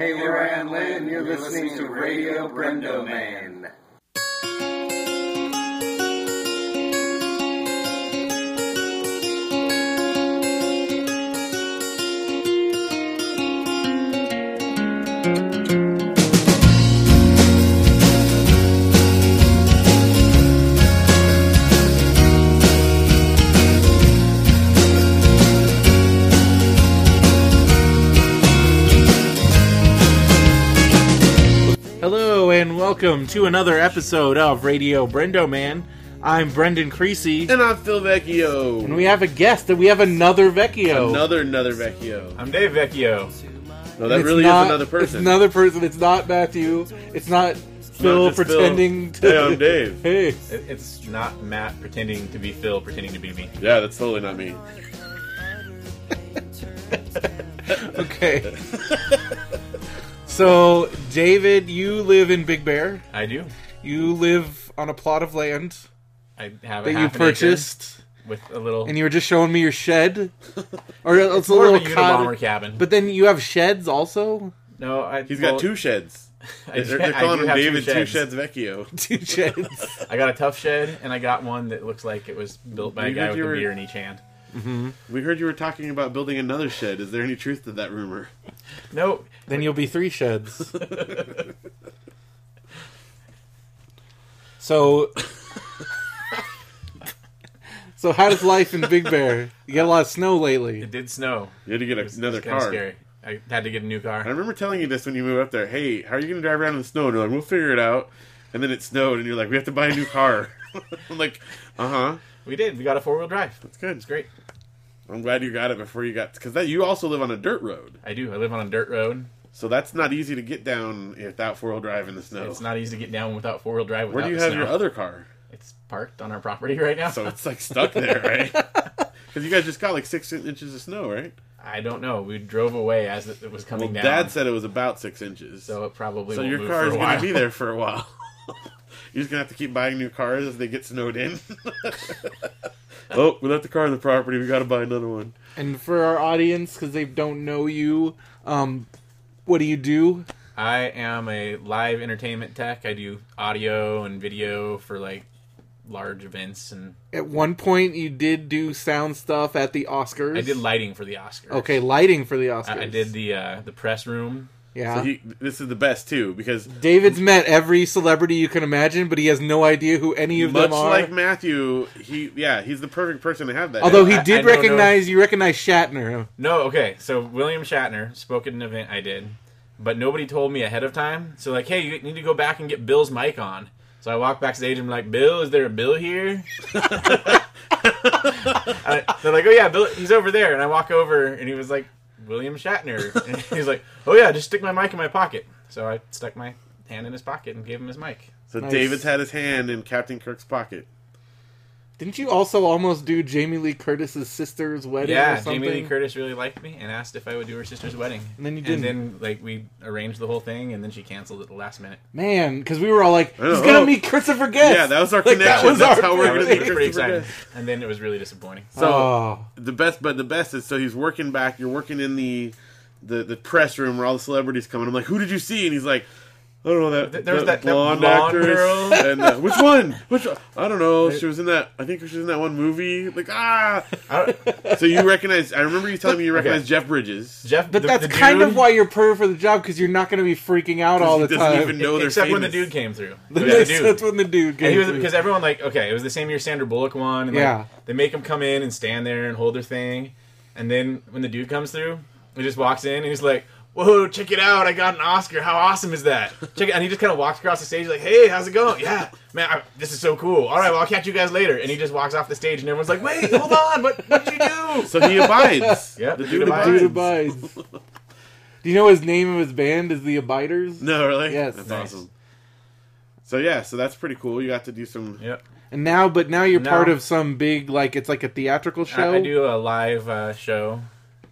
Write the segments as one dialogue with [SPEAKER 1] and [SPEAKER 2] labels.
[SPEAKER 1] Hey, we're Ann Lynn. You're listening to Radio Brendo Man.
[SPEAKER 2] Hello and welcome to another episode of Radio Brendo Man. I'm Brendan Creasy,
[SPEAKER 3] And I'm Phil Vecchio.
[SPEAKER 2] and we have a guest. That we have another Vecchio.
[SPEAKER 3] another another Vecchio.
[SPEAKER 4] I'm Dave Vecchio.
[SPEAKER 3] No,
[SPEAKER 2] And
[SPEAKER 3] that
[SPEAKER 2] it's
[SPEAKER 3] really
[SPEAKER 2] not-
[SPEAKER 3] is another
[SPEAKER 2] It's
[SPEAKER 3] person.
[SPEAKER 2] another person. It's not Matthew. It's not Phil
[SPEAKER 3] just Phil.
[SPEAKER 2] pretending to.
[SPEAKER 3] Hey, I'm Dave.
[SPEAKER 2] Hey,
[SPEAKER 4] It- It's not Matt pretending to be Phil, pretending to be me.
[SPEAKER 3] Yeah, that's totally not me.
[SPEAKER 2] okay. so, David, you live in Big Bear.
[SPEAKER 4] I do.
[SPEAKER 2] You live on a plot of land
[SPEAKER 4] I have a
[SPEAKER 2] that you
[SPEAKER 4] half an acre
[SPEAKER 2] purchased,
[SPEAKER 4] with a little
[SPEAKER 2] and you were just showing me your shed, or uh, it's, a
[SPEAKER 4] more
[SPEAKER 2] little
[SPEAKER 4] of a Unabomber
[SPEAKER 2] cottage.
[SPEAKER 4] cabin.
[SPEAKER 2] But then you have sheds also.
[SPEAKER 4] no, I,
[SPEAKER 3] He's
[SPEAKER 4] well,
[SPEAKER 3] got two sheds. They're,
[SPEAKER 4] I, I
[SPEAKER 3] they're
[SPEAKER 4] do
[SPEAKER 3] calling him
[SPEAKER 4] have
[SPEAKER 3] David
[SPEAKER 4] two sheds.
[SPEAKER 3] Vecchio.
[SPEAKER 2] Two sheds.
[SPEAKER 4] I got a tough shed, and I got one that looks like it was built by a
[SPEAKER 3] You
[SPEAKER 4] guy
[SPEAKER 3] did
[SPEAKER 4] with a
[SPEAKER 3] your-
[SPEAKER 4] beer in each hand.
[SPEAKER 3] We heard you were talking about building another shed. Is there any truth to that rumor?
[SPEAKER 4] No,
[SPEAKER 2] Then you'll be three sheds. so, so how does life in Big Bear? You got a lot of snow
[SPEAKER 4] it
[SPEAKER 2] lately.
[SPEAKER 4] did snow.
[SPEAKER 3] You had to get
[SPEAKER 4] It was- it
[SPEAKER 3] another
[SPEAKER 4] was kinda
[SPEAKER 3] car.
[SPEAKER 4] Scary. I had to get a new
[SPEAKER 3] I
[SPEAKER 4] car.
[SPEAKER 3] remember telling you this when you moved up there. Hey, how are you going to drive around in the snow? And you're like, we'll figure it out. And then it snowed, and you're like, we have to buy a new car. I'm like, uh huh.
[SPEAKER 4] We did. We got a four wheel drive.
[SPEAKER 3] That's good.
[SPEAKER 4] It's great.
[SPEAKER 3] I'm glad you got it before you got because that you also live on a dirt road,
[SPEAKER 4] I do. I live on a dirt road.
[SPEAKER 3] so that's not easy to get down without four wheel drive in the snow.
[SPEAKER 4] It's not easy to get down without four wheel drive.
[SPEAKER 3] Oh. Where
[SPEAKER 4] without
[SPEAKER 3] do you
[SPEAKER 4] the
[SPEAKER 3] have
[SPEAKER 4] snow.
[SPEAKER 3] your other car?
[SPEAKER 4] It's parked on our property right now.
[SPEAKER 3] So it's like stuck there, right? Because you guys just got like six inches of snow, right?
[SPEAKER 4] I don't know. We drove away as it it was
[SPEAKER 3] Well,
[SPEAKER 4] coming down.
[SPEAKER 3] Dad said it was about six inches. So,
[SPEAKER 4] so it probably won't
[SPEAKER 3] your
[SPEAKER 4] move
[SPEAKER 3] car
[SPEAKER 4] for
[SPEAKER 3] is
[SPEAKER 4] a
[SPEAKER 3] going
[SPEAKER 4] while.
[SPEAKER 3] to be there for a while. You're just going to have to keep buying new cars as they get snowed in. oh, we left the car on the property. We got to buy another one.
[SPEAKER 2] And for our audience, because they don't know you, um, what do you do?
[SPEAKER 4] I am a live entertainment tech. I do audio and video for like large events, and
[SPEAKER 2] At one point, you did do sound stuff at the Oscars.
[SPEAKER 4] I did lighting for the Oscars.
[SPEAKER 2] okay lighting for the Oscars.
[SPEAKER 4] I, I did the uh, the press room.
[SPEAKER 2] yeah.
[SPEAKER 3] So he, this is the best too because
[SPEAKER 2] David's met every celebrity you can imagine, but he has no idea who any of
[SPEAKER 3] much
[SPEAKER 2] them are.
[SPEAKER 3] like Matthew, he yeah he's the perfect person to have that.
[SPEAKER 2] Although he
[SPEAKER 4] I- I
[SPEAKER 2] did
[SPEAKER 4] don't know.
[SPEAKER 2] recognize you recognize Shatner.
[SPEAKER 4] No, okay. So William Shatner spoke at an event I did, but nobody told me ahead of time. So like, hey, you need to go back and get Bill's mic on. So I walked backstage and I'm like, Bill, is there a Bill here? I, they're like, oh yeah, Bill, he's over there. And I walk over and he was like, William Shatner. And he's like, oh yeah, just stick my mic in my pocket. So I stuck my hand in his pocket and gave him his mic.
[SPEAKER 3] so
[SPEAKER 2] Nice.
[SPEAKER 3] David's had his hand in Captain Kirk's pocket.
[SPEAKER 2] Didn't you also almost do Jamie Lee Curtis's sister's wedding or
[SPEAKER 4] Yeah,
[SPEAKER 2] something?
[SPEAKER 4] Jamie Lee Curtis really liked me and asked if I would do her sister's wedding.
[SPEAKER 2] And then you didn't.
[SPEAKER 4] And then like we arranged the whole thing and then she canceled at the last minute.
[SPEAKER 2] Man, because we were all like,
[SPEAKER 3] Oh,
[SPEAKER 2] he's going to
[SPEAKER 3] oh.
[SPEAKER 2] meet Christopher Guest.
[SPEAKER 3] Yeah, that was our
[SPEAKER 2] Like, that
[SPEAKER 3] connection.
[SPEAKER 2] was
[SPEAKER 3] That's
[SPEAKER 2] our
[SPEAKER 3] how we're
[SPEAKER 4] I
[SPEAKER 3] going
[SPEAKER 4] was
[SPEAKER 3] to
[SPEAKER 2] thing.
[SPEAKER 3] meet
[SPEAKER 4] pretty
[SPEAKER 3] Christopher
[SPEAKER 4] excited,
[SPEAKER 3] Guest.
[SPEAKER 4] and then it was really disappointing.
[SPEAKER 3] So
[SPEAKER 2] Oh.
[SPEAKER 3] the best, but the best is so he's working back. You're working in the the, the press room where all the celebrities come. And I'm like, who did you see? And he's like, I don't know that
[SPEAKER 4] Th- there was
[SPEAKER 3] that
[SPEAKER 4] that- that
[SPEAKER 3] blonde,
[SPEAKER 4] blonde
[SPEAKER 3] actress.
[SPEAKER 4] girl.
[SPEAKER 3] And uh, which one? Which one? I don't know. She was in that. I think she was in that one movie. Like ah.
[SPEAKER 4] I don't-
[SPEAKER 3] So you recognize? I remember you telling me you recognize Jeff Bridges.
[SPEAKER 4] Jeff,
[SPEAKER 2] But
[SPEAKER 4] the-
[SPEAKER 2] that's
[SPEAKER 4] the
[SPEAKER 2] kind
[SPEAKER 4] dude-
[SPEAKER 2] of why you're perfect for the job, because you're not going to be freaking out all
[SPEAKER 3] he
[SPEAKER 2] the
[SPEAKER 3] doesn't
[SPEAKER 2] time.
[SPEAKER 3] even know they're
[SPEAKER 4] except when the
[SPEAKER 3] famous.
[SPEAKER 4] dude came through. It was the
[SPEAKER 2] that's,
[SPEAKER 4] dude.
[SPEAKER 2] that's when the dude
[SPEAKER 4] And
[SPEAKER 2] came.
[SPEAKER 4] he was
[SPEAKER 2] through.
[SPEAKER 4] because everyone like okay, it was the same year Sandra Bullock won. And
[SPEAKER 2] Yeah.
[SPEAKER 4] like, they make him come in and stand there and hold their thing, and then when the dude comes through, he just walks in and he's like. Whoa! Check it out! I got an Oscar. How awesome is that? Check it, and he just kind of walks across the stage like, "Hey, how's it going? Yeah, man, I, this is so cool. All right, well, I'll catch you guys later." And he just walks off the stage, and everyone's like, "Wait, hold on! What, what did you do?"
[SPEAKER 3] So he abides.
[SPEAKER 4] Yep,
[SPEAKER 3] the
[SPEAKER 4] the
[SPEAKER 3] dude
[SPEAKER 4] dude
[SPEAKER 2] The
[SPEAKER 3] abides.
[SPEAKER 2] dude abides. Do you know his name of his band is the Abiders?
[SPEAKER 3] No, really.
[SPEAKER 2] Yes.
[SPEAKER 3] that's
[SPEAKER 4] Nice.
[SPEAKER 3] awesome. So yeah, so that's pretty cool. You got to do some.
[SPEAKER 4] Yep.
[SPEAKER 2] And now, but now you're
[SPEAKER 4] No.
[SPEAKER 2] part of some big, like it's like a theatrical show.
[SPEAKER 4] I, I do a live uh, show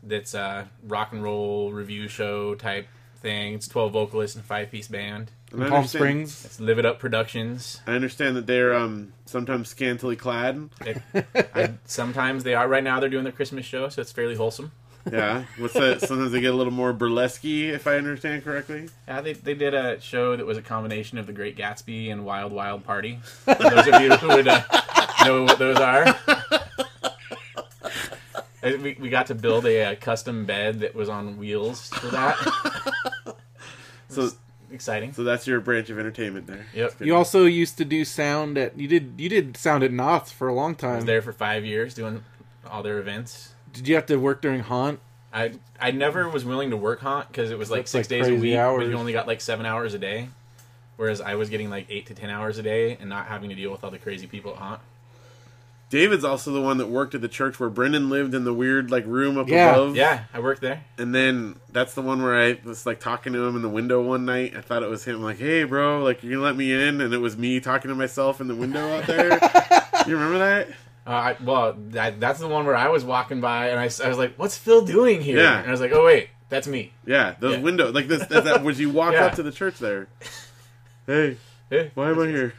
[SPEAKER 4] that's a rock and roll review show type thing. It's 12 vocalists and five piece band.
[SPEAKER 3] and I
[SPEAKER 2] in Palm
[SPEAKER 3] understand-
[SPEAKER 2] Springs.
[SPEAKER 4] It's Live It Up Productions.
[SPEAKER 3] I understand that they're um, sometimes scantily clad.
[SPEAKER 4] It- I, sometimes they are. Right now they're doing their Christmas show, so it's fairly wholesome.
[SPEAKER 3] Yeah. What's that? Sometimes they get a little more burlesque, if I understand correctly.
[SPEAKER 4] Yeah, they, they did a show that was a combination of The Great Gatsby and Wild Wild Party. For those of you who would uh, know what those are. And We, we got to build a, uh custom bed that was on wheels for that.
[SPEAKER 3] So,
[SPEAKER 4] Exciting.
[SPEAKER 3] so that's your branch of entertainment there.
[SPEAKER 4] Yep.
[SPEAKER 2] You also used to do sound at you did you did sound at Noth for a long
[SPEAKER 4] I was
[SPEAKER 2] time.
[SPEAKER 4] there for five years doing all their events.
[SPEAKER 2] Did you have to work during haunt?
[SPEAKER 4] I I never was willing to work haunt because it was like
[SPEAKER 2] That's,
[SPEAKER 4] six
[SPEAKER 2] like,
[SPEAKER 4] days a
[SPEAKER 2] crazy
[SPEAKER 4] week,
[SPEAKER 2] hours.
[SPEAKER 4] but you only got like seven hours a day. Whereas I was getting like eight to ten hours a day and not having to deal with all the crazy people at haunt.
[SPEAKER 3] David's also the one that worked at the church where Brendan lived in the weird like room up
[SPEAKER 2] Yeah.
[SPEAKER 3] above.
[SPEAKER 4] Yeah, I worked there.
[SPEAKER 3] And then that's the one where I was like talking to him in the window one night. I thought it was him, like, "Hey, bro, like you gonna let me in?" And it was me talking to myself in the window out there. you remember that?
[SPEAKER 4] Uh, I, well, that, that's the one where I was walking by and I, s- I was like, "What's Phil doing here?"
[SPEAKER 3] Yeah.
[SPEAKER 4] And I was like, "Oh wait, that's me."
[SPEAKER 3] Yeah, those
[SPEAKER 4] Yeah.
[SPEAKER 3] window, like this. That, that was you walked
[SPEAKER 4] Yeah.
[SPEAKER 3] up to the church there. Hey,
[SPEAKER 4] Eh,
[SPEAKER 3] why am I here?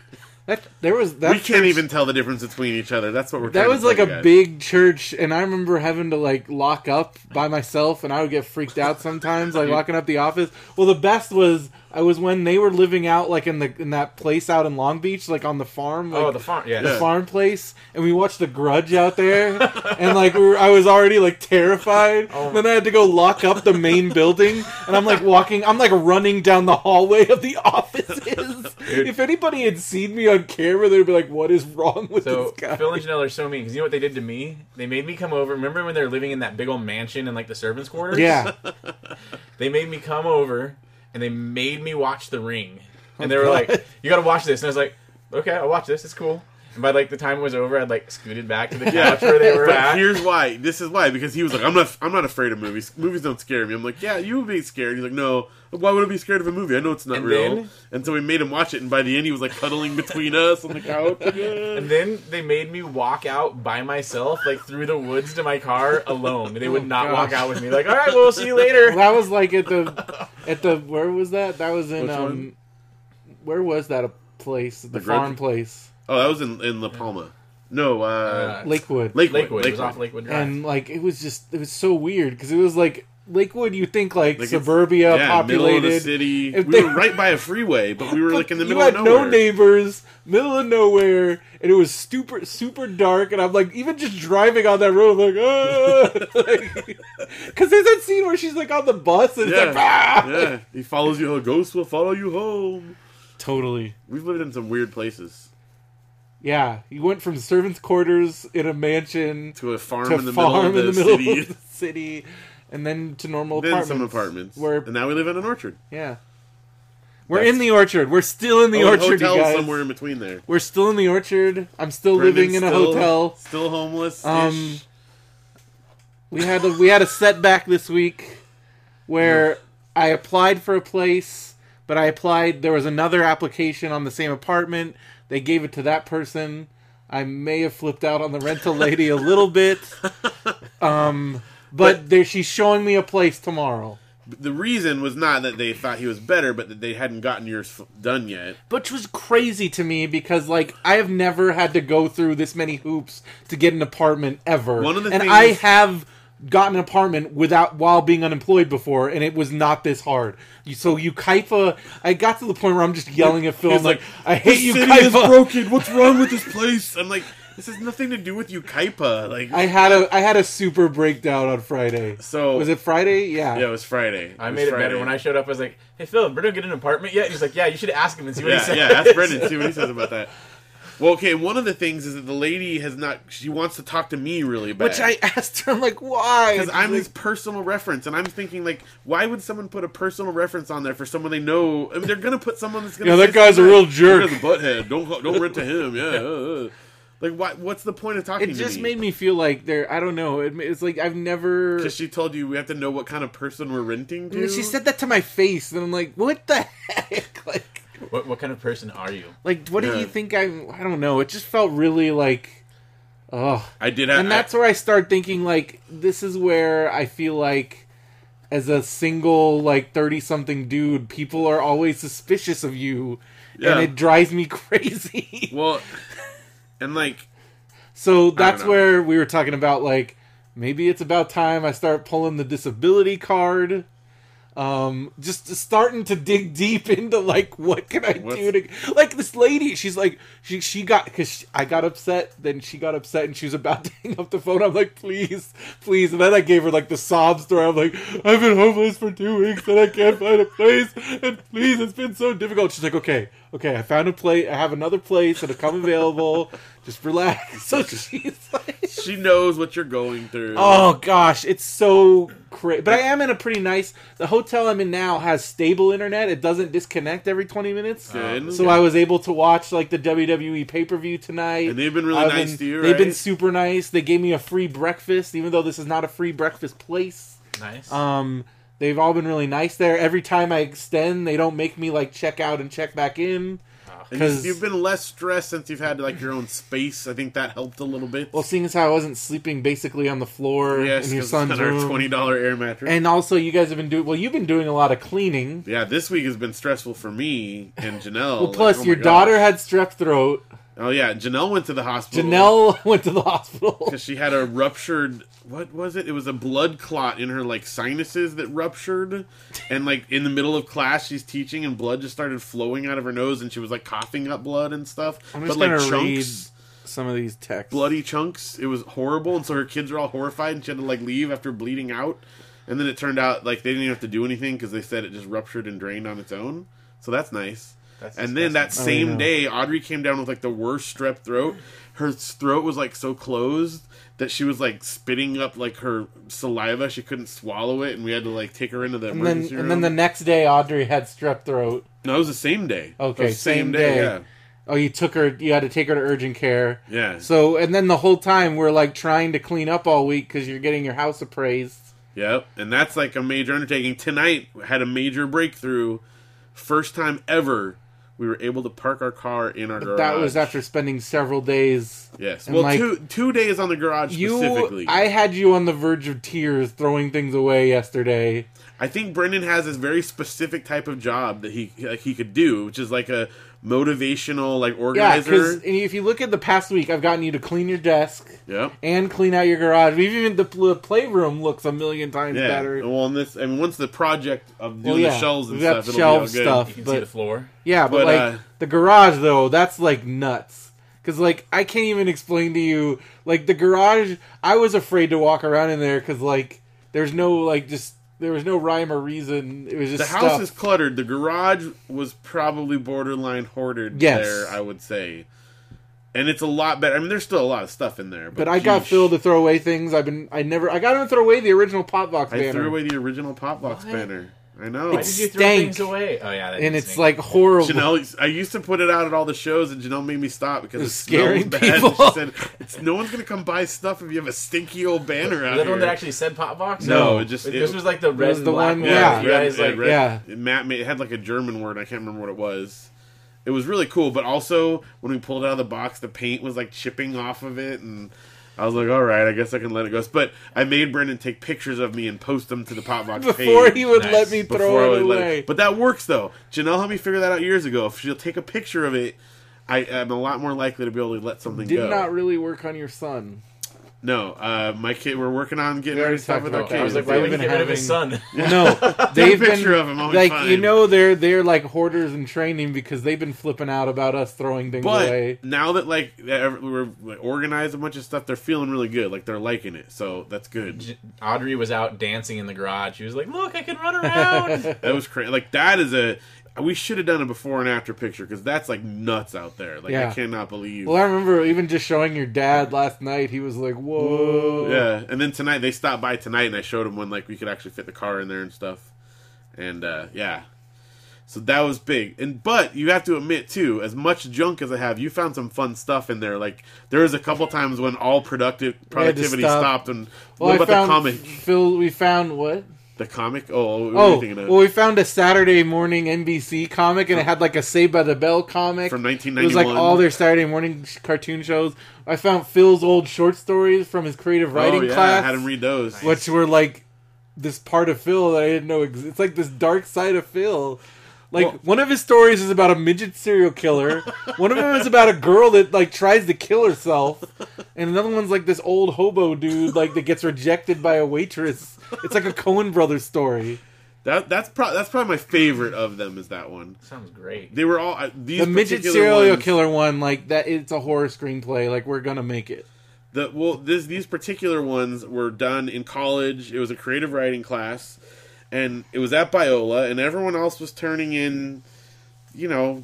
[SPEAKER 2] That there was that
[SPEAKER 3] we can't
[SPEAKER 2] church-
[SPEAKER 3] even tell the difference between each other. That's what we're.
[SPEAKER 2] That
[SPEAKER 3] trying
[SPEAKER 2] was
[SPEAKER 3] to
[SPEAKER 2] like
[SPEAKER 3] tell you
[SPEAKER 2] a
[SPEAKER 3] guys.
[SPEAKER 2] big church, and I remember having to like lock up by myself, and I would get freaked out sometimes, like locking up the office. Well, the best was I was when they were living out like in the in that place out in Long Beach, like on the farm, like
[SPEAKER 4] oh, the farm. Yeah.
[SPEAKER 2] the farm place, and we watched The Grudge out there, and like we were, I was already like terrified. Then I had to go lock up the main building, and I'm like walking, I'm like running down the hallway of the offices. If anybody had seen me on camera, they'd be like, "What is wrong with
[SPEAKER 4] So
[SPEAKER 2] this guy?"
[SPEAKER 4] Phil and Janelle are so mean because you know what they did to me? They made me come over. Remember when they're living in that big old mansion in like the servants' quarters?
[SPEAKER 2] yeah.
[SPEAKER 4] They made me come over and they made me watch The Ring. And they were like, "You got to watch this." And I was like, "Okay, I'll watch this. It's cool." And by like the time it was over, I'd like scooted back to the couch where they were
[SPEAKER 3] But
[SPEAKER 4] at.
[SPEAKER 3] here's why. This is why because he was like, "I'm not. I'm not afraid of movies. Movies don't scare me." I'm like, "Yeah, you would be scared." He's like, "No. Why would I be scared of a movie? I know it's not
[SPEAKER 4] And
[SPEAKER 3] real."
[SPEAKER 4] then-
[SPEAKER 3] and so we made him watch it, and by the end, he was like cuddling between us on the couch. Yeah.
[SPEAKER 4] And then they made me walk out by myself, like through the woods to my car alone. They would not walk
[SPEAKER 2] gosh.
[SPEAKER 4] out with me. Like, all right, we'll see you later.
[SPEAKER 2] That was like at the at the where was that? That was in
[SPEAKER 3] Which
[SPEAKER 2] um
[SPEAKER 3] one?
[SPEAKER 2] where was that a place? The,
[SPEAKER 3] The Grudge?
[SPEAKER 2] farm place.
[SPEAKER 3] Oh, that was in in La Palma. No, uh,
[SPEAKER 4] Uh,
[SPEAKER 2] Lakewood.
[SPEAKER 3] Lakewood.
[SPEAKER 4] Lakewood. It was off Lakewood Drive.
[SPEAKER 2] and like it was just it was so weird because it was like Lakewood you think like,
[SPEAKER 3] Like, it's-
[SPEAKER 2] suburbia
[SPEAKER 3] yeah, middle of the
[SPEAKER 2] populated
[SPEAKER 3] city.
[SPEAKER 2] If
[SPEAKER 3] we
[SPEAKER 2] they-
[SPEAKER 3] were right by a freeway, but we were like in the middle
[SPEAKER 2] you had
[SPEAKER 3] of nowhere.
[SPEAKER 2] no neighbors middle of nowhere and it was super super dark and i'm like even just driving on that road I'm like because there's that scene where she's like on the bus and it's like
[SPEAKER 3] Yeah,
[SPEAKER 2] "Ah!"
[SPEAKER 3] yeah. He follows you. A ghost will follow you home.
[SPEAKER 2] totally
[SPEAKER 3] We've lived in some weird places.
[SPEAKER 2] yeah you went from servants quarters in a mansion
[SPEAKER 3] To a farm
[SPEAKER 2] to
[SPEAKER 3] in the
[SPEAKER 2] farm
[SPEAKER 3] middle
[SPEAKER 2] in
[SPEAKER 3] of
[SPEAKER 2] the
[SPEAKER 3] the,
[SPEAKER 2] middle
[SPEAKER 3] city.
[SPEAKER 2] of the city and then to normal
[SPEAKER 3] then
[SPEAKER 2] apartments
[SPEAKER 3] some apartments.
[SPEAKER 2] where
[SPEAKER 3] and now we live in an orchard.
[SPEAKER 2] yeah we're
[SPEAKER 3] That's-
[SPEAKER 2] in the orchard. We're still in the
[SPEAKER 3] Oh, and
[SPEAKER 2] orchard, you
[SPEAKER 3] hotel
[SPEAKER 2] guys.
[SPEAKER 3] somewhere in between there.
[SPEAKER 2] We're still in the orchard. I'm still living in a
[SPEAKER 3] Brendan's
[SPEAKER 2] hotel.
[SPEAKER 3] Still homeless.
[SPEAKER 2] Um, We had a, we had a setback this week where I applied for a place, but I applied. There was another application on the same apartment. They gave it to that person. I may have flipped out on the rental lady a little bit, um, but, there, she's showing me a place tomorrow,
[SPEAKER 3] the reason was not that they thought he was better, but that they hadn't gotten yours f- done yet.
[SPEAKER 2] which was crazy to me because like I have never had to go through this many hoops to get an apartment ever,
[SPEAKER 3] One of the
[SPEAKER 2] and
[SPEAKER 3] things-
[SPEAKER 2] I have gotten an apartment without while being unemployed before, and it was not this hard. You- So you Kaifa, I got to the point where I'm just yelling at Phil,
[SPEAKER 3] He's
[SPEAKER 2] I'm like,
[SPEAKER 3] like,
[SPEAKER 2] I hate you,
[SPEAKER 3] city is
[SPEAKER 2] Kaifa.
[SPEAKER 3] broken. What's wrong with this place? I'm like, this has nothing to do with you, Kaipa. Like,
[SPEAKER 2] I had a I had a super breakdown on Friday.
[SPEAKER 3] So-
[SPEAKER 2] was it Friday? Yeah.
[SPEAKER 3] yeah, it was Friday.
[SPEAKER 4] I made it better when I showed up. I was like, "Hey Phil, Bruno get an apartment yet?" He's like, "Yeah, you should ask him and see what he
[SPEAKER 3] Yeah,
[SPEAKER 4] says."
[SPEAKER 3] yeah. Ask Brendan see what he says about that. Well, okay. One of the things is that the lady has not. She wants to talk to me really bad.
[SPEAKER 2] Which I asked her, I'm like, why?
[SPEAKER 3] because
[SPEAKER 2] And
[SPEAKER 3] I'm
[SPEAKER 2] she's
[SPEAKER 3] his personal reference, and I'm thinking like, why would someone put a personal reference on there for someone they know? I mean, they're gonna put someone that's gonna.
[SPEAKER 2] Yeah, that
[SPEAKER 3] say
[SPEAKER 2] guy's a
[SPEAKER 3] something
[SPEAKER 2] real
[SPEAKER 3] like,
[SPEAKER 2] jerk.
[SPEAKER 3] That guy's a butthead. Don't don't rent to him. Yeah. uh, uh. Like, why, what's the point of talking?
[SPEAKER 2] like, it
[SPEAKER 3] to
[SPEAKER 2] just
[SPEAKER 3] me?
[SPEAKER 2] made me feel like there. I don't know. It, it's like I've never.
[SPEAKER 3] Because she told you we have to know what kind of person we're renting
[SPEAKER 2] And
[SPEAKER 3] to.
[SPEAKER 2] then she said that to my face, and I'm like, "What the heck? Like,
[SPEAKER 4] What, what kind of person are you?
[SPEAKER 2] like, what do
[SPEAKER 3] Yeah.
[SPEAKER 2] you think I'm? I don't know. It just felt really like, oh.
[SPEAKER 3] I did. Have,
[SPEAKER 2] And that's where I start thinking like, this is where I feel like, as a single like thirty something dude, people are always suspicious of you,
[SPEAKER 3] Yeah.
[SPEAKER 2] and it drives me crazy.
[SPEAKER 3] well, and like
[SPEAKER 2] so that's
[SPEAKER 3] know.
[SPEAKER 2] where we were talking about like. Maybe it's about time I start pulling the disability card. Um, just starting to dig deep into like what can I do to like this lady? She's like she she got because I got upset, then she got upset, and she was about to hang up the phone. I'm like, please, please, and then I gave her like the sob story. I'm like, I've been homeless for two weeks and I can't find a place, and please, it's been so difficult. She's like, okay, okay, I found a place, I have another place that'll come available. Just relax. So she's like,
[SPEAKER 3] She knows what you're going through.
[SPEAKER 2] Oh gosh, it's so crazy. But I am in a pretty nice. The hotel I'm in now has stable internet. It doesn't disconnect every 20 minutes.
[SPEAKER 3] Good.
[SPEAKER 2] So I was able to watch like the WWE pay per view tonight.
[SPEAKER 3] And they've been really
[SPEAKER 2] I've
[SPEAKER 3] nice to you,
[SPEAKER 2] They've been
[SPEAKER 3] right?
[SPEAKER 2] super nice. They gave me a free breakfast, even though this is not a free breakfast place.
[SPEAKER 5] Nice.
[SPEAKER 2] Um, they've all been really nice there. Every time I extend, they don't make me like check out and check back in.
[SPEAKER 3] Ah. And
[SPEAKER 2] 'cause-
[SPEAKER 3] you've been less stressed since you've had like your own space. I think that helped a little bit.
[SPEAKER 2] Well, seeing as how I wasn't sleeping basically on the floor
[SPEAKER 3] yes,
[SPEAKER 2] in your
[SPEAKER 3] 'cause it's
[SPEAKER 2] son's
[SPEAKER 3] on our
[SPEAKER 2] room,
[SPEAKER 3] twenty dollar air mattress.
[SPEAKER 2] and also you guys have been doing well. You've been doing a lot of cleaning.
[SPEAKER 3] yeah, this week has been stressful for me and Janelle.
[SPEAKER 2] Well,
[SPEAKER 3] Like,
[SPEAKER 2] plus
[SPEAKER 3] oh my
[SPEAKER 2] your
[SPEAKER 3] gosh.
[SPEAKER 2] daughter had strep throat.
[SPEAKER 3] Oh yeah, Janelle went to the hospital.
[SPEAKER 2] Janelle went to the hospital.
[SPEAKER 3] because she had a ruptured. What was it? It was a blood clot in her like sinuses that ruptured, and like in the middle of class, she's teaching, and blood just started flowing out of her nose, and she was like coughing up blood and stuff.
[SPEAKER 2] I'm
[SPEAKER 3] but
[SPEAKER 2] just
[SPEAKER 3] like
[SPEAKER 2] gonna
[SPEAKER 3] chunks.
[SPEAKER 2] read some of these texts.
[SPEAKER 3] bloody chunks. It was horrible, and so her kids were all horrified, and she had to like leave after bleeding out. And then it turned out like they didn't even have to do anything because they said it just ruptured and drained on its own. So that's nice.
[SPEAKER 5] That's
[SPEAKER 3] and then that
[SPEAKER 2] Oh,
[SPEAKER 3] same
[SPEAKER 2] yeah.
[SPEAKER 3] day, Audrey came down with like the worst strep throat. Her throat was like so closed that she was like spitting up like her saliva. She couldn't swallow it, and we had to like take her into the
[SPEAKER 2] and then
[SPEAKER 3] emergency
[SPEAKER 2] and
[SPEAKER 3] room.
[SPEAKER 2] then the next day, Audrey had strep throat.
[SPEAKER 3] no, it was the same day.
[SPEAKER 2] Okay,
[SPEAKER 3] It was the
[SPEAKER 2] same day.
[SPEAKER 3] Yeah,
[SPEAKER 2] Oh, you took her. You had to take her to urgent care.
[SPEAKER 3] yeah.
[SPEAKER 2] So and then the whole time we're like trying to clean up all week because you're getting your house appraised.
[SPEAKER 3] Yep, and that's like a major undertaking. Tonight had a major breakthrough. First time ever we were able to park our car in our garage.
[SPEAKER 2] That was after spending several days.
[SPEAKER 3] yes.
[SPEAKER 2] and,
[SPEAKER 3] Well,
[SPEAKER 2] like,
[SPEAKER 3] two two days on the garage
[SPEAKER 2] You,
[SPEAKER 3] specifically.
[SPEAKER 2] I
[SPEAKER 3] I,
[SPEAKER 2] had you on the verge of tears, throwing things away yesterday.
[SPEAKER 3] think Brendan has this very specific type of job that he like he could do, which is like a motivational like
[SPEAKER 2] Yeah, because
[SPEAKER 3] organizer.
[SPEAKER 2] if you look at the past week, I've gotten you to clean your desk.
[SPEAKER 3] yep.
[SPEAKER 2] and clean out your garage. We've even the pl- playroom looks a million times
[SPEAKER 3] Yeah.
[SPEAKER 2] better.
[SPEAKER 3] Well, and this I mean, once the project of doing
[SPEAKER 2] Well, yeah,
[SPEAKER 3] the shelves and
[SPEAKER 2] we got
[SPEAKER 3] stuff, it'll
[SPEAKER 2] shelf
[SPEAKER 3] be all good.
[SPEAKER 2] stuff.
[SPEAKER 5] you can see
[SPEAKER 2] but-
[SPEAKER 5] the floor.
[SPEAKER 2] Yeah, but,
[SPEAKER 3] But,
[SPEAKER 2] like
[SPEAKER 3] uh,
[SPEAKER 2] the garage though, that's like nuts. Cause like I can't even explain to you like the garage. I was afraid to walk around in there because like there's no like just there was no rhyme or reason. It was just
[SPEAKER 3] The house
[SPEAKER 2] stuff.
[SPEAKER 3] is cluttered. The garage was probably borderline hoarded
[SPEAKER 2] Yes.
[SPEAKER 3] there, I would say. And it's a lot better. I mean, there's still a lot of stuff in there. But,
[SPEAKER 2] But I got
[SPEAKER 3] sheesh.
[SPEAKER 2] Phil to throw away things. I've been I never I got him to throw away the original pop box
[SPEAKER 3] I
[SPEAKER 2] banner.
[SPEAKER 3] threw away the original Pop Box
[SPEAKER 5] What?
[SPEAKER 3] banner. I know.
[SPEAKER 5] Why did you throw
[SPEAKER 2] stank.
[SPEAKER 5] things away? Oh yeah, that
[SPEAKER 2] and
[SPEAKER 5] did
[SPEAKER 2] it's
[SPEAKER 5] stink.
[SPEAKER 2] like horrible.
[SPEAKER 3] Janelle, I used to put it out at all the shows, and Janelle made me stop because it's
[SPEAKER 2] It's
[SPEAKER 3] scary.
[SPEAKER 2] scaring
[SPEAKER 3] bad.
[SPEAKER 2] people.
[SPEAKER 3] She said, it's, "No one's gonna come buy stuff if you have a stinky old banner
[SPEAKER 5] Is that
[SPEAKER 3] out
[SPEAKER 5] the
[SPEAKER 3] here."
[SPEAKER 5] one that actually said pop box?
[SPEAKER 3] No, it just-
[SPEAKER 5] this
[SPEAKER 3] it-
[SPEAKER 5] was like the red
[SPEAKER 2] was
[SPEAKER 5] and
[SPEAKER 2] the
[SPEAKER 5] black
[SPEAKER 2] one-
[SPEAKER 5] one.
[SPEAKER 2] yeah.
[SPEAKER 5] you guys
[SPEAKER 3] red-
[SPEAKER 5] like
[SPEAKER 3] red-
[SPEAKER 2] yeah.
[SPEAKER 3] Matt made, it had like a German word. I can't remember what it was. It was really cool, but also when we pulled it out of the box, the paint was like chipping off of it, and I was like, "All right, I guess I can let it go." But I made Brendan take pictures of me and post them to the Pop Box
[SPEAKER 2] before
[SPEAKER 3] page
[SPEAKER 2] he would
[SPEAKER 5] Nice.
[SPEAKER 2] let me
[SPEAKER 3] before
[SPEAKER 2] throw
[SPEAKER 3] I
[SPEAKER 2] it
[SPEAKER 3] would let
[SPEAKER 2] away.
[SPEAKER 3] But that works though. Janelle helped me figure that out years ago. If she'll take a picture of it, I am a lot more likely to be able to let something
[SPEAKER 2] did
[SPEAKER 3] go.
[SPEAKER 2] not really work on your son.
[SPEAKER 3] no, uh, my kid. We're working on getting
[SPEAKER 2] We
[SPEAKER 3] ready
[SPEAKER 2] already
[SPEAKER 3] to talk
[SPEAKER 2] talked
[SPEAKER 3] with our
[SPEAKER 2] about that.
[SPEAKER 3] kids.
[SPEAKER 5] I was like,
[SPEAKER 2] They've
[SPEAKER 5] why would you
[SPEAKER 2] been
[SPEAKER 5] get rid of his
[SPEAKER 2] having-
[SPEAKER 5] son?
[SPEAKER 2] No, they've been
[SPEAKER 3] picture of him on
[SPEAKER 2] like
[SPEAKER 3] Vine.
[SPEAKER 2] you know they're they're like hoarders in training because they've been flipping out about us throwing things
[SPEAKER 3] But
[SPEAKER 2] away.
[SPEAKER 3] now that like that ev- we're like, organized a bunch of stuff, they're feeling really good. Like they're liking it, so that's good.
[SPEAKER 5] J- Audrey was out dancing in the garage. She was like, "Look, I can run around."
[SPEAKER 3] That was crazy. Like that is a. We should have done a before and after picture because that's like nuts out there. Like I
[SPEAKER 2] Yeah.
[SPEAKER 3] cannot believe.
[SPEAKER 2] Well, I remember even just showing your dad last night. He was like, "Whoa,
[SPEAKER 3] Yeah, and then tonight they stopped by tonight, and I showed them when like we could actually fit the car in there and stuff, and uh, yeah, so that was big. And but you have to admit too, as much junk as I have, you found some fun stuff in there. Like there was a couple times when all productive productivity
[SPEAKER 2] stop.
[SPEAKER 3] stopped, and
[SPEAKER 2] Well,
[SPEAKER 3] what
[SPEAKER 2] I
[SPEAKER 3] about
[SPEAKER 2] found
[SPEAKER 3] the comic?
[SPEAKER 2] Phil. We found what?
[SPEAKER 3] The comic? Oh, what were
[SPEAKER 2] Oh,
[SPEAKER 3] you thinking of?
[SPEAKER 2] well, we found a Saturday morning NBC comic, and it had like a Saved by the Bell comic
[SPEAKER 3] From
[SPEAKER 2] It was like
[SPEAKER 3] 1991.
[SPEAKER 2] all their Saturday morning sh- cartoon shows. I found Phil's old short stories from his creative writing
[SPEAKER 3] oh, yeah,
[SPEAKER 2] class.
[SPEAKER 3] I had him read those.
[SPEAKER 2] which were like this part of Phil that I didn't know. Ex- it's like this dark side of Phil. Like
[SPEAKER 3] Well-
[SPEAKER 2] one of his stories is about a midget serial killer. one of them is about a girl that like tries to kill herself, and another one's like this old hobo dude like that gets rejected by a waitress. It's like a Cohen Brothers story.
[SPEAKER 3] That that's pro- that's probably my favorite of them is that one.
[SPEAKER 5] Sounds great.
[SPEAKER 3] They were all I- these
[SPEAKER 2] The midget
[SPEAKER 3] particular
[SPEAKER 2] serial
[SPEAKER 3] ones-
[SPEAKER 2] killer one, like that. It's a horror screenplay. Like we're gonna make it.
[SPEAKER 3] The well, this these particular ones were done in college. It was a creative writing class, and it was at Biola, and everyone else was turning in, you know,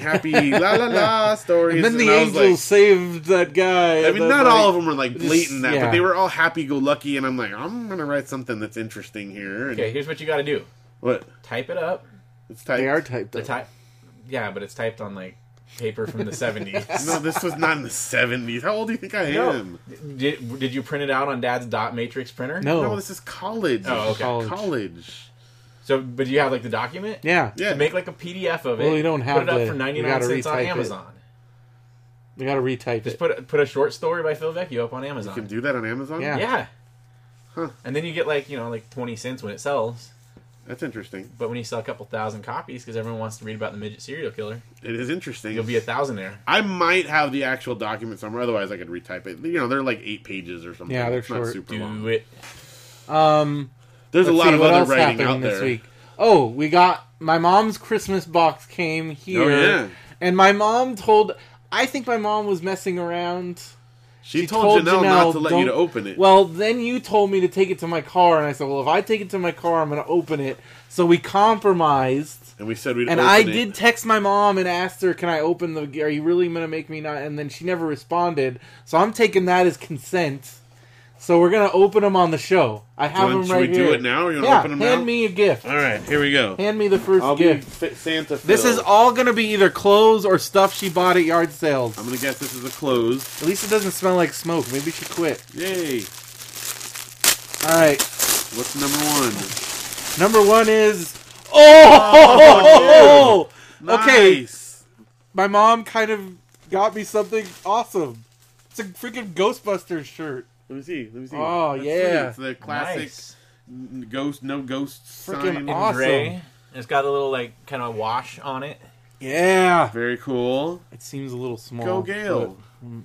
[SPEAKER 3] happy la la la stories.
[SPEAKER 2] And then the
[SPEAKER 3] I was
[SPEAKER 2] angels saved that guy.
[SPEAKER 3] Like, I mean, not all of them were like
[SPEAKER 2] just-
[SPEAKER 3] blatant that,
[SPEAKER 2] yeah.
[SPEAKER 3] but they were all happy-go-lucky, and I'm like, I'm gonna write something that's interesting here. And
[SPEAKER 5] Okay, here's what you got to do:
[SPEAKER 3] What?
[SPEAKER 5] type it up.
[SPEAKER 3] It's typed.
[SPEAKER 2] They are typed.
[SPEAKER 5] The
[SPEAKER 2] up.
[SPEAKER 5] type, yeah, but it's typed on like paper from the '70s.
[SPEAKER 3] No, this was not in the '70s. How old do you think I am?
[SPEAKER 5] Did, did you print it out on Dad's dot matrix printer?
[SPEAKER 2] No.
[SPEAKER 3] No, this is college.
[SPEAKER 5] Oh, okay.
[SPEAKER 3] College.
[SPEAKER 2] College.
[SPEAKER 5] So, but do you have like the document?
[SPEAKER 2] Yeah.
[SPEAKER 3] Yeah.
[SPEAKER 5] Make like a PDF of it.
[SPEAKER 2] Well, we don't have
[SPEAKER 5] Put it up
[SPEAKER 2] the-
[SPEAKER 5] for
[SPEAKER 2] we
[SPEAKER 5] 99
[SPEAKER 2] gotta
[SPEAKER 5] cents on
[SPEAKER 2] retype it.
[SPEAKER 5] Amazon.
[SPEAKER 2] We gotta retype
[SPEAKER 5] Just
[SPEAKER 2] it.
[SPEAKER 5] put a, put a short story by Phil Vecchio up on
[SPEAKER 3] you can
[SPEAKER 5] Amazon.
[SPEAKER 3] do that on Amazon.
[SPEAKER 2] Yeah.
[SPEAKER 5] Yeah.
[SPEAKER 3] Huh.
[SPEAKER 5] And then you get like you know like 20 cents when it sells.
[SPEAKER 3] That's interesting.
[SPEAKER 5] But when you sell a couple thousand copies, because everyone wants to read about the midget serial killer,
[SPEAKER 3] It is interesting.
[SPEAKER 5] you'll be a thousandaire.
[SPEAKER 3] I might have the actual document somewhere. Otherwise, I could retype it. You know, they're like eight pages or something.
[SPEAKER 2] Yeah, they're
[SPEAKER 3] It's not
[SPEAKER 2] short.
[SPEAKER 3] super long.
[SPEAKER 5] Do it.
[SPEAKER 2] Um.
[SPEAKER 3] There's a
[SPEAKER 2] Let's
[SPEAKER 3] lot
[SPEAKER 2] see,
[SPEAKER 3] of
[SPEAKER 2] what
[SPEAKER 3] other
[SPEAKER 2] else
[SPEAKER 3] writing
[SPEAKER 2] happened
[SPEAKER 3] out there.
[SPEAKER 2] This week? Oh, we got my mom's Christmas box came here,
[SPEAKER 3] Oh, yeah.
[SPEAKER 2] and my mom told. I think my mom was messing around.
[SPEAKER 3] She,
[SPEAKER 2] She
[SPEAKER 3] told,
[SPEAKER 2] told
[SPEAKER 3] Janelle, not
[SPEAKER 2] Janelle,
[SPEAKER 3] to let you
[SPEAKER 2] don't-
[SPEAKER 3] to open it.
[SPEAKER 2] Well, then you told me to take it to my car, and I said, "Well, if I take it to my car, I'm going to open it." So we compromised,
[SPEAKER 3] and we said we'd.
[SPEAKER 2] and
[SPEAKER 3] open
[SPEAKER 2] I
[SPEAKER 3] it.
[SPEAKER 2] did text my mom and asked her, "Can I open the? Are you really going to make me not?" And then she never responded. So I'm taking that as consent. So we're going to open them on the show. I have
[SPEAKER 3] When-
[SPEAKER 2] them
[SPEAKER 3] should
[SPEAKER 2] right
[SPEAKER 3] we
[SPEAKER 2] here.
[SPEAKER 3] do it now? Or you want
[SPEAKER 2] Yeah,
[SPEAKER 3] to open them
[SPEAKER 2] hand
[SPEAKER 3] now?
[SPEAKER 2] me a gift.
[SPEAKER 3] All right, here we go.
[SPEAKER 2] Hand me the 1st
[SPEAKER 3] I'll be
[SPEAKER 2] gift.
[SPEAKER 3] F- Santa. Phil.
[SPEAKER 2] This is all going to be either clothes or stuff she bought at yard sales.
[SPEAKER 3] I'm gonna guess this is a close.
[SPEAKER 2] At least it doesn't smell like smoke. Maybe she quit.
[SPEAKER 3] Yay!
[SPEAKER 2] All right.
[SPEAKER 3] What's number one?
[SPEAKER 2] Number one is. Oh! Okay.
[SPEAKER 3] Nice.
[SPEAKER 2] My mom kind of got me something awesome. It's a freaking Ghostbusters shirt.
[SPEAKER 3] Let me see. Let me see.
[SPEAKER 2] Oh,
[SPEAKER 3] That's
[SPEAKER 2] yeah.
[SPEAKER 3] sweet. It's the classic
[SPEAKER 5] Nice.
[SPEAKER 3] n- ghost, no ghost
[SPEAKER 2] Freaking
[SPEAKER 3] sign.
[SPEAKER 2] awesome.
[SPEAKER 5] Gray. It's got a little like kind of wash on it.
[SPEAKER 2] Yeah.
[SPEAKER 3] Very cool.
[SPEAKER 2] It seems a little small.
[SPEAKER 3] Go Gale.
[SPEAKER 2] but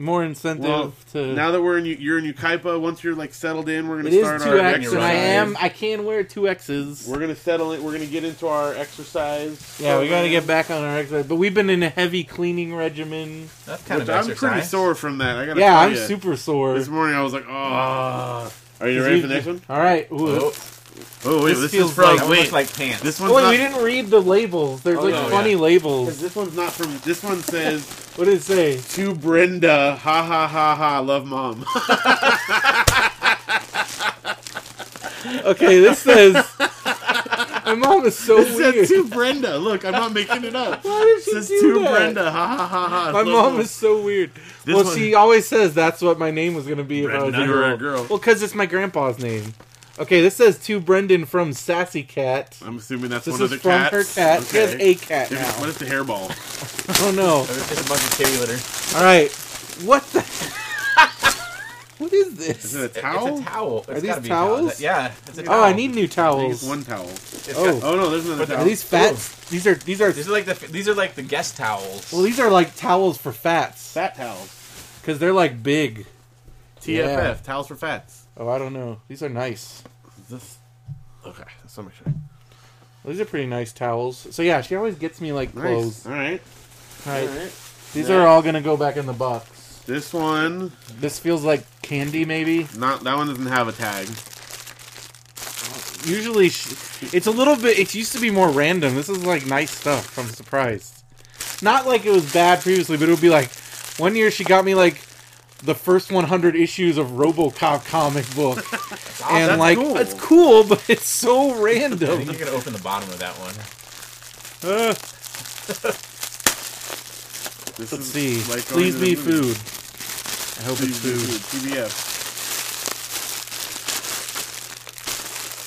[SPEAKER 2] More incentive
[SPEAKER 3] Well,
[SPEAKER 2] to.
[SPEAKER 3] now that we're in U- you're in Ukaipa, once you're like settled in, we're gonna
[SPEAKER 2] it is
[SPEAKER 3] start our
[SPEAKER 2] 2X, and I
[SPEAKER 3] exercise.
[SPEAKER 2] am. I can wear 2Xs.
[SPEAKER 3] We're gonna settle it. We're gonna get into our exercise.
[SPEAKER 2] Yeah, we got to get
[SPEAKER 3] program,
[SPEAKER 2] back on our exercise. But we've been in a heavy cleaning regimen.
[SPEAKER 5] That's kind
[SPEAKER 3] which
[SPEAKER 5] of
[SPEAKER 3] I'm
[SPEAKER 5] exercise.
[SPEAKER 3] pretty sore from that. I gotta
[SPEAKER 2] Yeah,
[SPEAKER 3] tell
[SPEAKER 2] I'm
[SPEAKER 3] ya.
[SPEAKER 2] super sore.
[SPEAKER 3] This morning I was like, oh. Are you
[SPEAKER 2] 'Cause
[SPEAKER 3] ready
[SPEAKER 2] we-
[SPEAKER 3] for the next one?
[SPEAKER 2] All right. Ooh.
[SPEAKER 5] Oh,
[SPEAKER 3] Oh wait,
[SPEAKER 2] this
[SPEAKER 3] this,
[SPEAKER 2] feels
[SPEAKER 3] is from
[SPEAKER 2] like-
[SPEAKER 5] that one
[SPEAKER 3] wait.
[SPEAKER 5] looks like pants.
[SPEAKER 3] this one's
[SPEAKER 2] Oh, wait,
[SPEAKER 3] not.
[SPEAKER 2] we didn't read the labels. There's
[SPEAKER 5] Oh,
[SPEAKER 2] like
[SPEAKER 5] no,
[SPEAKER 2] funny
[SPEAKER 3] Cause
[SPEAKER 2] labels.
[SPEAKER 3] this one's not from. This one says
[SPEAKER 2] What did it say?
[SPEAKER 3] to Brenda. Ha ha ha ha. Love mom.
[SPEAKER 2] Oh, Okay, this says. My mom is so
[SPEAKER 3] It says
[SPEAKER 2] weird.
[SPEAKER 3] to Brenda. Look, I'm not making it up.
[SPEAKER 2] Why did
[SPEAKER 3] It
[SPEAKER 2] she
[SPEAKER 3] says
[SPEAKER 2] do
[SPEAKER 3] to
[SPEAKER 2] that?
[SPEAKER 3] Brenda. Ha ha ha ha.
[SPEAKER 2] My
[SPEAKER 3] Love
[SPEAKER 2] mom is so weird.
[SPEAKER 3] This
[SPEAKER 2] well,
[SPEAKER 3] one-
[SPEAKER 2] she always says that's what my name was gonna be if I was
[SPEAKER 3] Brenda,
[SPEAKER 2] a
[SPEAKER 3] you were
[SPEAKER 2] girl.
[SPEAKER 3] a girl.
[SPEAKER 2] Well, because it's my grandpa's name. Okay, this says to Brendan from Sassy Cat.
[SPEAKER 3] I'm assuming that's
[SPEAKER 2] This
[SPEAKER 3] one of
[SPEAKER 2] is
[SPEAKER 3] the
[SPEAKER 2] from
[SPEAKER 3] cats.
[SPEAKER 2] her cat. She has
[SPEAKER 3] Okay.
[SPEAKER 2] a cat
[SPEAKER 3] Maybe- What
[SPEAKER 2] now.
[SPEAKER 3] is the hairball?
[SPEAKER 2] Oh no.
[SPEAKER 5] Oh, it's just a bunch of kitty litter.
[SPEAKER 2] All right. What the? what is this?
[SPEAKER 3] Is it a
[SPEAKER 5] It's
[SPEAKER 3] towel?
[SPEAKER 5] a towel. It's
[SPEAKER 2] these
[SPEAKER 5] gotta be A towel.
[SPEAKER 2] towels?
[SPEAKER 5] Yeah, it's a towel.
[SPEAKER 2] Oh, I need new
[SPEAKER 3] I think it's
[SPEAKER 2] towels.
[SPEAKER 3] one towel.
[SPEAKER 5] It's
[SPEAKER 2] Oh.
[SPEAKER 5] got-
[SPEAKER 3] Oh no, there's another
[SPEAKER 5] But
[SPEAKER 2] Are
[SPEAKER 3] towel.
[SPEAKER 2] these fats? These are these are
[SPEAKER 5] these are like the these are like the guest towels.
[SPEAKER 2] well, these are like towels for fats
[SPEAKER 3] fat towels.
[SPEAKER 2] because they're like big.
[SPEAKER 3] TFF
[SPEAKER 2] Yeah.
[SPEAKER 3] towels for fats.
[SPEAKER 2] Oh, I don't know. These are nice.
[SPEAKER 3] Is this okay? That's not sure.
[SPEAKER 2] These are pretty nice towels. So yeah, she always gets me like
[SPEAKER 3] Nice.
[SPEAKER 2] clothes.
[SPEAKER 3] All right.
[SPEAKER 2] All right.
[SPEAKER 3] All right.
[SPEAKER 2] These
[SPEAKER 3] Yeah.
[SPEAKER 2] are all gonna go back in the box.
[SPEAKER 3] This one,
[SPEAKER 2] This feels like candy, maybe.
[SPEAKER 3] not that one doesn't have a tag.
[SPEAKER 2] Usually, sh it's a little bit. It used to be more random. This is like nice stuff. I'm surprised. Not like it was bad previously, but it would be like one year she got me like the first 100 issues of RoboCop comic book, and
[SPEAKER 3] that's
[SPEAKER 2] like
[SPEAKER 3] cool.
[SPEAKER 2] it's cool, but it's so
[SPEAKER 5] I think
[SPEAKER 2] random.
[SPEAKER 5] you're gonna open the bottom of that one.
[SPEAKER 2] Uh, let's
[SPEAKER 3] This is
[SPEAKER 2] see.
[SPEAKER 3] like going
[SPEAKER 2] Please
[SPEAKER 3] to
[SPEAKER 2] be
[SPEAKER 3] the moon.
[SPEAKER 2] food. I hope
[SPEAKER 3] Please
[SPEAKER 2] it's
[SPEAKER 3] be
[SPEAKER 2] food.
[SPEAKER 3] food. TBF.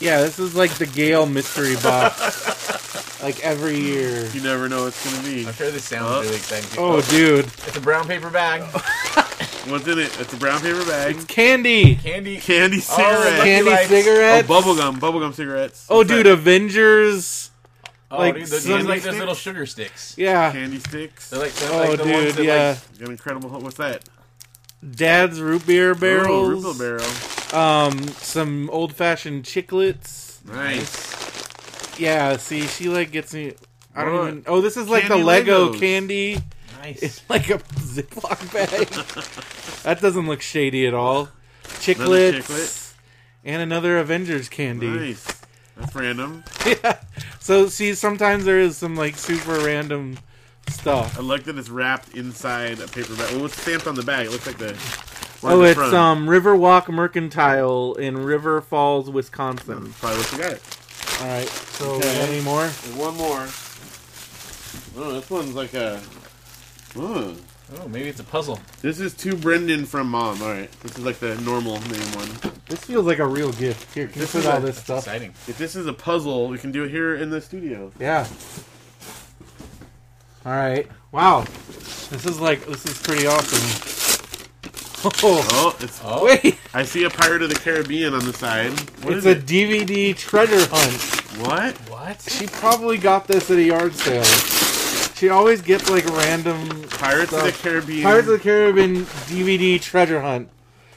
[SPEAKER 2] Yeah, this is like the Gale mystery box. like every year.
[SPEAKER 3] You never know what's gonna be.
[SPEAKER 5] I'm sure this sounds
[SPEAKER 3] Oh.
[SPEAKER 5] really exciting. to you.
[SPEAKER 2] Oh, dude. Oh.
[SPEAKER 5] it's a brown paper bag.
[SPEAKER 3] What's in it? It's a brown paper bag.
[SPEAKER 2] Candy.
[SPEAKER 5] Candy.
[SPEAKER 3] Candy cigarettes.
[SPEAKER 5] Lucky
[SPEAKER 2] Oh, Candy
[SPEAKER 5] Lights.
[SPEAKER 2] cigarettes.
[SPEAKER 3] Oh, bubblegum, bubblegum cigarettes.
[SPEAKER 2] Oh,
[SPEAKER 3] What's
[SPEAKER 2] dude,
[SPEAKER 3] that?
[SPEAKER 2] Avengers
[SPEAKER 5] Oh,
[SPEAKER 2] Like,
[SPEAKER 5] dude, those, those
[SPEAKER 3] candy
[SPEAKER 5] are like those
[SPEAKER 3] sticks?
[SPEAKER 5] little sugar sticks.
[SPEAKER 2] Yeah.
[SPEAKER 3] Candy sticks.
[SPEAKER 5] They're like, they're
[SPEAKER 2] Oh,
[SPEAKER 5] like the ones
[SPEAKER 2] dude,
[SPEAKER 5] that
[SPEAKER 2] yeah.
[SPEAKER 5] like
[SPEAKER 3] You got incredible. What's that?
[SPEAKER 2] Dad's root beer
[SPEAKER 3] Barrel.
[SPEAKER 2] barrels.
[SPEAKER 3] Ripple barrel.
[SPEAKER 2] Um, some old fashioned chiclets.
[SPEAKER 3] Nice.
[SPEAKER 2] Yeah. See, she like gets me. I don't
[SPEAKER 3] What?
[SPEAKER 2] even. Oh, this is like
[SPEAKER 3] Candy
[SPEAKER 2] the Lego
[SPEAKER 3] Legos.
[SPEAKER 2] candy.
[SPEAKER 5] nice.
[SPEAKER 2] It's like a Ziploc bag. that doesn't look shady at all.
[SPEAKER 3] Another
[SPEAKER 2] Chiclets.
[SPEAKER 3] chiclet.
[SPEAKER 2] And another Avengers candy.
[SPEAKER 3] Nice. That's random.
[SPEAKER 2] yeah. So see, sometimes there is some like super random stuff.
[SPEAKER 3] I like that it's wrapped inside a paper bag. Well, it's stamped on the bag. It looks like the. one
[SPEAKER 2] Oh,
[SPEAKER 3] in the
[SPEAKER 2] it's
[SPEAKER 3] front.
[SPEAKER 2] um Riverwalk Mercantile in River Falls, Wisconsin.
[SPEAKER 3] Probably what you got it.
[SPEAKER 2] All right. So
[SPEAKER 5] Okay.
[SPEAKER 2] any more?
[SPEAKER 3] There's one more. Oh, this one's like a. Oh,
[SPEAKER 5] Oh, maybe it's a puzzle.
[SPEAKER 3] this is to Brendan from Mom. All right, this is like the normal name one.
[SPEAKER 2] This feels like a real gift. Here, can you
[SPEAKER 3] This
[SPEAKER 2] put
[SPEAKER 3] is
[SPEAKER 2] all
[SPEAKER 3] a-
[SPEAKER 2] this stuff?
[SPEAKER 5] Exciting.
[SPEAKER 3] If this is a puzzle, we can do it here in the studio.
[SPEAKER 2] Yeah. All right. Wow. This is like this is pretty awesome. Oh,
[SPEAKER 3] Oh, it's.
[SPEAKER 5] Oh,
[SPEAKER 2] wait.
[SPEAKER 3] I see a Pirate of the Caribbean on the side. What
[SPEAKER 2] it's
[SPEAKER 3] is
[SPEAKER 2] a
[SPEAKER 3] it?
[SPEAKER 2] DVD treasure hunt.
[SPEAKER 3] What?
[SPEAKER 5] what?
[SPEAKER 2] She probably got this at a yard sale. She always gets like random
[SPEAKER 3] Pirates of the
[SPEAKER 2] Stuff.
[SPEAKER 3] Caribbean.
[SPEAKER 2] Pirates of the Caribbean DVD treasure hunt.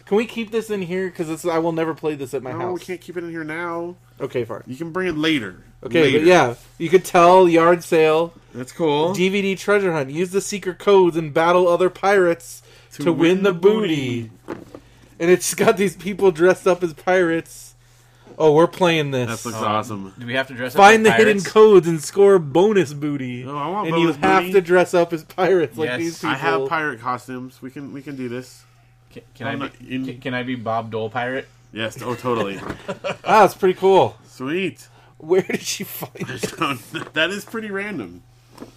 [SPEAKER 2] Can we keep this in here? Because I will never play this at my
[SPEAKER 3] No, we
[SPEAKER 2] house.
[SPEAKER 3] can't keep it in here now.
[SPEAKER 2] Okay, fine.
[SPEAKER 3] You can bring it later.
[SPEAKER 2] Okay,
[SPEAKER 3] Later.
[SPEAKER 2] but yeah, you could tell yard sale
[SPEAKER 3] that's cool.
[SPEAKER 2] DVD treasure hunt. Use the secret codes and battle other pirates to, win, the booty. And it's got these people dressed up as pirates. Oh, we're playing
[SPEAKER 3] That
[SPEAKER 2] this.
[SPEAKER 3] looks awesome.
[SPEAKER 5] Do we have to dress up
[SPEAKER 2] Find the
[SPEAKER 5] like
[SPEAKER 2] hidden
[SPEAKER 5] pirates?
[SPEAKER 2] codes and score bonus booty.
[SPEAKER 3] Oh, I want
[SPEAKER 2] and you
[SPEAKER 3] bonus
[SPEAKER 2] have
[SPEAKER 3] booty.
[SPEAKER 2] to dress up as pirates like
[SPEAKER 5] Yes.
[SPEAKER 2] these people.
[SPEAKER 3] I have pirate costumes. We can we can do this.
[SPEAKER 5] Can, can
[SPEAKER 3] I'm
[SPEAKER 5] I
[SPEAKER 3] not
[SPEAKER 5] be,
[SPEAKER 3] in-
[SPEAKER 5] can, can I be Bob Dole pirate?
[SPEAKER 3] Yes. Oh, totally.
[SPEAKER 2] ah, it's pretty cool.
[SPEAKER 3] Sweet.
[SPEAKER 2] Where did she find it?
[SPEAKER 3] So, that is pretty random.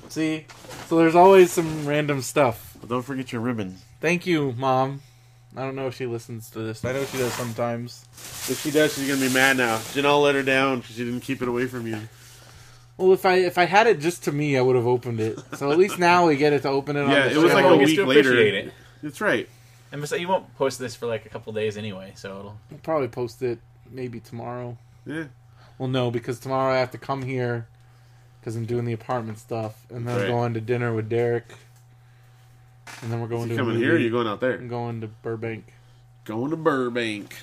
[SPEAKER 2] See, so there's always some random stuff.
[SPEAKER 3] But don't forget your ribbon.
[SPEAKER 2] Thank you, mom. I don't know if she listens to this. I know she does sometimes.
[SPEAKER 3] If she does, she's gonna be mad now. Janelle let her down because she didn't keep it away from you.
[SPEAKER 2] Well, if I if I had it just to me, I would have opened it. So at least now we get it to open it.
[SPEAKER 3] Yeah,
[SPEAKER 2] on the
[SPEAKER 3] it was
[SPEAKER 2] show.
[SPEAKER 3] like
[SPEAKER 5] Everyone
[SPEAKER 3] a
[SPEAKER 5] gets
[SPEAKER 3] week
[SPEAKER 5] to
[SPEAKER 3] later.
[SPEAKER 5] appreciate it.
[SPEAKER 3] That's right.
[SPEAKER 5] And besides, you won't post this for like a couple days anyway, so it'll.
[SPEAKER 2] We'll probably post it maybe tomorrow.
[SPEAKER 3] Yeah.
[SPEAKER 2] Well, no, because tomorrow I have to come here because I'm doing the apartment stuff, and then
[SPEAKER 3] Right.
[SPEAKER 2] I'm going to dinner with Derek, and then we're going
[SPEAKER 3] You
[SPEAKER 2] to a
[SPEAKER 3] coming
[SPEAKER 2] movie.
[SPEAKER 3] here? Or you going out there?
[SPEAKER 2] I'm going to Burbank.
[SPEAKER 3] Going to Burbank.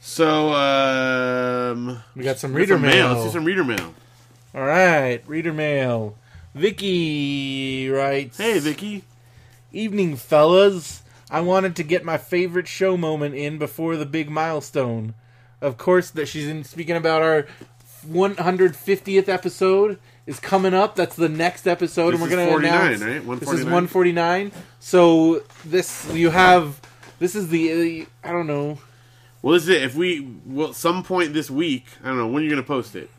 [SPEAKER 3] So um,
[SPEAKER 2] We got some
[SPEAKER 3] we got
[SPEAKER 2] reader
[SPEAKER 3] some
[SPEAKER 2] mail.
[SPEAKER 3] Let's do some reader mail.
[SPEAKER 2] All right, reader mail. Vicky writes,
[SPEAKER 3] Hey, Vicky.
[SPEAKER 2] Evening, fellas. I wanted to get my favorite show moment in before the big milestone. Of course, that she's in speaking about our 150th episode is coming up. That's the next episode, and
[SPEAKER 3] This
[SPEAKER 2] we're
[SPEAKER 3] is
[SPEAKER 2] going to
[SPEAKER 3] 49,
[SPEAKER 2] announce.
[SPEAKER 3] right?
[SPEAKER 2] This is
[SPEAKER 3] 149?
[SPEAKER 2] 149. So this you have. This is the uh, I don't know.
[SPEAKER 3] Well, this is it. If we, well, some point this week, I don't know when you're gonna post it.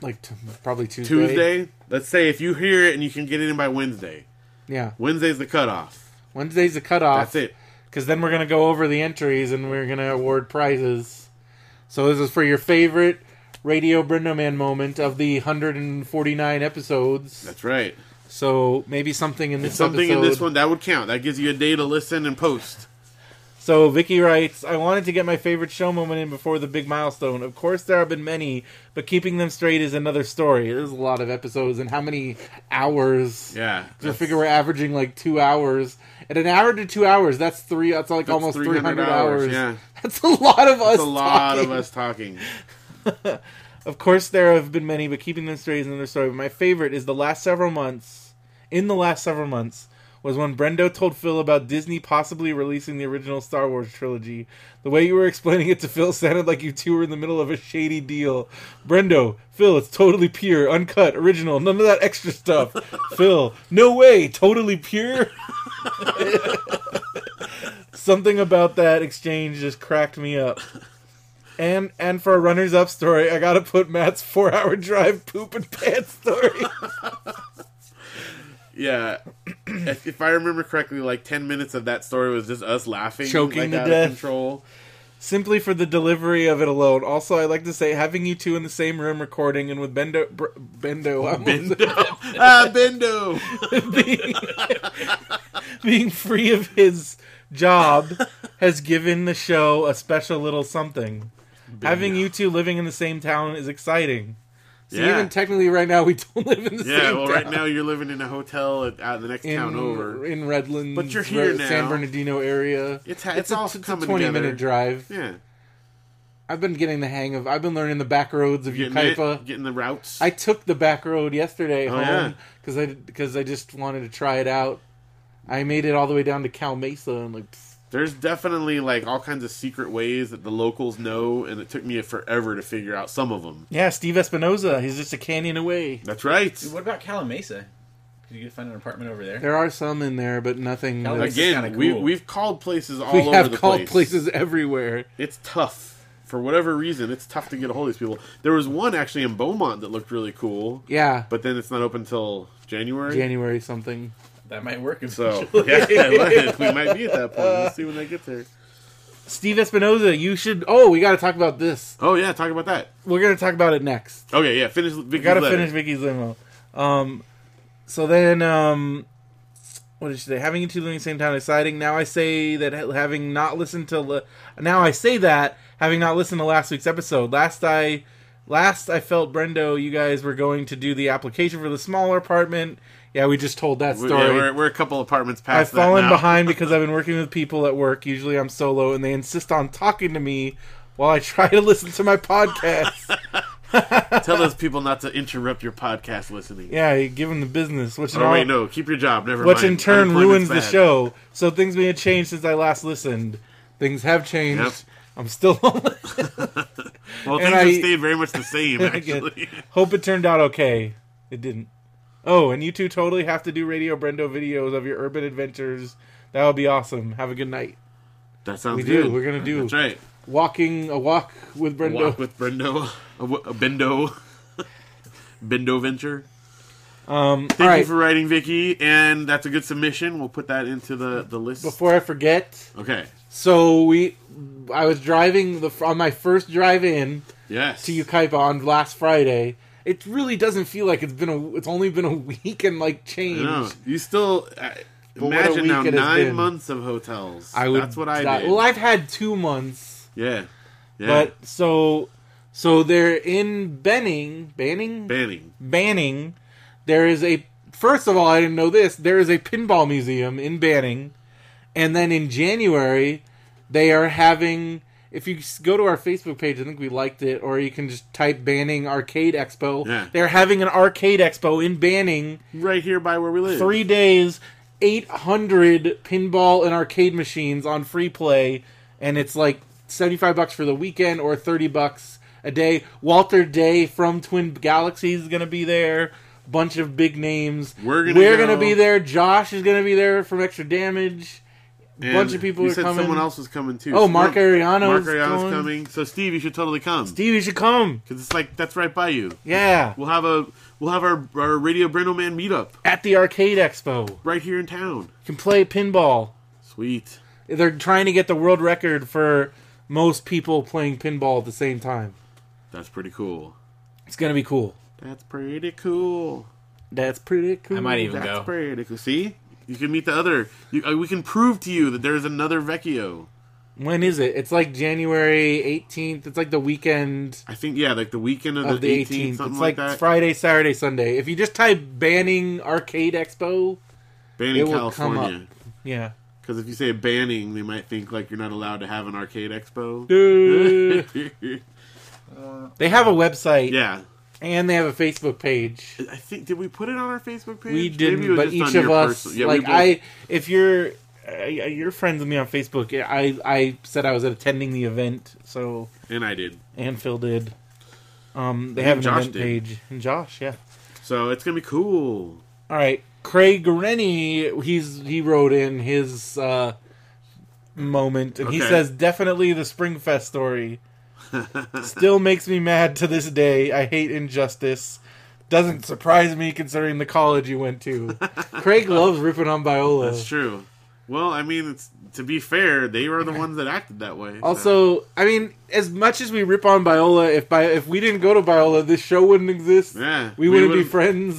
[SPEAKER 2] Like t- probably Tuesday.
[SPEAKER 3] Tuesday. Let's say if you hear it and you can get it in by Wednesday.
[SPEAKER 2] Yeah.
[SPEAKER 3] Wednesday's the cutoff.
[SPEAKER 2] Wednesday's the cutoff.
[SPEAKER 3] That's it.
[SPEAKER 2] because then we're gonna go over the entries and we're gonna award prizes. So this is for your favorite Radio Brendo Man moment of the 149 episodes.
[SPEAKER 3] That's right.
[SPEAKER 2] So maybe something in this
[SPEAKER 3] Something in this
[SPEAKER 2] episode-
[SPEAKER 3] one that would count. That gives you a day to listen and post.
[SPEAKER 2] So Vicky writes, I wanted to get my favorite show moment in before the big milestone. Of course, there have been many, but keeping them straight is another story. There's a lot of episodes and how many hours.
[SPEAKER 3] Yeah.
[SPEAKER 2] Just figure we're averaging like two hours. At an hour to two hours, that's three. That's like
[SPEAKER 3] That's
[SPEAKER 2] almost 300,
[SPEAKER 3] 300
[SPEAKER 2] hours.
[SPEAKER 3] hours, yeah.
[SPEAKER 2] That's a lot of us.
[SPEAKER 3] That's a lot
[SPEAKER 2] talking.
[SPEAKER 3] of us talking.
[SPEAKER 2] Of course, there have been many, but keeping them straight is another story. But my favorite is the last several months. In the last several months was when Brendo told Phil about Disney possibly releasing the original Star Wars trilogy. The way you were explaining it to Phil sounded like you two were in the middle of a shady deal. Brendo, Phil, it's totally pure, uncut, original, none of that extra stuff. Phil, no way, totally pure. Something about that exchange just cracked me up. And and for a runners up story, I gotta put Matt's four hour drive poop and pants story.
[SPEAKER 3] Yeah. if, if I remember correctly, like ten minutes of that story was just us laughing,
[SPEAKER 2] Choking
[SPEAKER 3] like,
[SPEAKER 2] to
[SPEAKER 3] out
[SPEAKER 2] death.
[SPEAKER 3] Of control.
[SPEAKER 2] Simply for the delivery of it alone. Also, I like to say having you two in the same room recording and with Bendo, Br- Oh, Bendo, I almost-
[SPEAKER 3] Bendo. ah, Bendo.
[SPEAKER 2] being, being free of his job has given the show a special little something. Having you two living in the same town is exciting. So
[SPEAKER 3] Yeah.
[SPEAKER 2] even technically, right now we don't live in the
[SPEAKER 3] Yeah,
[SPEAKER 2] same
[SPEAKER 3] well,
[SPEAKER 2] town.
[SPEAKER 3] right now you're living in a hotel at, out in the next
[SPEAKER 2] in,
[SPEAKER 3] town over.
[SPEAKER 2] in Redlands,
[SPEAKER 3] But you're here
[SPEAKER 2] Red-
[SPEAKER 3] now.
[SPEAKER 2] San Bernardino area.
[SPEAKER 3] It's ha- it's all
[SPEAKER 2] a,
[SPEAKER 3] coming
[SPEAKER 2] a twenty
[SPEAKER 3] together.
[SPEAKER 2] minute drive.
[SPEAKER 3] Yeah,
[SPEAKER 2] I've been getting the hang of. I've been learning the back roads of
[SPEAKER 3] getting
[SPEAKER 2] Ukaipa.
[SPEAKER 3] it, getting the routes.
[SPEAKER 2] I took the back road yesterday
[SPEAKER 3] Oh, yeah.
[SPEAKER 2] home because I because I just wanted to try it out. I made it all the way down to Cal Mesa and like pfft,
[SPEAKER 3] There's definitely like all kinds of secret ways that the locals know, and it took me forever to figure out some of them.
[SPEAKER 2] yeah, Steve Espinoza. He's just a canyon away.
[SPEAKER 3] That's right.
[SPEAKER 5] Dude, what about Calamasa? Could you find an apartment over there?
[SPEAKER 2] There are some in there, but nothing.
[SPEAKER 5] Cal
[SPEAKER 2] that's-
[SPEAKER 5] Mesa-
[SPEAKER 3] Again,
[SPEAKER 5] kinda
[SPEAKER 3] we
[SPEAKER 5] cool.
[SPEAKER 3] we've called places all
[SPEAKER 2] We
[SPEAKER 3] over
[SPEAKER 2] have
[SPEAKER 3] the
[SPEAKER 2] called
[SPEAKER 3] place.
[SPEAKER 2] places everywhere.
[SPEAKER 3] It's tough for whatever reason. It's tough to get a hold of these people. There was one actually in Beaumont that looked really cool,
[SPEAKER 2] Yeah,
[SPEAKER 3] but then it's not open till January.
[SPEAKER 2] January something.
[SPEAKER 5] That might work.
[SPEAKER 3] So
[SPEAKER 5] eventually.
[SPEAKER 3] yeah, we might be at that point. We'll see when they get there.
[SPEAKER 2] Steve Espinoza, you should. Oh, we got to talk about this.
[SPEAKER 3] Oh yeah, talk about that.
[SPEAKER 2] We're gonna talk about it next.
[SPEAKER 3] Okay, yeah, finish. Vicky's
[SPEAKER 2] We gotta
[SPEAKER 3] letter.
[SPEAKER 2] finish Vicky's limo. Um, so then, um, what did she say? Having you two living in the same town, is exciting. Now I say that ha- having not listened to, la- now I say that having not listened to last week's episode. Last I, last I felt Brendo, you guys were going to do the application for the smaller apartment. Yeah, we just told that
[SPEAKER 3] We-
[SPEAKER 2] story.
[SPEAKER 3] yeah, we're, we're a couple apartments
[SPEAKER 2] I've
[SPEAKER 3] past. that
[SPEAKER 2] fallen
[SPEAKER 3] now.
[SPEAKER 2] behind because I've been working with people at work. Usually I'm solo, and they insist on talking to me while I try to listen to my podcast.
[SPEAKER 3] Tell those people not to interrupt your podcast listening.
[SPEAKER 2] yeah, you give them the business, which in,
[SPEAKER 3] Or
[SPEAKER 2] all-
[SPEAKER 3] wait, no, keep your job. Never
[SPEAKER 2] which
[SPEAKER 3] mind.
[SPEAKER 2] in turn ruins
[SPEAKER 3] Unemployment's
[SPEAKER 2] the
[SPEAKER 3] bad.
[SPEAKER 2] show. So things may have changed since I last listened. Things have changed.
[SPEAKER 3] Yep.
[SPEAKER 2] I'm still lonely.
[SPEAKER 3] Well,
[SPEAKER 2] And
[SPEAKER 3] things have
[SPEAKER 2] I-
[SPEAKER 3] stayed very much the same.
[SPEAKER 2] again.
[SPEAKER 3] Actually,
[SPEAKER 2] Hope it turned out okay. It didn't. Oh, and you two totally have to do Radio Brendo videos of your urban adventures. That would be awesome. Have a good night.
[SPEAKER 3] that sounds
[SPEAKER 2] We do.
[SPEAKER 3] good.
[SPEAKER 2] We're gonna do
[SPEAKER 3] That's right.
[SPEAKER 2] walking a walk with Brendo.
[SPEAKER 3] Walk with Brendo. A, w- a Bendo. Bendo venture.
[SPEAKER 2] um, all
[SPEAKER 3] Thank
[SPEAKER 2] right.
[SPEAKER 3] you for writing, Vicky. And that's a good submission. We'll put that into the the list.
[SPEAKER 2] Before I forget,
[SPEAKER 3] okay.
[SPEAKER 2] So we, I was driving the on my first drive in
[SPEAKER 3] Yes.
[SPEAKER 2] to Ukaipa on last Friday. It really doesn't feel like it's been a. It's only been a week and like
[SPEAKER 3] I know.
[SPEAKER 2] change.
[SPEAKER 3] You still uh,
[SPEAKER 2] what a
[SPEAKER 3] imagine
[SPEAKER 2] week
[SPEAKER 3] now
[SPEAKER 2] it has
[SPEAKER 3] nine
[SPEAKER 2] been.
[SPEAKER 3] months of hotels.
[SPEAKER 2] I would.
[SPEAKER 3] That's what I
[SPEAKER 2] die-
[SPEAKER 3] did.
[SPEAKER 2] Well, I've had two months,
[SPEAKER 3] yeah. Yeah.
[SPEAKER 2] but so so they're in Benning, Banning,
[SPEAKER 3] Banning.
[SPEAKER 2] Banning. There is a. First of all, I didn't know this. There is a pinball museum in Banning, and then in January, they are having. If you s- go to our Facebook page, I think we liked it, or you can just type Banning Arcade Expo.
[SPEAKER 3] Yeah.
[SPEAKER 2] They're having an arcade expo in Banning.
[SPEAKER 3] Right here by where we live.
[SPEAKER 2] Three days, 800 pinball and arcade machines on free play, and it's like 75 bucks for the weekend or 30 bucks a day. Walter Day from Twin Galaxies is going to be there. Bunch of big names.
[SPEAKER 3] We're gonna
[SPEAKER 2] We're
[SPEAKER 3] go.
[SPEAKER 2] gonna be there. Josh is gonna be there from Extra Damage.
[SPEAKER 3] And
[SPEAKER 2] bunch of people
[SPEAKER 3] you
[SPEAKER 2] are
[SPEAKER 3] said
[SPEAKER 2] coming.
[SPEAKER 3] Someone else was coming too.
[SPEAKER 2] Oh,
[SPEAKER 3] So
[SPEAKER 2] Mark
[SPEAKER 3] we're- Mark
[SPEAKER 2] Ariano's
[SPEAKER 3] Ariano's
[SPEAKER 2] going.
[SPEAKER 3] coming. So Steve, you should totally come because
[SPEAKER 2] Steve, you should come.
[SPEAKER 3] it's like that's right by you.
[SPEAKER 2] Yeah,
[SPEAKER 3] We'll have a we'll have our our Radio Brindle Man meetup
[SPEAKER 2] at the Arcade Expo, you
[SPEAKER 3] right here in town.
[SPEAKER 2] can play pinball.
[SPEAKER 3] Sweet.
[SPEAKER 2] They're trying to get the world record for most people playing pinball at the same time.
[SPEAKER 3] That's pretty cool.
[SPEAKER 2] It's gonna be cool.
[SPEAKER 3] That's pretty cool.
[SPEAKER 2] That's pretty cool.
[SPEAKER 5] I might even
[SPEAKER 3] That's
[SPEAKER 5] go.
[SPEAKER 3] pretty cool. See, you can meet the other. You, uh, we can prove to you that there's another Vecchio.
[SPEAKER 2] When is it? It's like January 18th. It's like the weekend
[SPEAKER 3] I think yeah, like the weekend of,
[SPEAKER 2] of
[SPEAKER 3] the 18th, something
[SPEAKER 2] It's like
[SPEAKER 3] like, that.
[SPEAKER 2] Friday, Saturday, Sunday. If you just type banning arcade expo,
[SPEAKER 3] Banning
[SPEAKER 2] it will come
[SPEAKER 3] California.
[SPEAKER 2] yeah.
[SPEAKER 3] Because if you say banning, they might think like you're not allowed to have an arcade expo.
[SPEAKER 2] Dude. they have a website
[SPEAKER 3] yeah,
[SPEAKER 2] and they have a Facebook page.
[SPEAKER 3] I think did we put it on our Facebook
[SPEAKER 2] We
[SPEAKER 3] page? Maybe it
[SPEAKER 2] didn't,
[SPEAKER 3] was
[SPEAKER 2] but
[SPEAKER 3] just on
[SPEAKER 2] each of
[SPEAKER 3] your
[SPEAKER 2] us,
[SPEAKER 3] personal- yeah, we
[SPEAKER 2] like
[SPEAKER 3] both-
[SPEAKER 2] I, if you're, uh, you're friends with me on Facebook. yeah, I, I said I was attending the event, so
[SPEAKER 3] and I did.
[SPEAKER 2] and Phil did. Um, they
[SPEAKER 3] And
[SPEAKER 2] have an
[SPEAKER 3] Josh
[SPEAKER 2] event
[SPEAKER 3] did.
[SPEAKER 2] page, and Josh, yeah.
[SPEAKER 3] So it's gonna be cool.
[SPEAKER 2] All right, Craig Rennie, he's he wrote in his uh, moment, and he
[SPEAKER 3] Okay.
[SPEAKER 2] says definitely the Springfest story. Still makes me mad to this day. I hate injustice. Doesn't surprise me considering the college you went to. Craig loves ripping on
[SPEAKER 3] That's
[SPEAKER 2] Biola.
[SPEAKER 3] true. Well, I mean, it's to be fair, they were the ones that acted that way. so-
[SPEAKER 2] Also, I mean, as much as we rip on Biola, if Bi- if we didn't go to Biola, this show wouldn't exist.
[SPEAKER 3] Yeah,
[SPEAKER 2] we,
[SPEAKER 3] we
[SPEAKER 2] wouldn't be
[SPEAKER 3] wouldn't-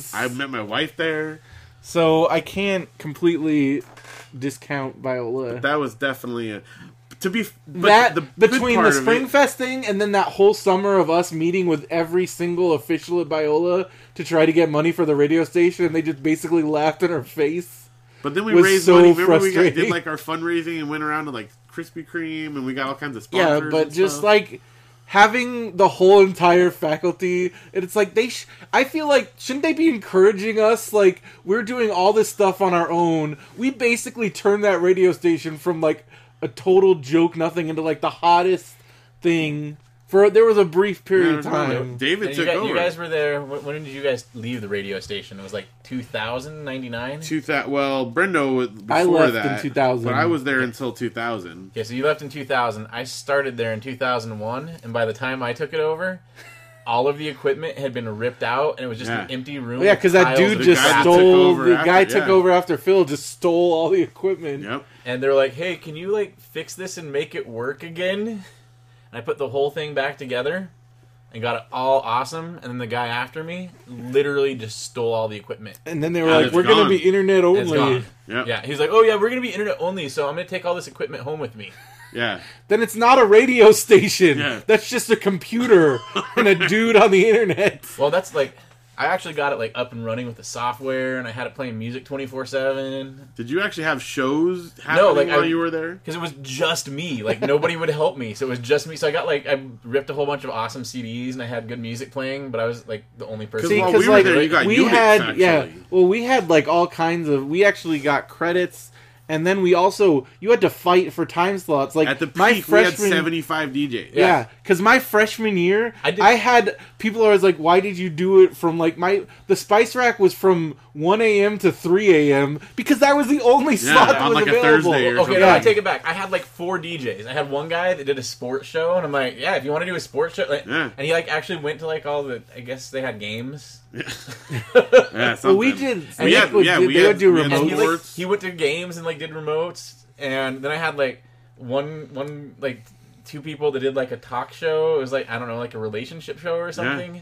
[SPEAKER 2] friends.
[SPEAKER 3] I met my wife there.
[SPEAKER 2] So I can't completely discount Viola.
[SPEAKER 3] That was definitely a. to be but
[SPEAKER 2] that
[SPEAKER 3] the good
[SPEAKER 2] between the
[SPEAKER 3] part of it-
[SPEAKER 2] Spring Fest thing and then that whole summer of us meeting with every single official at Biola to try to get money for the radio station, and they just basically laughed in our face.
[SPEAKER 3] But then we
[SPEAKER 2] was
[SPEAKER 3] raised
[SPEAKER 2] so
[SPEAKER 3] money. Remember, we got, did
[SPEAKER 2] frustrating.
[SPEAKER 3] like our fundraising and went around to like Krispy Kreme, and we got all kinds of
[SPEAKER 2] Yeah,
[SPEAKER 3] sponsors.
[SPEAKER 2] but
[SPEAKER 3] and
[SPEAKER 2] just
[SPEAKER 3] stuff.
[SPEAKER 2] like having the whole entire faculty, and it's like they. Sh- I feel like shouldn't they be encouraging us? Like we're doing all this stuff on our own. We basically turned that radio station from like a total joke nothing into like the hottest thing. For there was a brief period of
[SPEAKER 3] Yeah, I don't know.
[SPEAKER 2] time.
[SPEAKER 3] David
[SPEAKER 4] And
[SPEAKER 3] took
[SPEAKER 4] you, guys,
[SPEAKER 3] over.
[SPEAKER 4] you guys were there. When, when did you guys leave the radio station? It was like 2099.
[SPEAKER 3] two thousand. Well, Brendo was before
[SPEAKER 2] I left
[SPEAKER 3] that,
[SPEAKER 2] in 2000.
[SPEAKER 3] but I was there until two thousand.
[SPEAKER 4] Okay, so you left in 2000. I started there in 2001, and by the time I took it over, all of the equipment had been ripped out, and it was just an
[SPEAKER 3] Yeah.
[SPEAKER 4] empty room.
[SPEAKER 2] Yeah,
[SPEAKER 4] with
[SPEAKER 2] because that
[SPEAKER 4] piles
[SPEAKER 2] dude
[SPEAKER 4] of
[SPEAKER 3] The
[SPEAKER 2] just
[SPEAKER 3] guy that
[SPEAKER 4] crap.
[SPEAKER 3] took
[SPEAKER 2] stole.
[SPEAKER 3] over
[SPEAKER 2] The
[SPEAKER 3] after-
[SPEAKER 2] guy took
[SPEAKER 3] yeah.
[SPEAKER 2] over after Phil. Just stole all the equipment.
[SPEAKER 3] Yep.
[SPEAKER 4] and they're like, "Hey, can you like fix this and make it work again?" And I put the whole thing back together and got it all awesome. And then the guy after me literally just stole all the equipment.
[SPEAKER 2] And then they were
[SPEAKER 3] And
[SPEAKER 2] like,
[SPEAKER 3] it's
[SPEAKER 2] "We're
[SPEAKER 3] gone.
[SPEAKER 2] gonna be internet
[SPEAKER 4] It's
[SPEAKER 2] only."
[SPEAKER 4] gone.
[SPEAKER 3] Yep.
[SPEAKER 4] Yeah, he's like, "Oh yeah, we're gonna be internet only, so I'm gonna take all this equipment home with me."
[SPEAKER 3] Yeah.
[SPEAKER 2] Then it's not a radio station.
[SPEAKER 3] Yeah.
[SPEAKER 2] That's just a computer and a dude on the internet.
[SPEAKER 4] Well, that's like, I actually got it like up and running with the software, and I had it playing music 24 seven
[SPEAKER 3] Did you actually have shows happening
[SPEAKER 4] like,
[SPEAKER 3] while
[SPEAKER 4] I-
[SPEAKER 3] you were there?
[SPEAKER 4] because it was just me. Like nobody would help me, so it was just me. So I got like I ripped a whole bunch of awesome CDs, and I had good music playing, but I was like the only person.
[SPEAKER 2] See,
[SPEAKER 3] Well,
[SPEAKER 2] because
[SPEAKER 3] we were
[SPEAKER 2] like
[SPEAKER 3] there, you got
[SPEAKER 2] we
[SPEAKER 3] units,
[SPEAKER 2] had, yeah.
[SPEAKER 3] actually.
[SPEAKER 2] Well, we had like all kinds of. We actually got credits, and then we also you had to fight for time slots. Like
[SPEAKER 3] At the peak,
[SPEAKER 2] my
[SPEAKER 3] we
[SPEAKER 2] freshman
[SPEAKER 3] had seventy-five DJs.
[SPEAKER 2] Yeah, because my freshman year,
[SPEAKER 4] I
[SPEAKER 2] I,
[SPEAKER 4] did-
[SPEAKER 2] had people always like, "Why did you do it?" From like my the spice rack was from one a.m. to three a.m. because that was the only slot that
[SPEAKER 3] on,
[SPEAKER 2] was
[SPEAKER 3] like, a
[SPEAKER 2] available.
[SPEAKER 3] Thursday or
[SPEAKER 4] Okay,
[SPEAKER 3] something.
[SPEAKER 4] no, I
[SPEAKER 3] Yeah.
[SPEAKER 4] take it back. I had like four DJs. I had one guy that did a sports show, and I'm like, yeah, if you want to do a sports show, like,
[SPEAKER 3] Yeah.
[SPEAKER 4] and he like actually went to like all the. I guess they had games.
[SPEAKER 3] Yeah,
[SPEAKER 2] Well, we
[SPEAKER 3] something.
[SPEAKER 2] did.
[SPEAKER 3] We had,
[SPEAKER 2] Nick would
[SPEAKER 3] yeah,
[SPEAKER 2] do-
[SPEAKER 3] we
[SPEAKER 2] they
[SPEAKER 3] had,
[SPEAKER 2] would do
[SPEAKER 3] we had
[SPEAKER 4] and
[SPEAKER 2] remotes.
[SPEAKER 4] he, like,
[SPEAKER 3] sports.
[SPEAKER 4] he went to games and like did remotes and then i had like one one like two people that did like a talk show it was like i don't know like a relationship show or something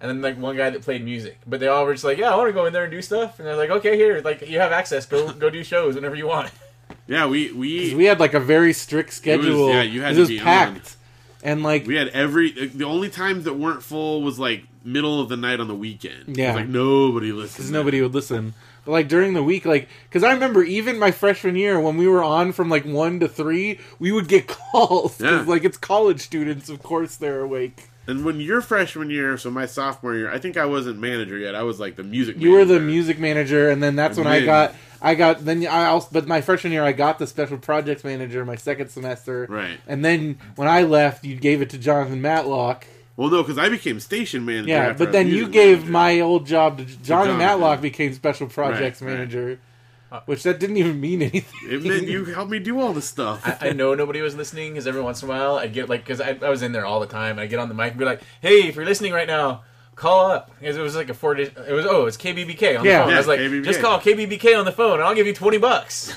[SPEAKER 4] and then like one guy that played music but they all were just like yeah i want to go in there and do stuff and they're like okay here like you have access go go do shows whenever you want
[SPEAKER 3] Yeah, we we
[SPEAKER 2] 'Cause we had like a very strict
[SPEAKER 3] was-
[SPEAKER 2] schedule.
[SPEAKER 3] yeah, you had
[SPEAKER 2] 'cause
[SPEAKER 3] to
[SPEAKER 2] it was
[SPEAKER 3] be on.
[SPEAKER 2] packed, and like
[SPEAKER 3] We had every. The only times that weren't full was like middle of the night on the weekend. It was
[SPEAKER 2] Yeah.
[SPEAKER 3] like nobody listened.
[SPEAKER 2] because nobody would listen. But like during the week, like because I remember even my freshman year when we were on from like one to three, we would get calls 'cause,
[SPEAKER 3] Yeah.
[SPEAKER 2] like it's college students, of course they're awake.
[SPEAKER 3] And when your freshman year, so my sophomore year, I think I wasn't manager yet. I was like the music.
[SPEAKER 2] You were the
[SPEAKER 3] manager.
[SPEAKER 2] music manager, and then that's
[SPEAKER 3] And
[SPEAKER 2] when I
[SPEAKER 3] then-
[SPEAKER 2] got, I got, then I also, but my freshman year, I got the special projects manager my second semester.
[SPEAKER 3] Right.
[SPEAKER 2] And then when I left, you gave it to Jonathan Matlock.
[SPEAKER 3] Well, no, because I became station manager.
[SPEAKER 2] Yeah,
[SPEAKER 3] after I
[SPEAKER 2] but
[SPEAKER 3] was
[SPEAKER 2] then
[SPEAKER 3] music
[SPEAKER 2] you gave
[SPEAKER 3] manager.
[SPEAKER 2] my old job to Jonathan
[SPEAKER 3] Jonathan.
[SPEAKER 2] Matlock became special projects
[SPEAKER 3] right.
[SPEAKER 2] manager, which that didn't even mean anything.
[SPEAKER 3] It meant you helped me do all the stuff.
[SPEAKER 4] I, I know nobody was listening because every once in a while I'd get like because I, I was in there all the time. I get on the mic and be like, "Hey, if you're listening right now, call up." 'Cause it was like a four. It was oh, it's KBBK on the
[SPEAKER 2] Yeah.
[SPEAKER 4] phone. I
[SPEAKER 2] Yeah,
[SPEAKER 4] was like,
[SPEAKER 3] KBBK.
[SPEAKER 4] "Just call KBBK on the phone, and I'll give you twenty bucks."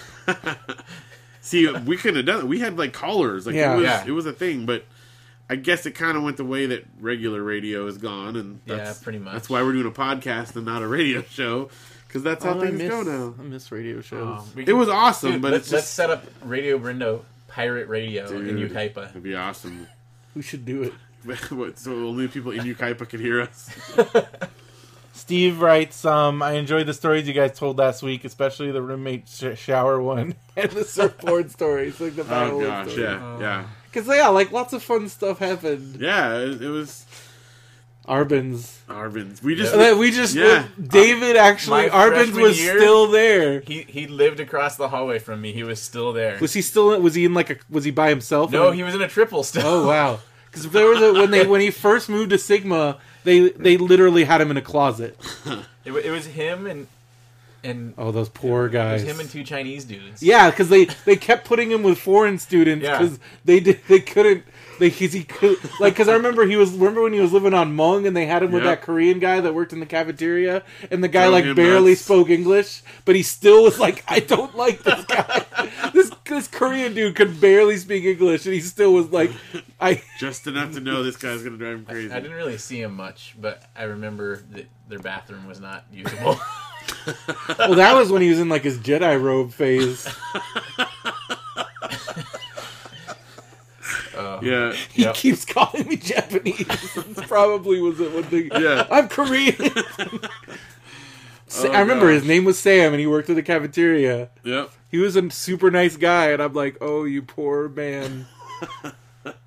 [SPEAKER 3] See, we couldn't have done it. We had like callers. Like
[SPEAKER 2] Yeah.
[SPEAKER 3] it was,
[SPEAKER 4] Yeah.
[SPEAKER 3] it was a thing. But I guess it kind of went the way that regular radio is gone, and
[SPEAKER 4] Yeah,
[SPEAKER 3] that's,
[SPEAKER 4] pretty much.
[SPEAKER 3] That's why we're doing a podcast and not a radio show, because that's how
[SPEAKER 2] Oh, I
[SPEAKER 3] things
[SPEAKER 2] miss,
[SPEAKER 3] go now.
[SPEAKER 2] I miss radio shows.
[SPEAKER 4] Um, We
[SPEAKER 3] It
[SPEAKER 4] can-
[SPEAKER 3] was awesome,
[SPEAKER 4] dude,
[SPEAKER 3] but
[SPEAKER 4] let's,
[SPEAKER 3] it's
[SPEAKER 4] let's
[SPEAKER 3] just
[SPEAKER 4] set up Radio Brindo Pirate Radio in
[SPEAKER 3] Dude.
[SPEAKER 4] Ukaipa.
[SPEAKER 3] it'd be awesome.
[SPEAKER 2] we should do it.
[SPEAKER 3] what, so only people in Ukaipa could hear us.
[SPEAKER 2] Steve writes, um, I enjoyed the stories you guys told last week, especially the roommate sh- shower one and the surfboard stories, like the
[SPEAKER 3] Oh
[SPEAKER 2] Bible
[SPEAKER 3] gosh,
[SPEAKER 2] story.
[SPEAKER 3] yeah, yeah,
[SPEAKER 2] Because yeah, like lots of fun stuff happened.
[SPEAKER 3] yeah. It, it was
[SPEAKER 2] Arbenz.
[SPEAKER 3] Arvin's. We just
[SPEAKER 2] And then we just uh,
[SPEAKER 3] Yeah.
[SPEAKER 2] David actually
[SPEAKER 4] My
[SPEAKER 2] Arbenz
[SPEAKER 4] freshman
[SPEAKER 2] was
[SPEAKER 4] year-
[SPEAKER 2] still there.
[SPEAKER 4] He he lived across the hallway from me. He was still there.
[SPEAKER 2] Was he still? Was he in like a? Was he by himself?
[SPEAKER 4] No, he was in a triple still.
[SPEAKER 2] Oh wow! Because there was a when they when he first moved to Sigma, they they literally had him in a closet.
[SPEAKER 4] It, wa- it was him and and
[SPEAKER 2] Oh, those poor
[SPEAKER 4] it was
[SPEAKER 2] guys.
[SPEAKER 4] him and two Chinese dudes.
[SPEAKER 2] Yeah, because they they kept putting him with foreign students
[SPEAKER 4] Yeah.
[SPEAKER 2] because they did they couldn't they cause he could like because I remember he was remember when he was living on Hmong and they had him with
[SPEAKER 3] Yep.
[SPEAKER 2] that Korean guy that worked in the cafeteria and the guy
[SPEAKER 3] Drove
[SPEAKER 2] like
[SPEAKER 3] him
[SPEAKER 2] barely
[SPEAKER 3] nuts.
[SPEAKER 2] spoke English but he still was like I don't like this guy this this Korean dude could barely speak English and he still was like I
[SPEAKER 3] just enough to know this guy's gonna drive him crazy.
[SPEAKER 4] I didn't really see him much, but I remember that their bathroom was not usable.
[SPEAKER 2] well that was when he was in like his Jedi robe phase
[SPEAKER 3] Yeah.
[SPEAKER 2] He
[SPEAKER 5] Yep.
[SPEAKER 2] keeps calling me Japanese. This probably was the one thing.
[SPEAKER 3] Yeah.
[SPEAKER 2] I'm Korean. Sa-
[SPEAKER 3] Oh,
[SPEAKER 2] I remember his
[SPEAKER 3] gosh.
[SPEAKER 2] name was Sam, and he worked at the cafeteria.
[SPEAKER 3] Yep.
[SPEAKER 2] He was a super nice guy, and I'm like, oh, you poor man.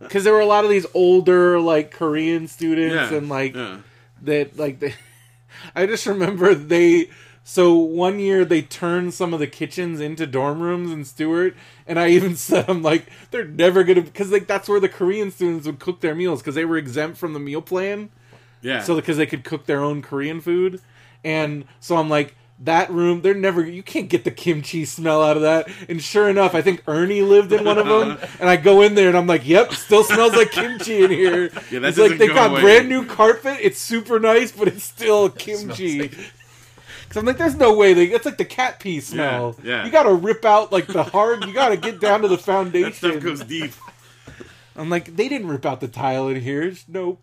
[SPEAKER 2] Because there were a lot of these older, like Korean students,
[SPEAKER 3] Yeah.
[SPEAKER 2] and like
[SPEAKER 3] yeah.
[SPEAKER 2] that like they, I just remember they so one year they turned some of the kitchens into dorm rooms in Stewart and I even said I'm like they're never gonna because like that's where the Korean students would cook their meals because they were exempt from the meal plan
[SPEAKER 3] Yeah.
[SPEAKER 2] so because they could cook their own Korean food and so I'm like that room they're never you can't get the kimchi smell out of that and sure enough I think Ernie lived in one of them and I go in there and I'm like yep still smells like kimchi in here
[SPEAKER 3] Yeah, that
[SPEAKER 2] it's like
[SPEAKER 3] doesn't
[SPEAKER 2] they've
[SPEAKER 3] go
[SPEAKER 2] got
[SPEAKER 3] away.
[SPEAKER 2] brand new carpet. It's super nice, but it's still kimchi.
[SPEAKER 5] like-
[SPEAKER 2] Because I'm like, there's no way. They, that's like the cat pee smell.
[SPEAKER 3] yeah.
[SPEAKER 2] You got to rip out like the hard. You got to get down to the
[SPEAKER 3] that stuff
[SPEAKER 2] foundation.
[SPEAKER 3] goes deep.
[SPEAKER 2] I'm like, they didn't rip out the tile in here. It's- Nope.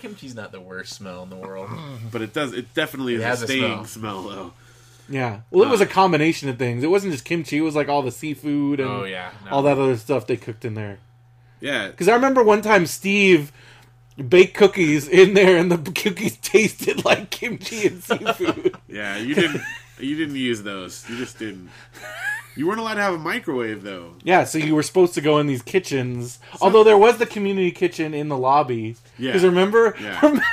[SPEAKER 5] Kimchi's not the worst smell in the world.
[SPEAKER 3] But it does. It definitely is
[SPEAKER 5] has
[SPEAKER 3] a
[SPEAKER 5] a
[SPEAKER 3] staying smell. though.
[SPEAKER 2] Yeah. Well, it was a
[SPEAKER 5] Uh,
[SPEAKER 2] combination of things. It wasn't just kimchi. It was like all the seafood and
[SPEAKER 5] Oh, yeah. No.
[SPEAKER 2] all that other stuff they cooked in there.
[SPEAKER 3] Yeah.
[SPEAKER 2] Because I remember one time Steve baked cookies in there, and the cookies tasted like kimchi and seafood.
[SPEAKER 3] Yeah. You didn't. you didn't use those. You just didn't. You weren't allowed to have a microwave though.
[SPEAKER 2] Yeah, so you were supposed to go in these kitchens. Although there was the community kitchen in the lobby.
[SPEAKER 3] Yeah.
[SPEAKER 2] Because remember,
[SPEAKER 3] Yeah.
[SPEAKER 2] remember-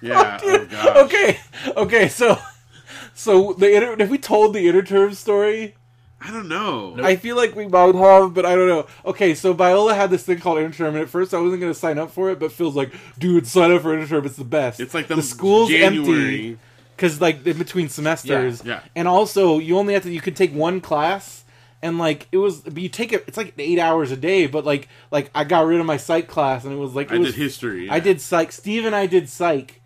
[SPEAKER 3] Yeah. Oh gosh.
[SPEAKER 2] okay, okay, so so the inter- if we told the interterm story,
[SPEAKER 3] I don't know.
[SPEAKER 2] I feel like we might have, but I don't know. Okay, so Viola had this thing called interterm, and at first I wasn't going to sign up for it, but Phil's like, dude, sign up for interterm. It's the best.
[SPEAKER 3] It's like the,
[SPEAKER 2] the school's
[SPEAKER 3] January.
[SPEAKER 2] empty because like in between semesters,
[SPEAKER 3] Yeah, yeah.
[SPEAKER 2] and also you only have to you could take one class, and like it was, but you take it. It's like eight hours a day, but like like I got rid of my psych class, and it was like it
[SPEAKER 3] I
[SPEAKER 2] was,
[SPEAKER 3] did history.
[SPEAKER 2] I did psych. Steve and I did psych,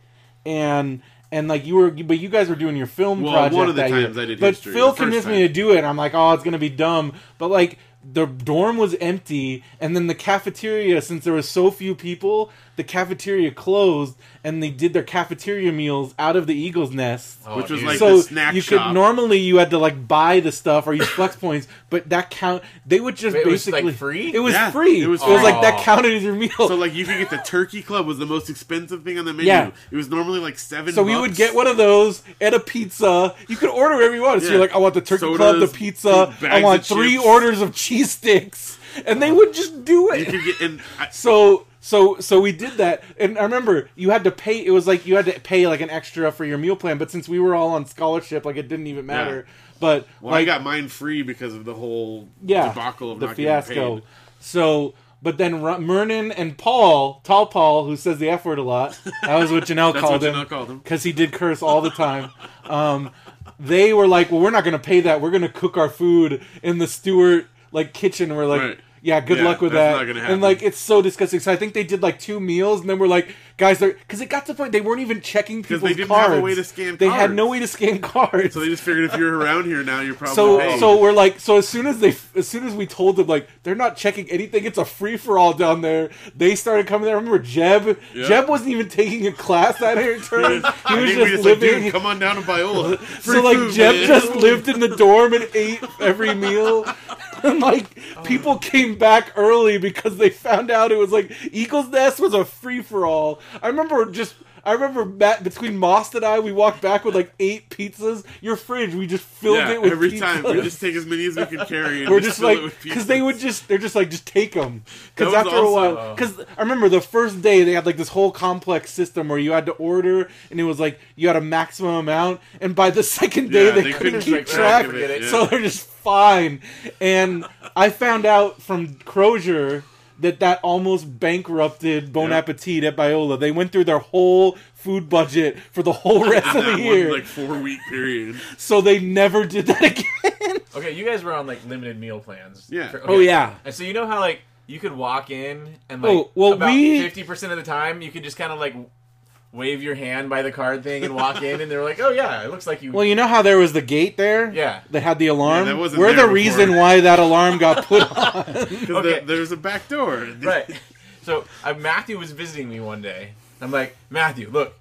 [SPEAKER 2] and and like you were, but you guys were doing your film
[SPEAKER 3] Well,
[SPEAKER 2] project.
[SPEAKER 3] one of the
[SPEAKER 2] that year.
[SPEAKER 3] times I did
[SPEAKER 2] But
[SPEAKER 3] history,
[SPEAKER 2] Phil
[SPEAKER 3] the first
[SPEAKER 2] convinced me to
[SPEAKER 3] time.
[SPEAKER 2] do it. I'm like, oh, it's gonna be dumb. But like the dorm was empty, and then the cafeteria, since there were so few people, the cafeteria closed, and they did their cafeteria meals out of the Eagle's Nest
[SPEAKER 5] Oh,
[SPEAKER 3] Which was
[SPEAKER 5] dude.
[SPEAKER 3] like
[SPEAKER 2] so
[SPEAKER 3] the snack
[SPEAKER 2] you
[SPEAKER 3] shop.
[SPEAKER 2] could normally you had to like buy the stuff or use flex points, but that count they would just
[SPEAKER 5] Wait, it was,
[SPEAKER 2] basically
[SPEAKER 5] like, free?
[SPEAKER 2] It was
[SPEAKER 3] Yeah,
[SPEAKER 2] free.
[SPEAKER 3] it
[SPEAKER 2] It
[SPEAKER 3] was
[SPEAKER 2] was,
[SPEAKER 3] free.
[SPEAKER 2] like that counted as your meal.
[SPEAKER 3] So like you could get the turkey club was the most expensive thing on the menu.
[SPEAKER 2] Yeah.
[SPEAKER 3] It was normally like seven.
[SPEAKER 2] So we would
[SPEAKER 3] bucks.
[SPEAKER 2] get one of those and a pizza. You could order whatever you want. So
[SPEAKER 3] Yeah.
[SPEAKER 2] you're like, I want the turkey
[SPEAKER 3] Sodas,
[SPEAKER 2] club, the pizza.
[SPEAKER 3] bags
[SPEAKER 2] I want
[SPEAKER 3] of
[SPEAKER 2] three
[SPEAKER 3] chips.
[SPEAKER 2] orders of cheese sticks, and they would just do
[SPEAKER 3] You
[SPEAKER 2] it.
[SPEAKER 3] could get and I,
[SPEAKER 2] so so so we did that, and I remember you had to pay. It was like you had to pay like an extra for your meal plan. But since we were all on scholarship, like it didn't even matter. But
[SPEAKER 3] well, I
[SPEAKER 2] like,
[SPEAKER 3] got mine free because of the whole
[SPEAKER 2] yeah,
[SPEAKER 3] debacle of
[SPEAKER 2] the
[SPEAKER 3] not
[SPEAKER 2] fiasco.
[SPEAKER 3] getting paid.
[SPEAKER 2] So, but then R- Mernon and Paul, Tall Paul, who says the F word a lot, that was what Janelle
[SPEAKER 3] That's
[SPEAKER 2] called
[SPEAKER 3] what
[SPEAKER 2] him
[SPEAKER 3] Janelle called him.
[SPEAKER 2] because he did curse all the time. Um, they were like, "Well, we're not going to pay that. We're going to cook our food in the Stewart like kitchen." We're like.
[SPEAKER 3] Right.
[SPEAKER 2] Yeah, good
[SPEAKER 3] Yeah,
[SPEAKER 2] luck with
[SPEAKER 3] that's
[SPEAKER 2] that.
[SPEAKER 3] not gonna happen.
[SPEAKER 2] and like, it's so disgusting. So I think they did like two meals, and then we're like, guys, they're because it got to the point they weren't even checking people's
[SPEAKER 3] they didn't
[SPEAKER 2] cards.
[SPEAKER 3] have a way to scan
[SPEAKER 2] They
[SPEAKER 3] cards.
[SPEAKER 2] had no way to scan cards.
[SPEAKER 3] So they just figured if you're around here now, you're probably
[SPEAKER 2] So
[SPEAKER 3] paid.
[SPEAKER 2] so we're like so as soon as they as soon as we told them like they're not checking anything it's a free for all down there they started coming there I remember Jeb
[SPEAKER 3] Yeah.
[SPEAKER 2] Jeb wasn't even taking a class that intern he
[SPEAKER 3] I
[SPEAKER 2] was
[SPEAKER 3] think we
[SPEAKER 2] just
[SPEAKER 3] just like,
[SPEAKER 2] living
[SPEAKER 3] Dude, come on down to Biola. Free
[SPEAKER 2] so like
[SPEAKER 3] food,
[SPEAKER 2] Jeb
[SPEAKER 3] man."
[SPEAKER 2] just lived in the dorm and ate every meal and like people came back early because they found out it was like Eagles Nest was a free for all I remember just. I remember Matt, between Most and I, we walked back with like eight pizzas. Your fridge, we just filled
[SPEAKER 3] yeah,
[SPEAKER 2] it with
[SPEAKER 3] every
[SPEAKER 2] pizzas.
[SPEAKER 3] time we just take as many as we can carry. And
[SPEAKER 2] We're just
[SPEAKER 3] fill it
[SPEAKER 2] like
[SPEAKER 3] with
[SPEAKER 2] because they would
[SPEAKER 3] pizzas.
[SPEAKER 2] just they're just like just take them because
[SPEAKER 3] That was uh,
[SPEAKER 2] after a while
[SPEAKER 5] also-
[SPEAKER 2] because I remember the first day they had like this whole complex system where you had to order and it was like you had a maximum amount and by the second day
[SPEAKER 3] Yeah,
[SPEAKER 2] they,
[SPEAKER 3] they couldn't
[SPEAKER 2] couldn't,
[SPEAKER 3] keep
[SPEAKER 2] keep track
[SPEAKER 3] track of it, yeah.
[SPEAKER 2] so they're just fine and I found out from Crozier that that almost bankrupted Bon
[SPEAKER 3] Yeah.
[SPEAKER 2] Appetit at Biola they went through their whole food budget for the whole rest
[SPEAKER 3] in
[SPEAKER 2] of
[SPEAKER 3] that
[SPEAKER 2] the year
[SPEAKER 3] one like four week period.
[SPEAKER 2] so they never did that again
[SPEAKER 5] Okay, you guys were on like limited meal plans.
[SPEAKER 3] Yeah.
[SPEAKER 5] For-
[SPEAKER 2] Oh, yeah.
[SPEAKER 5] And so you know how like you could walk in and like
[SPEAKER 2] Oh, well,
[SPEAKER 5] about
[SPEAKER 2] we-
[SPEAKER 5] fifty percent of the time you could just kind of like wave your hand by the card thing and walk in and they're like, oh yeah, it looks like you.
[SPEAKER 2] Well, you know how there was the gate there?
[SPEAKER 5] Yeah.
[SPEAKER 2] That had the alarm?
[SPEAKER 3] Yeah, that wasn't
[SPEAKER 2] We're
[SPEAKER 3] there
[SPEAKER 2] the
[SPEAKER 3] before.
[SPEAKER 2] reason why that alarm got put on.
[SPEAKER 3] Because
[SPEAKER 5] Okay.
[SPEAKER 3] there's a back door.
[SPEAKER 5] right. So uh, Matthew was visiting me one day. I'm like, Matthew, look,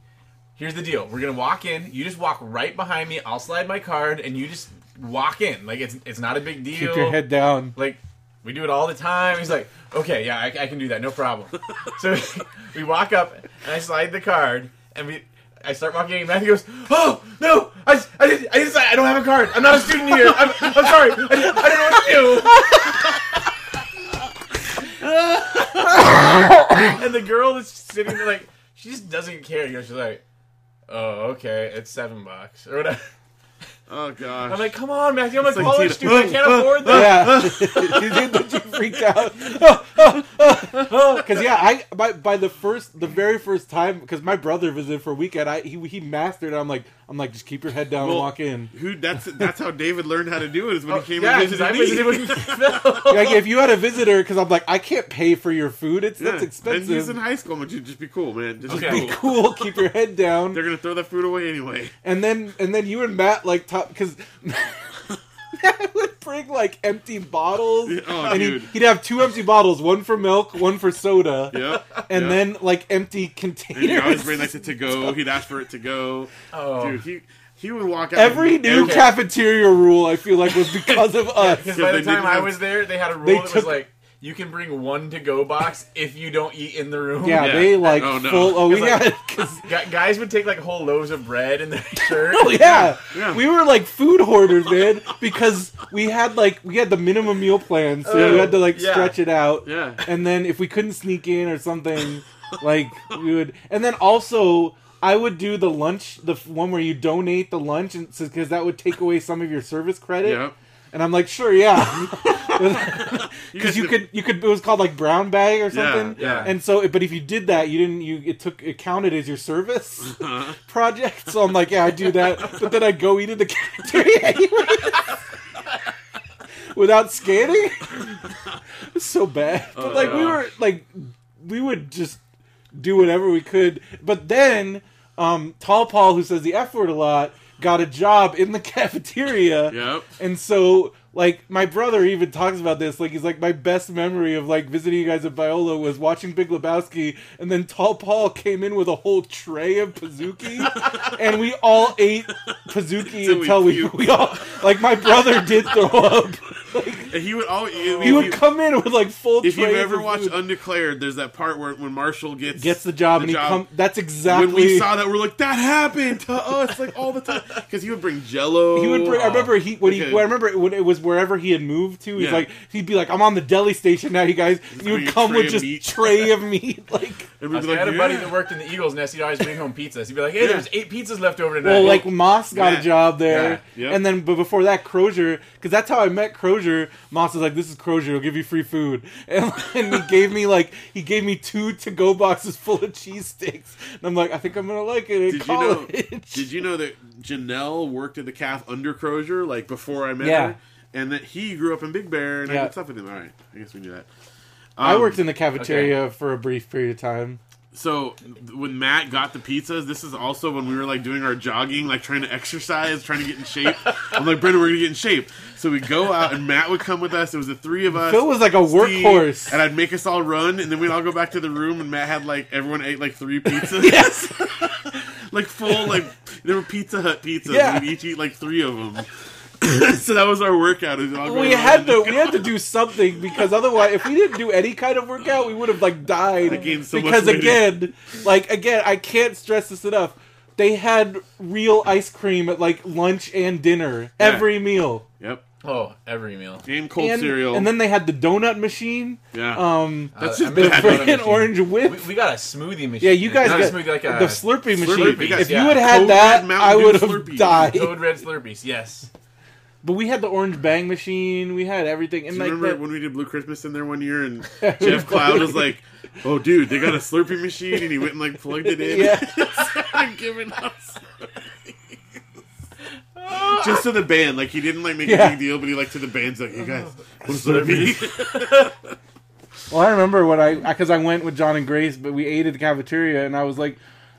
[SPEAKER 5] here's the deal. We're gonna walk in. You just walk right behind me. I'll slide my card, and you just walk in. Like it's it's not a big deal.
[SPEAKER 2] Keep your head down.
[SPEAKER 5] Like
[SPEAKER 4] We do it all the time. He's like, okay, yeah, I, I can do that, no problem. so we walk up, and I slide the card, and we. I start walking in, and he goes, "Oh no! I, I, didn't- I, didn't- I don't have a card. I'm not a student here. I'm, I'm sorry. I, didn't- I don't know what to do." and the girl is sitting there like she just doesn't care. You know, she's like, "Oh, okay, it's seven bucks or whatever."
[SPEAKER 3] Oh gosh.
[SPEAKER 4] I'm like, "Come on, Matthew, I'm a
[SPEAKER 3] like
[SPEAKER 4] college
[SPEAKER 3] Tina-
[SPEAKER 4] student. I can't afford this."
[SPEAKER 2] Yeah, you freaked out because yeah, I by, by the first, the very first time, because my brother visited for a weekend, I he, he mastered. It. I'm like, I'm like, just keep your head down
[SPEAKER 3] Well,
[SPEAKER 2] and walk in.
[SPEAKER 3] Who? That's that's how David learned how to do it. Is
[SPEAKER 2] Oh,
[SPEAKER 3] when he came
[SPEAKER 4] Oh, Yeah,
[SPEAKER 3] and
[SPEAKER 4] because
[SPEAKER 3] visited
[SPEAKER 4] I
[SPEAKER 3] me.
[SPEAKER 4] visited when you
[SPEAKER 2] Like if you had a visitor, because I'm like, I can't pay for your food. It's
[SPEAKER 3] Yeah.
[SPEAKER 2] that's
[SPEAKER 3] And he's in
[SPEAKER 2] expensive.
[SPEAKER 3] high school, but you just be cool, man. Just
[SPEAKER 4] Okay.
[SPEAKER 3] be
[SPEAKER 2] Be
[SPEAKER 3] cool.
[SPEAKER 2] cool, keep your head down.
[SPEAKER 3] They're gonna throw that food away anyway.
[SPEAKER 2] And then and then you and Matt like top because Matt would bring like empty bottles.
[SPEAKER 3] Oh,
[SPEAKER 2] and
[SPEAKER 3] dude.
[SPEAKER 2] He'd, he'd have two empty bottles, one for milk, one for soda,
[SPEAKER 3] Yep.
[SPEAKER 2] and
[SPEAKER 3] yep.
[SPEAKER 2] then like empty
[SPEAKER 3] and he always
[SPEAKER 2] containers.
[SPEAKER 3] bring like the to go. He'd ask for it to go.
[SPEAKER 4] Oh.
[SPEAKER 3] Dude, he he would walk out
[SPEAKER 2] Every
[SPEAKER 3] and-
[SPEAKER 2] new
[SPEAKER 3] Okay.
[SPEAKER 2] cafeteria rule I feel like was because of us.
[SPEAKER 4] Because
[SPEAKER 3] Yeah,
[SPEAKER 4] by
[SPEAKER 3] they
[SPEAKER 4] the time
[SPEAKER 3] didn't
[SPEAKER 4] I
[SPEAKER 3] have-
[SPEAKER 4] was there, they had a
[SPEAKER 2] They
[SPEAKER 4] rule that was
[SPEAKER 2] took-
[SPEAKER 4] like, you can bring one to go box if you don't eat in the room.
[SPEAKER 2] Yeah,
[SPEAKER 3] Yeah.
[SPEAKER 2] they like
[SPEAKER 3] Oh, no.
[SPEAKER 2] full. Oh, we
[SPEAKER 4] It's like-
[SPEAKER 2] had because
[SPEAKER 4] Gu- guys would take like whole loaves of bread in their shirt.
[SPEAKER 2] Oh, yeah,
[SPEAKER 3] Yeah.
[SPEAKER 2] we were like food hoarders, man, because we had like we had the minimum meal plan, so we
[SPEAKER 3] Oh,
[SPEAKER 2] had to like
[SPEAKER 4] yeah.
[SPEAKER 2] stretch it out.
[SPEAKER 3] Yeah.
[SPEAKER 2] and then if we couldn't sneak in or something, like we would. And then also, I would do the lunch, the f- one where you donate the lunch, and because that would take away some of your service credit.
[SPEAKER 3] Yep.
[SPEAKER 2] And I'm like, sure, yeah,
[SPEAKER 3] guys
[SPEAKER 2] because you
[SPEAKER 3] did-
[SPEAKER 2] could, you could. It was called like brown bag or
[SPEAKER 3] Yeah,
[SPEAKER 2] something.
[SPEAKER 3] yeah.
[SPEAKER 2] And so, but if you did that, you didn't. You it took it counted as your service
[SPEAKER 3] Uh-huh.
[SPEAKER 2] project. So I'm like, yeah, I do that, but then I go eat in the cafeteria anyway. without scanning. it's so bad. But like we
[SPEAKER 3] Oh, yeah.
[SPEAKER 2] were like we would just do whatever we could. But then um, Tall Paul, who says the F word a lot, got a job in the cafeteria.
[SPEAKER 3] Yep.
[SPEAKER 2] And so, like, my brother even talks about this. Like, he's like, my best memory of like visiting you guys at Viola was watching Big Lebowski, and then Tall Paul came in with a whole tray of Pazuki, and we all ate Pazuki
[SPEAKER 3] Till we
[SPEAKER 2] until we,
[SPEAKER 3] puked.
[SPEAKER 2] we all like my brother did throw up.
[SPEAKER 3] And he would always. If,
[SPEAKER 2] He would
[SPEAKER 3] you,
[SPEAKER 2] come in with like full.
[SPEAKER 3] if you've
[SPEAKER 2] trays
[SPEAKER 3] ever
[SPEAKER 2] of
[SPEAKER 3] watched
[SPEAKER 2] food.
[SPEAKER 3] Undeclared, there's that part where when Marshall gets
[SPEAKER 2] gets the job, and he come. That's exactly
[SPEAKER 3] When we saw that, we're like, that happened to us like all the time because he would bring Jello.
[SPEAKER 2] He would bring. I remember he when
[SPEAKER 3] Okay.
[SPEAKER 2] he. Well, I remember when it was wherever he had moved to. He's
[SPEAKER 3] Yeah.
[SPEAKER 2] like he'd be like, "I'm on the deli station now, you guys." He
[SPEAKER 3] bring
[SPEAKER 2] would
[SPEAKER 3] a
[SPEAKER 2] come
[SPEAKER 3] tray
[SPEAKER 2] with
[SPEAKER 3] of
[SPEAKER 2] just
[SPEAKER 3] meat.
[SPEAKER 2] tray of meat, like.
[SPEAKER 3] And
[SPEAKER 4] I
[SPEAKER 3] we'd be like,
[SPEAKER 4] had a buddy
[SPEAKER 3] "Yeah."
[SPEAKER 4] that worked in the Eagles Nest. He'd always bring home pizzas. He'd be like, "Hey,
[SPEAKER 3] Yeah.
[SPEAKER 4] there's eight pizzas left over tonight."
[SPEAKER 2] Well, like Moss got
[SPEAKER 3] Yeah.
[SPEAKER 2] a job there,
[SPEAKER 3] Yeah. Yep.
[SPEAKER 2] and then but before that, Crozier, because that's how I met Crozier. Moss was like, "This is Crozier; he'll give you free food," and, and he gave me like he gave me two to-go boxes full of cheese sticks, and I'm like, "I think I'm gonna like it in
[SPEAKER 3] Did you know?
[SPEAKER 2] college."
[SPEAKER 3] Did you know that Janelle worked at the calf under Crozier, like before I met
[SPEAKER 2] Yeah.
[SPEAKER 3] her, and that he grew up in Big Bear and
[SPEAKER 2] Yeah.
[SPEAKER 3] I did stuff with him. All right, I guess we knew that.
[SPEAKER 2] I
[SPEAKER 3] Um,
[SPEAKER 2] worked in the cafeteria for a brief period of time.
[SPEAKER 3] So when Matt got the pizzas, this is also when we were like doing our jogging, like trying to exercise, trying to get in shape. I'm like, Brendan, we're gonna get in shape. So we go out, and Matt would come with us. It was the three of us.
[SPEAKER 2] Phil was like a
[SPEAKER 3] Uh, Steve,
[SPEAKER 2] workhorse.
[SPEAKER 3] and I'd make us all run, and then we'd all go back to the room, and Matt had like everyone ate like three pizzas,
[SPEAKER 2] yes.
[SPEAKER 3] like full like there were Pizza Hut pizzas.
[SPEAKER 2] Yeah.
[SPEAKER 3] and We'd each eat like three of them. so that was our workout. It was all
[SPEAKER 2] we
[SPEAKER 3] going
[SPEAKER 2] had
[SPEAKER 3] around.
[SPEAKER 2] to we had to do something because otherwise if we didn't do any kind of workout we would have like died
[SPEAKER 3] gained so much
[SPEAKER 2] because
[SPEAKER 3] weight.
[SPEAKER 2] again like again i can't stress this enough they had real ice cream at like lunch and dinner every meal
[SPEAKER 3] Yep,
[SPEAKER 4] oh, every meal.
[SPEAKER 3] and cold
[SPEAKER 2] and,
[SPEAKER 3] cereal.
[SPEAKER 2] and then they had the donut machine
[SPEAKER 3] yeah,
[SPEAKER 2] um
[SPEAKER 3] that's
[SPEAKER 4] Uh, I
[SPEAKER 3] just
[SPEAKER 4] made a
[SPEAKER 3] bad.
[SPEAKER 4] donut
[SPEAKER 2] an orange whip
[SPEAKER 4] We, we got a smoothie machine.
[SPEAKER 2] yeah you guys
[SPEAKER 4] Not
[SPEAKER 2] got
[SPEAKER 4] a smoothie, like a
[SPEAKER 2] the slurpee machine
[SPEAKER 3] Slurpee, yes,
[SPEAKER 2] if
[SPEAKER 4] yeah.
[SPEAKER 2] you would have had
[SPEAKER 3] Code
[SPEAKER 2] that
[SPEAKER 3] Red Mountain
[SPEAKER 2] i
[SPEAKER 3] Dew
[SPEAKER 2] would have
[SPEAKER 3] Slurpee.
[SPEAKER 2] died
[SPEAKER 4] Code Red Slurpees. Yes.
[SPEAKER 2] but we had the orange bang machine we had everything and
[SPEAKER 3] Do you
[SPEAKER 2] like
[SPEAKER 3] remember
[SPEAKER 2] that-
[SPEAKER 3] when we did Blue Christmas in there one year and Jeff Cloud was like, "Oh, dude, they got a Slurpee machine," and he went and like plugged it in.
[SPEAKER 2] Yeah.
[SPEAKER 3] and giving us. Just to the band, like he didn't like make a
[SPEAKER 2] Yeah. Oh.
[SPEAKER 3] big deal, but he like to the band's like, "You guys, want a Slurpee?"
[SPEAKER 2] Well, I remember when I because I went with John and Grace, but we ate at the cafeteria, and I was like,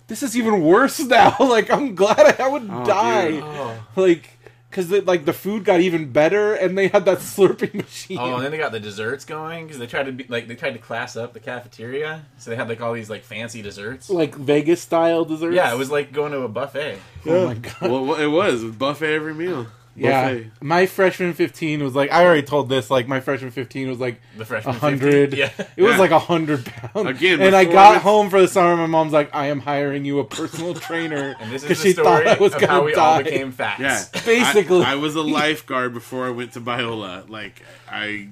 [SPEAKER 2] "This is even worse now." like, I'm glad I, I would die.
[SPEAKER 3] dude.
[SPEAKER 4] Oh.
[SPEAKER 2] Like, because like the food got even better, and they had that slurping machine.
[SPEAKER 4] Oh, and then they got the desserts going because they tried to be like they tried to class up the cafeteria, so they had like all these like fancy desserts.
[SPEAKER 2] like Vegas style desserts.
[SPEAKER 4] Yeah, it was like going to a buffet.
[SPEAKER 2] Oh my god!
[SPEAKER 3] well, it was buffet every meal.
[SPEAKER 2] Yeah,
[SPEAKER 3] Buffet.
[SPEAKER 2] my freshman fifteen was like I already told this. Like my freshman fifteen was like
[SPEAKER 4] The freshman
[SPEAKER 2] a hundred.
[SPEAKER 4] 50. Yeah.
[SPEAKER 2] it was
[SPEAKER 3] Yeah.
[SPEAKER 2] like a hundred pounds.
[SPEAKER 3] Again,
[SPEAKER 2] and I
[SPEAKER 3] before
[SPEAKER 2] got
[SPEAKER 3] this-
[SPEAKER 2] home for the summer. My mom's like, I am hiring you a personal trainer
[SPEAKER 4] And this is the
[SPEAKER 2] because she thought
[SPEAKER 4] story
[SPEAKER 2] I was
[SPEAKER 4] of
[SPEAKER 2] gonna
[SPEAKER 4] how we
[SPEAKER 2] die.
[SPEAKER 4] all became fat.
[SPEAKER 3] Yeah,
[SPEAKER 2] Basically.
[SPEAKER 3] I, I was a lifeguard before I went to Biola. Like I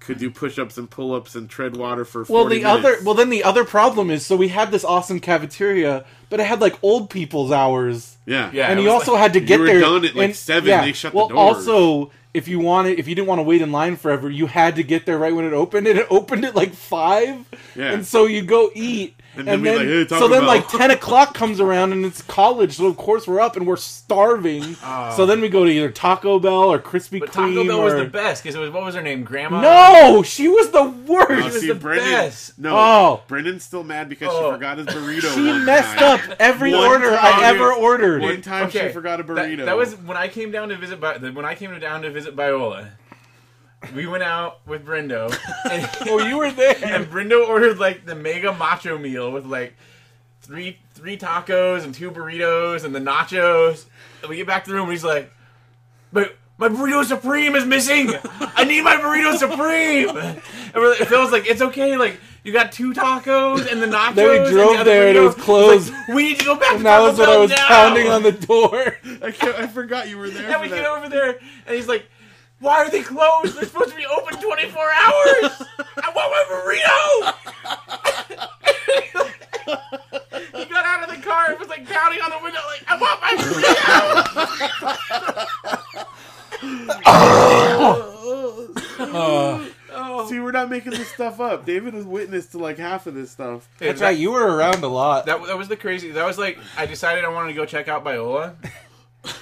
[SPEAKER 3] could do push-ups and pull-ups and tread water for. 40
[SPEAKER 2] well, the
[SPEAKER 3] minutes.
[SPEAKER 2] other well, then the other problem is so we had this awesome cafeteria, but it had like old people's hours.
[SPEAKER 3] yeah,
[SPEAKER 4] Yeah.
[SPEAKER 2] and
[SPEAKER 4] it
[SPEAKER 2] you
[SPEAKER 4] was
[SPEAKER 2] also
[SPEAKER 4] like-
[SPEAKER 2] had to get
[SPEAKER 3] were
[SPEAKER 2] there
[SPEAKER 3] done at, like,
[SPEAKER 2] and-
[SPEAKER 3] seven, they shut the
[SPEAKER 2] well,
[SPEAKER 3] doors.
[SPEAKER 2] Also, if you wanted, if you didn't want to wait in line forever, you had to get there right when it opened, and it opened at like five.
[SPEAKER 3] Yeah.
[SPEAKER 2] And so you go eat, and,
[SPEAKER 3] And then
[SPEAKER 2] then,
[SPEAKER 3] we'd like, "Hey,
[SPEAKER 2] so then
[SPEAKER 3] Taco
[SPEAKER 2] like
[SPEAKER 3] Bell."
[SPEAKER 2] ten o'clock comes around, and it's college, so of course we're up and we're starving.
[SPEAKER 3] Oh.
[SPEAKER 2] So then we go to either Taco Bell or Krispy
[SPEAKER 4] But
[SPEAKER 2] Kreme.
[SPEAKER 4] Taco Bell was
[SPEAKER 2] or-
[SPEAKER 4] the best because it was what was her name, Grandma?
[SPEAKER 2] No, she was the
[SPEAKER 3] Oh,
[SPEAKER 2] worst.
[SPEAKER 4] was
[SPEAKER 3] see,
[SPEAKER 4] the
[SPEAKER 3] Brendan,
[SPEAKER 4] best.
[SPEAKER 3] No,
[SPEAKER 2] Oh.
[SPEAKER 3] Brendan's still mad because
[SPEAKER 4] Oh.
[SPEAKER 3] she forgot his burrito.
[SPEAKER 2] She
[SPEAKER 3] one
[SPEAKER 2] messed
[SPEAKER 3] time.
[SPEAKER 2] up every
[SPEAKER 3] One
[SPEAKER 2] order
[SPEAKER 3] time-
[SPEAKER 2] I ever ordered.
[SPEAKER 3] One time she forgot a
[SPEAKER 4] that-
[SPEAKER 3] burrito.
[SPEAKER 4] That, was when I came down to visit. Bi- the- when I came down to visit Biola, we went out with Brendo, and,
[SPEAKER 2] Oh, you were there.
[SPEAKER 4] and Brendo ordered like the mega macho meal with like three three tacos and two burritos and the nachos. And we get back to the room, and he's like, "But my burrito supreme is missing. I need my burrito supreme." And we're like, Phil's like, "It's okay, like." You got two tacos and the nachos.
[SPEAKER 2] Then we
[SPEAKER 4] and the
[SPEAKER 2] drove
[SPEAKER 4] other
[SPEAKER 2] there and it
[SPEAKER 4] burrito."
[SPEAKER 2] was
[SPEAKER 4] He's
[SPEAKER 2] closed.
[SPEAKER 4] like, we need to go back. to
[SPEAKER 2] And that was
[SPEAKER 4] Taco
[SPEAKER 2] when I
[SPEAKER 4] Bell
[SPEAKER 2] was
[SPEAKER 4] now."
[SPEAKER 2] pounding on the door.
[SPEAKER 3] I, can't, I forgot you were there.
[SPEAKER 4] And
[SPEAKER 3] for
[SPEAKER 4] we
[SPEAKER 3] that.
[SPEAKER 4] get over there, and he's like, "Why are they closed? They're supposed to be open 24 hours. I want my burrito." he got out of the car and was like pounding on the window, like, "I want my burrito."
[SPEAKER 3] See, we're not making this stuff up. David is witness to like half of this stuff.
[SPEAKER 2] That's right. You were around a lot.
[SPEAKER 4] That, that was the crazy. That was like I decided I wanted to go check out Biola,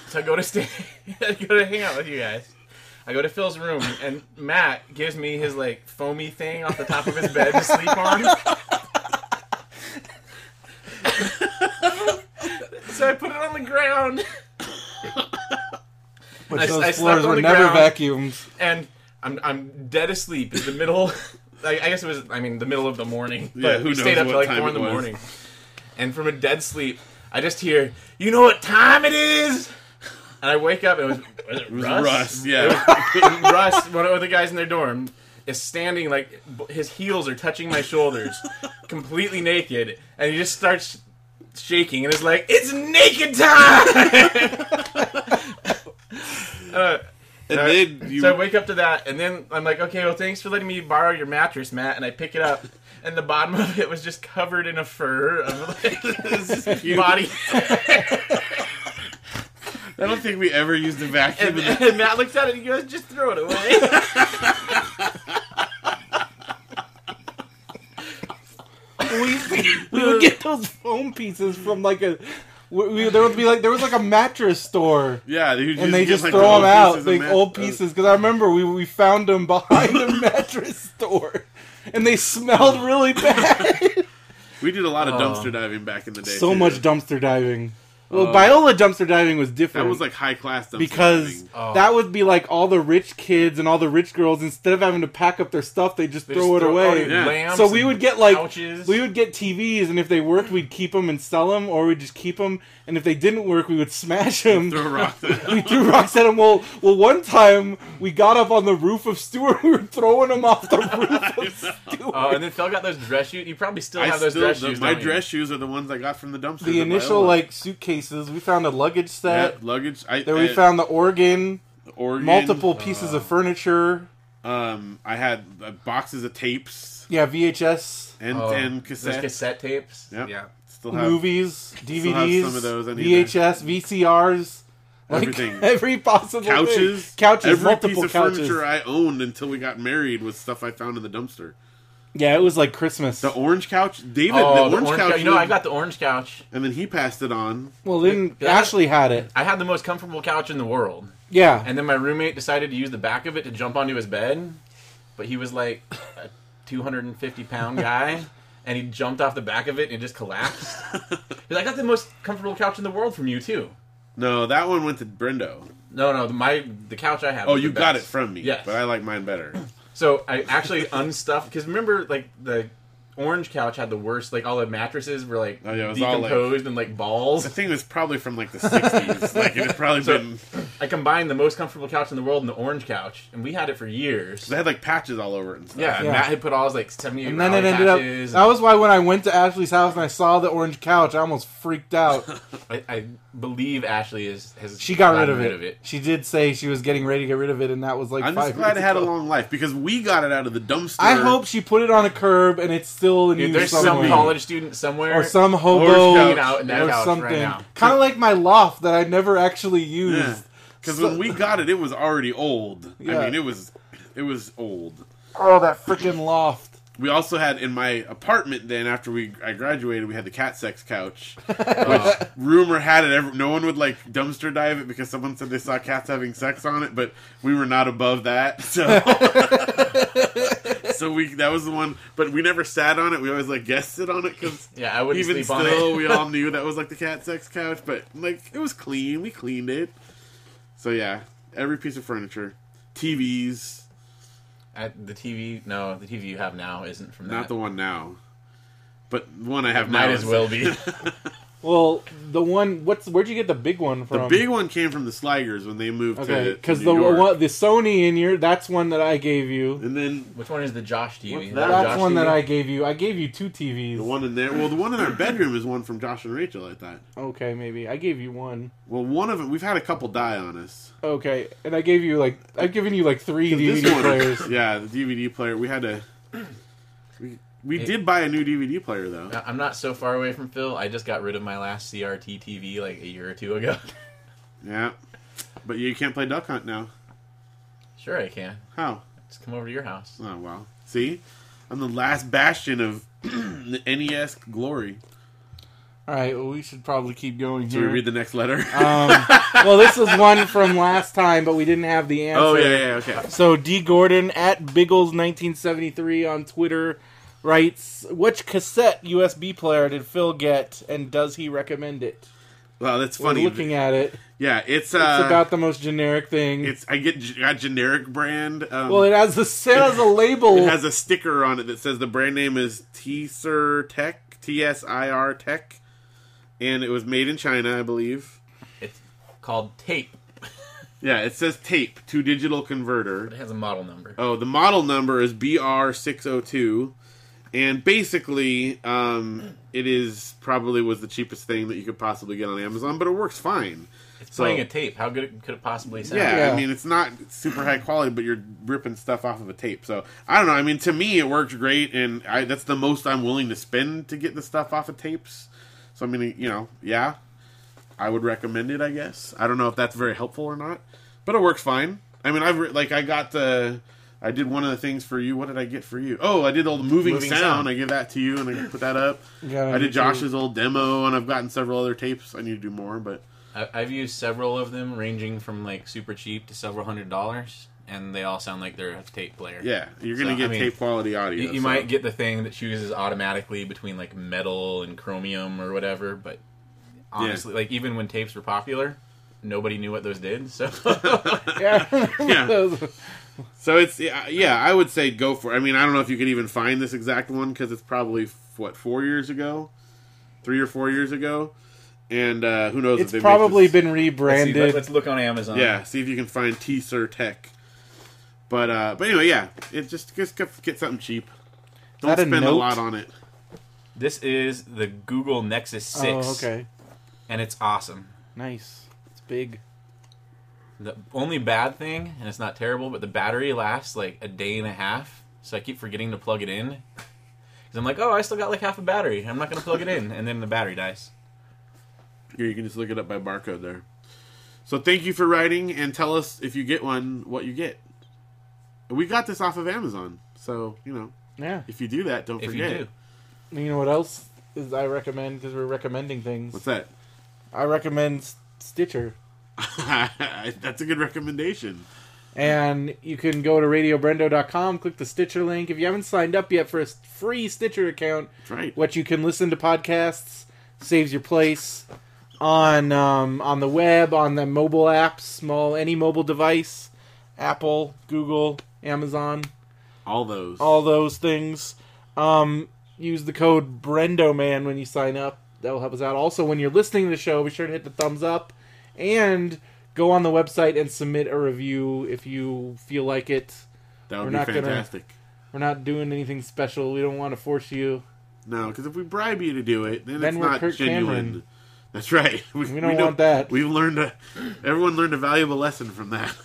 [SPEAKER 4] so I go to stay, I go to hang out with you guys. I go to Phil's room and Matt gives me his like foamy thing off the top of his bed to sleep on. so I put it on the ground
[SPEAKER 2] But
[SPEAKER 4] I-
[SPEAKER 2] those
[SPEAKER 4] I slept
[SPEAKER 2] floors
[SPEAKER 4] on
[SPEAKER 2] were
[SPEAKER 4] the
[SPEAKER 2] never
[SPEAKER 4] ground.
[SPEAKER 2] vacuums.
[SPEAKER 4] and I'm I'm dead asleep in the middle. I, I guess it was I mean the middle of the morning, but
[SPEAKER 3] Yeah, who
[SPEAKER 4] we stayed
[SPEAKER 3] knows
[SPEAKER 4] up till
[SPEAKER 3] what
[SPEAKER 4] like
[SPEAKER 3] time
[SPEAKER 4] four in
[SPEAKER 3] it
[SPEAKER 4] the
[SPEAKER 3] was.
[SPEAKER 4] morning. And from a dead sleep, I just hear, "You know what time it is?" And I wake up and it was, was it,
[SPEAKER 3] It was
[SPEAKER 4] Russ?
[SPEAKER 3] Russ, yeah.
[SPEAKER 4] And Russ, one of the guys in their dorm, is standing like b- his heels are touching my shoulders, completely naked, and he just starts shaking and is like, "It's naked time!" uh,
[SPEAKER 3] and
[SPEAKER 4] Uh,
[SPEAKER 3] then you,
[SPEAKER 4] so I wake up to that, and then I'm like, okay, well, thanks for letting me borrow your mattress, Matt. And I pick it up, and the bottom of it was just covered in a fur of like, body.
[SPEAKER 3] I don't think we ever used a vacuum.
[SPEAKER 4] and,
[SPEAKER 3] in the-
[SPEAKER 4] and Matt looks at it, and he goes, just throw it away.
[SPEAKER 2] We, we would get those foam pieces from like a. We, we- there would be like there was like a mattress store,
[SPEAKER 3] yeah, dude,
[SPEAKER 2] and they
[SPEAKER 3] get,
[SPEAKER 2] just
[SPEAKER 3] like,
[SPEAKER 2] throw
[SPEAKER 3] old
[SPEAKER 2] them out
[SPEAKER 3] pieces of
[SPEAKER 2] like
[SPEAKER 3] mat-
[SPEAKER 2] old
[SPEAKER 3] uh,
[SPEAKER 2] pieces. Because I remember we we found them behind a mattress store, and they smelled really bad.
[SPEAKER 3] We did a lot of
[SPEAKER 4] Oh.
[SPEAKER 3] dumpster diving back in the day.
[SPEAKER 2] so
[SPEAKER 3] too.
[SPEAKER 2] much dumpster diving. Well, Biola dumpster diving was different.
[SPEAKER 3] Uh, That was like high class dumpster
[SPEAKER 2] because
[SPEAKER 3] diving.
[SPEAKER 4] Oh.
[SPEAKER 2] that would be like all the rich kids and all the rich girls instead of having to pack up their stuff they just
[SPEAKER 4] They
[SPEAKER 2] throw it
[SPEAKER 4] just
[SPEAKER 2] away
[SPEAKER 4] out
[SPEAKER 3] Yeah.
[SPEAKER 4] lamps
[SPEAKER 2] so we
[SPEAKER 4] and
[SPEAKER 2] would get like
[SPEAKER 4] couches.
[SPEAKER 2] we would get tvs and if they worked we'd keep them and sell them or we'd just keep them and if they didn't work we would smash them
[SPEAKER 3] throw rocks.
[SPEAKER 2] we threw rocks at them well, well one time we got up on the roof of stewart we were throwing them off the roof of stewart
[SPEAKER 4] Oh, and then Phil got those dress shoes. You probably still
[SPEAKER 3] I
[SPEAKER 4] have those
[SPEAKER 3] still,
[SPEAKER 4] dress
[SPEAKER 3] the-
[SPEAKER 4] shoes.
[SPEAKER 3] my
[SPEAKER 4] don't you?
[SPEAKER 3] dress shoes are the ones I got from the dumpster.
[SPEAKER 2] the
[SPEAKER 3] at
[SPEAKER 2] initial
[SPEAKER 3] Biola.
[SPEAKER 2] like suitcases we found a luggage
[SPEAKER 3] Yeah,
[SPEAKER 2] set
[SPEAKER 3] luggage. I,
[SPEAKER 2] then we
[SPEAKER 3] I-
[SPEAKER 2] found the organ
[SPEAKER 3] Oregon,
[SPEAKER 2] multiple pieces of furniture
[SPEAKER 3] Um, I had uh, boxes of tapes
[SPEAKER 2] yeah vhs
[SPEAKER 3] and
[SPEAKER 4] Oh,
[SPEAKER 3] and
[SPEAKER 4] Those
[SPEAKER 3] cassettes.
[SPEAKER 4] cassette tapes.
[SPEAKER 3] Yep.
[SPEAKER 4] Yeah.
[SPEAKER 3] Still have
[SPEAKER 2] movies,
[SPEAKER 3] still have
[SPEAKER 2] DVDs,
[SPEAKER 3] some of those. I need
[SPEAKER 2] VHS, VCRs, like
[SPEAKER 3] Everything.
[SPEAKER 2] every possible thing.
[SPEAKER 3] couches,
[SPEAKER 2] couches,
[SPEAKER 3] Every
[SPEAKER 2] multiple
[SPEAKER 3] piece of
[SPEAKER 2] couches.
[SPEAKER 3] furniture I owned until we got married was stuff I found in the dumpster.
[SPEAKER 2] Yeah, it was like Christmas.
[SPEAKER 3] The orange couch, David.
[SPEAKER 4] Oh,
[SPEAKER 3] the orange couch.
[SPEAKER 4] You know, I
[SPEAKER 3] lived-
[SPEAKER 4] got the orange couch.
[SPEAKER 3] and then he passed it on.
[SPEAKER 2] well, then
[SPEAKER 4] Yeah.
[SPEAKER 2] Ashley had it.
[SPEAKER 4] I had the most comfortable couch in the world.
[SPEAKER 2] Yeah,
[SPEAKER 4] And then my roommate decided to use the back of it to jump onto his bed, but he was like a 250 pound guy, and he jumped off the back of it and just collapsed. He's like, I got the most comfortable couch in the world from you too.
[SPEAKER 3] No, that one went to Brendo.
[SPEAKER 4] No, no, the, my the couch I have.
[SPEAKER 3] Oh,
[SPEAKER 4] was
[SPEAKER 3] you
[SPEAKER 4] the
[SPEAKER 3] got it
[SPEAKER 4] best.
[SPEAKER 3] from me.
[SPEAKER 4] Yes.
[SPEAKER 3] but I like mine better.
[SPEAKER 4] So I actually unstuffed because remember, like the orange couch had the worst. Like all the mattresses were like
[SPEAKER 3] Oh, yeah, it was all, like-
[SPEAKER 4] decomposed and like balls.
[SPEAKER 3] The thing was probably from like the '60s. like it had probably been.
[SPEAKER 4] I combined the most comfortable couch in the world and the orange couch, and we had it for years.
[SPEAKER 3] They had like patches all over it and stuff.
[SPEAKER 4] yeah, and
[SPEAKER 2] Yeah.
[SPEAKER 4] Matt had put all his like seventy-eight
[SPEAKER 2] And then
[SPEAKER 4] rally
[SPEAKER 2] it ended up. Oh,
[SPEAKER 4] patches
[SPEAKER 2] That was why when I went to Ashley's house and I saw the orange couch, I almost freaked out.
[SPEAKER 4] I, I believe Ashley is has
[SPEAKER 2] She got rid
[SPEAKER 4] gotten
[SPEAKER 2] of it. She did say she was getting ready to get rid of it, and that was like
[SPEAKER 3] I'm
[SPEAKER 2] five
[SPEAKER 3] just glad
[SPEAKER 2] years
[SPEAKER 3] it had a
[SPEAKER 2] ago.
[SPEAKER 3] long life because we got it out of the dumpster.
[SPEAKER 2] I hope she put it on a curb and it's still in
[SPEAKER 4] Dude,
[SPEAKER 2] use
[SPEAKER 4] there's
[SPEAKER 2] somewhere.
[SPEAKER 4] some college student somewhere
[SPEAKER 2] or Oh, some
[SPEAKER 3] couch.
[SPEAKER 2] hobo
[SPEAKER 4] hanging out in that
[SPEAKER 2] or
[SPEAKER 4] couch
[SPEAKER 2] something.
[SPEAKER 4] right now.
[SPEAKER 2] Kind of like my loft that I never actually used.
[SPEAKER 3] because when we got it, it was already old. I
[SPEAKER 2] Yeah.
[SPEAKER 3] mean, it was it was old.
[SPEAKER 2] Oh, that freaking loft!
[SPEAKER 3] We also had in my apartment then after we I graduated, we had the cat sex couch.
[SPEAKER 4] Oh,
[SPEAKER 3] which rumor had it, every, no one would like dumpster dive it because someone said they saw cats having sex on it, but we were not above that. So. So we that was the one, but we never sat on it. We always like guested on it because
[SPEAKER 4] Yeah, I wouldn't
[SPEAKER 3] even
[SPEAKER 4] sleep on
[SPEAKER 3] still,
[SPEAKER 4] it.
[SPEAKER 3] we all knew that was like the cat sex couch, but like it was clean. We cleaned it. So yeah, every piece of furniture, TVs,
[SPEAKER 4] At the TV, no, the TV you have now isn't from that.
[SPEAKER 3] not the one now, but the one I have now
[SPEAKER 4] Might as
[SPEAKER 3] is-
[SPEAKER 4] well be.
[SPEAKER 2] Well, the one what's where'd you get the big one
[SPEAKER 3] The
[SPEAKER 2] from?
[SPEAKER 3] big one came from the Sligers when they moved
[SPEAKER 2] okay,
[SPEAKER 3] to because
[SPEAKER 2] because the one, the Sony in your that's one that I gave you.
[SPEAKER 3] and then
[SPEAKER 4] Which one is the Josh TV?
[SPEAKER 3] What's
[SPEAKER 4] Is
[SPEAKER 3] that?
[SPEAKER 4] the
[SPEAKER 2] That's
[SPEAKER 4] Josh
[SPEAKER 2] one that
[SPEAKER 4] TV?
[SPEAKER 2] I gave you. I gave you two TVs.
[SPEAKER 3] the one in there. Well, the one in our bedroom is one from Josh and Rachel. I thought.
[SPEAKER 2] Okay, maybe I gave you one.
[SPEAKER 3] Well, one of them we've had a couple die on us.
[SPEAKER 2] Okay, and I gave you like I've given you like three
[SPEAKER 3] This
[SPEAKER 2] DVD
[SPEAKER 3] one-
[SPEAKER 2] players.
[SPEAKER 3] Yeah, the DVD player. We had to. We, we did buy a new DVD player though.
[SPEAKER 4] I- I'm not so far away from Phil. I just got rid of my last CRT TV like a year or two ago.
[SPEAKER 3] Yeah, but you can't play Duck Hunt now.
[SPEAKER 4] sure, I can.
[SPEAKER 3] How?
[SPEAKER 4] Just come over to your house.
[SPEAKER 3] Oh well. See, I'm the last bastion of the NES glory.
[SPEAKER 2] All right, well, we should probably keep going
[SPEAKER 3] Do we
[SPEAKER 2] here.
[SPEAKER 3] read the next letter?
[SPEAKER 2] um, well, this is one from last time, but we didn't have the answer.
[SPEAKER 3] oh yeah, yeah, okay.
[SPEAKER 2] So D Gordon at Biggles1973 on Twitter writes, "Which cassette USB player did Phil get, and does he recommend it?"
[SPEAKER 3] Wow, that's
[SPEAKER 2] When
[SPEAKER 3] funny.
[SPEAKER 2] looking at it, it's
[SPEAKER 3] yeah, it's uh,
[SPEAKER 2] about the most generic thing.
[SPEAKER 3] It's I get g- got generic brand. Um,
[SPEAKER 2] well, it has the it has a label.
[SPEAKER 3] it has a sticker on it that says the brand name is Tsir Tech, T S I R Tech, and it was made in China, I believe.
[SPEAKER 4] It's called Tape.
[SPEAKER 3] Yeah, it says tape to digital converter.
[SPEAKER 4] It has a model number.
[SPEAKER 3] Oh, the model number is BR602, and basically, um, it is probably was the cheapest thing that you could possibly get on Amazon, but it works fine.
[SPEAKER 4] It's playing a tape. How good it- could it possibly sound?
[SPEAKER 3] Yeah, I
[SPEAKER 2] Yeah.
[SPEAKER 3] mean it's not super high quality, but you're ripping stuff off of a tape. So I don't know. I mean, to me, it works great, and I, that's the most I'm willing to spend to get the stuff off of tapes. So I mean, you know, yeah, I would recommend it. I guess I don't know if that's very helpful or not, but it works fine. I mean, I've re- like I got the. I did one of the things for you. What did I get for you? Oh, I did all the moving,
[SPEAKER 4] Moving
[SPEAKER 3] sound.
[SPEAKER 4] sound.
[SPEAKER 3] I give that to you, and I put that up.
[SPEAKER 2] Yeah,
[SPEAKER 3] I
[SPEAKER 2] me
[SPEAKER 3] did
[SPEAKER 2] too.
[SPEAKER 3] Josh's old demo, and I've gotten several other tapes. I need to do more, but
[SPEAKER 4] I- I've used several of them, ranging from like super cheap to several hundred dollars, and they all sound like they're a tape player.
[SPEAKER 3] yeah, you're gonna
[SPEAKER 4] So, I
[SPEAKER 3] get
[SPEAKER 4] mean,
[SPEAKER 3] tape quality audio.
[SPEAKER 4] You, you
[SPEAKER 3] so-
[SPEAKER 4] might get the thing that chooses automatically between like metal and chromium or whatever, but honestly, like even when tapes were popular, nobody knew what those did. So
[SPEAKER 2] yeah.
[SPEAKER 3] Yeah. So it's yeah, yeah, I would say go for. it. I mean, I don't know if you could even find this exact one because it's probably what four years ago, three or four years ago, and uh, who knows? if
[SPEAKER 2] it's
[SPEAKER 3] they make
[SPEAKER 2] probably
[SPEAKER 3] this-
[SPEAKER 2] been
[SPEAKER 4] let's, see,
[SPEAKER 2] rebranded.
[SPEAKER 4] let's look on Amazon.
[SPEAKER 3] yeah. See if you can find T Sir Tech. But uh, but anyway, yeah, it just just get, get something cheap. Don't
[SPEAKER 2] that a
[SPEAKER 3] spend a
[SPEAKER 2] note?
[SPEAKER 3] lot on it.
[SPEAKER 4] This is the Google Nexus Six.
[SPEAKER 2] oh, okay,
[SPEAKER 4] and it's awesome.
[SPEAKER 2] nice. It's big.
[SPEAKER 4] The only bad thing, and it's not terrible, but the battery lasts like a day and a half, so I keep forgetting to plug it in. Because I'm like, oh, I still got like half a battery. I'm not gonna plug it in, and then the battery dies.
[SPEAKER 3] Here, you can just look it up by barcode there. So thank you for writing and tell us if you get one, what you get. We got this off of Amazon, so you know
[SPEAKER 2] Yeah.
[SPEAKER 3] if you do that, don't
[SPEAKER 4] If
[SPEAKER 3] forget.
[SPEAKER 4] you do,
[SPEAKER 2] You know what else is I recommend because we're recommending things.
[SPEAKER 3] What's that?
[SPEAKER 2] I recommend S- Stitcher.
[SPEAKER 3] That's a good recommendation.
[SPEAKER 2] And you can go to radiobrendo.com, click the Stitcher link. If you haven't signed up yet for a s- free Stitcher account,
[SPEAKER 3] That's right.
[SPEAKER 2] what you can listen to podcasts, saves your place on um, on the web, on the mobile apps, small any mobile device, Apple, Google, Amazon,
[SPEAKER 3] All those.
[SPEAKER 2] all those things. Um, use the code BrendoMan when you sign up. That will help us out. Also, when you're listening to the show, be sure to hit the thumbs up and go on the website and submit a review if you feel like it.
[SPEAKER 3] That
[SPEAKER 2] We're
[SPEAKER 3] would
[SPEAKER 2] not
[SPEAKER 3] be
[SPEAKER 2] gonna-
[SPEAKER 3] fantastic.
[SPEAKER 2] We're not doing anything special. We don't want to force you.
[SPEAKER 3] No, because if we bribe you to do it, then,
[SPEAKER 2] Then
[SPEAKER 3] it's
[SPEAKER 2] we're
[SPEAKER 3] not
[SPEAKER 2] Kirk
[SPEAKER 3] genuine.
[SPEAKER 2] Cameron.
[SPEAKER 3] That's right. We,
[SPEAKER 2] don't want that.
[SPEAKER 3] We've learned a. Everyone learned a valuable lesson from that.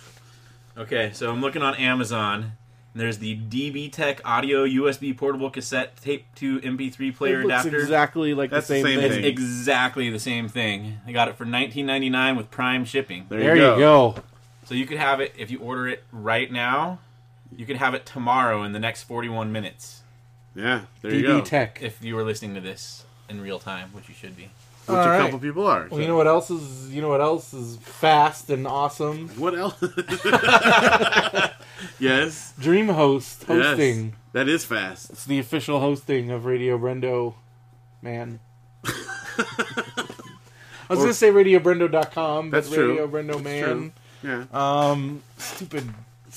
[SPEAKER 4] Okay, so I'm looking on Amazon. And there's the DB Tech Audio USB Portable Cassette Tape to MP3 Player
[SPEAKER 2] it looks
[SPEAKER 4] Adapter.
[SPEAKER 2] exactly like
[SPEAKER 3] That's
[SPEAKER 2] the
[SPEAKER 3] the
[SPEAKER 2] same,
[SPEAKER 3] same
[SPEAKER 2] thing.
[SPEAKER 3] thing.
[SPEAKER 4] exactly the same thing. I got it for 19.99 with Prime shipping.
[SPEAKER 3] There,
[SPEAKER 2] There you go.
[SPEAKER 4] So you could have it if you order it right now. You could have it tomorrow in the next 41 minutes
[SPEAKER 3] Yeah, there you go.
[SPEAKER 2] DB Tech.
[SPEAKER 4] if you were listening to this in real time, which you should be.
[SPEAKER 3] Which
[SPEAKER 2] All
[SPEAKER 3] a
[SPEAKER 2] right.
[SPEAKER 3] couple people are.
[SPEAKER 2] Well, you
[SPEAKER 3] so-
[SPEAKER 2] know what else is you know what else is fast and awesome?
[SPEAKER 3] What else? yes.
[SPEAKER 2] Dream Host
[SPEAKER 3] yes.
[SPEAKER 2] hosting.
[SPEAKER 3] That is fast.
[SPEAKER 2] It's the official hosting of Radio Brendo, man. I was
[SPEAKER 3] Or-
[SPEAKER 2] gonna say RadioBrendo.com. but
[SPEAKER 3] That's true.
[SPEAKER 2] Radio Brendo, man.
[SPEAKER 3] Yeah.
[SPEAKER 2] Um, stupid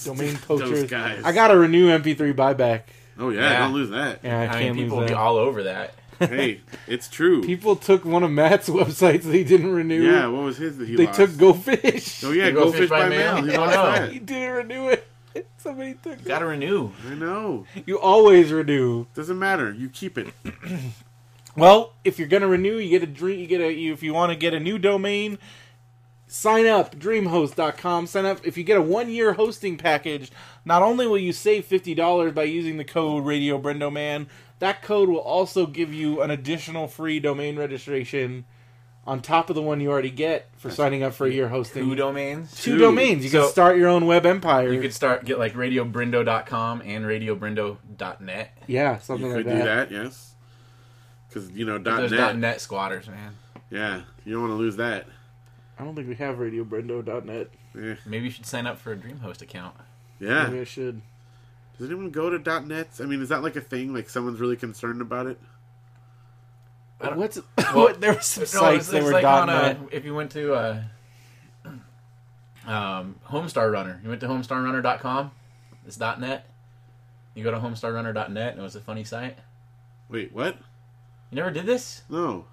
[SPEAKER 2] domain poachers.
[SPEAKER 3] guys.
[SPEAKER 2] I gotta renew MP3 buyback.
[SPEAKER 3] oh yeah,
[SPEAKER 4] Yeah.
[SPEAKER 3] don't lose that.
[SPEAKER 2] Yeah, I,
[SPEAKER 4] I, mean,
[SPEAKER 2] can't
[SPEAKER 4] people will
[SPEAKER 2] lose
[SPEAKER 4] be
[SPEAKER 2] that.
[SPEAKER 4] all over that.
[SPEAKER 3] Hey, it's true.
[SPEAKER 2] people took one of Matt's websites that he didn't renew.
[SPEAKER 3] yeah, what was his that he
[SPEAKER 2] they
[SPEAKER 3] lost?
[SPEAKER 2] took Go Fish.
[SPEAKER 3] Oh yeah,
[SPEAKER 5] They
[SPEAKER 3] go, fish, by, mail. He lost
[SPEAKER 5] Oh, no.
[SPEAKER 3] that.
[SPEAKER 2] he didn't renew it. Somebody took. it.
[SPEAKER 4] Gotta renew.
[SPEAKER 3] I know.
[SPEAKER 2] You always renew.
[SPEAKER 3] Doesn't matter. You keep it.
[SPEAKER 2] Well, if you're gonna renew, you get a dream. You get a. You, if you want to get a new domain, sign up dreamhost.com. Sign up. If you get a one year hosting package, not only will you save fifty dollars by using the code Radio Brendo Man, that code will also give you an additional free domain registration on top of the one you already get for signing up for a year hosting.
[SPEAKER 4] Two domains.
[SPEAKER 2] Two domains. You
[SPEAKER 4] So-
[SPEAKER 2] can start your own web empire.
[SPEAKER 4] You could start get like radiobrindo.com and radiobrindo.net.
[SPEAKER 2] yeah, something
[SPEAKER 3] You
[SPEAKER 2] like
[SPEAKER 3] could
[SPEAKER 2] that.
[SPEAKER 3] do that, yes. Because you know dot
[SPEAKER 4] There's
[SPEAKER 3] net.
[SPEAKER 4] dot .net squatters, man.
[SPEAKER 3] Yeah, you don't want to lose that.
[SPEAKER 2] I don't think we have RadioBrendo.net.
[SPEAKER 3] Eh,
[SPEAKER 4] Maybe you should sign up for a DreamHost account.
[SPEAKER 3] Yeah.
[SPEAKER 2] Maybe I should.
[SPEAKER 3] Does anyone go to dot nets? I mean, is that like a thing? Like someone's really concerned about it?
[SPEAKER 2] What's what? There were some sites that were dot net.
[SPEAKER 4] A, if you went to uh, um, Homestar Runner, you went to homestarrunner.com. It's dot .net. You go to homestarrunner.net, and it was a funny site.
[SPEAKER 3] Wait, what?
[SPEAKER 4] You never did this?
[SPEAKER 3] No.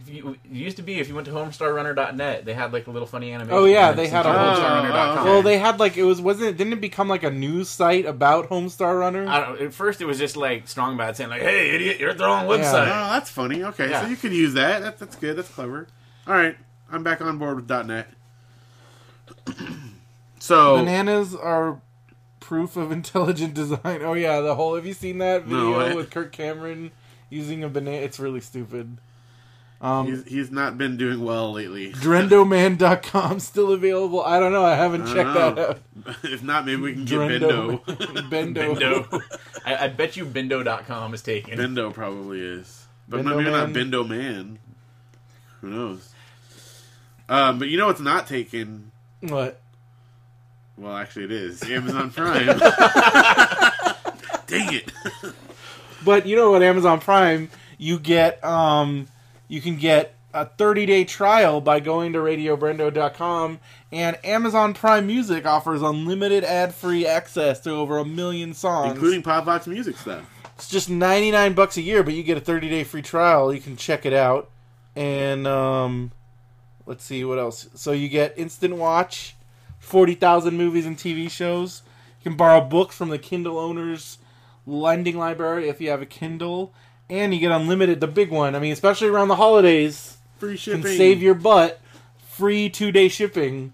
[SPEAKER 4] If you, it used to be if you went to homestarrunner.net, they had like a little funny animation.
[SPEAKER 2] Oh, yeah,
[SPEAKER 4] and
[SPEAKER 2] they
[SPEAKER 4] it's
[SPEAKER 2] had a
[SPEAKER 4] on
[SPEAKER 2] whole-
[SPEAKER 4] homestarrunner.com.
[SPEAKER 3] Oh, okay.
[SPEAKER 2] Well, they had like it was wasn't it? Didn't it become like a news site about Homestar Runner?
[SPEAKER 4] I don't, at first, it was just like Strong Bad saying like, "Hey, idiot, you're at the wrong
[SPEAKER 3] Oh,
[SPEAKER 4] website."
[SPEAKER 3] that's funny. Okay,
[SPEAKER 4] Yeah.
[SPEAKER 3] so you could use that. that. That's good. That's clever. All right, I'm back on board with dot net. so
[SPEAKER 2] Bananas are proof of intelligent design. Oh yeah, the whole. Have you seen that video
[SPEAKER 3] No, I-
[SPEAKER 2] with Kirk Cameron using a banana? It's really stupid. Um,
[SPEAKER 3] he's, he's not been doing well lately.
[SPEAKER 2] Drendoman.com still available. I don't know. I haven't
[SPEAKER 3] I
[SPEAKER 2] checked
[SPEAKER 3] don't
[SPEAKER 2] that out.
[SPEAKER 3] if not, maybe we can get
[SPEAKER 2] Drendo.
[SPEAKER 3] Bendo.
[SPEAKER 2] Bendo.
[SPEAKER 4] Bendo. I, I bet you Bendo.com is taken.
[SPEAKER 3] Bendo probably is, but
[SPEAKER 2] Bendo
[SPEAKER 3] maybe not
[SPEAKER 2] Man.
[SPEAKER 3] Bendo Man. Who knows? Um, but you know what's not taken?
[SPEAKER 2] What?
[SPEAKER 3] Well, actually, it is Amazon Prime. Dang it!
[SPEAKER 2] But you know what? Amazon Prime, you get um, you can get a 30 day trial by going to radiobrendo.com, and Amazon Prime Music offers unlimited ad free access to over a million songs.
[SPEAKER 3] Including Pop Box Music stuff.
[SPEAKER 2] it's just 99 bucks a year, but you get a 30 day free trial. You can check it out, and um, let's see what else. So you get instant watch, 40,000 movies and TV shows. You can borrow books from the Kindle owners lending library if you have a Kindle, and you get unlimited. The big one, I mean, especially around the holidays,
[SPEAKER 3] Free
[SPEAKER 2] can
[SPEAKER 3] shipping.
[SPEAKER 2] save your butt. Free two day shipping,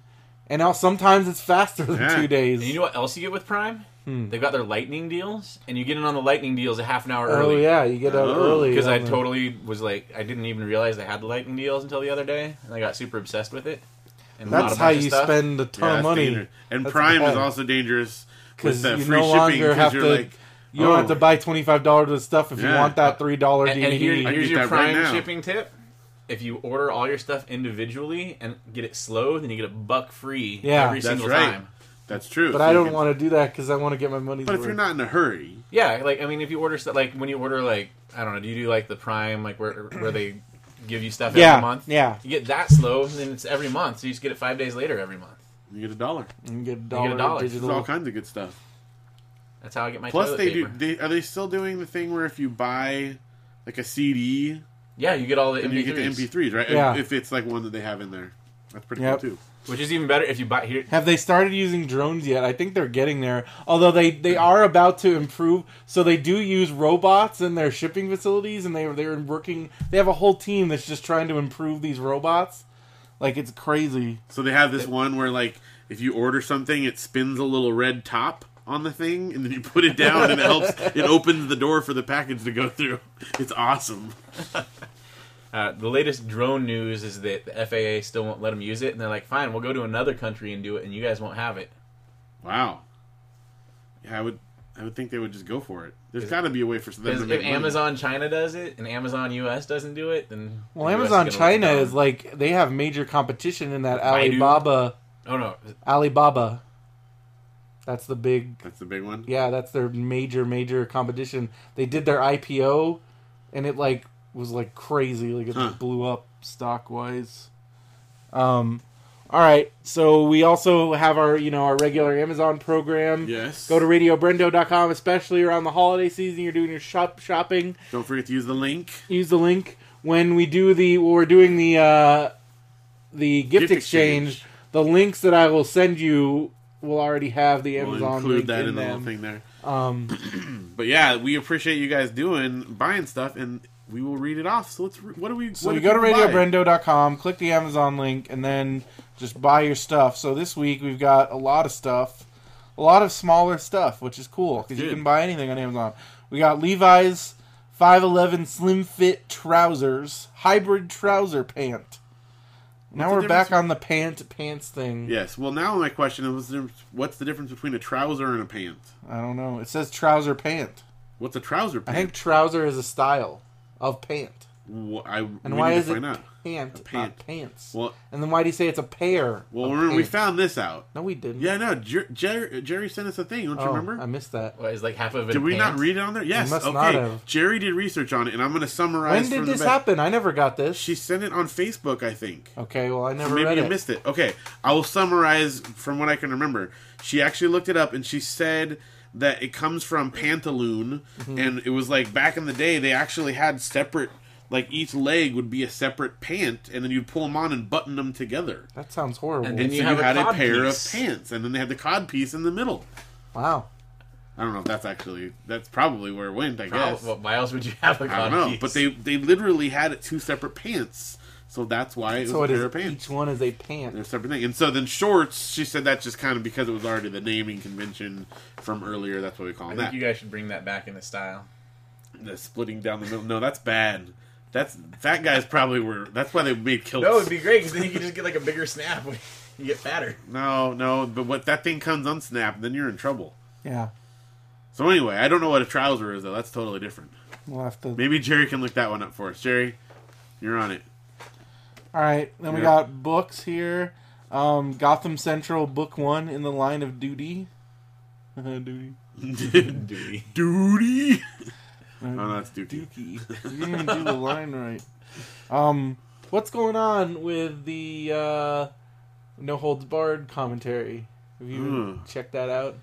[SPEAKER 2] and now sometimes it's faster than
[SPEAKER 3] Yeah.
[SPEAKER 2] two days.
[SPEAKER 4] And you know what else you get with Prime?
[SPEAKER 2] Hmm.
[SPEAKER 4] They've got their lightning deals, and you get in on the lightning deals a half an hour
[SPEAKER 2] oh
[SPEAKER 4] early.
[SPEAKER 2] yeah, you get out
[SPEAKER 3] Oh,
[SPEAKER 2] early
[SPEAKER 4] Because I
[SPEAKER 2] on the-
[SPEAKER 4] totally was like, I didn't even realize they had the lightning deals until the other day, and I got super obsessed with it. And bought a
[SPEAKER 2] That's
[SPEAKER 4] bunch
[SPEAKER 2] how
[SPEAKER 4] of
[SPEAKER 2] you
[SPEAKER 4] stuff.
[SPEAKER 2] spend a
[SPEAKER 3] Yeah,
[SPEAKER 2] ton of
[SPEAKER 3] that's
[SPEAKER 2] money.
[SPEAKER 3] dangerous. And
[SPEAKER 2] That's
[SPEAKER 3] Prime is
[SPEAKER 2] bad.
[SPEAKER 3] also dangerous with
[SPEAKER 2] because
[SPEAKER 3] the
[SPEAKER 2] you
[SPEAKER 3] free
[SPEAKER 2] no
[SPEAKER 3] shipping
[SPEAKER 2] longer
[SPEAKER 3] because
[SPEAKER 2] have
[SPEAKER 3] you're
[SPEAKER 2] to.
[SPEAKER 3] like,
[SPEAKER 2] you don't
[SPEAKER 3] oh.
[SPEAKER 2] have to buy twenty five dollars of stuff if you
[SPEAKER 3] Yeah.
[SPEAKER 2] want that three dollar
[SPEAKER 4] And, and here-
[SPEAKER 2] DVD.
[SPEAKER 3] I
[SPEAKER 4] here's
[SPEAKER 3] get
[SPEAKER 4] your
[SPEAKER 3] that right
[SPEAKER 4] Prime
[SPEAKER 3] now.
[SPEAKER 4] shipping tip. If you order all your stuff individually and get it slow, then you get a buck free
[SPEAKER 2] Yeah.
[SPEAKER 4] every
[SPEAKER 3] That's
[SPEAKER 4] single
[SPEAKER 3] right.
[SPEAKER 4] time.
[SPEAKER 3] that's true.
[SPEAKER 2] but
[SPEAKER 3] So
[SPEAKER 2] I
[SPEAKER 3] you
[SPEAKER 2] don't
[SPEAKER 3] can-
[SPEAKER 2] want to do that because I want to get my money.
[SPEAKER 3] But if you're not in a hurry,
[SPEAKER 4] Yeah, like I mean, if you order stuff, like when you order like I don't know, do you do like the Prime, like where where they give you stuff
[SPEAKER 2] yeah,
[SPEAKER 4] every month?
[SPEAKER 2] yeah,
[SPEAKER 4] You get that slow, and then it's every month. So you just get it five days later every month.
[SPEAKER 3] you get a dollar.
[SPEAKER 2] you can get a dollar,
[SPEAKER 4] dollar.
[SPEAKER 3] There's
[SPEAKER 2] digital.
[SPEAKER 3] all kinds of good stuff.
[SPEAKER 4] That's how I get my.
[SPEAKER 3] Plus,
[SPEAKER 4] toilet
[SPEAKER 3] they
[SPEAKER 4] paper.
[SPEAKER 3] do. They, are they still doing the thing where if you buy like a CD,
[SPEAKER 4] Yeah, you get all the
[SPEAKER 3] and
[SPEAKER 4] MP3s.
[SPEAKER 3] you get the MP3s, right? If-
[SPEAKER 2] Yeah.
[SPEAKER 3] If, it's like one that they have in there. That's pretty
[SPEAKER 2] Yep.
[SPEAKER 3] cool too.
[SPEAKER 5] Which is even better if you buy here.
[SPEAKER 2] Have they started using drones yet? I think they're getting there. Although they, they are about to improve, so they do use robots in their shipping facilities, and they they're working. They have a whole team that's just trying to improve these robots. Like it's crazy.
[SPEAKER 3] So they have this one where like if you order something, it spins a little red top on the thing, and then you put it down, and it helps. It opens the door for the package to go through. It's awesome.
[SPEAKER 5] Uh, the latest drone news is that the FAA still won't let them use it, and they're like, "Fine, we'll go to another country and do it, and you guys won't have it."
[SPEAKER 3] Wow. Yeah, I would. I would think they would just go for it. There's got to be a way for them
[SPEAKER 5] Because
[SPEAKER 3] to
[SPEAKER 5] if
[SPEAKER 3] make money.
[SPEAKER 5] Amazon China does it and Amazon US doesn't do it, then
[SPEAKER 2] Well,
[SPEAKER 5] the US
[SPEAKER 2] Amazon
[SPEAKER 5] is gonna look
[SPEAKER 2] China
[SPEAKER 5] dumb.
[SPEAKER 2] is like they have major competition in that
[SPEAKER 5] Baidu?
[SPEAKER 2] Alibaba.
[SPEAKER 5] oh no,
[SPEAKER 2] Alibaba. That's the big.
[SPEAKER 3] That's the big one.
[SPEAKER 2] Yeah, that's their major major competition. They did their IPO, and it like was like crazy. Like it
[SPEAKER 3] Huh.
[SPEAKER 2] blew up stock wise. Um. All right, so we also have our you know our regular Amazon program.
[SPEAKER 3] Yes.
[SPEAKER 2] Go to radiobrendo.com, especially around the holiday season. You're doing your shop shopping
[SPEAKER 3] Don't forget to use the link.
[SPEAKER 2] use the link when we do the when we're doing the uh, the gift,
[SPEAKER 3] Gift
[SPEAKER 2] exchange,
[SPEAKER 3] exchange.
[SPEAKER 2] The links that I will send you will already have the Amazon
[SPEAKER 3] We'll include
[SPEAKER 2] link
[SPEAKER 3] that
[SPEAKER 2] in,
[SPEAKER 3] in the
[SPEAKER 2] them.
[SPEAKER 3] little thing there.
[SPEAKER 2] Um,
[SPEAKER 3] But yeah, we appreciate you guys doing buying stuff, and we will read it off. So let's. Re- what do we?
[SPEAKER 2] so
[SPEAKER 3] what
[SPEAKER 2] you
[SPEAKER 3] do
[SPEAKER 2] go to
[SPEAKER 3] people buy?
[SPEAKER 2] radiobrendo.com, click the Amazon link, and then just buy your stuff. So this week we've got a lot of stuff, a lot of smaller stuff, which is cool because you
[SPEAKER 3] good.
[SPEAKER 2] can buy anything on Amazon. We got Levi's 511 Slim Fit Trousers, Hybrid Trouser Pant. Now
[SPEAKER 3] the
[SPEAKER 2] we're back
[SPEAKER 3] difference-
[SPEAKER 2] on the pant pants thing.
[SPEAKER 3] Yes. Well, now my question is: what's the- What's the difference between a trouser and a pant?
[SPEAKER 2] I don't know. It says trouser pant.
[SPEAKER 3] What's a trouser
[SPEAKER 2] I
[SPEAKER 3] pant?
[SPEAKER 2] think trouser is a style of pant.
[SPEAKER 3] Wh- I,
[SPEAKER 2] And why is it
[SPEAKER 3] find out.
[SPEAKER 2] pant,
[SPEAKER 3] pant.
[SPEAKER 2] not pants?
[SPEAKER 3] Well,
[SPEAKER 2] and then why do you say it's a pair?
[SPEAKER 3] well,
[SPEAKER 2] of
[SPEAKER 3] remember we
[SPEAKER 2] pants?
[SPEAKER 3] found this out.
[SPEAKER 2] No, we didn't.
[SPEAKER 3] Yeah, no. Jer- Jer- Jerry sent us a thing. Don't you
[SPEAKER 2] Oh,
[SPEAKER 3] remember?
[SPEAKER 2] I missed that.
[SPEAKER 5] what is like half of it?
[SPEAKER 3] did we not
[SPEAKER 5] pants?
[SPEAKER 3] read it on there? Yes.
[SPEAKER 2] must
[SPEAKER 3] okay.
[SPEAKER 2] not have.
[SPEAKER 3] Jerry did research on it, and I'm going to summarize.
[SPEAKER 2] When did
[SPEAKER 3] from the
[SPEAKER 2] this
[SPEAKER 3] back.
[SPEAKER 2] happen? I never got this.
[SPEAKER 3] She sent it on Facebook, I think.
[SPEAKER 2] Okay, well I never
[SPEAKER 3] Maybe
[SPEAKER 2] read
[SPEAKER 3] you
[SPEAKER 2] it.
[SPEAKER 3] missed it. Okay, I will summarize from what I can remember. She actually looked it up and she said that it comes from pantaloon,
[SPEAKER 5] Mm-hmm.
[SPEAKER 3] and it was like back in the day they actually had separate, like each leg would be a separate pant, and then you'd pull them on and button them together.
[SPEAKER 2] That sounds horrible.
[SPEAKER 5] And
[SPEAKER 3] And
[SPEAKER 5] then- you
[SPEAKER 3] so you,
[SPEAKER 5] have a
[SPEAKER 3] had a
[SPEAKER 5] cod
[SPEAKER 3] pair
[SPEAKER 5] piece.
[SPEAKER 3] of pants, and then they had the cod piece in the middle.
[SPEAKER 2] wow.
[SPEAKER 3] I don't know if that's actually that's probably where it went. I
[SPEAKER 5] Wow,
[SPEAKER 3] guess
[SPEAKER 5] well, why else would you have a
[SPEAKER 3] I don't know, but they they literally had it two separate pants, so that's why it was
[SPEAKER 2] So
[SPEAKER 3] a
[SPEAKER 2] it
[SPEAKER 3] pair
[SPEAKER 2] is
[SPEAKER 3] of pants.
[SPEAKER 2] each one is a pant.
[SPEAKER 3] They're separate thing. And so then shorts, she said that's just kind of because it was already the naming convention from earlier. That's what we
[SPEAKER 5] I
[SPEAKER 3] call them
[SPEAKER 5] think
[SPEAKER 3] that.
[SPEAKER 5] you guys should bring that back into style.
[SPEAKER 3] the splitting down the middle. No, that's bad. That's fat guys probably were. That's why they made kilts.
[SPEAKER 5] No, it'd be great because then you could just get like a bigger snap. When you get fatter.
[SPEAKER 3] no, no. But what that thing comes unsnapped, then you're in trouble.
[SPEAKER 2] Yeah.
[SPEAKER 3] So anyway, I don't know what a trouser is though. That's totally different.
[SPEAKER 2] We'll have to.
[SPEAKER 3] Maybe Jerry can look that one up for us. Jerry, you're on it.
[SPEAKER 2] All right. Then we
[SPEAKER 3] Yeah.
[SPEAKER 2] got books here. Um, Gotham Central, Book One, in the line of duty. duty.
[SPEAKER 3] Duty. Duty. oh, no, that's Dookie.
[SPEAKER 2] Dookie. You didn't even do the line right. Um, what's going on with the uh, no holds barred commentary? Have you
[SPEAKER 3] Mm.
[SPEAKER 2] checked that out?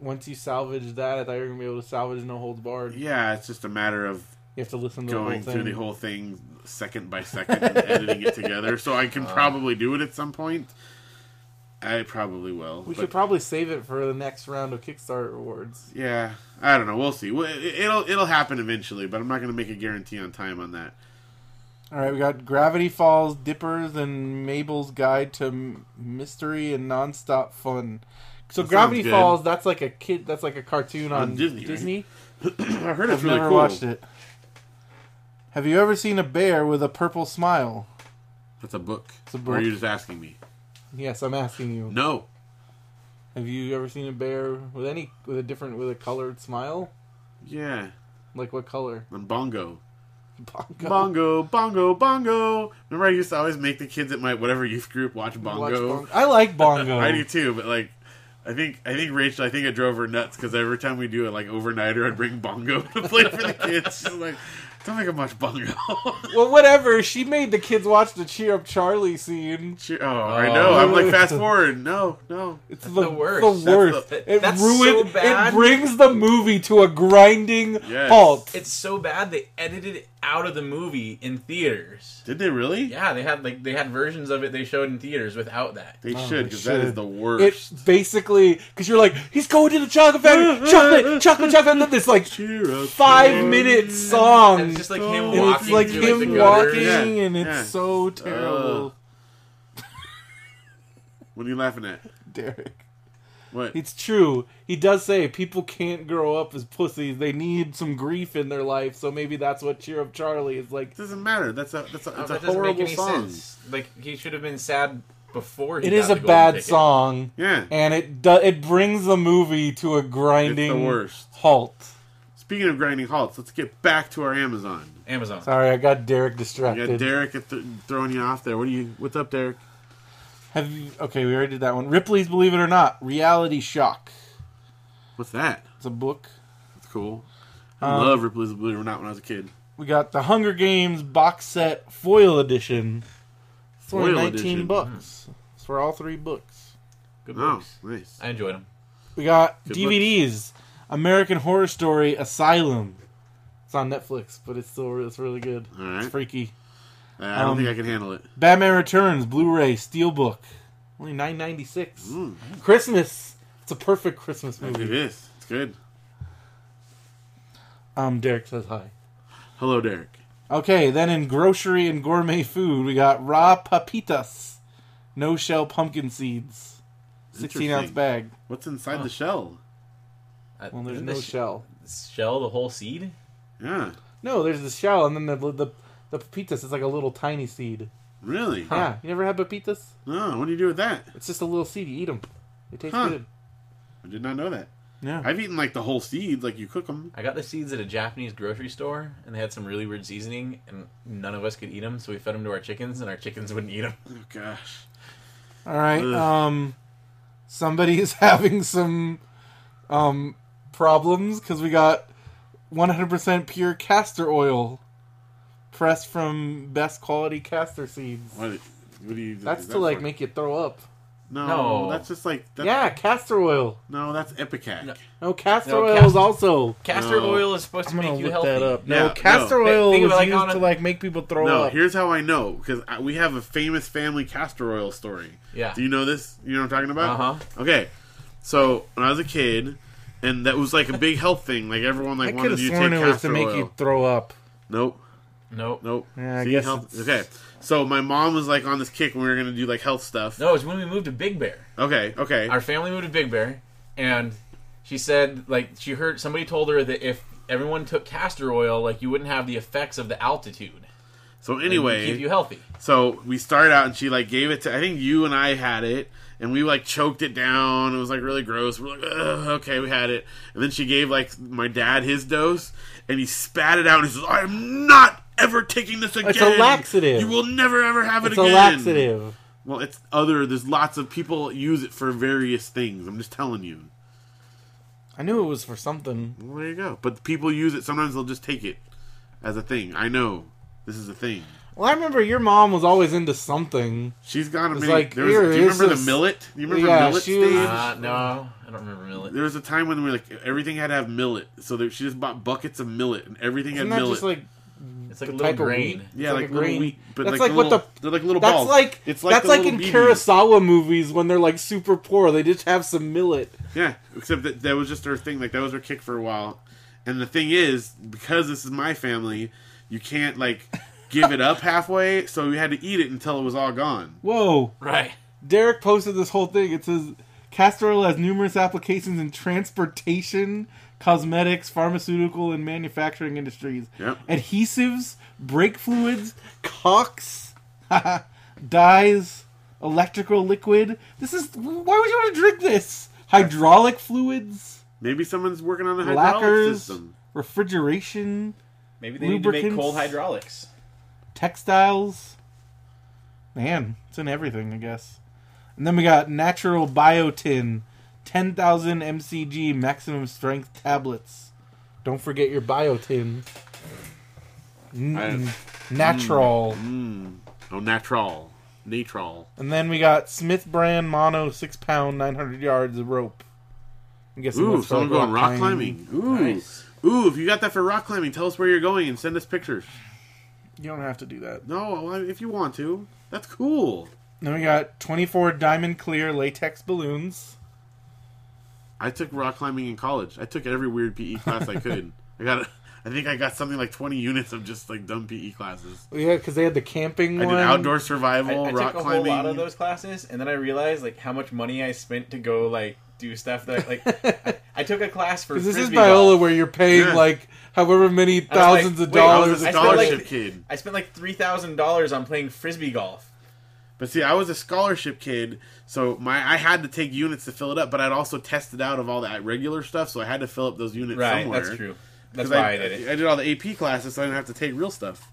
[SPEAKER 2] Once you salvage that, I thought you were gonna be able to salvage no holds barred. You
[SPEAKER 3] Yeah, it's just a matter of
[SPEAKER 2] have to listen to the whole
[SPEAKER 3] going
[SPEAKER 2] thing.
[SPEAKER 3] through the whole thing second by second and editing it together. So I
[SPEAKER 2] Uh.
[SPEAKER 3] can probably do it at some point. I probably will.
[SPEAKER 2] we
[SPEAKER 3] but
[SPEAKER 2] should probably save it for the next round of Kickstarter awards.
[SPEAKER 3] yeah, I don't know. We'll see. Well, it- It'll it'll happen eventually, but I'm not going to make a guarantee on time on that.
[SPEAKER 2] All right, we got Gravity Falls, Dippers, and Mabel's Guide to M- Mystery and Nonstop Fun. So
[SPEAKER 3] That sounds
[SPEAKER 2] Gravity
[SPEAKER 3] good.
[SPEAKER 2] Falls, that's like a kid, that's like a cartoon on,
[SPEAKER 3] Disney, right?
[SPEAKER 2] Disney.
[SPEAKER 3] I heard it's
[SPEAKER 2] I've
[SPEAKER 3] really
[SPEAKER 2] never
[SPEAKER 3] cool.
[SPEAKER 2] watched it. Have you ever seen a bear with a purple smile?
[SPEAKER 3] That's a book.
[SPEAKER 2] a
[SPEAKER 3] Or are
[SPEAKER 2] book.
[SPEAKER 3] you just asking me?
[SPEAKER 2] Yes, I'm asking you.
[SPEAKER 3] No.
[SPEAKER 2] Have you ever seen a bear with any with a different with a colored smile?
[SPEAKER 3] Yeah,
[SPEAKER 2] Like what color?
[SPEAKER 3] on bongo.
[SPEAKER 2] Bongo.
[SPEAKER 3] Bongo, bongo, bongo. Remember, I used to always make the kids at my whatever youth group watch
[SPEAKER 2] Watch
[SPEAKER 3] bongo.
[SPEAKER 2] Bong- I like bongo.
[SPEAKER 3] I do too, but like, I think I think Rachel, I think it drove her nuts because every time we do it, like overnighter, I'd bring Bongo to play for the kids. She's like, don't make them watch Bongo.
[SPEAKER 2] well, whatever. She made the kids watch the cheer up Charlie scene.
[SPEAKER 3] She- oh, I know. I'm like fast forward. No, no.
[SPEAKER 2] It's
[SPEAKER 5] the worst.
[SPEAKER 2] The
[SPEAKER 5] That's
[SPEAKER 2] worst.
[SPEAKER 5] the-
[SPEAKER 2] it
[SPEAKER 5] that's
[SPEAKER 2] ruined.
[SPEAKER 5] so bad.
[SPEAKER 2] It brings the movie to a grinding
[SPEAKER 3] Yes.
[SPEAKER 2] halt.
[SPEAKER 5] It's so bad they edited it
[SPEAKER 4] out of the movie in theaters.
[SPEAKER 3] Did they really?
[SPEAKER 4] Yeah, they had like they had versions of it they showed in theaters without that.
[SPEAKER 3] They
[SPEAKER 2] Oh,
[SPEAKER 3] should
[SPEAKER 2] they
[SPEAKER 3] because that is
[SPEAKER 2] should.
[SPEAKER 3] the
[SPEAKER 2] It
[SPEAKER 3] worst.
[SPEAKER 2] basically because you're like he's going to the chocolate factory, chocolate, chocolate, chocolate. And then this like
[SPEAKER 3] Cheer up,
[SPEAKER 2] five
[SPEAKER 3] son.
[SPEAKER 2] minute
[SPEAKER 4] And
[SPEAKER 2] song,
[SPEAKER 4] it's just like
[SPEAKER 3] Oh.
[SPEAKER 4] him
[SPEAKER 2] and it's
[SPEAKER 4] walking
[SPEAKER 2] like
[SPEAKER 4] through like,
[SPEAKER 2] him walking,
[SPEAKER 4] the gutters.
[SPEAKER 3] Yeah,
[SPEAKER 2] and it's
[SPEAKER 3] yeah.
[SPEAKER 2] so terrible.
[SPEAKER 3] What are you laughing at?
[SPEAKER 2] Derek,
[SPEAKER 3] What?
[SPEAKER 2] it's true. He does say people can't grow up as pussies. They need some grief in their life, so maybe that's what "Cheer Up, Charlie" is like.
[SPEAKER 3] It doesn't matter. That's a that's a,
[SPEAKER 4] Oh,
[SPEAKER 3] it's
[SPEAKER 4] that
[SPEAKER 3] a
[SPEAKER 4] doesn't make
[SPEAKER 3] horrible
[SPEAKER 4] any
[SPEAKER 3] song.
[SPEAKER 4] sense. Like he should have been sad before. He
[SPEAKER 2] It
[SPEAKER 4] got
[SPEAKER 2] is
[SPEAKER 4] the
[SPEAKER 2] a
[SPEAKER 4] golden
[SPEAKER 2] bad
[SPEAKER 4] ticket.
[SPEAKER 2] song,
[SPEAKER 3] Yeah.
[SPEAKER 2] and it do- it brings the movie to a grinding
[SPEAKER 3] worst.
[SPEAKER 2] halt.
[SPEAKER 3] Speaking of grinding halts, let's get back to our Amazon.
[SPEAKER 4] Amazon.
[SPEAKER 2] Sorry, I got Derek
[SPEAKER 3] You
[SPEAKER 2] distracted.
[SPEAKER 3] got Derek th- throwing you off there. What do you? What's up, Derek?
[SPEAKER 2] Have you, okay, we already did that one. Ripley's Believe It or Not, Reality Shock.
[SPEAKER 3] What's that?
[SPEAKER 2] It's a book.
[SPEAKER 3] That's cool. I
[SPEAKER 2] Um,
[SPEAKER 3] love Ripley's Believe It or Not when I was a kid.
[SPEAKER 2] We got the Hunger Games box set foil edition. It's only
[SPEAKER 3] Foil
[SPEAKER 2] 19
[SPEAKER 3] edition.
[SPEAKER 2] bucks. It's for all three books.
[SPEAKER 4] Good
[SPEAKER 3] Oh,
[SPEAKER 4] books.
[SPEAKER 3] nice.
[SPEAKER 4] I enjoyed them.
[SPEAKER 2] We got
[SPEAKER 3] Good
[SPEAKER 2] DVDs. American Horror Story Asylum. It's on Netflix, but it's still it's really good.
[SPEAKER 3] All right.
[SPEAKER 2] It's freaky.
[SPEAKER 3] I I don't
[SPEAKER 2] Um,
[SPEAKER 3] think I can handle it.
[SPEAKER 2] Batman Returns Blu-ray Steelbook. Only 9.96.
[SPEAKER 3] Mm,
[SPEAKER 2] Christmas. It's a perfect Christmas
[SPEAKER 3] it
[SPEAKER 2] movie.
[SPEAKER 3] is. It's good.
[SPEAKER 2] Um Derek says hi.
[SPEAKER 3] Hello, Derek.
[SPEAKER 2] Okay, then in grocery and gourmet food, we got raw papitas, no shell pumpkin seeds, sixteen ounce
[SPEAKER 3] Interesting.
[SPEAKER 2] bag.
[SPEAKER 3] What's inside the shell?
[SPEAKER 4] I-
[SPEAKER 2] Well, there's
[SPEAKER 4] isn't
[SPEAKER 2] no
[SPEAKER 4] the sh-
[SPEAKER 2] shell.
[SPEAKER 4] Shell the whole seed.
[SPEAKER 3] Yeah.
[SPEAKER 2] No, there's the shell, and then the the the papitas is like a little tiny seed.
[SPEAKER 3] Really?
[SPEAKER 2] Yeah, you never had papitas?
[SPEAKER 3] No. What do you do with that?
[SPEAKER 2] It's just a little seed. You eat them. They taste
[SPEAKER 3] Huh.
[SPEAKER 2] good.
[SPEAKER 3] I did not know that.
[SPEAKER 2] Yeah.
[SPEAKER 3] I've eaten like the whole seeds, like you cook them.
[SPEAKER 4] I got the seeds at a Japanese grocery store, and they had some really weird seasoning, and none of us could eat them, so we fed them to our chickens, and our chickens wouldn't eat them.
[SPEAKER 3] Oh gosh.
[SPEAKER 2] All right.
[SPEAKER 3] Ugh.
[SPEAKER 2] Um, somebody is having some um problems because we got 100% pure castor oil pressed from best quality castor seeds.
[SPEAKER 3] What? What do you?
[SPEAKER 2] That's
[SPEAKER 3] is
[SPEAKER 2] to
[SPEAKER 3] that
[SPEAKER 2] like
[SPEAKER 3] for?
[SPEAKER 2] make you throw up.
[SPEAKER 3] No,
[SPEAKER 4] No.
[SPEAKER 3] That's just like. That's,
[SPEAKER 2] Yeah, castor oil.
[SPEAKER 3] No, that's Epicac.
[SPEAKER 4] No.
[SPEAKER 2] No, castor
[SPEAKER 4] No,
[SPEAKER 2] oil is
[SPEAKER 4] cast-
[SPEAKER 2] also.
[SPEAKER 4] Castor
[SPEAKER 3] No.
[SPEAKER 4] oil is supposed to make you healthy.
[SPEAKER 2] No,
[SPEAKER 3] Yeah,
[SPEAKER 2] castor
[SPEAKER 4] no.
[SPEAKER 2] oil
[SPEAKER 4] Think of
[SPEAKER 2] was
[SPEAKER 4] it like
[SPEAKER 2] used
[SPEAKER 4] on a-
[SPEAKER 2] to like make people throw
[SPEAKER 3] No,
[SPEAKER 2] up.
[SPEAKER 3] here's how I know because we have a famous family castor oil story.
[SPEAKER 4] Yeah.
[SPEAKER 3] Do you know this? You know what I'm talking about?
[SPEAKER 4] Uh-huh.
[SPEAKER 3] Okay. So when I was a kid, and that was like a big health thing. Like everyone
[SPEAKER 2] I
[SPEAKER 3] like
[SPEAKER 2] could
[SPEAKER 3] wanted
[SPEAKER 2] have
[SPEAKER 3] you to
[SPEAKER 2] sworn
[SPEAKER 3] take
[SPEAKER 2] it
[SPEAKER 3] castor
[SPEAKER 2] was to make
[SPEAKER 3] oil.
[SPEAKER 2] you throw up.
[SPEAKER 3] Nope.
[SPEAKER 4] Nope. No.
[SPEAKER 3] Nope.
[SPEAKER 2] Yeah, I guess
[SPEAKER 3] health-
[SPEAKER 2] it's-
[SPEAKER 3] Okay. So my mom was like on this kick when we were gonna do like health stuff.
[SPEAKER 4] No, it's when we moved to Big Bear.
[SPEAKER 3] Okay. Okay.
[SPEAKER 4] Our family moved to Big Bear, and she said, like, she heard somebody told her that if everyone took castor oil, like, you wouldn't have the effects of the altitude.
[SPEAKER 3] So
[SPEAKER 4] It would
[SPEAKER 3] anyway,
[SPEAKER 4] keep you healthy.
[SPEAKER 3] So we started out, and she like gave it to. I think you and I had it, and we like choked it down. It was like really gross. We're like, Ugh, okay, we had it, and then she gave like my dad his dose, and he spat it out, and he says, "I'm not ever taking this again.
[SPEAKER 2] a laxative.
[SPEAKER 3] You will never ever have it
[SPEAKER 2] It's a
[SPEAKER 3] again."
[SPEAKER 2] laxative.
[SPEAKER 3] Well, it's other. There's lots of people use it for various things. I'm just telling you.
[SPEAKER 2] I knew it was for something.
[SPEAKER 3] Well, there you go. But people use it. Sometimes they'll just take it as a thing. I know this is a thing.
[SPEAKER 2] Well, I remember your mom was always into something.
[SPEAKER 3] She's gone. a
[SPEAKER 2] It's
[SPEAKER 3] many,
[SPEAKER 2] like,
[SPEAKER 3] there was,
[SPEAKER 2] here,
[SPEAKER 3] do you
[SPEAKER 2] this
[SPEAKER 3] remember
[SPEAKER 2] is-
[SPEAKER 3] the millet? Do you remember
[SPEAKER 2] Yeah,
[SPEAKER 3] millet
[SPEAKER 2] she was-
[SPEAKER 3] stage?
[SPEAKER 4] Uh, no, I don't remember millet.
[SPEAKER 3] There was a time when we were like everything had to have millet, so there, she just bought buckets of millet, and everything
[SPEAKER 2] Isn't
[SPEAKER 3] had
[SPEAKER 2] that
[SPEAKER 3] millet.
[SPEAKER 2] just like
[SPEAKER 4] It's like a
[SPEAKER 2] the
[SPEAKER 4] little
[SPEAKER 2] type of
[SPEAKER 4] grain.
[SPEAKER 2] wheat?
[SPEAKER 3] yeah,
[SPEAKER 2] it's like
[SPEAKER 3] like,
[SPEAKER 2] a
[SPEAKER 3] little
[SPEAKER 2] grain-
[SPEAKER 3] wheat, but
[SPEAKER 2] that's
[SPEAKER 3] like,
[SPEAKER 2] like what
[SPEAKER 3] little,
[SPEAKER 2] the-
[SPEAKER 3] they're like little
[SPEAKER 2] that's
[SPEAKER 3] balls.
[SPEAKER 2] like
[SPEAKER 3] it's
[SPEAKER 2] that's
[SPEAKER 3] the
[SPEAKER 2] like in
[SPEAKER 3] little BBs.
[SPEAKER 2] Kurosawa movies when they're like super poor, they just have some millet.
[SPEAKER 3] Yeah, except that that was just her thing. Like that was her kick for a while. And the thing is, because this is my family, you can't like give it up halfway. So we had to eat it until it was all gone.
[SPEAKER 2] Whoa!
[SPEAKER 4] Right.
[SPEAKER 2] Derek posted this whole thing. It says castor oil has numerous applications in transportation, cosmetics, pharmaceutical, and manufacturing industries.
[SPEAKER 3] Yep.
[SPEAKER 2] Adhesives, brake fluids, caulks, dyes, electrical liquid. This is why would you want to drink this? Hydraulic fluids,
[SPEAKER 3] Maybe someone's working on the hydraulic
[SPEAKER 2] lacquers,
[SPEAKER 3] system.
[SPEAKER 2] refrigeration,
[SPEAKER 4] Maybe
[SPEAKER 2] they need to make Lubricants. cold
[SPEAKER 4] hydraulics.
[SPEAKER 2] textiles. Man, it's in everything, I guess. And then we got natural biotin, 10,000 mcg maximum strength tablets. Don't forget your biotin. N- natural.
[SPEAKER 3] Oh, natural, natural.
[SPEAKER 2] And then we got Smith brand mono 6 pound 900 yards of rope. I'm guessing
[SPEAKER 3] Ooh,
[SPEAKER 2] that's for,
[SPEAKER 3] someone
[SPEAKER 2] like,
[SPEAKER 3] going rock climbing. Ooh,
[SPEAKER 4] Nice.
[SPEAKER 3] ooh. If you got that for rock climbing, tell us where you're going and send us pictures.
[SPEAKER 2] You don't have to do that.
[SPEAKER 3] No, I- if you want to, that's cool.
[SPEAKER 2] Then we got 24 diamond clear latex balloons.
[SPEAKER 3] I took rock climbing in college. I took every weird PE class I could. I got, I think I got something like twenty units of just like dumb PE classes.
[SPEAKER 2] Yeah, because they had the camping
[SPEAKER 3] I
[SPEAKER 2] one.
[SPEAKER 3] did outdoor survival,
[SPEAKER 5] I, I
[SPEAKER 3] rock
[SPEAKER 5] took a
[SPEAKER 3] climbing.
[SPEAKER 5] whole lot of those classes, and then I realized like how much money I spent to go like do stuff that like I, I took a class for
[SPEAKER 2] 'Cause This is
[SPEAKER 5] frisbee golf.
[SPEAKER 2] Biola where you're paying
[SPEAKER 3] Yeah.
[SPEAKER 2] like however many
[SPEAKER 5] was like,
[SPEAKER 2] thousands of
[SPEAKER 5] wait, I
[SPEAKER 3] I
[SPEAKER 2] dollars.
[SPEAKER 3] was a
[SPEAKER 5] I spent, like,
[SPEAKER 3] scholarship kid.
[SPEAKER 5] I spent like three thousand dollars on playing frisbee golf.
[SPEAKER 3] But see, I was a scholarship kid, so my I had to take units to fill it up. But I'd also tested out of all that regular stuff, so I had to fill up those units
[SPEAKER 5] Right,
[SPEAKER 3] somewhere.
[SPEAKER 5] that's true. That's
[SPEAKER 3] 'Cause
[SPEAKER 5] why I, did it.
[SPEAKER 3] I did all the AP classes, so I didn't have to take real stuff.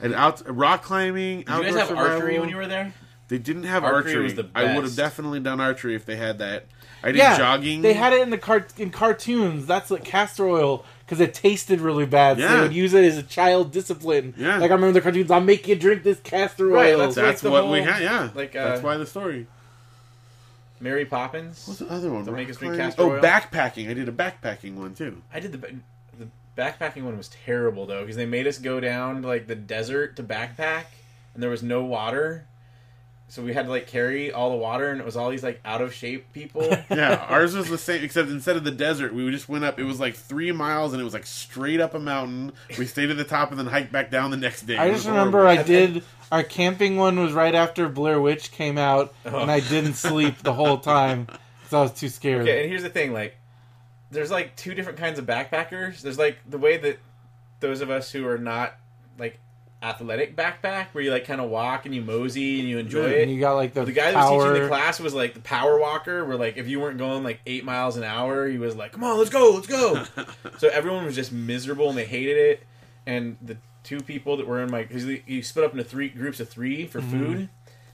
[SPEAKER 3] And out rock climbing,
[SPEAKER 5] Did you
[SPEAKER 3] outdoor
[SPEAKER 5] guys have
[SPEAKER 3] survival.
[SPEAKER 5] archery when you were there?
[SPEAKER 3] They didn't have archery.
[SPEAKER 5] Archery was the
[SPEAKER 3] I would have
[SPEAKER 5] best.
[SPEAKER 3] definitely done archery if they had that. I did
[SPEAKER 2] yeah,
[SPEAKER 3] jogging.
[SPEAKER 2] They had it in the cart in cartoons. That's like castor oil because it tasted really bad. So
[SPEAKER 3] Yeah.
[SPEAKER 2] they would use it as a child discipline.
[SPEAKER 3] Yeah.
[SPEAKER 2] Like I remember the cartoons. I'll make you drink this castor
[SPEAKER 5] Right,
[SPEAKER 2] oil.
[SPEAKER 5] that's like
[SPEAKER 2] That's,
[SPEAKER 3] That's
[SPEAKER 5] the
[SPEAKER 3] what we
[SPEAKER 5] whole-
[SPEAKER 3] had. Yeah,
[SPEAKER 5] like,
[SPEAKER 3] that's
[SPEAKER 5] uh,
[SPEAKER 3] why the story.
[SPEAKER 5] Mary Poppins.
[SPEAKER 3] What's the other one?
[SPEAKER 5] Don't
[SPEAKER 3] Rock
[SPEAKER 5] make us drink
[SPEAKER 3] climbing?
[SPEAKER 5] castor
[SPEAKER 3] Oh,
[SPEAKER 5] oil.
[SPEAKER 3] backpacking. I did a backpacking one too.
[SPEAKER 5] I did the ba- the backpacking one was terrible though because they made us go down to, like the desert to backpack and there was no water, so we had to like carry all the water and it was all these like out of shape people.
[SPEAKER 3] yeah, ours was the same, except instead of the desert, we just went up. It was like three miles, and it was like straight up a mountain. We stayed at the top and then hiked back down the next day. It
[SPEAKER 2] I
[SPEAKER 3] was
[SPEAKER 2] just
[SPEAKER 3] horrible.
[SPEAKER 2] remember I
[SPEAKER 5] I
[SPEAKER 2] did
[SPEAKER 5] think-
[SPEAKER 2] our camping one was right after Blair Witch came out,
[SPEAKER 3] Oh.
[SPEAKER 2] and I didn't sleep the whole time because I was too scared.
[SPEAKER 5] Okay, and here's the thing: like, there's like two different kinds of backpackers. There's like the way that those of us who are not like athletic backpack, where you like kind of walk and you mosey and you enjoy
[SPEAKER 2] And
[SPEAKER 5] it.
[SPEAKER 2] you got like the,
[SPEAKER 5] The guy that was
[SPEAKER 2] power.
[SPEAKER 5] teaching the class was like the power walker, where like if you weren't going like eight miles an hour, he was like, "Come on, let's go, let's go." so everyone was just miserable and they hated it. And the two people that were in my, because you split up into three groups of three for food. And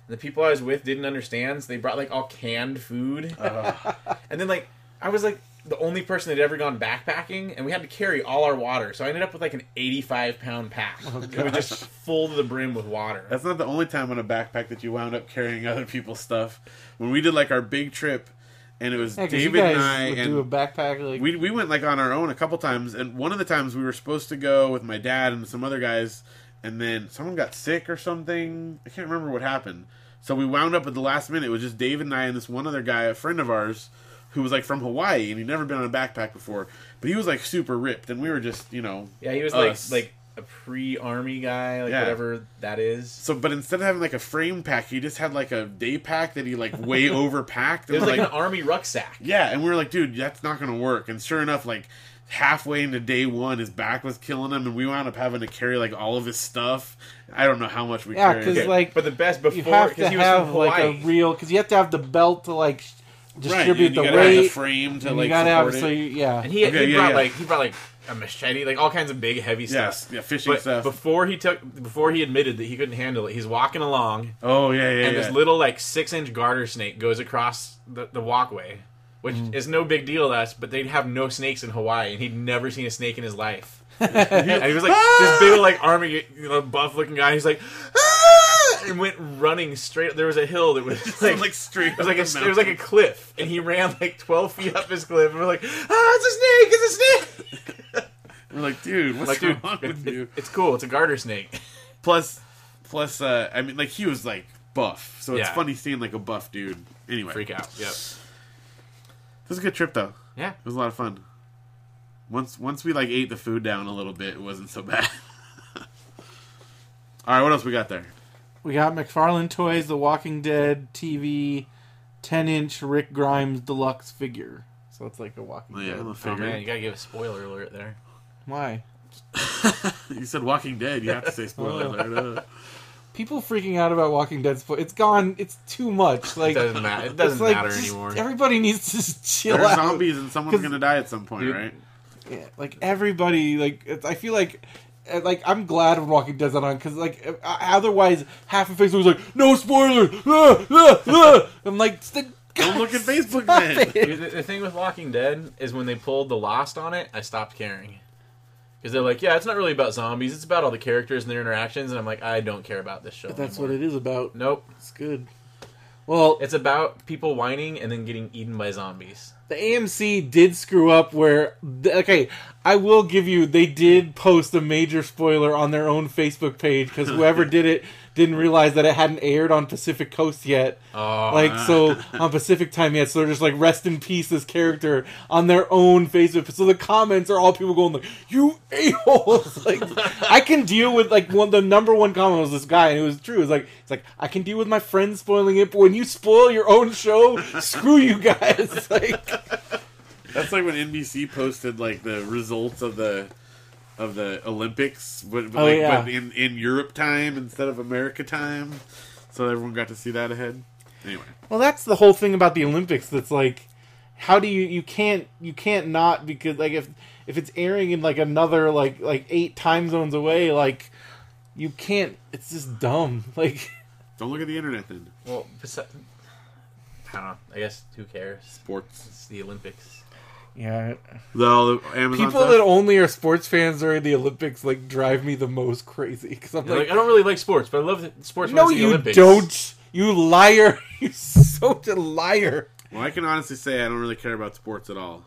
[SPEAKER 5] the people I was with didn't understand, so they brought like all canned food. and then like I was like the only person that had ever gone backpacking, and we had to carry all our water. So I ended up with like an 85 pound pack. it was just full to the brim with water.
[SPEAKER 3] That's not the only time on a backpack that you wound up carrying other people's stuff. When we did like our big trip, and it was
[SPEAKER 2] Yeah, 'cause you
[SPEAKER 3] David
[SPEAKER 2] guys
[SPEAKER 3] and I,
[SPEAKER 2] would
[SPEAKER 3] and
[SPEAKER 2] do a backpack like
[SPEAKER 3] we, we went like on our own a couple times and one of the times we were supposed to go with my dad and some other guys and then someone got sick or something i can't remember what happened so we wound up at the last minute it was just david and i and this one other guy a friend of ours who was like from hawaii and he'd never been on a backpack before but he was like super ripped and we were just you know
[SPEAKER 5] Yeah, he was
[SPEAKER 3] us.
[SPEAKER 5] like like a pre-army guy, like
[SPEAKER 3] Yeah.
[SPEAKER 5] whatever that is.
[SPEAKER 3] so but instead of having like a frame pack he just had like a day pack that he like way overpacked
[SPEAKER 5] It
[SPEAKER 3] and
[SPEAKER 5] was like an army rucksack.
[SPEAKER 3] Yeah, and we were like, dude, that's not gonna work. And sure enough, like halfway into day one, his back was killing him, and we wound up having to carry like all of his stuff. I don't know how much we
[SPEAKER 2] Yeah,
[SPEAKER 3] carried.
[SPEAKER 2] 'cause,
[SPEAKER 3] Okay.
[SPEAKER 2] like,
[SPEAKER 5] but the best
[SPEAKER 2] you
[SPEAKER 5] before
[SPEAKER 2] have to
[SPEAKER 5] because he was from
[SPEAKER 2] have like
[SPEAKER 5] Hawaii.
[SPEAKER 2] a real because you have to have the belt to like sh-
[SPEAKER 3] right,
[SPEAKER 2] distribute the
[SPEAKER 3] you, you gotta have the
[SPEAKER 2] weight.
[SPEAKER 3] frame to
[SPEAKER 2] and
[SPEAKER 3] like
[SPEAKER 2] you gotta have
[SPEAKER 3] support
[SPEAKER 2] so
[SPEAKER 3] it.
[SPEAKER 2] you, yeah.
[SPEAKER 4] And he,
[SPEAKER 3] Okay,
[SPEAKER 4] he
[SPEAKER 3] yeah,
[SPEAKER 4] brought
[SPEAKER 3] yeah.
[SPEAKER 4] like he brought like a machete, like all kinds of big heavy
[SPEAKER 3] Yes,
[SPEAKER 4] stuff.
[SPEAKER 3] yeah, fishing
[SPEAKER 4] But
[SPEAKER 3] stuff.
[SPEAKER 4] before he took, before he admitted that he couldn't handle it, he's walking along,
[SPEAKER 3] oh yeah, yeah,
[SPEAKER 4] and
[SPEAKER 3] yeah.
[SPEAKER 4] this little like six inch garter snake goes across the, the walkway, which
[SPEAKER 3] Mm.
[SPEAKER 4] is no big deal to us. But they'd have no snakes in Hawaii, and he'd never seen a snake in his life. and he was like this big old, like army you know, buff looking guy. He's like. "Ah!" And went running straight. There was a hill that was
[SPEAKER 3] Like,
[SPEAKER 4] like,
[SPEAKER 3] like straight.
[SPEAKER 4] it was like a,
[SPEAKER 3] up the
[SPEAKER 4] it was like a cliff, and he ran like twelve feet up his cliff, and we're like, ah, it's a snake, it's a snake.
[SPEAKER 3] mountain. We're like, dude, what's
[SPEAKER 4] Like, dude,
[SPEAKER 3] wrong
[SPEAKER 4] it-
[SPEAKER 3] with
[SPEAKER 4] it-
[SPEAKER 3] you?
[SPEAKER 4] it's cool. It's a garter snake.
[SPEAKER 3] Plus, plus, uh, I mean, like he was like buff, so it's
[SPEAKER 4] Yeah.
[SPEAKER 3] funny seeing like a buff dude. Anyway,
[SPEAKER 4] Freak out. Yep.
[SPEAKER 3] it was a good trip though.
[SPEAKER 4] Yeah.
[SPEAKER 3] It was a lot of fun. Once once we like ate the food down a little bit, it wasn't so bad. All right, what else we got there?
[SPEAKER 2] we got McFarlane Toys, The Walking Dead TV, ten inch Rick Grimes deluxe figure. So it's like a Walking
[SPEAKER 3] Oh, yeah,
[SPEAKER 2] Dead.
[SPEAKER 3] I'm a
[SPEAKER 4] Oh man,
[SPEAKER 3] figure.
[SPEAKER 4] you gotta give a spoiler alert there.
[SPEAKER 2] Why?
[SPEAKER 3] you said Walking Dead. You have to say spoiler alert. Uh,
[SPEAKER 2] People freaking out about Walking Dead. Spo- it's gone. It's too much.
[SPEAKER 4] It
[SPEAKER 2] Like
[SPEAKER 4] doesn't matter. It
[SPEAKER 2] it's
[SPEAKER 4] doesn't
[SPEAKER 2] like,
[SPEAKER 4] matter
[SPEAKER 2] just-
[SPEAKER 4] anymore.
[SPEAKER 2] Everybody needs to just chill
[SPEAKER 3] There's
[SPEAKER 2] out.
[SPEAKER 3] zombies and someone's
[SPEAKER 2] 'Cause-
[SPEAKER 3] gonna die at some point,
[SPEAKER 4] Dude.
[SPEAKER 3] right?
[SPEAKER 2] Yeah, like everybody, like it's, I feel like, uh, like I'm glad when Walking Dead's not on because like uh, otherwise half of Facebook was like no spoilers. ah, ah, ah." I'm like "St-
[SPEAKER 3] Don't look at Facebook
[SPEAKER 2] stop
[SPEAKER 3] then.
[SPEAKER 2] it."
[SPEAKER 4] Dude, the, the thing with Walking Dead is when they pulled the Lost on it, I stopped caring. Because they're like, yeah, it's not really about zombies. It's about all the characters and their interactions. And I'm like, I don't care about this show.
[SPEAKER 2] That's
[SPEAKER 4] anymore.
[SPEAKER 2] what it is about.
[SPEAKER 4] Nope.
[SPEAKER 2] It's good. Well,
[SPEAKER 4] It's about people whining and then getting eaten by zombies.
[SPEAKER 2] the AMC did screw up where th- okay, I will give you they did post a major spoiler on their own Facebook page cuz whoever did it didn't realize that it hadn't aired on Pacific Coast yet.
[SPEAKER 4] Oh,
[SPEAKER 2] Like so on Pacific time yet, so they're just like rest in peace this character on their own Facebook. So the comments are all people going like, "You a holes!" Like I can deal with like one the number one comment was this guy, and it was true. It's like it's like I can deal with my friends spoiling it, but when you spoil your own show, screw you guys. Like
[SPEAKER 3] That's like when NBC posted like the results of the of the Olympics, but, but,
[SPEAKER 2] Oh,
[SPEAKER 3] like,
[SPEAKER 2] yeah.
[SPEAKER 3] but in in Europe time instead of America time, so everyone got to see that ahead. Anyway,
[SPEAKER 2] Well, that's the whole thing about the Olympics. That's like, how do you you can't you can't not because like if if it's airing in like another like like eight time zones away, like you can't. It's just dumb. Like
[SPEAKER 3] don't look at the internet then.
[SPEAKER 4] well, besi- I don't know. I guess who cares?
[SPEAKER 3] Sports.
[SPEAKER 4] It's the Olympics.
[SPEAKER 2] yeah,
[SPEAKER 3] Though Amazon
[SPEAKER 2] people
[SPEAKER 3] stuff?
[SPEAKER 2] that only are sports fans during the Olympics like drive me the most crazy because I'm
[SPEAKER 4] You're
[SPEAKER 2] like,
[SPEAKER 4] like, I don't really like sports, but I love that
[SPEAKER 3] "Oh,
[SPEAKER 4] sports. when
[SPEAKER 2] no,
[SPEAKER 4] it's the
[SPEAKER 2] you
[SPEAKER 4] Olympics.
[SPEAKER 2] don't, you liar, you such a liar.
[SPEAKER 3] Well, I can honestly say I don't really care about sports at all.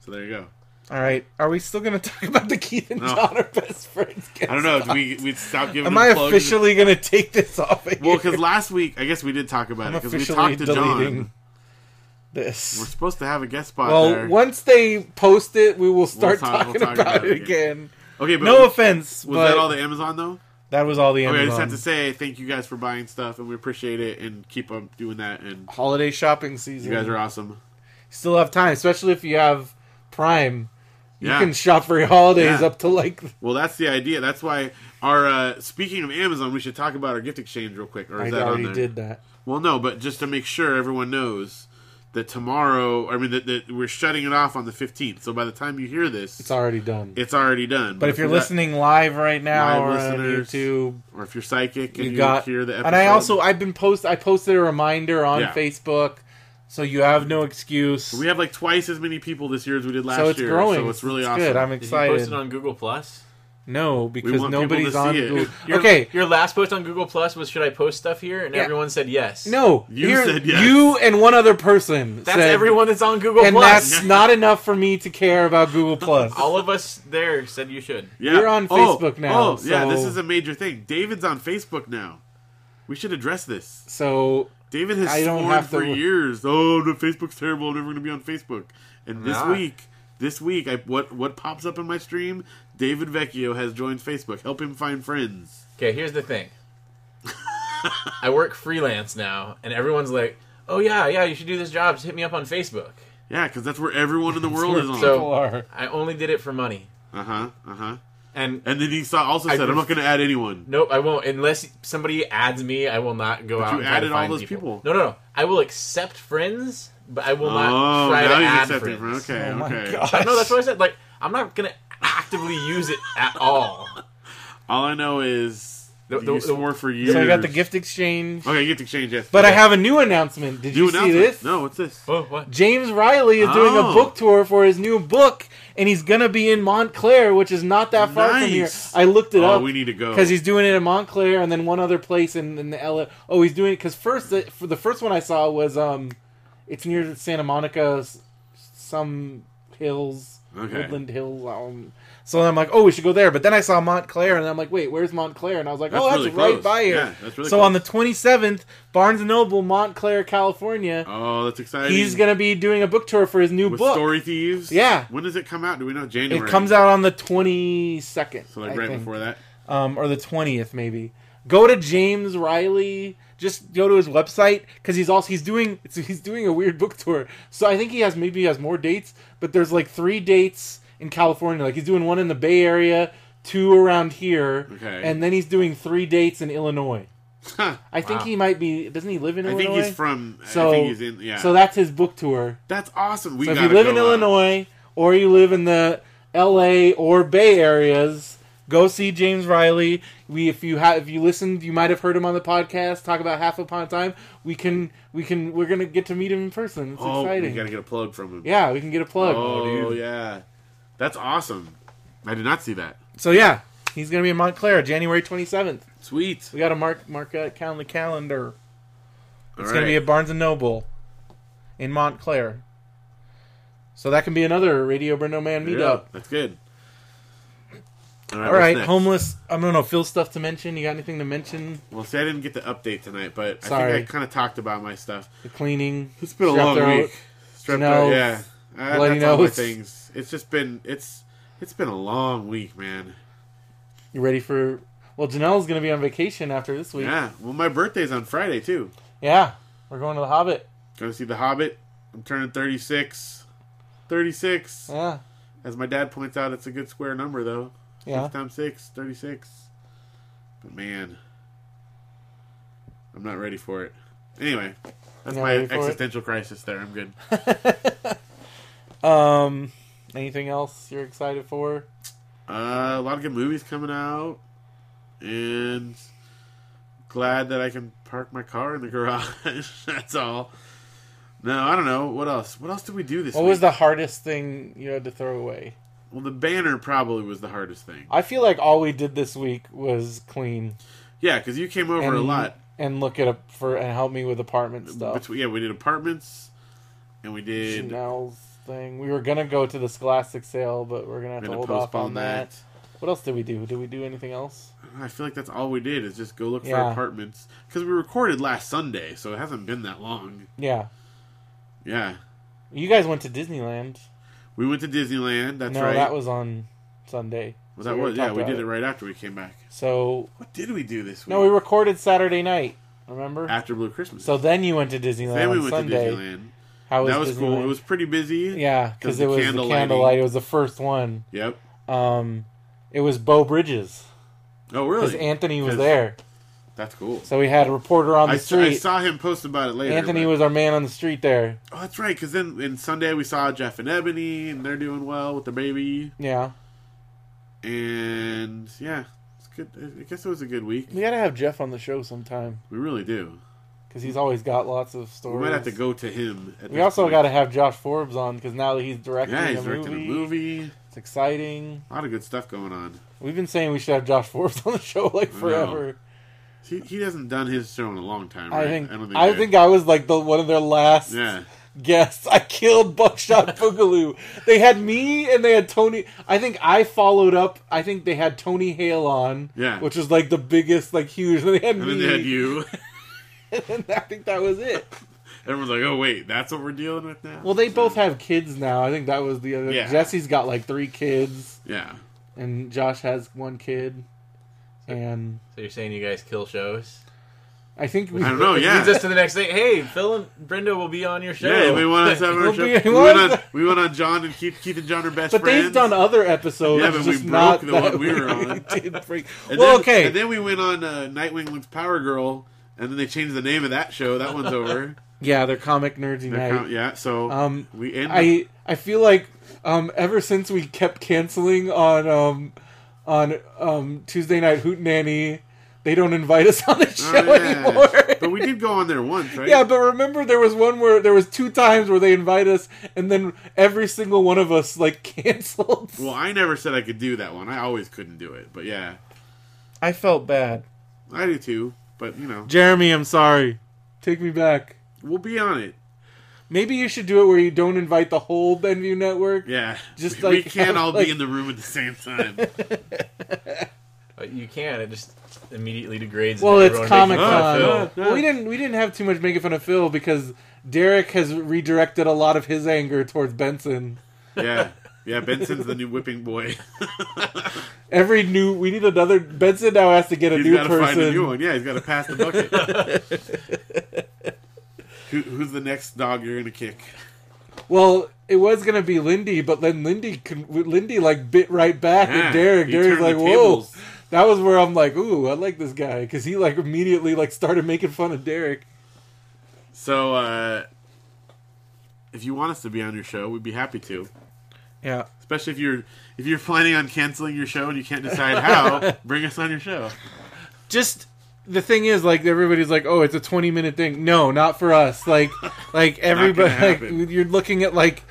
[SPEAKER 3] So there you go.
[SPEAKER 2] All right, are we still gonna talk about the Keith and
[SPEAKER 3] No.
[SPEAKER 2] John are best friends?
[SPEAKER 3] I don't know. Do we we stop giving.
[SPEAKER 2] Am
[SPEAKER 3] them
[SPEAKER 2] I
[SPEAKER 3] plugs?
[SPEAKER 2] officially gonna take this off? of
[SPEAKER 3] Well,
[SPEAKER 2] here?
[SPEAKER 3] because last week I guess we did talk about
[SPEAKER 2] I'm
[SPEAKER 3] it because we
[SPEAKER 2] officially
[SPEAKER 3] talked to
[SPEAKER 2] deleting
[SPEAKER 3] John. We're
[SPEAKER 2] this.
[SPEAKER 3] supposed to have a guest spot
[SPEAKER 2] Well,
[SPEAKER 3] there.
[SPEAKER 2] once they post it, we will start
[SPEAKER 3] talk-
[SPEAKER 2] talking
[SPEAKER 3] we'll talk
[SPEAKER 2] about,
[SPEAKER 3] about
[SPEAKER 2] it
[SPEAKER 3] it again.
[SPEAKER 2] again.
[SPEAKER 3] Okay, but
[SPEAKER 2] No offense,
[SPEAKER 3] was
[SPEAKER 2] but
[SPEAKER 3] that all the Amazon though?
[SPEAKER 2] that was all the
[SPEAKER 3] Okay, I
[SPEAKER 2] Amazon.
[SPEAKER 3] just have to say thank you guys for buying stuff, and we appreciate it, and keep on doing that. And
[SPEAKER 2] Holiday shopping season.
[SPEAKER 3] you guys are awesome.
[SPEAKER 2] Still have time, especially if you have Prime. You
[SPEAKER 3] Yeah.
[SPEAKER 2] can shop for your holidays
[SPEAKER 3] Yeah.
[SPEAKER 2] up to like.
[SPEAKER 3] Well, that's the idea. That's why our uh, speaking of Amazon, we should talk about our gift exchange real quick. Or
[SPEAKER 2] I
[SPEAKER 3] is that on
[SPEAKER 2] already
[SPEAKER 3] there?
[SPEAKER 2] did that.
[SPEAKER 3] Well, no, but just to make sure everyone knows that tomorrow, I mean, that, that we're shutting it off on the fifteenth. So by the time you hear this,
[SPEAKER 2] It's already done.
[SPEAKER 3] it's already done.
[SPEAKER 2] but if you're
[SPEAKER 3] for that-
[SPEAKER 2] listening live right now
[SPEAKER 3] Live
[SPEAKER 2] or on
[SPEAKER 3] listeners,
[SPEAKER 2] YouTube,
[SPEAKER 3] or if you're psychic, and
[SPEAKER 2] you
[SPEAKER 3] you,
[SPEAKER 2] got.
[SPEAKER 3] hear the episode,
[SPEAKER 2] and I also I've been post I posted a reminder on
[SPEAKER 3] Yeah.
[SPEAKER 2] Facebook, so you have no excuse.
[SPEAKER 3] we have like twice as many people this year as we did last
[SPEAKER 2] so it's
[SPEAKER 3] year.
[SPEAKER 2] growing.
[SPEAKER 3] So it's really
[SPEAKER 2] it's
[SPEAKER 3] awesome.
[SPEAKER 2] Good. I'm
[SPEAKER 4] Did you
[SPEAKER 2] excited.
[SPEAKER 4] post it on Google Plus?
[SPEAKER 2] No, because
[SPEAKER 3] want people to
[SPEAKER 2] nobody's
[SPEAKER 3] see
[SPEAKER 2] on.
[SPEAKER 3] it.
[SPEAKER 2] Google.
[SPEAKER 4] Your-
[SPEAKER 2] okay,
[SPEAKER 4] Your last post on Google Plus was should I post stuff here? And
[SPEAKER 2] Yeah.
[SPEAKER 4] everyone said yes.
[SPEAKER 2] no,
[SPEAKER 3] You
[SPEAKER 2] you're-
[SPEAKER 3] said yes.
[SPEAKER 2] You and one other person.
[SPEAKER 4] That's
[SPEAKER 2] said-
[SPEAKER 4] everyone that's on Google
[SPEAKER 2] and
[SPEAKER 4] Plus.
[SPEAKER 2] that's not enough for me to care about Google Plus.
[SPEAKER 4] All of us there said you should.
[SPEAKER 3] Yeah.
[SPEAKER 2] You're on
[SPEAKER 3] Oh,
[SPEAKER 2] Facebook now,
[SPEAKER 3] Oh, yeah, this
[SPEAKER 2] so-
[SPEAKER 3] is a major thing. David's on Facebook now. We should address this.
[SPEAKER 2] so
[SPEAKER 3] David has
[SPEAKER 2] I don't
[SPEAKER 3] sworn
[SPEAKER 2] have to
[SPEAKER 3] for
[SPEAKER 2] look-
[SPEAKER 3] years, "Oh, no, Facebook's terrible. I'm never going to be on Facebook." And this
[SPEAKER 4] Nah.
[SPEAKER 3] week, this week, I what what pops up in my stream? David Vecchio has joined Facebook. Help him find friends.
[SPEAKER 4] Okay, here's the thing. I work freelance now, and everyone's like, "Oh yeah, yeah, you should do this job. Just hit me up on Facebook."
[SPEAKER 3] Yeah, because that's where everyone in the world is on.
[SPEAKER 4] So-
[SPEAKER 2] people are.
[SPEAKER 4] I only did it for money,
[SPEAKER 3] uh huh. Uh huh.
[SPEAKER 4] and
[SPEAKER 3] And then he saw, also
[SPEAKER 4] I
[SPEAKER 3] said, "I'm
[SPEAKER 4] ref-
[SPEAKER 3] not going to add anyone."
[SPEAKER 4] nope, I won't unless somebody adds me. I will not go out.
[SPEAKER 3] you
[SPEAKER 4] and try to
[SPEAKER 3] added all
[SPEAKER 4] find
[SPEAKER 3] those people.
[SPEAKER 4] No, no, no. I will accept friends, but I will not
[SPEAKER 3] Oh,
[SPEAKER 4] try to
[SPEAKER 3] now he's
[SPEAKER 4] add
[SPEAKER 3] accepting.
[SPEAKER 4] friends.
[SPEAKER 3] Okay,
[SPEAKER 2] Oh my
[SPEAKER 3] okay.
[SPEAKER 2] gosh.
[SPEAKER 4] No, that's what I said. Like, I'm not gonna actively use it at all.
[SPEAKER 3] All I know is
[SPEAKER 4] The-
[SPEAKER 3] you
[SPEAKER 4] the- the-
[SPEAKER 3] swore for years.
[SPEAKER 2] So I got the gift exchange,
[SPEAKER 3] Okay, gift exchange. Yes,
[SPEAKER 2] but I
[SPEAKER 3] Okay.
[SPEAKER 2] have a new announcement. Did
[SPEAKER 3] New
[SPEAKER 2] you see
[SPEAKER 3] announcement.
[SPEAKER 2] this?
[SPEAKER 3] No, what's this?
[SPEAKER 4] Oh, what?
[SPEAKER 2] James Riley is doing a
[SPEAKER 3] Oh.
[SPEAKER 2] book tour for his new book, and he's gonna be in Montclair, which is not that far from here.
[SPEAKER 3] Nice.
[SPEAKER 2] I looked it
[SPEAKER 3] oh,
[SPEAKER 2] up.
[SPEAKER 3] we need to go.
[SPEAKER 2] because he's doing it in Montclair and then one other place in, in the LA. Oh, he's doing it because first the, for the first one I saw was um, it's near Santa Monica, s- some hills,
[SPEAKER 3] Okay.
[SPEAKER 2] woodland hills. Um, so I'm like, oh, we should go there. But then I saw Montclair and I'm like, wait, where's Montclair? And I was like,
[SPEAKER 3] That's
[SPEAKER 2] oh, that's
[SPEAKER 3] really
[SPEAKER 2] right
[SPEAKER 3] close.
[SPEAKER 2] by here.
[SPEAKER 3] Yeah, that's really
[SPEAKER 2] so
[SPEAKER 3] close.
[SPEAKER 2] on the 27th, Barnes and Noble, Montclair, California,
[SPEAKER 3] oh, that's exciting.
[SPEAKER 2] he's gonna be doing a book tour for his new
[SPEAKER 3] with
[SPEAKER 2] book.
[SPEAKER 3] Story Thieves.
[SPEAKER 2] Yeah.
[SPEAKER 3] When does it come out? Do we know?
[SPEAKER 2] it
[SPEAKER 3] January.
[SPEAKER 2] comes out on the 22nd.
[SPEAKER 3] So like
[SPEAKER 2] I
[SPEAKER 3] right
[SPEAKER 2] think
[SPEAKER 3] before that.
[SPEAKER 2] um, or the 20th maybe go to james riley just go to his website because he's also he's doing it's- he's doing a weird book tour so i think he has maybe he has more dates but there's like three dates in california like he's doing one in the bay area two around here
[SPEAKER 3] Okay.
[SPEAKER 2] and then he's doing three dates in illinois
[SPEAKER 3] Huh.
[SPEAKER 2] i think
[SPEAKER 4] Wow.
[SPEAKER 2] he might be doesn't he live in
[SPEAKER 3] I
[SPEAKER 2] illinois
[SPEAKER 3] think he's from.
[SPEAKER 2] so
[SPEAKER 3] I think he's in. Yeah.
[SPEAKER 2] so that's his book tour
[SPEAKER 3] that's awesome. We
[SPEAKER 2] so if
[SPEAKER 3] gotta
[SPEAKER 2] you live
[SPEAKER 3] go
[SPEAKER 2] in
[SPEAKER 3] out.
[SPEAKER 2] Illinois or you live in the L.A. or Bay areas, go see James Riley. We, if you have, if you listened, you might have heard him on the podcast talk about Half Upon a Time. We can, we can, we're gonna get to meet him in person. It's
[SPEAKER 3] oh,
[SPEAKER 2] exciting.
[SPEAKER 3] we gotta get a plug from him.
[SPEAKER 2] yeah, we can get a plug.
[SPEAKER 3] Oh, yeah. That's awesome. I did not see that.
[SPEAKER 2] So yeah, he's gonna be in Montclair January twenty seventh.
[SPEAKER 3] Sweet.
[SPEAKER 2] We gotta mark mark uh, calendar calendar. It's going to be at Barnes and Noble in Montclair. So that can be another Radio Brendo Man meetup.
[SPEAKER 3] Yeah, that's good. All right.
[SPEAKER 2] All
[SPEAKER 3] what's
[SPEAKER 2] right,
[SPEAKER 3] next?
[SPEAKER 2] homeless. I don't know. Phil stuff to mention. You got anything to mention?
[SPEAKER 3] Well, see, I didn't get the update tonight, but I
[SPEAKER 2] Sorry.
[SPEAKER 3] think I kind of talked about my stuff.
[SPEAKER 2] The cleaning.
[SPEAKER 3] It's been a
[SPEAKER 2] strep
[SPEAKER 3] long
[SPEAKER 2] throat.
[SPEAKER 3] week. Strep
[SPEAKER 2] nose,
[SPEAKER 3] throat, yeah. Uh,
[SPEAKER 2] bloody
[SPEAKER 3] that's all my
[SPEAKER 2] nose.
[SPEAKER 3] things. It's just been it's it's been a long week, man.
[SPEAKER 2] You ready for? Well, Janelle's going to be on vacation after this week.
[SPEAKER 3] Yeah. Well, my birthday's on Friday too.
[SPEAKER 2] Yeah, we're going to the Hobbit.
[SPEAKER 3] Going to see The Hobbit. I'm turning 36. 36.
[SPEAKER 2] Yeah,
[SPEAKER 3] As my dad points out, it's a good square number though.
[SPEAKER 2] yeah.
[SPEAKER 3] Six times six, 36. But man, I'm not ready for it. Anyway, that's
[SPEAKER 2] Not
[SPEAKER 3] my
[SPEAKER 2] ready for it?
[SPEAKER 3] existential crisis there. I'm good.
[SPEAKER 2] Um, anything else you're excited for?
[SPEAKER 3] Uh, a lot of good movies coming out, and glad that I can park my car in the garage. That's all. No, I don't know what else. What else did we do this?
[SPEAKER 2] What
[SPEAKER 3] week?
[SPEAKER 2] was the hardest thing you had to throw away?
[SPEAKER 3] well? The banner probably was the hardest thing.
[SPEAKER 2] I feel like all we did this week was clean
[SPEAKER 3] Yeah, because you came over a lot.
[SPEAKER 2] and Oh. look at a for and help me with apartment stuff.
[SPEAKER 3] Between, yeah, we did apartments, and we did.
[SPEAKER 2] Chanel's thing. We were gonna go to the Scholastic sale, but we're gonna have to
[SPEAKER 3] Gonna
[SPEAKER 2] hold off on
[SPEAKER 3] postpone
[SPEAKER 2] that.
[SPEAKER 3] that.
[SPEAKER 2] What else did we do? Did we do anything else?
[SPEAKER 3] I feel like that's all we did is just go look
[SPEAKER 2] Yeah.
[SPEAKER 3] for apartments because we recorded last Sunday, so it hasn't been that long.
[SPEAKER 2] Yeah,
[SPEAKER 3] Yeah,
[SPEAKER 2] you guys went to Disneyland.
[SPEAKER 3] we went to Disneyland. That's
[SPEAKER 2] no,
[SPEAKER 3] right.
[SPEAKER 2] that was on Sunday.
[SPEAKER 3] Well,
[SPEAKER 2] So
[SPEAKER 3] that
[SPEAKER 2] we
[SPEAKER 3] was
[SPEAKER 2] already
[SPEAKER 3] yeah.
[SPEAKER 2] talked
[SPEAKER 3] We
[SPEAKER 2] about
[SPEAKER 3] did it right after we came back.
[SPEAKER 2] So
[SPEAKER 3] What did we do this week?
[SPEAKER 2] no, we recorded Saturday night. Remember?
[SPEAKER 3] after Blue Christmas.
[SPEAKER 2] so then you went to Disneyland
[SPEAKER 3] Ah. then we
[SPEAKER 2] on
[SPEAKER 3] went
[SPEAKER 2] Sunday.
[SPEAKER 3] to Disneyland.
[SPEAKER 2] How was
[SPEAKER 3] that was cool.
[SPEAKER 2] Disneyland?
[SPEAKER 3] It was pretty busy.
[SPEAKER 2] yeah, because
[SPEAKER 3] 'cause
[SPEAKER 2] it
[SPEAKER 3] the
[SPEAKER 2] was
[SPEAKER 3] candle
[SPEAKER 2] the
[SPEAKER 3] lighting.
[SPEAKER 2] candlelight. It was the first one.
[SPEAKER 3] Yep.
[SPEAKER 2] Um, it was Bo Bridges
[SPEAKER 3] Oh,
[SPEAKER 2] because
[SPEAKER 3] really?
[SPEAKER 2] Anthony was
[SPEAKER 3] 'Cause-
[SPEAKER 2] there.
[SPEAKER 3] That's cool.
[SPEAKER 2] So we had a reporter on the
[SPEAKER 3] I, s- I
[SPEAKER 2] street.
[SPEAKER 3] saw him post about it later.
[SPEAKER 2] Anthony
[SPEAKER 3] but-
[SPEAKER 2] was our man on the street there.
[SPEAKER 3] Oh, that's right. Because then in Sunday we saw Jeff and Ebony, and they're doing well with the baby.
[SPEAKER 2] Yeah,
[SPEAKER 3] And yeah, it's good. I I guess it was a good week.
[SPEAKER 2] we gotta have Jeff on the show sometime
[SPEAKER 3] We really do.
[SPEAKER 2] because he's always got lots of
[SPEAKER 3] We
[SPEAKER 2] stories.
[SPEAKER 3] might have to go to him. At
[SPEAKER 2] We
[SPEAKER 3] this
[SPEAKER 2] also
[SPEAKER 3] point.
[SPEAKER 2] got to have Josh Forbes on because now that he's directing,
[SPEAKER 3] Yeah, he's
[SPEAKER 2] a,
[SPEAKER 3] directing
[SPEAKER 2] movie,
[SPEAKER 3] a movie.
[SPEAKER 2] it's exciting.
[SPEAKER 3] A lot of good stuff going on.
[SPEAKER 2] We've been saying we should have Josh Forbes on the show like
[SPEAKER 3] know.
[SPEAKER 2] forever.
[SPEAKER 3] He, he hasn't done his show in a long time.
[SPEAKER 2] I,
[SPEAKER 3] Right?
[SPEAKER 2] think I,
[SPEAKER 3] don't
[SPEAKER 2] think
[SPEAKER 3] think.
[SPEAKER 2] I
[SPEAKER 3] they-
[SPEAKER 2] was like the one of their last
[SPEAKER 3] Yeah.
[SPEAKER 2] guests. I killed Buckshot Boogaloo. They had me and they had Tony. I think I followed up. I think they had Tony Hale on,
[SPEAKER 3] Yeah.
[SPEAKER 2] which was like the biggest, like huge. And they had
[SPEAKER 3] And
[SPEAKER 2] me.
[SPEAKER 3] then they had you.
[SPEAKER 2] and then I think that was it.
[SPEAKER 3] Everyone's like, "Oh wait, that's what we're dealing with now."
[SPEAKER 2] Well, they both have kids now. I think that was the other.
[SPEAKER 3] Yeah.
[SPEAKER 2] Jesse's got like three kids,
[SPEAKER 3] yeah.
[SPEAKER 2] and Josh has one kid, and
[SPEAKER 4] So you're saying you guys kill shows?
[SPEAKER 2] I think we.
[SPEAKER 3] I don't know.
[SPEAKER 4] Which
[SPEAKER 3] Yeah,
[SPEAKER 4] leads us to the next thing. Hey, Phil and Brenda will be on your show.
[SPEAKER 3] yeah. We went on to have our
[SPEAKER 2] We'll
[SPEAKER 3] show.
[SPEAKER 2] be-
[SPEAKER 3] We
[SPEAKER 2] we'll
[SPEAKER 3] went
[SPEAKER 2] have
[SPEAKER 3] on.
[SPEAKER 2] the-
[SPEAKER 3] We went on John and Keith. Keith and John are best
[SPEAKER 2] But
[SPEAKER 3] friends.
[SPEAKER 2] they've done other episodes.
[SPEAKER 3] Yeah, but we
[SPEAKER 2] just
[SPEAKER 3] broke
[SPEAKER 2] not
[SPEAKER 3] the one
[SPEAKER 2] that
[SPEAKER 3] we were on.
[SPEAKER 2] did break-
[SPEAKER 3] And
[SPEAKER 2] well,
[SPEAKER 3] then-
[SPEAKER 2] okay.
[SPEAKER 3] And then we went on uh, Nightwing Luke's Power Girl, and then they changed the name of that show. That one's over.
[SPEAKER 2] yeah, they're comic nerds
[SPEAKER 3] They're
[SPEAKER 2] unite.
[SPEAKER 3] count- yeah. So
[SPEAKER 2] Um,
[SPEAKER 3] we end.
[SPEAKER 2] I I feel like um, ever since we kept canceling on um, on um, Tuesday night Hootenanny, they don't invite us on the show
[SPEAKER 3] Oh, yeah.
[SPEAKER 2] anymore.
[SPEAKER 3] but we did go on there once, right?
[SPEAKER 2] yeah, but remember there was one where there was two times where they invite us, and then every single one of us like canceled.
[SPEAKER 3] Well, I never said I could do that one. I always couldn't do it. But yeah,
[SPEAKER 2] I felt bad,
[SPEAKER 3] I do too. But you know,
[SPEAKER 2] Jeremy. I'm sorry. Take me back.
[SPEAKER 3] we'll be on it.
[SPEAKER 2] Maybe you should do it where you don't invite the whole Benview Network.
[SPEAKER 3] Yeah,
[SPEAKER 2] Just
[SPEAKER 3] we, we
[SPEAKER 2] like-
[SPEAKER 3] can't all
[SPEAKER 2] like-
[SPEAKER 3] be in the room at the same time.
[SPEAKER 4] Uh, You can. It just immediately degrades.
[SPEAKER 2] Well,
[SPEAKER 4] and
[SPEAKER 2] it's
[SPEAKER 4] everyone
[SPEAKER 2] Comic
[SPEAKER 4] makes fun
[SPEAKER 2] Con.
[SPEAKER 4] of
[SPEAKER 3] Oh,
[SPEAKER 4] Phil.
[SPEAKER 3] Phil.
[SPEAKER 2] Well, we didn't we didn't have too much making fun of Phil because Derek has redirected a lot of his anger towards Benson.
[SPEAKER 3] yeah, yeah. Benson's the new whipping boy.
[SPEAKER 2] Every new we need another Benson now has to get a
[SPEAKER 3] He's
[SPEAKER 2] new
[SPEAKER 3] got to
[SPEAKER 2] person.
[SPEAKER 3] find a new one. Yeah, he's got to pass the bucket. Who, who's the next dog you're gonna kick?
[SPEAKER 2] Well, it was gonna be Lindy, but then Lindy con- Lindy like bit right back
[SPEAKER 3] Yeah,
[SPEAKER 2] at Derek.
[SPEAKER 3] he
[SPEAKER 2] Derek's
[SPEAKER 3] turned
[SPEAKER 2] like,
[SPEAKER 3] the
[SPEAKER 2] whoa.
[SPEAKER 3] tables.
[SPEAKER 2] That was where I'm like, ooh, I like this guy because he like immediately like started making fun of Derek.
[SPEAKER 3] So, uh, if you want us to be on your show, we'd be happy to.
[SPEAKER 2] Yeah.
[SPEAKER 3] Especially if you're if you're planning on canceling your show and you can't decide how, bring us on your show.
[SPEAKER 2] just the thing is like everybody's like oh it's a 20 minute thing no not for us like like everybody like,
[SPEAKER 3] happen.
[SPEAKER 2] you're looking at like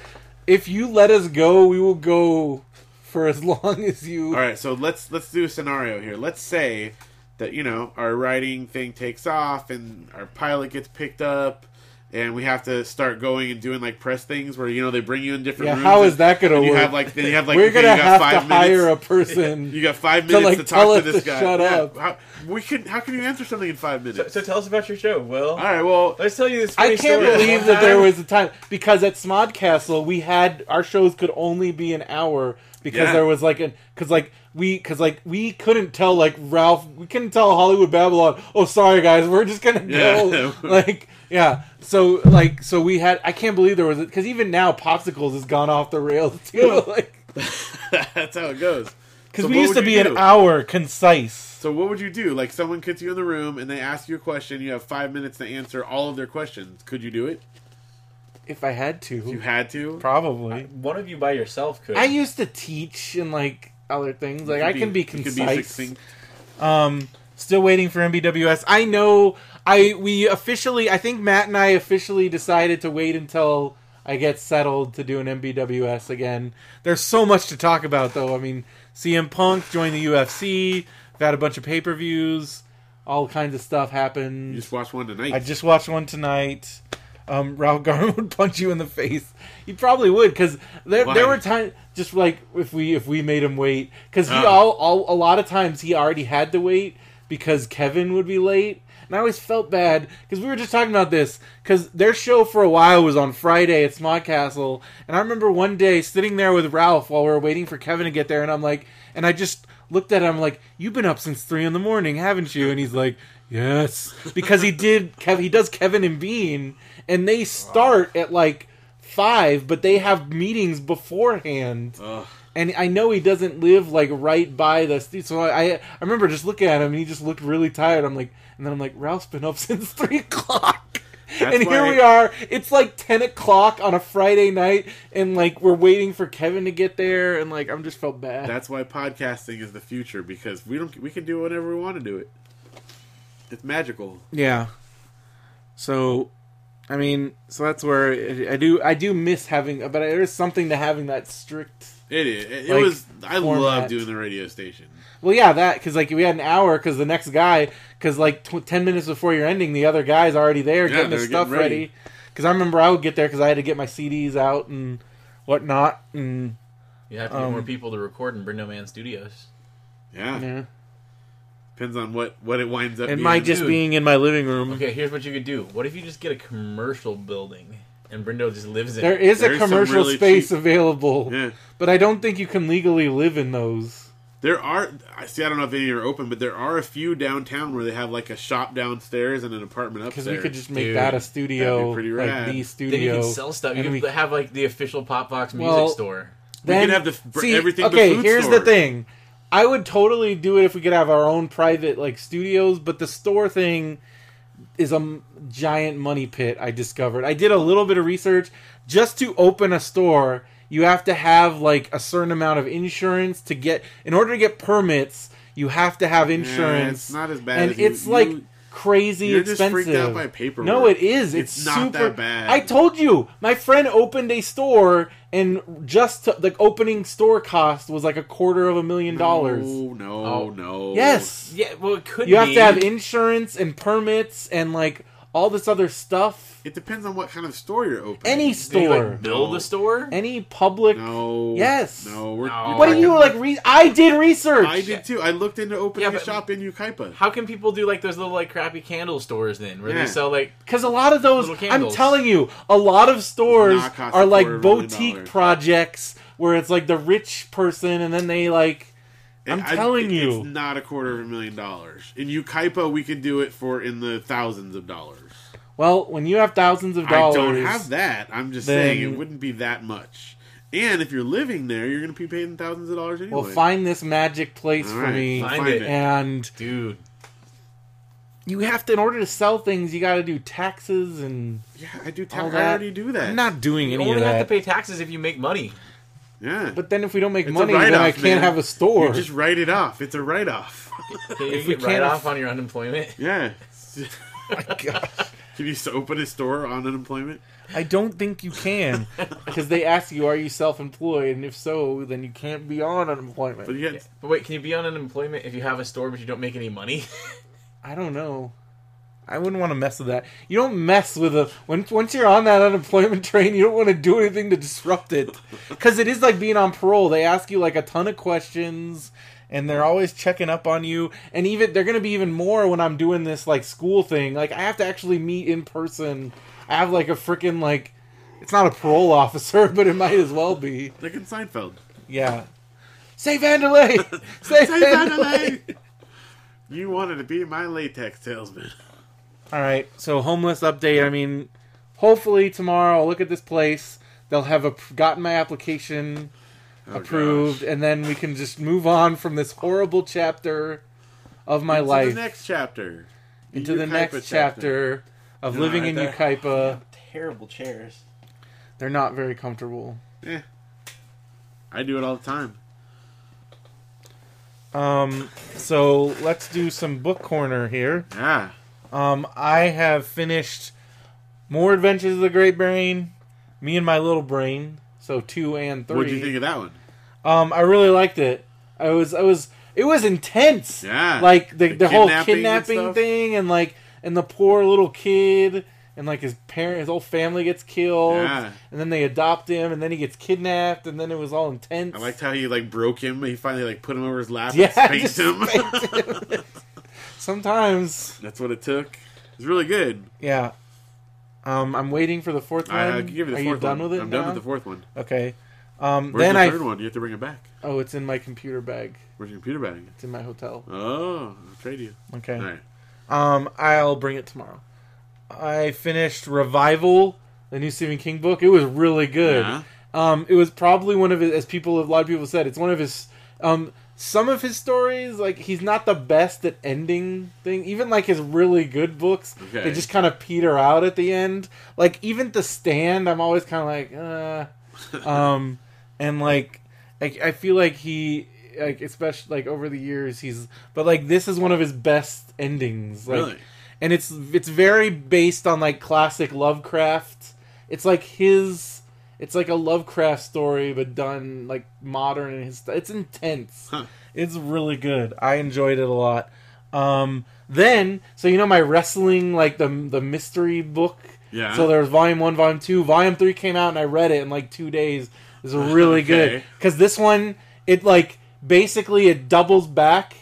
[SPEAKER 2] if you let us go we will go for as long as you
[SPEAKER 3] All right, so let's let's do a scenario here. Let's say that you know our riding thing takes off and our pilot gets picked up and we have to start going and doing like press things where you know they bring you in different
[SPEAKER 2] Yeah,
[SPEAKER 3] rooms
[SPEAKER 2] how
[SPEAKER 3] and-
[SPEAKER 2] is that gonna
[SPEAKER 3] and you
[SPEAKER 2] work?
[SPEAKER 3] have like then you have like
[SPEAKER 2] We're
[SPEAKER 3] okay,
[SPEAKER 2] gonna
[SPEAKER 3] you got
[SPEAKER 2] have
[SPEAKER 3] five
[SPEAKER 2] to
[SPEAKER 3] minutes.
[SPEAKER 2] hire a person.
[SPEAKER 3] you got five minutes to,
[SPEAKER 2] like,
[SPEAKER 3] talk
[SPEAKER 2] tell us
[SPEAKER 3] to this
[SPEAKER 2] to
[SPEAKER 3] guy.
[SPEAKER 2] shut
[SPEAKER 3] Yeah,
[SPEAKER 2] up.
[SPEAKER 3] How, we can. How can you answer something in five minutes?
[SPEAKER 5] So tell us about your show, Will.
[SPEAKER 3] All right. Well,
[SPEAKER 5] Let's tell you this.
[SPEAKER 2] I
[SPEAKER 5] funny
[SPEAKER 2] can't
[SPEAKER 5] story.
[SPEAKER 2] believe
[SPEAKER 5] One
[SPEAKER 2] that there
[SPEAKER 5] time-
[SPEAKER 2] was a time because at Smodcastle we had our shows could only be an hour because
[SPEAKER 3] Yeah.
[SPEAKER 2] there was like an because like we because like we couldn't tell like Ralph we couldn't tell Hollywood Babylon oh sorry guys we're just gonna
[SPEAKER 3] Yeah.
[SPEAKER 2] go like yeah so like so we had I can't believe there was because even now popsicles has gone off the rails too like
[SPEAKER 3] that's how it goes.
[SPEAKER 2] because
[SPEAKER 3] So
[SPEAKER 2] we
[SPEAKER 3] what
[SPEAKER 2] used to
[SPEAKER 3] would
[SPEAKER 2] be
[SPEAKER 3] you
[SPEAKER 2] an
[SPEAKER 3] do?
[SPEAKER 2] hour concise
[SPEAKER 3] So what would you do? Like someone gets you in the room and they ask you a question. You have five minutes to answer all of their questions. Could you do it?
[SPEAKER 2] if I had to
[SPEAKER 3] You had to.
[SPEAKER 2] probably
[SPEAKER 5] One of you by yourself could.
[SPEAKER 2] I used to teach and like other things like
[SPEAKER 3] You
[SPEAKER 2] I
[SPEAKER 3] could
[SPEAKER 2] can be
[SPEAKER 3] you could
[SPEAKER 2] concise.
[SPEAKER 3] succinct.
[SPEAKER 2] Um, still waiting for MBWS. I know. I we officially. I think Matt and I officially decided to wait until I get settled to do an MBWS again. There's so much to talk about, though. I mean, CM Punk joined the UFC. I've had a bunch of pay per views. All kinds of stuff happened.
[SPEAKER 3] You just watch one tonight.
[SPEAKER 2] I just watched one tonight. Um, Ralph Garman would punch you in the face. He probably would because there,
[SPEAKER 3] Why?
[SPEAKER 2] there were times just like if we if we made him wait because he
[SPEAKER 3] Oh.
[SPEAKER 2] all, all a lot of times he already had to wait because Kevin would be late. And I always felt bad because we were just talking about this because their show for a while was on Friday at Smodcastle, and I remember one day sitting there with Ralph while we were waiting for Kevin to get there, and I'm like, and I just looked at him like, "You've been up since three in the morning, haven't you?" And he's like, "Yes," because he did. Kev, he does Kevin and Bean, and they start at like five, but they have meetings beforehand.
[SPEAKER 3] Ugh.
[SPEAKER 2] And I know he doesn't live like right by the stu- so I I remember just looking at him and he just looked really tired. I'm like, and then I'm like, Ralph's been up since three o'clock.
[SPEAKER 3] That's
[SPEAKER 2] and here
[SPEAKER 3] why-
[SPEAKER 2] we are. It's like ten o'clock on a Friday night, and like we're waiting for Kevin to get there, and like I'm just felt bad.
[SPEAKER 3] That's why podcasting is the future because we don't we can do whatever we want to do it. It's magical.
[SPEAKER 2] Yeah. So, I mean, so that's where I- I do I do miss having, but there's something to having that strict.
[SPEAKER 3] It is. It,
[SPEAKER 2] Like,
[SPEAKER 3] it was. I
[SPEAKER 2] format.
[SPEAKER 3] love doing the radio station.
[SPEAKER 2] Well, yeah, that because like we had an hour because the next guy because like tw- ten minutes before your ending, the other guy's already there
[SPEAKER 3] Yeah,
[SPEAKER 2] getting
[SPEAKER 3] they're
[SPEAKER 2] his
[SPEAKER 3] getting
[SPEAKER 2] stuff ready.
[SPEAKER 3] ready.
[SPEAKER 2] Because I remember I would get there because I had to get my CDs out and whatnot, and
[SPEAKER 4] You have to
[SPEAKER 2] Um,
[SPEAKER 4] get more people to record in Brindle Man Studios.
[SPEAKER 3] Yeah.
[SPEAKER 2] yeah.
[SPEAKER 3] Depends on what what it winds up.
[SPEAKER 2] and
[SPEAKER 3] being.
[SPEAKER 2] my just
[SPEAKER 4] dude.
[SPEAKER 2] being in my living room.
[SPEAKER 4] Okay, here's what you could do. What if you just get a commercial building and Brindo just lives in
[SPEAKER 2] There
[SPEAKER 4] it?
[SPEAKER 2] is a
[SPEAKER 3] There's some
[SPEAKER 2] commercial
[SPEAKER 3] really
[SPEAKER 2] space
[SPEAKER 3] cheap-
[SPEAKER 2] available,
[SPEAKER 3] Yeah.
[SPEAKER 2] but I don't think you can legally live in those.
[SPEAKER 3] There are. I see. I don't know if any are open, but there are a few downtown where they have like a shop downstairs and an apartment upstairs.
[SPEAKER 2] Because we could just make
[SPEAKER 4] Dude,
[SPEAKER 2] that a
[SPEAKER 4] that'd
[SPEAKER 2] studio,
[SPEAKER 3] pretty
[SPEAKER 2] like
[SPEAKER 3] rad.
[SPEAKER 2] the
[SPEAKER 3] Then you
[SPEAKER 2] studio.
[SPEAKER 4] Then you can sell stuff. You
[SPEAKER 2] and
[SPEAKER 4] can
[SPEAKER 2] we-
[SPEAKER 4] have like the official Pop Box music
[SPEAKER 2] Well-
[SPEAKER 4] store.
[SPEAKER 3] We
[SPEAKER 2] then
[SPEAKER 3] could have the f- br-
[SPEAKER 2] see,
[SPEAKER 3] everything but
[SPEAKER 2] Okay,
[SPEAKER 3] food
[SPEAKER 2] here's the
[SPEAKER 3] store.
[SPEAKER 2] thing. I would totally do it if we could have our own private like studios, but the store thing is a m- giant money pit. I discovered. I did a little bit of research just to open a store. You have to have like a certain amount of insurance to get in order to get permits. You have to have insurance.
[SPEAKER 3] it's not as bad
[SPEAKER 2] and
[SPEAKER 3] as you-
[SPEAKER 2] it's like
[SPEAKER 3] you-
[SPEAKER 2] crazy
[SPEAKER 3] you're just
[SPEAKER 2] expensive.
[SPEAKER 3] freaked out by paperwork.
[SPEAKER 2] No, it is. It's,
[SPEAKER 3] It's not
[SPEAKER 2] super-
[SPEAKER 3] that bad.
[SPEAKER 2] I told you, my friend opened a store, and just to, the opening store cost was like a quarter of a million dollars.
[SPEAKER 3] No, no,
[SPEAKER 4] Oh.
[SPEAKER 3] no.
[SPEAKER 2] Yes,
[SPEAKER 4] Yeah, well, it could
[SPEAKER 2] you have
[SPEAKER 4] be.
[SPEAKER 2] to have insurance and permits and like all this other stuff.
[SPEAKER 3] It depends on what kind of store you're opening.
[SPEAKER 2] Any
[SPEAKER 4] Do you,
[SPEAKER 2] store,
[SPEAKER 4] like, build a store?
[SPEAKER 2] any public.
[SPEAKER 3] No.
[SPEAKER 2] Yes.
[SPEAKER 3] No. We're,
[SPEAKER 4] No.
[SPEAKER 3] we're
[SPEAKER 2] What do
[SPEAKER 3] talking-
[SPEAKER 2] you like? Re- I did research.
[SPEAKER 3] I did too. I looked into opening
[SPEAKER 4] Yeah,
[SPEAKER 3] a
[SPEAKER 4] but-
[SPEAKER 3] shop in Ukaipa.
[SPEAKER 4] How can people do like those little like crappy candle stores then, where
[SPEAKER 3] Yeah.
[SPEAKER 4] they sell like
[SPEAKER 2] Because a lot of those,
[SPEAKER 4] Little
[SPEAKER 2] I'm
[SPEAKER 4] candles.
[SPEAKER 2] telling you, a lot of stores
[SPEAKER 3] Not cost
[SPEAKER 2] are
[SPEAKER 3] a
[SPEAKER 2] like
[SPEAKER 3] quarter of a million
[SPEAKER 2] boutique
[SPEAKER 3] dollars.
[SPEAKER 2] projects where it's like the rich person and then they like. I'm
[SPEAKER 3] I-
[SPEAKER 2] telling
[SPEAKER 3] it-
[SPEAKER 2] you.
[SPEAKER 3] it's not a quarter of a million dollars. In Ukaipa, we could do it for in the thousands of dollars.
[SPEAKER 2] Well, when you have thousands of
[SPEAKER 3] I
[SPEAKER 2] dollars,
[SPEAKER 3] don't have that. I'm just
[SPEAKER 2] then-
[SPEAKER 3] saying it wouldn't be that much. And if you're living there, you're going to be paying thousands of dollars anyway.
[SPEAKER 2] Well, find this magic place
[SPEAKER 3] All
[SPEAKER 2] for
[SPEAKER 3] right,
[SPEAKER 2] me,
[SPEAKER 4] Find it.
[SPEAKER 2] and
[SPEAKER 4] dude.
[SPEAKER 2] you have to. In order to sell things, you got to do taxes, and
[SPEAKER 3] Yeah, I do. Ta-
[SPEAKER 2] All
[SPEAKER 3] I
[SPEAKER 2] that-
[SPEAKER 3] already do that.
[SPEAKER 2] I'm not doing
[SPEAKER 4] You
[SPEAKER 2] any of
[SPEAKER 4] only have to
[SPEAKER 2] that.
[SPEAKER 4] pay taxes if you make money.
[SPEAKER 3] Yeah,
[SPEAKER 2] But then, if we don't make
[SPEAKER 3] It's a
[SPEAKER 2] money, then I
[SPEAKER 3] write-off,
[SPEAKER 2] can't
[SPEAKER 3] man.
[SPEAKER 2] have a store.
[SPEAKER 3] you just write it off. It's a write off.
[SPEAKER 4] Can you
[SPEAKER 2] If we
[SPEAKER 4] get right
[SPEAKER 2] can't
[SPEAKER 4] off on your unemployment?
[SPEAKER 3] yeah.
[SPEAKER 2] My gosh.
[SPEAKER 3] Can you s- open a store on unemployment?
[SPEAKER 2] I don't think you can because they ask you, "Are you self-employed?" And if so, then you can't be on
[SPEAKER 3] But
[SPEAKER 2] unemployment.
[SPEAKER 3] you got
[SPEAKER 4] But wait, can you be on unemployment if you have a store but you don't make any money?
[SPEAKER 2] I don't know. I wouldn't want to mess with that. You don't mess with a when once you're on that unemployment train, you don't want to do anything to disrupt it because it is like being on parole. They ask you like a ton of questions, and they're always checking up on you. And even they're gonna be even more when I'm doing this like school thing. Like I have to actually meet in person. I have like a freaking like. It's not a parole officer, but it might as well be.
[SPEAKER 3] like in Seinfeld.
[SPEAKER 2] Yeah. Say Vanderlei! Say,
[SPEAKER 3] Say
[SPEAKER 2] Vanderlei!
[SPEAKER 3] Vanderlei! You wanted to be my latex salesman.
[SPEAKER 2] All right, so homeless update. I mean, hopefully tomorrow I'll look at this place. They'll have a, gotten my application
[SPEAKER 3] Oh,
[SPEAKER 2] approved, and then we can just move on from this horrible chapter of my
[SPEAKER 3] Into
[SPEAKER 2] life
[SPEAKER 3] the next chapter.
[SPEAKER 2] into the
[SPEAKER 3] Yucaipa
[SPEAKER 2] next chapter of
[SPEAKER 3] You know,
[SPEAKER 2] living
[SPEAKER 3] right
[SPEAKER 2] in
[SPEAKER 3] there.
[SPEAKER 2] Yucaipa.
[SPEAKER 6] Terrible chairs.
[SPEAKER 2] They're not very comfortable.
[SPEAKER 3] Eh. I do it all the time.
[SPEAKER 2] Um, so let's do some book corner here.
[SPEAKER 3] Yeah.
[SPEAKER 2] Um, I have finished more Adventures of the Great Brain, Me and My Little Brain, so two and 3
[SPEAKER 3] What do you think of that one?
[SPEAKER 2] Um, I really liked it. I was, I was, it was intense.
[SPEAKER 3] Yeah.
[SPEAKER 2] Like the, the,
[SPEAKER 3] The
[SPEAKER 2] whole
[SPEAKER 3] kidnapping and
[SPEAKER 2] kidnapping
[SPEAKER 3] stuff.
[SPEAKER 2] thing, and like, and the poor little kid, and like his parent, his whole family gets killed,
[SPEAKER 3] Yeah.
[SPEAKER 2] and then they adopt him, and then he gets kidnapped, and then it was all intense.
[SPEAKER 3] I liked how he like broke him. He finally like put him over his lap
[SPEAKER 2] Yeah,
[SPEAKER 3] and
[SPEAKER 2] just
[SPEAKER 3] spanked him.
[SPEAKER 2] Sometimes,
[SPEAKER 3] That's what it took. It's really good.
[SPEAKER 2] yeah. Um, I'm waiting for the fourth one.
[SPEAKER 3] I, I can give you the
[SPEAKER 2] Are
[SPEAKER 3] fourth
[SPEAKER 2] you done
[SPEAKER 3] one.
[SPEAKER 2] with it?
[SPEAKER 3] I'm
[SPEAKER 2] now?
[SPEAKER 3] done with the fourth one.
[SPEAKER 2] Okay. Um,
[SPEAKER 3] Where's
[SPEAKER 2] then
[SPEAKER 3] the
[SPEAKER 2] I
[SPEAKER 3] third one? You have to bring it back.
[SPEAKER 2] Oh, it's in my computer bag.
[SPEAKER 3] Where's your computer bag?
[SPEAKER 2] It's in my hotel.
[SPEAKER 3] Oh, I'll trade you.
[SPEAKER 2] Okay.
[SPEAKER 3] All right.
[SPEAKER 2] Um, I'll bring it tomorrow. I finished Revival, the new Stephen King book. It was really good.
[SPEAKER 3] Yeah.
[SPEAKER 2] Um, it was probably one of his, as people, a lot of people said, it's one of his, um, some of his stories, like, he's not the best at ending thing. Even, like, his really good books,
[SPEAKER 3] Okay.
[SPEAKER 2] they just kind of peter out at the end. Like, even The Stand, I'm always kind of like, uh, um, and, like, like I feel like he like especially like over the years he's but like this is one of his best endings like
[SPEAKER 3] Really?
[SPEAKER 2] and it's it's very based on like classic Lovecraft it's like his it's like a Lovecraft story but done like modern and his it's intense
[SPEAKER 3] Huh.
[SPEAKER 2] it's really good I enjoyed it a lot um then so you know my wrestling like the the mystery book
[SPEAKER 3] Yeah.
[SPEAKER 2] so there was volume one, volume two, volume three came out, and I read it in like two days. It was really good
[SPEAKER 3] Okay.
[SPEAKER 2] because this one, it like basically it doubles back,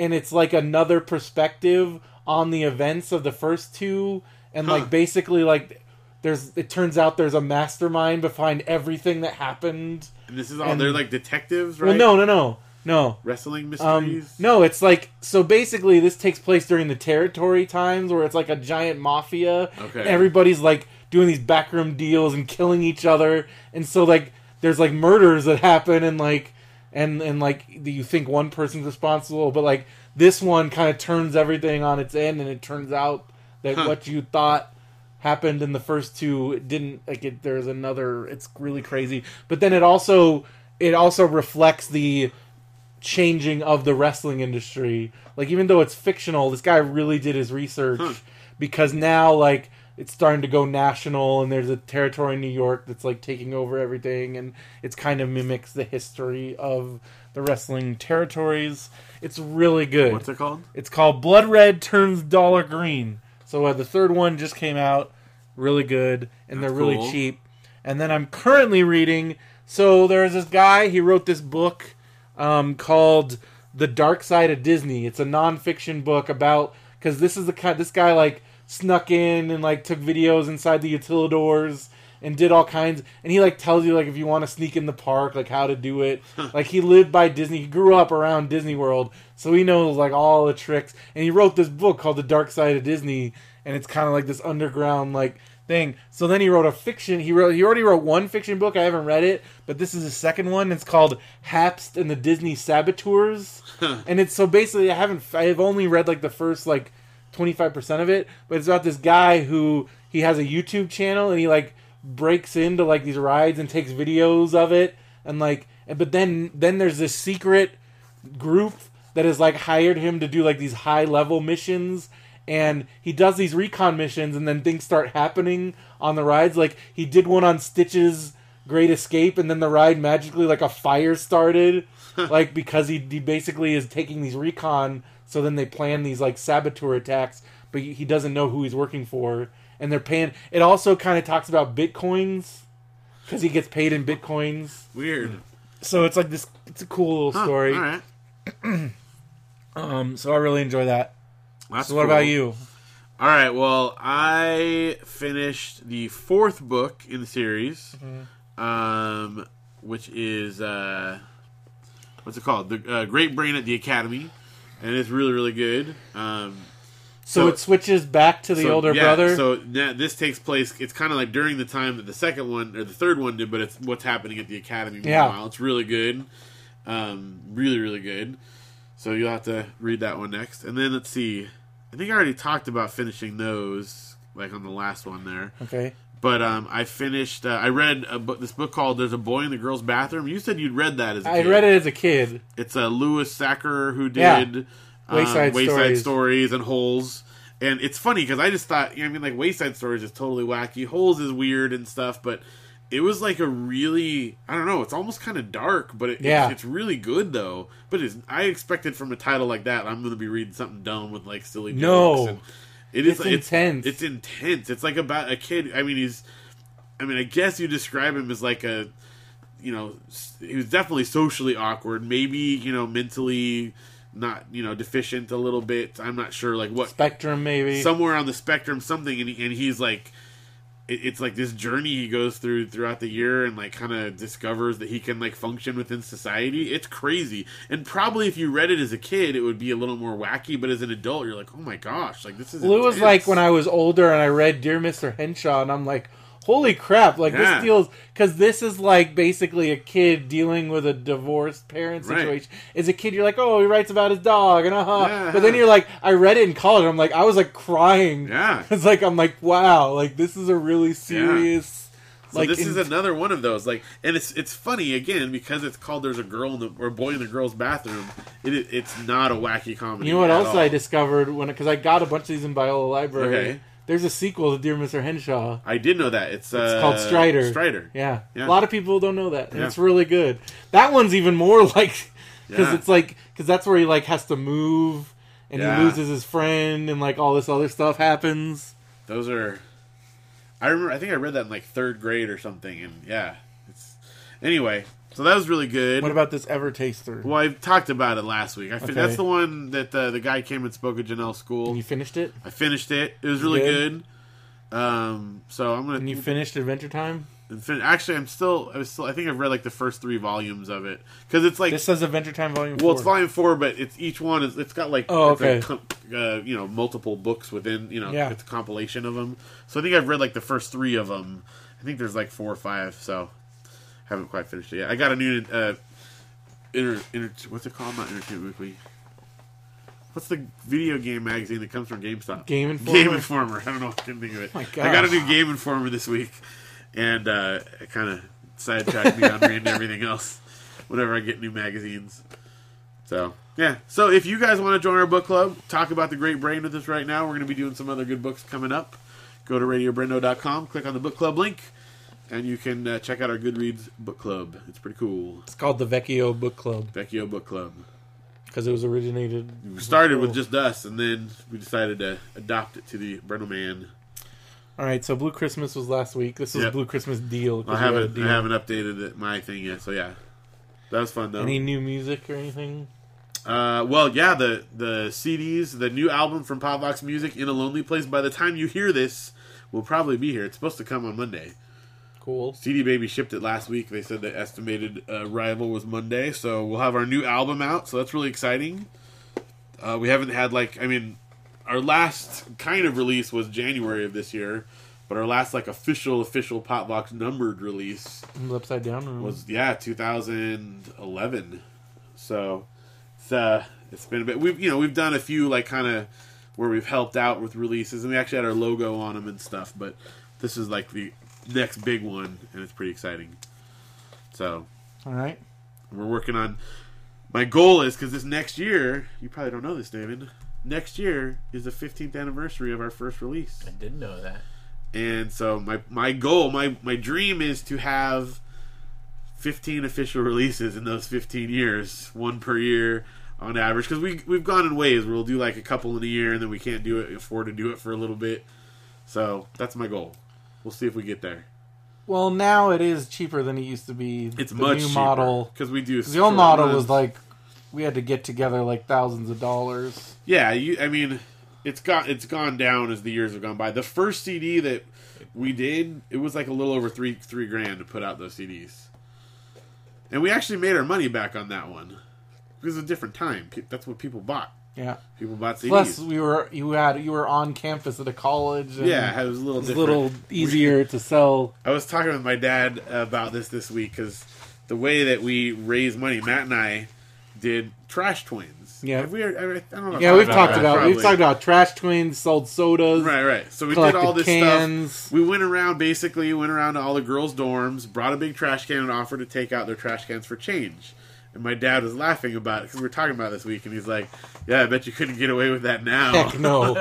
[SPEAKER 2] and it's like another perspective on the events of the first two, and
[SPEAKER 3] Huh.
[SPEAKER 2] like basically like there's it turns out there's a mastermind behind everything that happened.
[SPEAKER 3] And this is all.
[SPEAKER 2] And-
[SPEAKER 3] they're like detectives, right?
[SPEAKER 2] Well, no, no, no, no.
[SPEAKER 3] Wrestling
[SPEAKER 2] Um,
[SPEAKER 3] mysteries.
[SPEAKER 2] no, it's like so. Basically, this takes place during the territory times, where it's like a giant mafia.
[SPEAKER 3] Okay.
[SPEAKER 2] and everybody's like doing these backroom deals and killing each other, and so like there's like murders that happen, and like and and like you think one person's responsible, but like this one kind of turns everything on its end, and it turns out that
[SPEAKER 3] Huh.
[SPEAKER 2] what you thought happened in the first two it didn't like it, there's another it's really crazy but then it also it also reflects the changing of the wrestling industry. Like even though it's fictional, this guy really did his research because now like it's starting to go national and there's a territory in New York that's like taking over everything and it's kind of mimics the history of the wrestling territories. It's really good.
[SPEAKER 3] What's it called?
[SPEAKER 2] It's called Blood Red Turns Dollar Green. So uh, the third one just came out, really good, and
[SPEAKER 3] That's
[SPEAKER 2] they're really
[SPEAKER 3] cool.
[SPEAKER 2] cheap. And then I'm currently reading. So there's this guy. He wrote this book um, called The Dark Side of Disney. It's a nonfiction book about because this is the kind. This guy like snuck in and like took videos inside the utilidors and did all kinds and he like tells you like if you want to sneak in the park like how to do it like he lived by disney he grew up around disney world so he knows like all the tricks and he wrote this book called the dark side of disney and it's kind of like this underground like thing so then he wrote a fiction he wrote he already wrote one fiction book i haven't read it but this is his second one it's called hapst and the disney saboteurs and it's so basically i haven't i've only read like the first like 25% of it, but it's about this guy who he has a YouTube channel and he like breaks into like these rides and takes videos of it and like and- but then then there's this secret group that has like hired him to do like these high level missions and he does these recon missions and then things start happening on the rides like he did one on stitches great escape and then the ride magically like a fire started like because he, he basically is taking these recon so then they plan these like saboteur attacks but he he doesn't know who he's working for and they're paying it also kind of talks about bitcoins because he gets paid in bitcoins
[SPEAKER 3] Weird.
[SPEAKER 2] so it's like this it's a cool little
[SPEAKER 3] Huh,
[SPEAKER 2] story
[SPEAKER 3] All right.
[SPEAKER 2] um so i really enjoy that
[SPEAKER 3] That's
[SPEAKER 2] so what
[SPEAKER 3] cool.
[SPEAKER 2] about you
[SPEAKER 3] All right. Well, I finished the fourth book in the series,
[SPEAKER 2] Mm-hmm.
[SPEAKER 3] um, which is uh, what's it called? The uh, Great Brain at the Academy, and it's really, really good. Um,
[SPEAKER 2] so,
[SPEAKER 3] So-
[SPEAKER 2] it switches back to the
[SPEAKER 3] so,
[SPEAKER 2] older
[SPEAKER 3] yeah,
[SPEAKER 2] brother
[SPEAKER 3] So now this takes place. It's kind of like during the time that the second one or the third one did, but it's what's happening at the academy.
[SPEAKER 2] Yeah.
[SPEAKER 3] meanwhile. it's really good. Um, really, really good. So you'll have to read that one next, and then let's see. I think I already talked about finishing those, like on the last one there.
[SPEAKER 2] okay
[SPEAKER 3] But um, I finished. Uh, I read a book, this book called "There's a Boy in the Girls' Bathroom." You said you'd read that as a
[SPEAKER 2] i
[SPEAKER 3] kid.
[SPEAKER 2] read it as a kid
[SPEAKER 3] It's uh, Lewis Sacker who
[SPEAKER 2] Yeah.
[SPEAKER 3] did um,
[SPEAKER 2] Wayside
[SPEAKER 3] Wayside Stories.
[SPEAKER 2] Stories.
[SPEAKER 3] and Holes. And it's funny because I just thought, you know, I mean, like Wayside Stories is totally wacky. Holes is weird and stuff, but it was like a really, I don't know, it's almost kind of dark, but it,
[SPEAKER 2] Yeah.
[SPEAKER 3] it's, it's really good though. But it's, I expected from a title like that, I'm going to be reading something dumb with like silly jokes.
[SPEAKER 2] No.
[SPEAKER 3] and it is
[SPEAKER 2] It's intense.
[SPEAKER 3] It's, intense. It's like about a kid. I mean, he's, I mean, I guess you describe him as like a you know, s- he was definitely socially awkward. Maybe you know, mentally not you know deficient a little bit. I'm not sure like what
[SPEAKER 2] spectrum maybe
[SPEAKER 3] somewhere on the spectrum something, and, he, and he's like. it- It's like this journey he goes through throughout the year, and like kind of discovers that he can like function within society. It's crazy, and probably if you read it as a kid, it would be a little more wacky. But as an adult, you're like, oh my gosh, like this is.
[SPEAKER 2] Blue was
[SPEAKER 3] intense."
[SPEAKER 2] like when I was older and I read Dear Mr. Henshaw, and I'm like, holy crap! Like
[SPEAKER 3] Yeah.
[SPEAKER 2] this deals because this is like basically a kid dealing with a divorced parent
[SPEAKER 3] Right.
[SPEAKER 2] situation. As a kid, you're like, oh, he writes about his dog, and uh huh.
[SPEAKER 3] Yeah,
[SPEAKER 2] But then
[SPEAKER 3] yeah.
[SPEAKER 2] you're like, I read it in college. and I'm like, I was like crying.
[SPEAKER 3] Yeah.
[SPEAKER 2] it's like I'm like, wow, like this is a really serious.
[SPEAKER 3] So
[SPEAKER 2] Like
[SPEAKER 3] this is
[SPEAKER 2] int-
[SPEAKER 3] another one of those. Like, and it's it's funny again because it's called "There's a Girl in the or Boy in the Girl's Bathroom." It, it- it's not a wacky comedy.
[SPEAKER 2] you know what
[SPEAKER 3] at
[SPEAKER 2] else
[SPEAKER 3] all.
[SPEAKER 2] I discovered when because I got a bunch of these in Biola Library.
[SPEAKER 3] Okay.
[SPEAKER 2] There's a sequel to Dear Mr. Henshaw.
[SPEAKER 3] I did know that
[SPEAKER 2] It's
[SPEAKER 3] it's, uh,
[SPEAKER 2] called Strider.
[SPEAKER 3] Strider.
[SPEAKER 2] Yeah.
[SPEAKER 3] Yeah.
[SPEAKER 2] A lot of people don't know that. And
[SPEAKER 3] Yeah.
[SPEAKER 2] It's really good. That one's even more like because
[SPEAKER 3] Yeah.
[SPEAKER 2] it's like because that's where he like has to move and
[SPEAKER 3] Yeah.
[SPEAKER 2] he loses his friend and like all this other stuff happens.
[SPEAKER 3] Those are. I remember. I think I read that in like third grade or something, and yeah. It's anyway. So that was really good.
[SPEAKER 2] What about this ever taster?
[SPEAKER 3] Well, I talked about it last week. I fin-
[SPEAKER 2] Okay.
[SPEAKER 3] that's the one that uh, the guy came and spoke at Janelle's school.
[SPEAKER 2] And you finished it?
[SPEAKER 3] I finished it. It was really
[SPEAKER 2] Good.
[SPEAKER 3] good. Um, so I'm gonna
[SPEAKER 2] And you finished Adventure Time?
[SPEAKER 3] And fin- Actually, I'm still. I was still. I think I've read like the first three volumes of it because it's like.
[SPEAKER 2] This says Adventure Time Volume
[SPEAKER 3] well, it's
[SPEAKER 2] four.
[SPEAKER 3] volume four, but it's each one is. It's got like.
[SPEAKER 2] Oh,
[SPEAKER 3] it's, like,
[SPEAKER 2] okay.
[SPEAKER 3] com- uh, you know, multiple books within. You know,
[SPEAKER 2] Yeah.
[SPEAKER 3] it's a compilation of them. So I think I've read like the first three of them. I think there's like four or five. So haven't quite finished it yet. I got a new. Uh, inter, inter, what's it called? Not Entertainment Weekly. What's the video game magazine that comes from GameStop?
[SPEAKER 2] Game Informer?
[SPEAKER 3] Game Informer. I don't know. I couldn't think of it.
[SPEAKER 2] Oh my
[SPEAKER 3] I got a
[SPEAKER 2] gosh.
[SPEAKER 3] new Game Informer this week, and uh, it kind of sidetracked me on reading everything else whenever I get new magazines. So yeah. So if you guys want to join our book club, talk about the Great Brain with us right now. We're going to be doing some other good books coming up. Go to radiobrendo.com, click on the book club link, and you can uh, check out our Goodreads book club. It's pretty cool.
[SPEAKER 2] It's called the Vecchio Book Club
[SPEAKER 3] Vecchio book club.
[SPEAKER 2] because it was originated.
[SPEAKER 3] We started with just us, and then we decided to adopt it to the Brendo Man.
[SPEAKER 2] All right, so Blue Christmas was last week. This was
[SPEAKER 3] Yep.
[SPEAKER 2] Blue Christmas deal. 'cause
[SPEAKER 3] I
[SPEAKER 2] we had a
[SPEAKER 3] haven't
[SPEAKER 2] deal.
[SPEAKER 3] I haven't updated it, my thing yet. So yeah, that was fun though.
[SPEAKER 2] Any new music or anything?
[SPEAKER 3] uh, well, yeah, the the CDs, the new album from Podvox Music, In a Lonely Place. By the time you hear this, will probably be here. It's supposed to come on Monday.
[SPEAKER 2] Cool.
[SPEAKER 3] CD Baby shipped it last week. They said the estimated uh, arrival was Monday, so we'll have our new album out. So that's really exciting. Uh, we haven't had like I mean, our last kind of release was January of this year, but our last like official official Potbox numbered release
[SPEAKER 2] It was upside down. Or
[SPEAKER 3] was yeah 2011 so it's uh it's been a bit we've you know we've done a few like kind of where we've helped out with releases and we actually had our logo on them and stuff but this is like the next big one and it's pretty exciting so
[SPEAKER 2] all right.
[SPEAKER 3] we're working on my goal is because this next year you probably don't know this david next year is the 15th anniversary of our first release.
[SPEAKER 4] I didn't know that.
[SPEAKER 3] And so my my goal, my my dream is to have 15 official releases in those 15 years, one per year on average cuz we we've gone in ways where we'll do like a couple in a year and then we can't do it afford to do it for a little bit. So, that's my goal. We'll see if we get there.
[SPEAKER 2] Well, now it is cheaper than it used to be.
[SPEAKER 3] It's
[SPEAKER 2] the
[SPEAKER 3] much
[SPEAKER 2] new
[SPEAKER 3] cheaper
[SPEAKER 2] model.
[SPEAKER 3] cuz we do
[SPEAKER 2] The old model was
[SPEAKER 3] short runs.
[SPEAKER 2] like we had to get together like thousands of dollars.
[SPEAKER 3] Yeah, you. I mean, it's gone. It's gone down as the years have gone by. The first CD that we did, it was like a little over three three grand to put out those CDs, and we actually made our money back on that one. It was a different time. Pe- That's what people bought.
[SPEAKER 2] Yeah.
[SPEAKER 3] People bought CDs.
[SPEAKER 2] Plus, we were you had you were on campus at a college. And
[SPEAKER 3] yeah, it was a little
[SPEAKER 2] it's a
[SPEAKER 3] different.
[SPEAKER 2] little easier to sell.
[SPEAKER 3] I was talking with my dad about this this week because the way that we raise money, Matt and I did Trash Twins.
[SPEAKER 2] Yeah.
[SPEAKER 3] Have we, I, I don't know if
[SPEAKER 2] Yeah, we've
[SPEAKER 3] I've
[SPEAKER 2] talked about
[SPEAKER 3] probably.
[SPEAKER 2] we've talked about trash twins sold sodas.
[SPEAKER 3] Right, right. So we did
[SPEAKER 2] collected
[SPEAKER 3] all this
[SPEAKER 2] cans.
[SPEAKER 3] stuff. We went around basically went around to all the girls' dorms, brought a big trash can and offered to take out their trash cans for change. And my dad was laughing about it because we were talking about it this week, and he's like, "Yeah, I bet you couldn't get away with that now."
[SPEAKER 2] Heck no.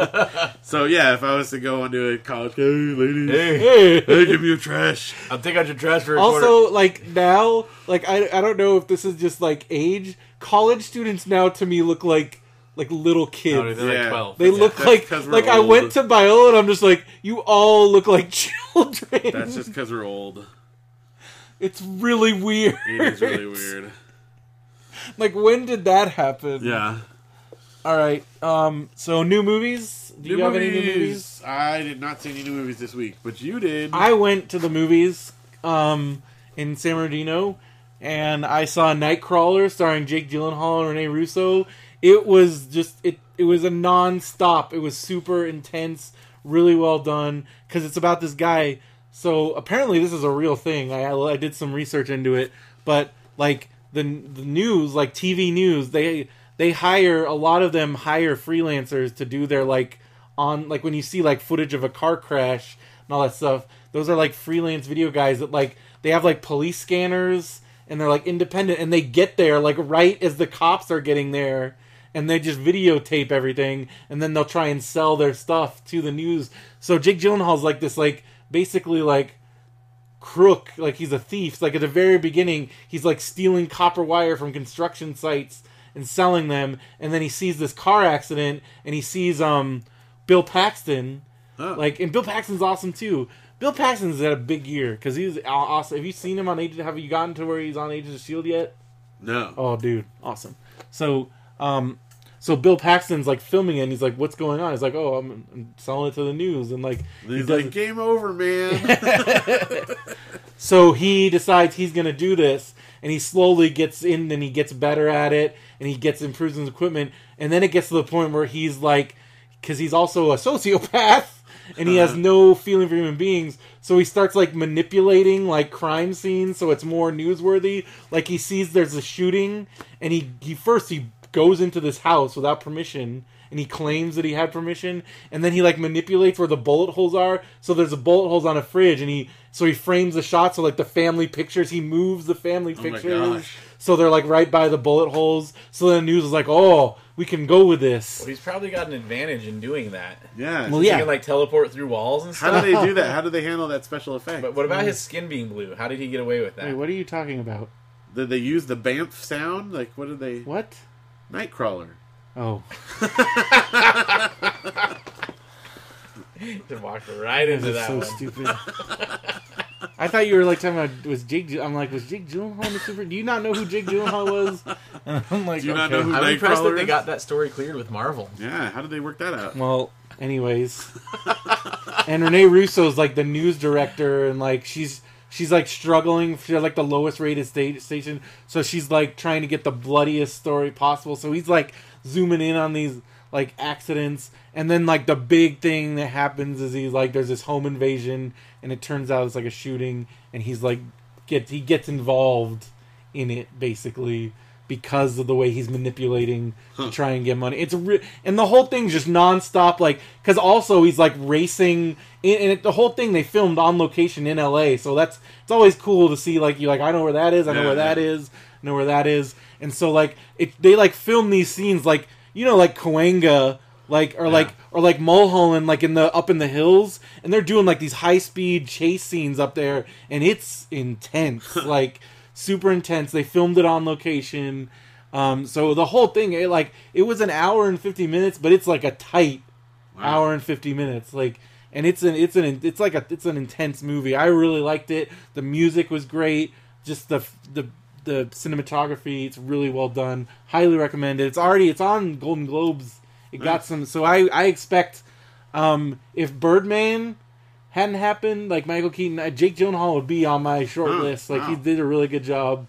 [SPEAKER 3] So yeah, if I was to go onto a college, hey ladies, hey,
[SPEAKER 2] Hey.
[SPEAKER 3] give me your trash.
[SPEAKER 4] I'll take out your trash for a quarter.
[SPEAKER 2] Also, like now, like I, I don't know if this is just like age. College students now to me look like like little
[SPEAKER 4] No, dude,
[SPEAKER 2] kids.
[SPEAKER 4] they're like
[SPEAKER 3] Yeah.
[SPEAKER 4] 12.
[SPEAKER 2] They
[SPEAKER 4] Yeah.
[SPEAKER 2] look
[SPEAKER 3] that's
[SPEAKER 2] like
[SPEAKER 3] 'cause we're
[SPEAKER 2] like I
[SPEAKER 3] old.
[SPEAKER 2] went to Biola and I'm just like you all look like children.
[SPEAKER 3] That's just because we're old.
[SPEAKER 2] it's really weird.
[SPEAKER 3] It is really weird.
[SPEAKER 2] Like when did that happen?
[SPEAKER 3] Yeah.
[SPEAKER 2] All right. Um. So new movies. Do you have any new movies?
[SPEAKER 3] I did not see any new movies this week, but you did.
[SPEAKER 2] I went to the movies um, in San Bernardino, and I saw Nightcrawler starring Jake Gyllenhaal and Rene Russo. It was just it. It was a non-stop. It was super intense, really well done. Because it's about this guy. So apparently, this is a real thing. I, I did some research into it, but like the the news, like TV news, they they hire a lot of them hire freelancers to do their like on like when you see like footage of a car crash and all that stuff those are like freelance video guys that like they have like police scanners and they're like independent and they get there like right as the cops are getting there and they just videotape everything and then they'll try and sell their stuff to the news so Jake Gyllenhaal's like this like basically like crook like he's a thief like at the very beginning he's like stealing copper wire from construction sites and selling them and then he sees this car accident and he sees um bill paxton
[SPEAKER 3] Oh.
[SPEAKER 2] like and bill paxton's awesome too bill paxton's had a big year because he's aw- awesome have you seen him on agent have you gotten to where he's on agents of shield yet
[SPEAKER 3] no.
[SPEAKER 2] Oh, dude, awesome. So, um, so Bill Paxton's like filming it, and he's like, "What's going on?" He's like, "Oh, I'm, I'm selling it to the news," and like he
[SPEAKER 3] he's
[SPEAKER 2] does-
[SPEAKER 3] like, game over, man.
[SPEAKER 2] so he decides he's going to do this, and he slowly gets in, and he gets better at it, and he gets improves his equipment, and then it gets to the point where he's like, because he's also a sociopath, and he has no feeling for human beings, so he starts like manipulating like crime scenes so it's more newsworthy. Like he sees there's a shooting, and he he first he goes into this house without permission and he claims that he had permission and then he like manipulates where the bullet holes are so there's a bullet holes on a fridge and he so he frames the shot so like the family pictures he moves the family
[SPEAKER 4] Oh
[SPEAKER 2] pictures
[SPEAKER 3] gosh.
[SPEAKER 2] so they're like right by the bullet holes so the news is like oh we can go with this
[SPEAKER 4] He's probably got an advantage in doing that.
[SPEAKER 3] yeah.
[SPEAKER 2] well
[SPEAKER 4] He
[SPEAKER 2] yeah
[SPEAKER 4] can like teleport through walls and stuff.
[SPEAKER 3] How do they do that? How do they handle that special effect?
[SPEAKER 4] But what about his skin being blue? How did he get away with that?
[SPEAKER 2] Wait, what are you talking about
[SPEAKER 3] Did they use the Banff sound? Like, what did they?
[SPEAKER 2] what
[SPEAKER 3] Nightcrawler.
[SPEAKER 2] oh
[SPEAKER 4] He walked right into
[SPEAKER 2] That's
[SPEAKER 4] that
[SPEAKER 2] so
[SPEAKER 4] one.
[SPEAKER 2] stupid. I thought you were like talking about was Jake. Gy- I'm like, was Jake Gyllenhaal in the super? Do you not know who Jake Gyllenhaal was? And
[SPEAKER 4] Oh
[SPEAKER 2] I'm like,
[SPEAKER 3] Do you not
[SPEAKER 2] okay.
[SPEAKER 3] know who
[SPEAKER 4] I'm impressed that
[SPEAKER 3] Nightcrawler
[SPEAKER 4] they
[SPEAKER 3] is?
[SPEAKER 4] got that story cleared with Marvel.
[SPEAKER 3] Yeah. How did they work that out?
[SPEAKER 2] Well, anyways, and Renee Russo's like the news director, and like she's she's like struggling. She's like the lowest rated sta- station, so she's like trying to get the bloodiest story possible. So he's like zooming in on these like accidents, and then like the big thing that happens is he's like there's this home invasion, and it turns out it's like a shooting, and he's like gets he gets involved in it basically because of the way he's manipulating to try and get money. It's re- and the whole thing's just nonstop, like because also he's like racing, and, and it, the whole thing they filmed on location in L.A. So that's it's always cool to see like you like I know where that is, I know
[SPEAKER 3] Yeah,
[SPEAKER 2] where that
[SPEAKER 3] yeah.
[SPEAKER 2] is, I know where that is, and so like it they like film these scenes like you know like Coenga like or like or like Mulholland, like in the up in the hills, and they're doing like these high speed chase scenes up there, and it's intense, like super intense. They filmed it on location, um, so the whole thing, it, like it was an hour and fifty minutes, but it's like a tight hour and fifty minutes, like. And it's an it's an it's like a it's an intense movie. I really liked it. The music was great. Just the the the cinematography. It's really well done. Highly recommended. It's already it's on Golden Globes. It got some. So I I expect um, if Birdman hadn't happened, like Michael Keaton, uh, Jake Gyllenhaal would be on my short
[SPEAKER 3] Hmm,
[SPEAKER 2] list. Like he
[SPEAKER 3] wow.
[SPEAKER 2] did a really good job.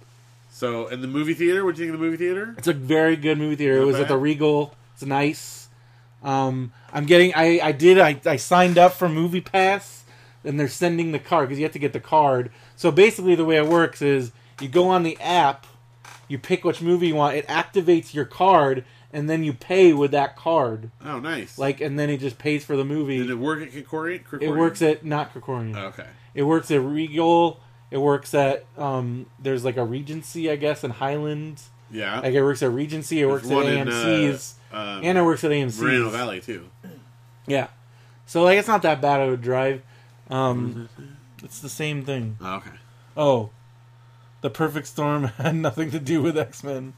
[SPEAKER 3] So, in the movie theater, what do you think of the movie theater?
[SPEAKER 2] It's a very good movie theater. it
[SPEAKER 3] Not
[SPEAKER 2] was at
[SPEAKER 3] bad.
[SPEAKER 2] the Regal. It's nice. Um, I'm getting. I I did. I I signed up for Movie Pass, and they're sending the card because you have to get the card. So basically, the way it works is you go on the app, you pick which movie you want. It activates your card, and then you pay with that card.
[SPEAKER 3] Oh, nice.
[SPEAKER 2] Like, and then it just pays for the
[SPEAKER 3] did
[SPEAKER 2] movie.
[SPEAKER 3] it work Oh. at Kikori?
[SPEAKER 2] It works at not Krikorian.
[SPEAKER 3] Okay.
[SPEAKER 2] It works at Regal. It works at um. There's like a Regency, I guess, in Highland.
[SPEAKER 3] Yeah.
[SPEAKER 2] Like it works at Regency. It works at
[SPEAKER 3] one in, uh,
[SPEAKER 2] AMC's.
[SPEAKER 3] um,
[SPEAKER 2] and it works at AMC's.
[SPEAKER 3] Moreno Valley too.
[SPEAKER 2] Yeah. So like it's not that bad of a drive. Um,
[SPEAKER 3] Mm-hmm.
[SPEAKER 2] it's the same thing.
[SPEAKER 3] Oh, okay.
[SPEAKER 2] Oh, the Perfect Storm had nothing to do with X Men.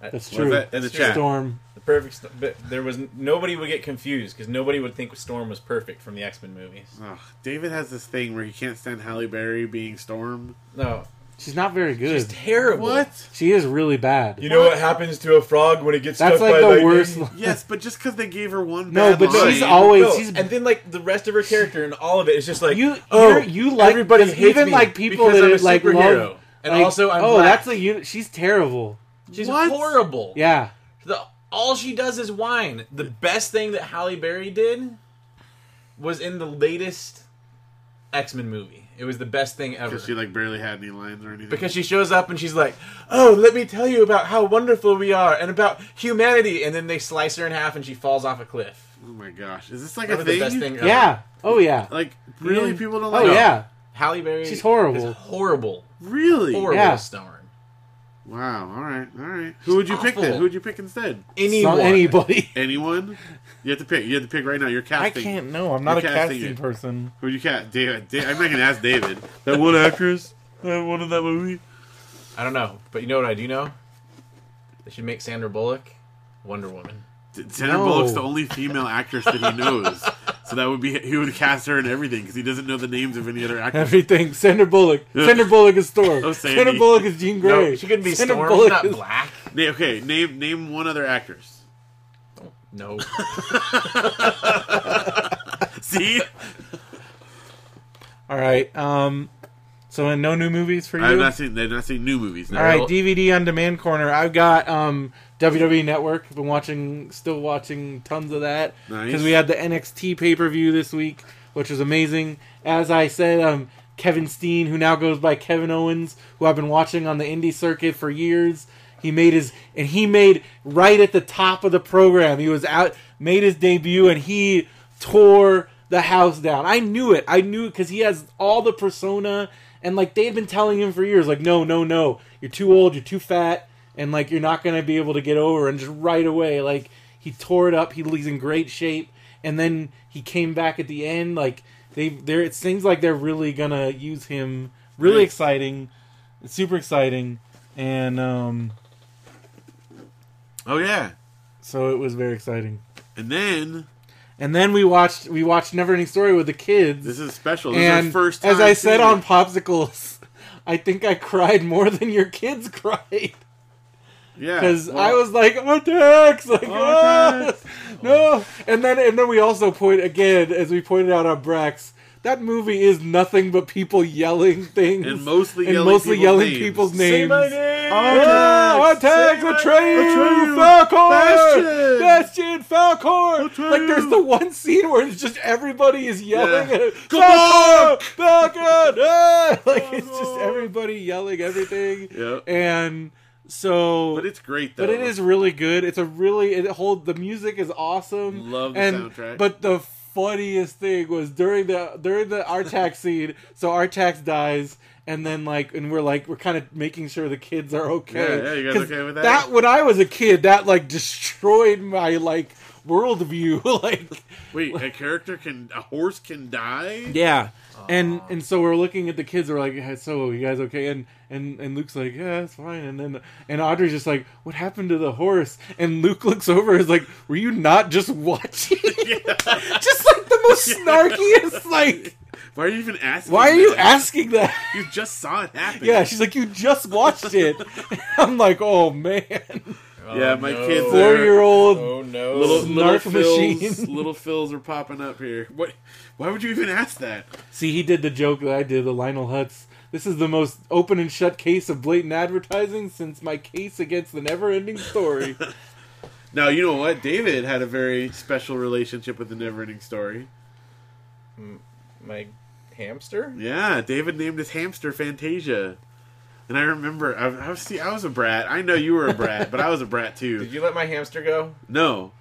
[SPEAKER 2] That's
[SPEAKER 3] What's
[SPEAKER 2] true.
[SPEAKER 3] that in the chat?
[SPEAKER 2] Storm.
[SPEAKER 4] The perfect. Sto- but there was nobody would get confused because nobody would think Storm was perfect from the X Men movies.
[SPEAKER 3] Ugh, David has this thing where he can't stand Halle Berry being Storm.
[SPEAKER 4] No,
[SPEAKER 2] She's not very good.
[SPEAKER 4] it's terrible.
[SPEAKER 2] she is really bad.
[SPEAKER 5] You know what happens to a frog when it gets
[SPEAKER 2] That's
[SPEAKER 5] stuck
[SPEAKER 2] like
[SPEAKER 5] by
[SPEAKER 2] the
[SPEAKER 5] lightning?
[SPEAKER 2] worst. li-
[SPEAKER 3] Yes, but just because they gave her one
[SPEAKER 2] No,
[SPEAKER 3] bad
[SPEAKER 2] but
[SPEAKER 3] line,
[SPEAKER 2] she's always
[SPEAKER 4] No,
[SPEAKER 2] she's.
[SPEAKER 4] and then like the rest of her character and all of it is just like
[SPEAKER 2] you
[SPEAKER 4] oh
[SPEAKER 2] you're- you like
[SPEAKER 4] everybody
[SPEAKER 2] because
[SPEAKER 4] hates
[SPEAKER 2] even
[SPEAKER 4] me
[SPEAKER 2] like people
[SPEAKER 4] because
[SPEAKER 2] that
[SPEAKER 4] I'm a
[SPEAKER 2] are, like
[SPEAKER 4] superhero.
[SPEAKER 2] love
[SPEAKER 4] and
[SPEAKER 2] like,
[SPEAKER 4] also I'm
[SPEAKER 2] oh
[SPEAKER 4] black.
[SPEAKER 2] that's a you she's terrible
[SPEAKER 4] she's
[SPEAKER 3] What?
[SPEAKER 4] horrible
[SPEAKER 2] yeah
[SPEAKER 4] the, all she does is whine the best thing that Halle Berry did was in the latest X-Men movie it was the best thing ever
[SPEAKER 3] because she like barely had any lines or anything.
[SPEAKER 4] because she shows up and she's like, "Oh, let me tell you about how wonderful we are and about humanity." And then they slice her in half and she falls off a cliff.
[SPEAKER 3] oh my gosh, is this like a thing?
[SPEAKER 4] Probably the best thing ever.
[SPEAKER 2] yeah oh yeah
[SPEAKER 3] Like really,
[SPEAKER 2] Yeah.
[SPEAKER 3] people don't
[SPEAKER 2] oh
[SPEAKER 3] like.
[SPEAKER 2] yeah
[SPEAKER 4] Halle Berry.
[SPEAKER 2] She's horrible.
[SPEAKER 4] Is horrible.
[SPEAKER 3] really.
[SPEAKER 4] Horrible
[SPEAKER 2] Yeah.
[SPEAKER 4] Storm.
[SPEAKER 3] Wow. All right. All right. Who would you pick
[SPEAKER 4] awful.
[SPEAKER 3] then? Who would you pick instead?
[SPEAKER 4] Anyone.
[SPEAKER 2] Not anybody
[SPEAKER 3] Anyone? You have to pick. You have to pick right now. You're
[SPEAKER 2] I
[SPEAKER 3] casting.
[SPEAKER 2] can't know. I'm not a
[SPEAKER 3] You're casting
[SPEAKER 2] casting
[SPEAKER 3] it.
[SPEAKER 2] person.
[SPEAKER 3] Who would you cast? David. Da- I'm not gonna ask David. That one actress. That one in that movie.
[SPEAKER 4] I don't know, but you know what I do know? They should make Sandra Bullock Wonder Woman.
[SPEAKER 3] Sandra
[SPEAKER 2] No.
[SPEAKER 3] Bullock's the only female actress that he knows, so that would be he would cast her in everything because he doesn't know the names of any other actors.
[SPEAKER 2] Everything. Sandra Bullock. Sandra Bullock is Storm.
[SPEAKER 3] Oh, Sandy.
[SPEAKER 2] Sandra Bullock is Jean Grey.
[SPEAKER 4] No, she couldn't be
[SPEAKER 2] Sandra
[SPEAKER 4] Storm.
[SPEAKER 2] Bullock
[SPEAKER 4] She's not
[SPEAKER 2] is-
[SPEAKER 4] black.
[SPEAKER 3] Na- okay, name name one other actress.
[SPEAKER 4] No.
[SPEAKER 3] See,
[SPEAKER 2] All right. Um. So, and no new movies for you.
[SPEAKER 3] I've not seen they've not seen new movies. No.
[SPEAKER 2] All right. DVD on demand corner. I've got um WWE Network. Been watching, still watching tons of that
[SPEAKER 3] Nice.
[SPEAKER 2] because we had the NXT pay per view this week, which was amazing. As I said, um. Kevin Steen, who now goes by Kevin Owens, who I've been watching on the indie circuit for years, He made his and he made right at the top of the program. He was out made his debut and he tore the house down. I knew it. I knew it cuz he has all the persona and like they had been telling him for years like no, no, no. You're too old, you're too fat and like you're not going to be able to get over and just right away like he tore it up. He, he's in great shape and then he came back at the end like they there it seems like they're really going to use him. Really exciting. It's super exciting and um
[SPEAKER 3] Oh yeah,
[SPEAKER 2] so it was very exciting.
[SPEAKER 3] and then
[SPEAKER 2] And then we watched we watched Never Ending Story with the kids.
[SPEAKER 3] this is special. This
[SPEAKER 2] and
[SPEAKER 3] is our first. Time
[SPEAKER 2] as I said
[SPEAKER 3] seeing
[SPEAKER 2] on
[SPEAKER 3] it.
[SPEAKER 2] popsicles, I think I cried more than your kids cried
[SPEAKER 3] yeah,
[SPEAKER 2] because
[SPEAKER 3] well,
[SPEAKER 2] I was like, "Oh, Dex!" Like, "Ah, no. And then and then we also point again as we pointed out on Brax. That movie is nothing but people yelling things
[SPEAKER 3] And mostly yelling people's
[SPEAKER 2] yelling
[SPEAKER 3] names.
[SPEAKER 2] people's names.
[SPEAKER 4] Say my name.
[SPEAKER 2] Ah, Artax, Atreyu,
[SPEAKER 3] Atreyu,
[SPEAKER 2] Falcor, Bastion,
[SPEAKER 3] Atreyu.
[SPEAKER 2] Falcor. Like, there's the one scene where it's just everybody is yelling
[SPEAKER 3] Yeah.
[SPEAKER 2] at Falcor, Falcor, ah! Like, it's just everybody yelling everything.
[SPEAKER 3] Yeah.
[SPEAKER 2] And so,
[SPEAKER 3] but it's great though.
[SPEAKER 2] but it is really good. It's a really it hold the music is awesome.
[SPEAKER 3] Love the
[SPEAKER 2] and,
[SPEAKER 3] soundtrack.
[SPEAKER 2] But the funniest thing was during the during the Artax scene. So Artax dies, and then like, and we're like, we're kind of making sure the kids are okay.
[SPEAKER 3] Yeah, yeah, you guys
[SPEAKER 2] 'Cause
[SPEAKER 3] okay with that?
[SPEAKER 2] when I was a kid, that like destroyed my like worldview. like,
[SPEAKER 3] Wait, a character can a horse can die?
[SPEAKER 2] yeah. And and so we're looking at the kids. We're like, "Yeah, so you guys okay? And and and Luke's like, yeah, it's fine. And then and Audrey's just like, what happened to the horse? And Luke looks over. and Is like, were you not just watching? just like the most snarkiest. Like,
[SPEAKER 3] Why are you even asking?
[SPEAKER 2] why are you
[SPEAKER 3] that?
[SPEAKER 2] asking that?
[SPEAKER 3] You just saw it happen.
[SPEAKER 2] yeah, she's like, you just watched it. I'm like, oh man,
[SPEAKER 3] yeah. My
[SPEAKER 4] no.
[SPEAKER 3] kids,
[SPEAKER 2] four
[SPEAKER 3] are-
[SPEAKER 2] year old.
[SPEAKER 4] Oh no!
[SPEAKER 3] little little
[SPEAKER 2] Snark machine.
[SPEAKER 3] fills, little fills are popping up here. What? Why would you even ask that?
[SPEAKER 2] See, he did the joke that I did, the Lionel Hutz. This is the most open and shut case of blatant advertising since my case against the never-ending story.
[SPEAKER 3] Now you know what David had a very special relationship with the Neverending Story.
[SPEAKER 4] my hamster.
[SPEAKER 3] Yeah, David named his hamster Fantasia, and I remember I, I was see I was a brat. I know you were a brat, but I was a brat too.
[SPEAKER 4] Did you let my hamster go?
[SPEAKER 3] No,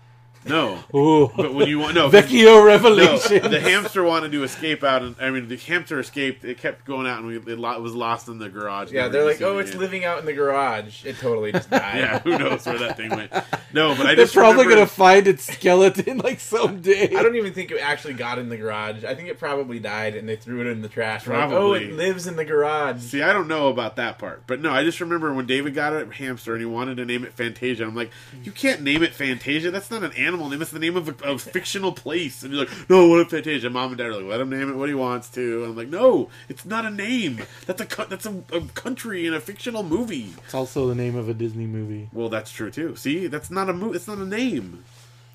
[SPEAKER 3] no.
[SPEAKER 2] Ooh.
[SPEAKER 3] But when you want no, 'cause-
[SPEAKER 2] Vecchio
[SPEAKER 3] no,
[SPEAKER 2] revelation.
[SPEAKER 3] the hamster wanted to escape out, and I mean the hamster escaped. It kept going out, and we, it lo- was lost in the garage.
[SPEAKER 4] Yeah,
[SPEAKER 3] Never
[SPEAKER 4] they're
[SPEAKER 3] to be
[SPEAKER 4] like,
[SPEAKER 3] seen
[SPEAKER 4] oh, it's
[SPEAKER 3] again."
[SPEAKER 4] living out in the garage. It totally just died.
[SPEAKER 3] Yeah, who knows where that thing went? No, but I
[SPEAKER 2] They're
[SPEAKER 3] just
[SPEAKER 2] probably
[SPEAKER 3] remember-
[SPEAKER 2] gonna find its skeleton like someday.
[SPEAKER 4] I don't even think it actually got in the garage. I think it probably died and they threw it in the trash. We're like,
[SPEAKER 3] Probably.
[SPEAKER 4] oh, it lives in the garage.
[SPEAKER 3] See, I don't know about that part, but no, I just remember when David got a hamster and he wanted to name it Fantasia. I'm like, you can't name it Fantasia. That's not an animal name. It's the name of a, a fictional place. And you're like, no, what if Fantasia? Mom and Dad are like, let him name it what he wants to. And I'm like, no, it's not a name. That's a co- that's a, a country in a fictional movie.
[SPEAKER 2] It's also the name of a Disney movie.
[SPEAKER 3] Well, that's true too. See, that's not a mo- It's not a name.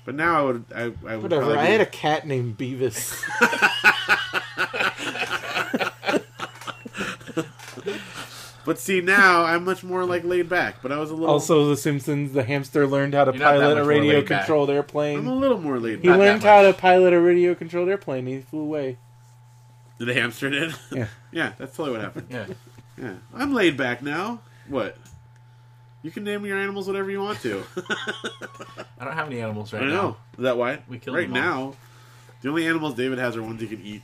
[SPEAKER 3] But now I would. I, I would
[SPEAKER 2] Whatever.
[SPEAKER 3] probably
[SPEAKER 2] I
[SPEAKER 3] be-
[SPEAKER 2] had a cat named Beavis.
[SPEAKER 3] But see, now I'm much more like laid back. But I was a little.
[SPEAKER 2] also, The Simpsons. The hamster learned how to
[SPEAKER 4] You're not that
[SPEAKER 2] pilot a
[SPEAKER 4] much more
[SPEAKER 2] radio
[SPEAKER 4] laid back.
[SPEAKER 2] controlled
[SPEAKER 3] I'm a
[SPEAKER 2] airplane.
[SPEAKER 3] little more laid
[SPEAKER 2] He
[SPEAKER 3] back.
[SPEAKER 2] learned
[SPEAKER 4] that
[SPEAKER 2] how to pilot a radio controlled airplane. He flew away.
[SPEAKER 3] Did a hamster did?
[SPEAKER 2] Yeah.
[SPEAKER 3] yeah, that's totally what happened.
[SPEAKER 4] Yeah.
[SPEAKER 3] Yeah. I'm laid back now. What? You can name your animals whatever you want to.
[SPEAKER 4] I don't have any animals right
[SPEAKER 3] I
[SPEAKER 4] now.
[SPEAKER 3] know. Is that why?
[SPEAKER 4] We killed
[SPEAKER 3] right
[SPEAKER 4] them all.
[SPEAKER 3] now. The only animals David has are ones he can eat.
[SPEAKER 4] You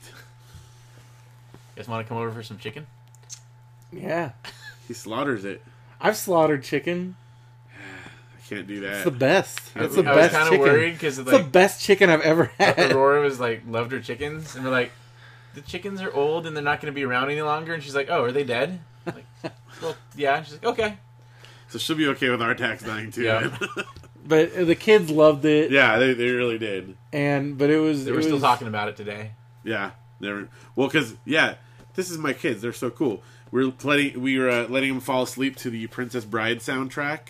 [SPEAKER 4] guys want to come over for some chicken?
[SPEAKER 2] Yeah.
[SPEAKER 3] He slaughters it.
[SPEAKER 2] I've slaughtered chicken.
[SPEAKER 3] I can't do
[SPEAKER 2] It's the
[SPEAKER 3] that.
[SPEAKER 2] best. It's the
[SPEAKER 4] I
[SPEAKER 2] best
[SPEAKER 4] was kind
[SPEAKER 2] chicken.
[SPEAKER 4] of worried because
[SPEAKER 2] It's the
[SPEAKER 4] like
[SPEAKER 2] best chicken I've ever had.
[SPEAKER 4] Aurora was like loved her chickens and we're like, the chickens are old and they're not going to be around any longer. And she's like, oh, are they dead? I'm Like, well, yeah. And she's like, okay.
[SPEAKER 3] So she'll be okay with our tax dying too.
[SPEAKER 4] Yeah.
[SPEAKER 2] But the kids loved it.
[SPEAKER 3] yeah, they, they really did.
[SPEAKER 2] And but it was
[SPEAKER 4] They
[SPEAKER 2] it
[SPEAKER 4] were still
[SPEAKER 2] was-
[SPEAKER 4] talking about it today.
[SPEAKER 3] Yeah, never. Well, because yeah, this is my kids. They're so cool. We're letting we were uh, letting them fall asleep to the Princess Bride soundtrack,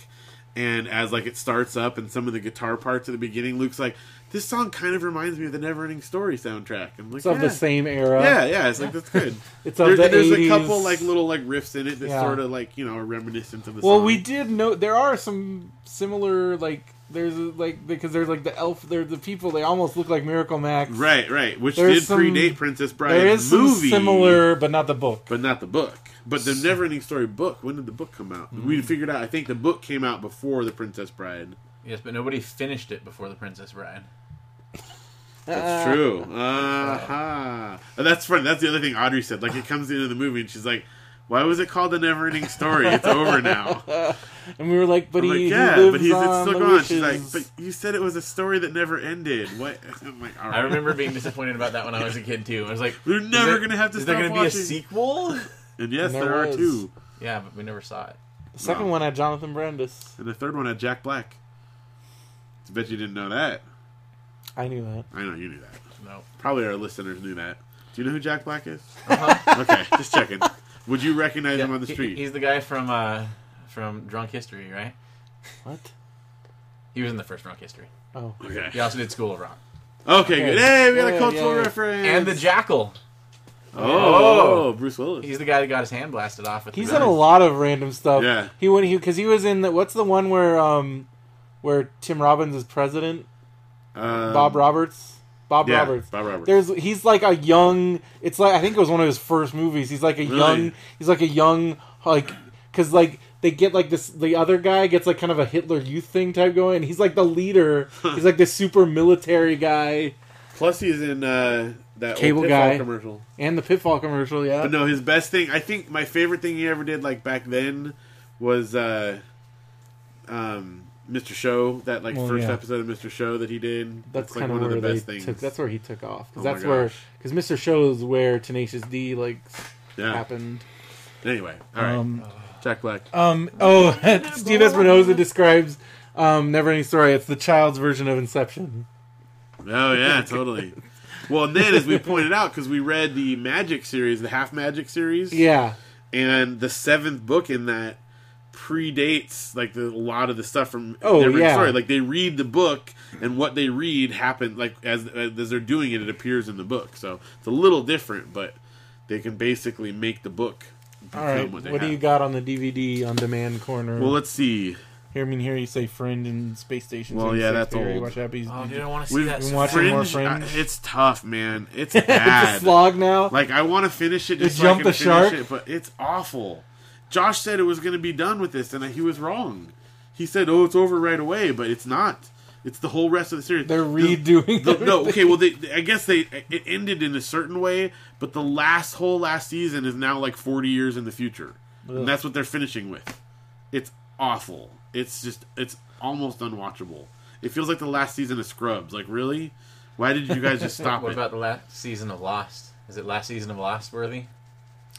[SPEAKER 3] and as like it starts up and some of the guitar parts at the beginning, Luke's like, "This song kind of reminds me of the Neverending Story soundtrack." I'm like,
[SPEAKER 2] It's of
[SPEAKER 3] yeah.
[SPEAKER 2] the same era.
[SPEAKER 3] Yeah, yeah, it's like that's good.
[SPEAKER 2] It's of the
[SPEAKER 3] there's
[SPEAKER 2] 80s.
[SPEAKER 3] a couple like little like riffs in it that
[SPEAKER 2] Yeah.
[SPEAKER 3] sort of like you know are reminiscent of the
[SPEAKER 2] Well,
[SPEAKER 3] song.
[SPEAKER 2] we did know there are some similar like there's like because there's like the elf, they're the people they almost look like Miracle Max.
[SPEAKER 3] right, right, which
[SPEAKER 2] There's
[SPEAKER 3] did
[SPEAKER 2] some-
[SPEAKER 3] predate Princess Bride
[SPEAKER 2] There is some
[SPEAKER 3] movie.
[SPEAKER 2] similar, but not the book.
[SPEAKER 3] but not the book. But the Neverending Story book. When did the book come out?
[SPEAKER 2] Mm.
[SPEAKER 3] We figured out. I think the book came out before the Princess Bride.
[SPEAKER 4] Yes, but nobody finished it before the Princess Bride.
[SPEAKER 3] That's
[SPEAKER 2] Uh,
[SPEAKER 3] true. Uh-huh. And That's funny. That's the other thing Audrey said. Like it comes into the movie and she's like, "Why was it called the Neverending Story? It's over now."
[SPEAKER 2] And we were like, but
[SPEAKER 3] I'm
[SPEAKER 2] he,
[SPEAKER 3] like,
[SPEAKER 2] he
[SPEAKER 3] yeah,
[SPEAKER 2] lives
[SPEAKER 3] but he's it's
[SPEAKER 2] on
[SPEAKER 3] still
[SPEAKER 2] the
[SPEAKER 3] gone. She's like,
[SPEAKER 2] wishes.
[SPEAKER 3] "But you said it was a story that never ended. What?" I'm like, "All right."
[SPEAKER 4] I remember being disappointed about that when I was a kid too. I was like,
[SPEAKER 3] We're
[SPEAKER 4] is
[SPEAKER 3] never
[SPEAKER 4] there-
[SPEAKER 3] gonna have to
[SPEAKER 4] Is there
[SPEAKER 3] stop
[SPEAKER 4] gonna be
[SPEAKER 3] watching.
[SPEAKER 4] a sequel?
[SPEAKER 3] And yes,
[SPEAKER 2] There
[SPEAKER 3] there, are
[SPEAKER 2] was.
[SPEAKER 3] two.
[SPEAKER 4] yeah, but we never saw it.
[SPEAKER 2] the second
[SPEAKER 3] no.
[SPEAKER 2] one had Jonathan Brandis.
[SPEAKER 3] And the third one had Jack Black. I bet you didn't know that.
[SPEAKER 2] I knew that.
[SPEAKER 3] I know you knew that.
[SPEAKER 4] No.
[SPEAKER 3] Probably our listeners knew that. Do you know who Jack Black is? okay, just checking. Would you recognize him on the
[SPEAKER 4] He-
[SPEAKER 3] street?
[SPEAKER 4] he's the guy from uh, from Drunk History, right?
[SPEAKER 2] What?
[SPEAKER 4] He was in the first Drunk History.
[SPEAKER 2] Oh,
[SPEAKER 3] okay.
[SPEAKER 4] He also did School of Rock
[SPEAKER 3] Okay, good. Hey, we got
[SPEAKER 2] Yeah,
[SPEAKER 3] a cultural
[SPEAKER 2] yeah.
[SPEAKER 3] reference.
[SPEAKER 4] and the Jackal.
[SPEAKER 3] oh, Bruce Willis.
[SPEAKER 4] He's the guy that got his hand blasted off with.
[SPEAKER 2] he's
[SPEAKER 4] the
[SPEAKER 2] in a lot of random stuff.
[SPEAKER 3] Yeah.
[SPEAKER 2] he went he because he was in the, what's the one where um where Tim Robbins is president?
[SPEAKER 3] Um,
[SPEAKER 2] Bob Roberts. Bob
[SPEAKER 3] yeah,
[SPEAKER 2] Roberts.
[SPEAKER 3] Bob Roberts.
[SPEAKER 2] There's he's like a young. It's like I think it was one of his first movies. He's like a
[SPEAKER 3] Really?
[SPEAKER 2] young. He's like a young like because like they get like this. The other guy gets like kind of a Hitler Youth thing type going. He's like the leader. he's like the super military guy.
[SPEAKER 3] Plus, he's in uh, that old
[SPEAKER 2] Cable
[SPEAKER 3] Pitfall
[SPEAKER 2] Guy.
[SPEAKER 3] commercial.
[SPEAKER 2] and the Pitfall commercial. Yeah,
[SPEAKER 3] But no, his best thing. I think my favorite thing he ever did, like back then, was uh, um, Mr. Show. That like
[SPEAKER 2] Well,
[SPEAKER 3] first
[SPEAKER 2] yeah.
[SPEAKER 3] episode of Mr. Show that he did.
[SPEAKER 2] that's
[SPEAKER 3] like
[SPEAKER 2] kind of where they took. That's where he took off
[SPEAKER 3] Oh
[SPEAKER 2] because
[SPEAKER 3] my
[SPEAKER 2] that's where
[SPEAKER 3] gosh.
[SPEAKER 2] because Mister Show's where Tenacious D like s-
[SPEAKER 3] yeah.
[SPEAKER 2] happened.
[SPEAKER 3] Anyway, all right.
[SPEAKER 2] Um,
[SPEAKER 3] Jack Black.
[SPEAKER 2] Um, oh, Steve Espinosa describes um, Never Ending Story. It's the child's version of Inception.
[SPEAKER 3] Oh yeah, totally. Well, and then as we pointed out, because we read the Magic series, the Half Magic series,
[SPEAKER 2] Yeah,
[SPEAKER 3] and the seventh book in that predates like the, a lot of the stuff from
[SPEAKER 2] Oh,
[SPEAKER 3] Never Ending
[SPEAKER 2] yeah.
[SPEAKER 3] Story. Like they read the book, and what they read happened. Like as as they're doing it, it appears in the book. So it's a little different, but they can basically make the book.
[SPEAKER 2] All
[SPEAKER 3] become
[SPEAKER 2] right. What,
[SPEAKER 3] they
[SPEAKER 2] do
[SPEAKER 3] have.
[SPEAKER 2] you got on the DVD on demand corner?
[SPEAKER 3] Well, let's see.
[SPEAKER 2] here, I mean, here you say Friend and Space Station.
[SPEAKER 3] Well, yeah,
[SPEAKER 2] 76
[SPEAKER 3] that's
[SPEAKER 2] theory.
[SPEAKER 3] old.
[SPEAKER 2] Watch that. He's-
[SPEAKER 4] Oh, dude, I want to see
[SPEAKER 3] We've
[SPEAKER 4] that.
[SPEAKER 2] been
[SPEAKER 4] so
[SPEAKER 2] watching more
[SPEAKER 3] Fringe, I-
[SPEAKER 2] Fringe.
[SPEAKER 3] it's tough, man. It's
[SPEAKER 2] it's a
[SPEAKER 3] bad.
[SPEAKER 2] slog now.
[SPEAKER 3] Like I want to finish it. Just
[SPEAKER 2] They
[SPEAKER 3] so I
[SPEAKER 2] jumped
[SPEAKER 3] can
[SPEAKER 2] the shark?
[SPEAKER 3] finish it, but it's awful. Josh said it was going to be done with this, and he was wrong. He said, "Oh, it's over right away," but it's not. It's the whole rest of the series.
[SPEAKER 2] They're
[SPEAKER 3] The-
[SPEAKER 2] redoing.
[SPEAKER 3] the- no,
[SPEAKER 2] everything.
[SPEAKER 3] okay. Well, they, I guess they it ended in a certain way, but the last whole last season is now like forty years in the future,
[SPEAKER 2] Ugh.
[SPEAKER 3] and that's what they're finishing with. It's awful. It's just it's almost unwatchable. It feels like the last season of Scrubs. Like really, why did you guys just stop
[SPEAKER 4] What
[SPEAKER 3] it?
[SPEAKER 4] about the last season of Lost? Is it last season of Lost worthy?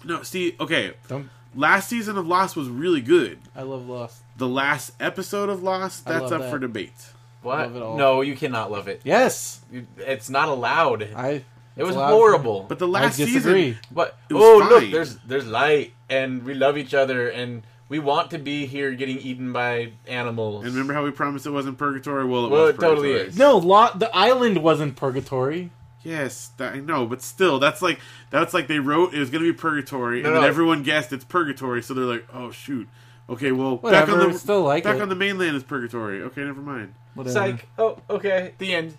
[SPEAKER 3] no, see, okay.
[SPEAKER 2] Don't-
[SPEAKER 3] Last season of Lost was really good.
[SPEAKER 2] I love Lost.
[SPEAKER 3] The last episode of Lost,
[SPEAKER 2] I
[SPEAKER 3] that's
[SPEAKER 2] love
[SPEAKER 3] up
[SPEAKER 2] that.
[SPEAKER 3] for debate.
[SPEAKER 4] What?
[SPEAKER 2] Love it all.
[SPEAKER 4] No, you cannot love it.
[SPEAKER 2] Yes,
[SPEAKER 4] You- It's not allowed.
[SPEAKER 2] I.
[SPEAKER 4] it was
[SPEAKER 2] it's allowed.
[SPEAKER 4] horrible.
[SPEAKER 3] But the
[SPEAKER 2] I
[SPEAKER 3] last
[SPEAKER 2] disagree.
[SPEAKER 3] season,
[SPEAKER 4] But
[SPEAKER 3] It was
[SPEAKER 4] oh
[SPEAKER 3] fine.
[SPEAKER 4] look, there's there's light, and we love each other, and we want to be here getting eaten by animals.
[SPEAKER 3] and remember how we promised it wasn't purgatory? Well, it
[SPEAKER 4] Well,
[SPEAKER 3] was
[SPEAKER 4] it totally
[SPEAKER 3] purgatory.
[SPEAKER 4] is.
[SPEAKER 2] No, Lo- the island wasn't purgatory.
[SPEAKER 3] Yes, that, I know, but still, that's like that's like they wrote it was going to be purgatory, and
[SPEAKER 4] no.
[SPEAKER 3] then everyone guessed it's purgatory, so they're like, oh shoot, okay, well,
[SPEAKER 2] Whatever,
[SPEAKER 3] back on the
[SPEAKER 2] still like
[SPEAKER 3] back
[SPEAKER 2] it.
[SPEAKER 3] on the mainland is purgatory. Okay, never mind.
[SPEAKER 2] Whatever.
[SPEAKER 4] It's like oh okay, the end.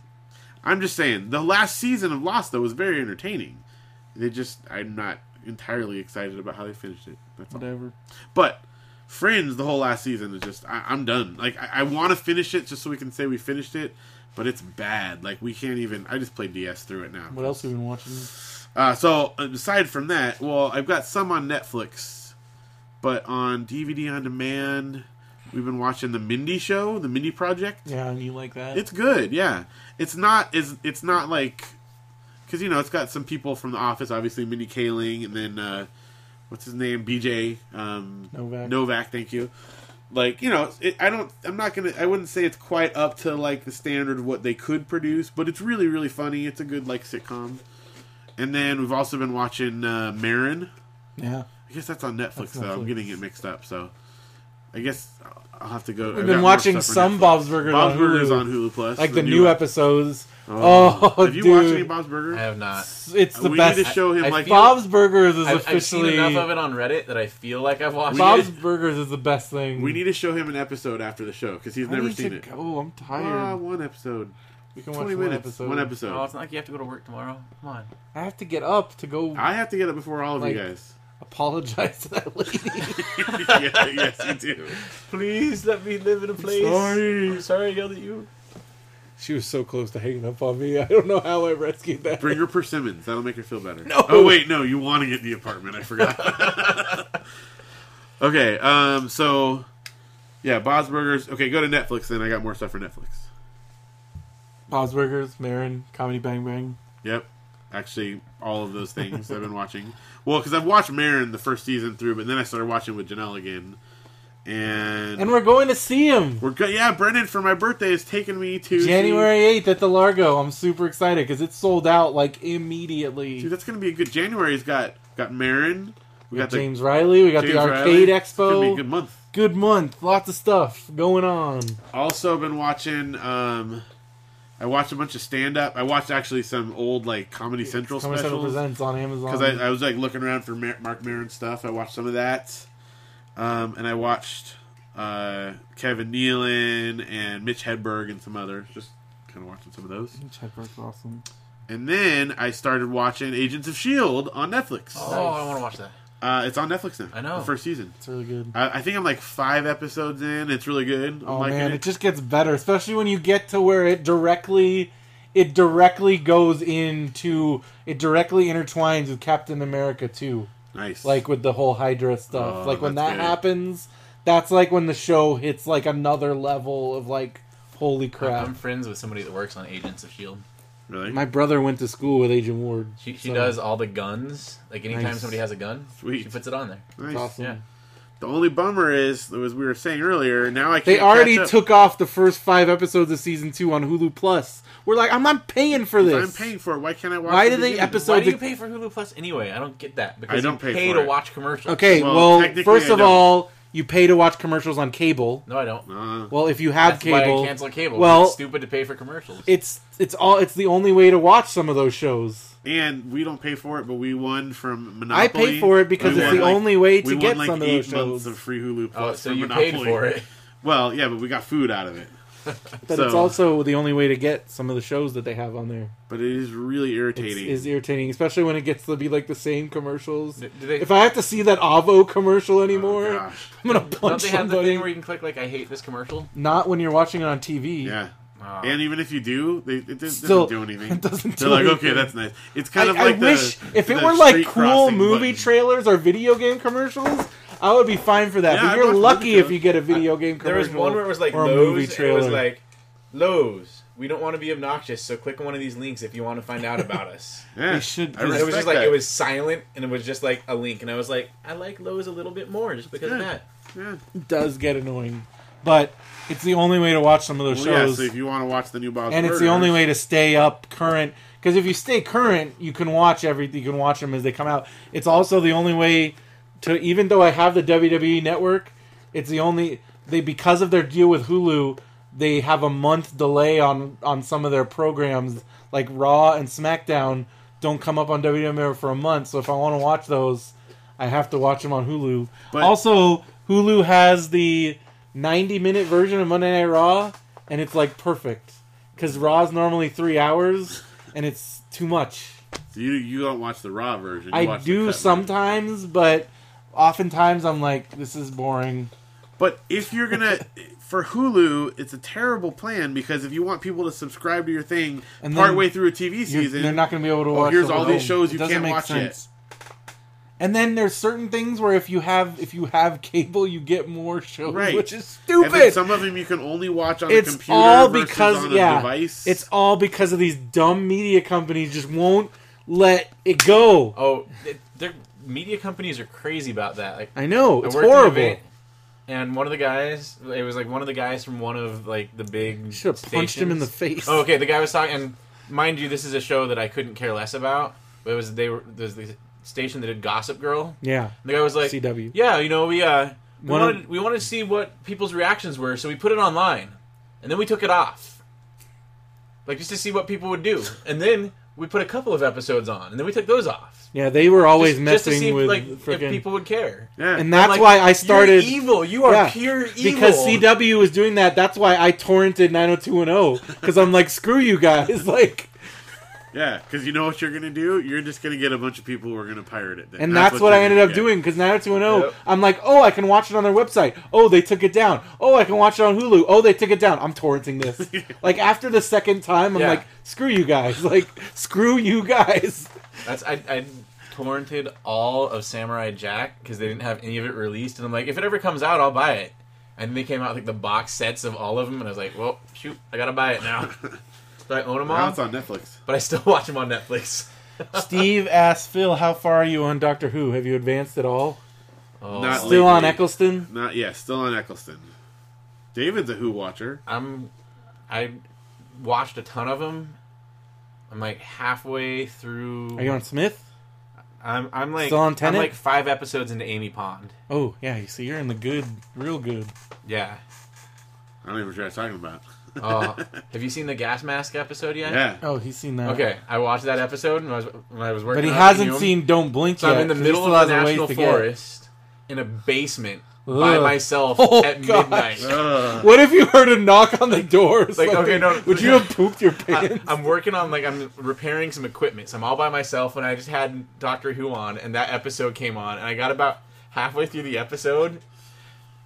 [SPEAKER 3] I'm just saying the last season of Lost though was very entertaining. They just I'm not entirely excited about how they finished it. That's all.
[SPEAKER 2] Whatever.
[SPEAKER 3] But Friends, the whole last season is just I, I'm done. Like I, I want to finish it just so we can say we finished it, but it's bad. Like we can't even. I just played DS through it now.
[SPEAKER 2] What else have you been watching?
[SPEAKER 3] Uh, so aside from that, well, I've got some on Netflix, but on DVD on demand, we've been watching the Mindy Show, the Mindy Project.
[SPEAKER 2] Yeah, and you like that?
[SPEAKER 3] It's good, yeah. It's not is it's not like because you know it's got some people from The Office, obviously Mindy Kaling, and then uh, what's his name, BJ um,
[SPEAKER 2] Novak.
[SPEAKER 3] Novak, thank you. Like you know, it, I don't. I'm not gonna. I wouldn't say it's quite up to like the standard of what they could produce, but it's really really funny. It's a good like sitcom. And then we've also been watching uh, Marin.
[SPEAKER 2] yeah.
[SPEAKER 3] I guess that's on Netflix
[SPEAKER 2] That's
[SPEAKER 3] though. I'm
[SPEAKER 2] Netflix.
[SPEAKER 3] getting it mixed up, so I guess I'll- I'll have to go. I've
[SPEAKER 2] We've
[SPEAKER 3] got
[SPEAKER 2] been
[SPEAKER 3] more
[SPEAKER 2] watching
[SPEAKER 3] stuff on
[SPEAKER 2] some
[SPEAKER 3] Netflix.
[SPEAKER 2] Bob's Burgers.
[SPEAKER 3] Bob's
[SPEAKER 2] on
[SPEAKER 3] Burgers
[SPEAKER 2] Hulu.
[SPEAKER 3] on Hulu Plus.
[SPEAKER 2] like the, new
[SPEAKER 3] one.
[SPEAKER 2] episodes.
[SPEAKER 3] Oh,
[SPEAKER 2] Oh,
[SPEAKER 3] have you
[SPEAKER 2] dude,
[SPEAKER 3] watched any Bob's Burgers?
[SPEAKER 4] I have not.
[SPEAKER 2] it's the
[SPEAKER 3] we need to
[SPEAKER 2] best.
[SPEAKER 3] show him
[SPEAKER 4] I
[SPEAKER 3] like
[SPEAKER 4] feel-
[SPEAKER 2] Bob's Burgers is
[SPEAKER 4] I've, I've
[SPEAKER 2] officially
[SPEAKER 4] seen enough of it on Reddit that I feel like I've watched
[SPEAKER 2] Bob's
[SPEAKER 4] it.
[SPEAKER 2] Burgers is the best thing.
[SPEAKER 3] we need to show him an episode after the show because he's
[SPEAKER 2] I
[SPEAKER 3] never
[SPEAKER 2] need
[SPEAKER 3] seen
[SPEAKER 2] to
[SPEAKER 3] it.
[SPEAKER 2] Go. I'm
[SPEAKER 3] Ah,
[SPEAKER 2] tired.
[SPEAKER 3] one episode,
[SPEAKER 2] we can watch
[SPEAKER 3] twenty
[SPEAKER 2] one
[SPEAKER 3] minutes,
[SPEAKER 2] episode.
[SPEAKER 3] one
[SPEAKER 4] Oh,
[SPEAKER 3] episode.
[SPEAKER 4] it's not like you have to go to work tomorrow. Come on.
[SPEAKER 2] I have to get up to go
[SPEAKER 3] I have to get it before all of
[SPEAKER 2] Like-
[SPEAKER 3] you guys.
[SPEAKER 2] apologize to that lady.
[SPEAKER 3] yeah, yes, you do.
[SPEAKER 4] Please let me live in a place.
[SPEAKER 2] sorry.
[SPEAKER 4] I'm sorry I yelled at you.
[SPEAKER 2] she was so close to hanging up on me. I don't know how I rescued that.
[SPEAKER 3] Bring her persimmons. That'll make her feel better.
[SPEAKER 2] No.
[SPEAKER 3] Oh wait, no. You want to get the apartment? I forgot. okay. Um. So, yeah, Bob's Burgers. Okay, go to Netflix. Then I got more stuff for Netflix.
[SPEAKER 2] Bob's Burgers, Marin, Comedy Bang Bang.
[SPEAKER 3] Yep. Actually, all of those things I've been watching. Well, because I've watched Marin the first season through, but then I started watching with Janelle again. And,
[SPEAKER 2] And we're going to see him
[SPEAKER 3] we're good. Yeah, Brennan for my birthday is taking me to
[SPEAKER 2] January 8th at the Largo. I'm super excited because it's sold out like immediately.
[SPEAKER 3] See, dude, that's gonna be a good. January's got got Marin. We got the
[SPEAKER 2] James Riley, we got
[SPEAKER 3] James
[SPEAKER 2] the
[SPEAKER 3] Riley.
[SPEAKER 2] Arcade
[SPEAKER 3] It's gonna be a
[SPEAKER 2] Expo.
[SPEAKER 3] good month.
[SPEAKER 2] good month. Lots of stuff going on.
[SPEAKER 3] Also, been watching. um I watched a bunch of stand up. I watched actually some old like Comedy Central
[SPEAKER 2] Comedy Central
[SPEAKER 3] specials.
[SPEAKER 2] Presents on Amazon.
[SPEAKER 3] because I, I was like looking around for Mar- Mark Maron stuff. I watched some of that, um, and I watched uh, Kevin Nealon and Mitch Hedberg and some others. Just kind of watching some of those,
[SPEAKER 2] Chadberg's awesome.
[SPEAKER 3] and then I started watching Agents of Shield E on Netflix.
[SPEAKER 4] Oh, I want to watch that.
[SPEAKER 3] Uh, it's on Netflix now.
[SPEAKER 4] I know.
[SPEAKER 3] the first season.
[SPEAKER 2] It's really good.
[SPEAKER 3] I, I think I'm like five episodes in. It's really good. I'm
[SPEAKER 2] Oh
[SPEAKER 3] liking
[SPEAKER 2] man,
[SPEAKER 3] it.
[SPEAKER 2] it just gets better, especially when you get to where it directly it directly goes into it directly intertwines with Captain America too.
[SPEAKER 3] Nice.
[SPEAKER 2] Like with the whole Hydra stuff.
[SPEAKER 3] Oh,
[SPEAKER 2] like when
[SPEAKER 3] that's
[SPEAKER 2] that
[SPEAKER 3] good.
[SPEAKER 2] happens, that's like when the show hits like another level of like holy
[SPEAKER 4] I'm
[SPEAKER 2] crap.
[SPEAKER 4] friends with somebody that works on Agents of Shield.
[SPEAKER 3] really
[SPEAKER 2] My brother went to school with Agent Ward.
[SPEAKER 4] E She, she
[SPEAKER 2] So,
[SPEAKER 4] does all the guns. Like anytime
[SPEAKER 2] Nice.
[SPEAKER 4] somebody has a gun,
[SPEAKER 3] Sweet.
[SPEAKER 4] she puts it on there.
[SPEAKER 3] nice.
[SPEAKER 2] it's awesome.
[SPEAKER 4] Yeah.
[SPEAKER 3] The only bummer is, as we were saying earlier, now I can't.
[SPEAKER 2] They already
[SPEAKER 3] catch up.
[SPEAKER 2] took off the first five episodes of season two on Hulu Plus. We're like, I'm not paying for this.
[SPEAKER 3] I'm paying for it. Why can't I watch?
[SPEAKER 2] Why
[SPEAKER 3] the
[SPEAKER 2] do they
[SPEAKER 3] beginning?
[SPEAKER 2] episodes?
[SPEAKER 4] Why do you pay for Hulu Plus anyway? I don't get that because
[SPEAKER 3] I don't
[SPEAKER 4] you
[SPEAKER 3] pay
[SPEAKER 4] pay,
[SPEAKER 3] for
[SPEAKER 4] to
[SPEAKER 3] it.
[SPEAKER 4] watch commercials.
[SPEAKER 2] Okay,
[SPEAKER 3] Well,
[SPEAKER 2] well,
[SPEAKER 3] technically
[SPEAKER 2] first
[SPEAKER 3] I
[SPEAKER 2] of
[SPEAKER 3] don't.
[SPEAKER 2] all, you pay to watch commercials on cable.
[SPEAKER 4] No, I don't.
[SPEAKER 3] Uh,
[SPEAKER 2] Well, if you have
[SPEAKER 4] That's
[SPEAKER 2] cable,
[SPEAKER 4] why I cancel cable.
[SPEAKER 2] Well-
[SPEAKER 4] it's stupid to pay for commercials.
[SPEAKER 2] it's it's all it's the only way to watch some of those shows.
[SPEAKER 3] and we don't pay for it, but we won from Monopoly.
[SPEAKER 2] I pay for it because
[SPEAKER 3] We
[SPEAKER 2] it's
[SPEAKER 3] won,
[SPEAKER 2] the
[SPEAKER 3] like-
[SPEAKER 2] only way to
[SPEAKER 3] we
[SPEAKER 2] get
[SPEAKER 3] won, like,
[SPEAKER 2] some of
[SPEAKER 3] eight
[SPEAKER 2] those shows.
[SPEAKER 3] months of free Hulu
[SPEAKER 4] oh,
[SPEAKER 3] Plus.
[SPEAKER 4] so
[SPEAKER 3] from
[SPEAKER 4] you
[SPEAKER 3] Monopoly.
[SPEAKER 4] paid for it.
[SPEAKER 3] Well, yeah, but we got food out of it.
[SPEAKER 2] but it's
[SPEAKER 3] so-
[SPEAKER 2] also the only way to get some of the shows that they have on there.
[SPEAKER 3] But it is really
[SPEAKER 2] It's,
[SPEAKER 3] irritating.
[SPEAKER 2] is irritating, especially when it gets to be like the same commercials.
[SPEAKER 4] Do do they,
[SPEAKER 2] If I have to see that Avo commercial anymore,
[SPEAKER 3] Oh,
[SPEAKER 2] I'm
[SPEAKER 3] gosh.
[SPEAKER 2] gonna
[SPEAKER 4] don't
[SPEAKER 2] punch
[SPEAKER 4] they have the
[SPEAKER 2] somebody.
[SPEAKER 4] thing where you can click like I hate this commercial?
[SPEAKER 2] Not when you're watching it on TV.
[SPEAKER 3] Yeah.
[SPEAKER 4] Oh.
[SPEAKER 3] And even if you do, they, it does,
[SPEAKER 2] Still,
[SPEAKER 3] doesn't do anything.
[SPEAKER 2] it doesn't
[SPEAKER 3] They're
[SPEAKER 2] do
[SPEAKER 3] like,
[SPEAKER 2] anything.
[SPEAKER 3] okay, that's nice. It's
[SPEAKER 2] I,
[SPEAKER 3] kind of
[SPEAKER 2] I
[SPEAKER 3] like the-
[SPEAKER 2] wish if it
[SPEAKER 3] the
[SPEAKER 2] were like
[SPEAKER 3] street
[SPEAKER 2] cool
[SPEAKER 3] crossing
[SPEAKER 2] movie
[SPEAKER 3] button.
[SPEAKER 2] trailers or video game commercials, I would be fine for that.
[SPEAKER 3] Yeah,
[SPEAKER 2] but
[SPEAKER 3] I'd
[SPEAKER 2] you're
[SPEAKER 3] watch
[SPEAKER 2] lucky
[SPEAKER 3] video
[SPEAKER 2] if you get a video game
[SPEAKER 5] There
[SPEAKER 2] commercial.
[SPEAKER 5] was one where it was like
[SPEAKER 2] or a
[SPEAKER 5] Lowe's.
[SPEAKER 2] movie
[SPEAKER 5] and
[SPEAKER 2] trailer.
[SPEAKER 5] It was like Lowe's. We don't want to be obnoxious, so click on one of these links if you want to find out about us.
[SPEAKER 3] Yeah.
[SPEAKER 2] They should
[SPEAKER 3] I
[SPEAKER 2] do
[SPEAKER 5] And
[SPEAKER 2] that.
[SPEAKER 5] it was just
[SPEAKER 3] respect
[SPEAKER 5] like
[SPEAKER 3] that.
[SPEAKER 5] it was silent, and it was just like a link, and I was like, I like Lowe's a little bit more just because of
[SPEAKER 3] good.
[SPEAKER 5] that.
[SPEAKER 3] Yeah.
[SPEAKER 2] does get annoying, but it's the only way to watch some of those
[SPEAKER 3] Well, yeah,
[SPEAKER 2] shows,
[SPEAKER 3] so if you want to watch the new Bob's
[SPEAKER 2] and it's the only
[SPEAKER 3] Burgers,
[SPEAKER 2] way to stay up current. Because if you stay current, you can watch everything. You can watch them as they come out. It's also the only way to. Even though I have the WWE Network, it's the only they because of their deal with Hulu, they have a month delay on on some of their programs like Raw and SmackDown don't come up on WWE for a month. So if I want to watch those, I have to watch them on Hulu.
[SPEAKER 3] But-
[SPEAKER 2] also, Hulu has the 90 minute version of Monday Night Raw, and it's like perfect because Raw is normally three hours, and it's too much.
[SPEAKER 3] so you you don't watch the raw version. you
[SPEAKER 2] I
[SPEAKER 3] watch the cut
[SPEAKER 2] do
[SPEAKER 3] version.
[SPEAKER 2] sometimes, but oftentimes I'm like, this is boring.
[SPEAKER 3] But if you're gonna for Hulu, it's a terrible plan because if you want people to subscribe to your thing
[SPEAKER 2] And then
[SPEAKER 3] partway through a TV
[SPEAKER 2] You're-
[SPEAKER 3] season,
[SPEAKER 2] they're not going to be able to
[SPEAKER 3] oh,
[SPEAKER 2] watch.
[SPEAKER 3] here's
[SPEAKER 2] the
[SPEAKER 3] all
[SPEAKER 2] whole
[SPEAKER 3] these
[SPEAKER 2] thing.
[SPEAKER 3] shows
[SPEAKER 2] It
[SPEAKER 3] you
[SPEAKER 2] doesn't
[SPEAKER 3] can't
[SPEAKER 2] make
[SPEAKER 3] watch yet.
[SPEAKER 2] And then there's certain things where if you have if you have cable, you get more shows,
[SPEAKER 3] Right.
[SPEAKER 2] which is
[SPEAKER 3] and then
[SPEAKER 2] stupid.
[SPEAKER 3] some of them you can only watch on a
[SPEAKER 2] It's
[SPEAKER 3] computer
[SPEAKER 2] all
[SPEAKER 3] versus
[SPEAKER 2] because
[SPEAKER 3] on a
[SPEAKER 2] yeah,
[SPEAKER 3] device.
[SPEAKER 2] it's all because of these dumb media companies just won't let it go.
[SPEAKER 4] Oh, they- they're, media companies are crazy about that. Like
[SPEAKER 2] I know
[SPEAKER 4] I
[SPEAKER 2] it's
[SPEAKER 4] worked at an
[SPEAKER 2] horrible.
[SPEAKER 4] event, and one of the guys, it was like one of the guys from one of like the big.
[SPEAKER 2] Should have punched him in the
[SPEAKER 4] stations.
[SPEAKER 2] face.
[SPEAKER 4] Oh, okay, the guy was talking, and mind you, this is a show that I couldn't care less about. But it was they were there's the station that did Gossip Girl.
[SPEAKER 2] Yeah,
[SPEAKER 4] And the guy was like,
[SPEAKER 2] CW.
[SPEAKER 4] Yeah, you know, we uh, we
[SPEAKER 2] One of-
[SPEAKER 4] wanted we wanted to see what people's reactions were, so we put it online, and then we took it off, like just to see what people would do, and then we put a couple of episodes on, and then we took those off,
[SPEAKER 2] yeah, they were always
[SPEAKER 4] just, just
[SPEAKER 2] messing
[SPEAKER 4] to see
[SPEAKER 2] with
[SPEAKER 4] like if
[SPEAKER 2] frickin-
[SPEAKER 4] people would care.
[SPEAKER 3] yeah.
[SPEAKER 2] and that's
[SPEAKER 4] I'm like,
[SPEAKER 2] why I started.
[SPEAKER 4] You're evil. You are
[SPEAKER 2] Yeah,
[SPEAKER 4] pure evil.
[SPEAKER 2] because CW was doing that. That's why I torrented 90210 because I'm like, screw you guys. Like,
[SPEAKER 3] Yeah, because you know what you're gonna do? You're just gonna get a bunch of people who are gonna pirate it. Then.
[SPEAKER 2] and that's, what, I
[SPEAKER 3] you're
[SPEAKER 2] ended
[SPEAKER 3] gonna
[SPEAKER 2] up
[SPEAKER 3] get.
[SPEAKER 2] doing because 90210.
[SPEAKER 4] Yep.
[SPEAKER 2] I'm like, oh, I can watch it on their website. Oh, they took it down. Oh, I can watch it on Hulu. Oh, they took it down. I'm torrenting this. like after the second time, I'm
[SPEAKER 4] Yeah.
[SPEAKER 2] like, screw you guys. Like, screw you guys.
[SPEAKER 4] That's I, I torrented all of Samurai Jack because they didn't have any of it released, and I'm like, if it ever comes out, I'll buy it. And they came out with, like the box sets of all of them, and I was like, well, shoot, I gotta buy it now. so I own them
[SPEAKER 3] Now
[SPEAKER 4] all,
[SPEAKER 3] it's on Netflix.
[SPEAKER 4] but I still watch them on Netflix.
[SPEAKER 2] Steve asked Phil, how far are you on Doctor Who? Have you advanced at all?
[SPEAKER 4] Oh,
[SPEAKER 3] Not
[SPEAKER 2] Still on
[SPEAKER 3] lately.
[SPEAKER 2] Eccleston?
[SPEAKER 3] Not yeah, still on Eccleston. David's a Who watcher.
[SPEAKER 4] I'm I watched a ton of them. I'm like halfway through.
[SPEAKER 2] Are you on Smith?
[SPEAKER 4] I'm I'm like
[SPEAKER 2] Still on
[SPEAKER 4] I'm
[SPEAKER 2] Tenet?
[SPEAKER 4] like five episodes into Amy Pond.
[SPEAKER 2] Oh, yeah, you see, you're in the good, real good.
[SPEAKER 4] Yeah.
[SPEAKER 3] I don't even know what you're talking about.
[SPEAKER 4] Oh, have you seen the gas mask episode yet?
[SPEAKER 3] Yeah.
[SPEAKER 2] Oh, he's seen that.
[SPEAKER 4] Okay, I watched that episode when I was when I was working.
[SPEAKER 2] But he
[SPEAKER 4] out at
[SPEAKER 2] hasn't
[SPEAKER 4] Hume.
[SPEAKER 2] seen Don't Blink
[SPEAKER 4] So
[SPEAKER 2] yet.
[SPEAKER 4] I'm in the
[SPEAKER 2] 'cause he
[SPEAKER 4] middle
[SPEAKER 2] still
[SPEAKER 4] of the
[SPEAKER 2] has a ways
[SPEAKER 4] national
[SPEAKER 2] to get.
[SPEAKER 4] forest in a basement by
[SPEAKER 2] Ugh.
[SPEAKER 4] myself
[SPEAKER 2] Oh,
[SPEAKER 4] at
[SPEAKER 2] gosh.
[SPEAKER 4] midnight.
[SPEAKER 3] Ugh.
[SPEAKER 2] What if you heard a knock on the door? or
[SPEAKER 4] Like, okay,
[SPEAKER 2] something?
[SPEAKER 4] no.
[SPEAKER 2] Would you have pooped your pants?
[SPEAKER 4] I'm working on like I'm repairing some equipment, so I'm all by myself. And I just had Doctor Who on, and that episode came on, and I got about halfway through the episode,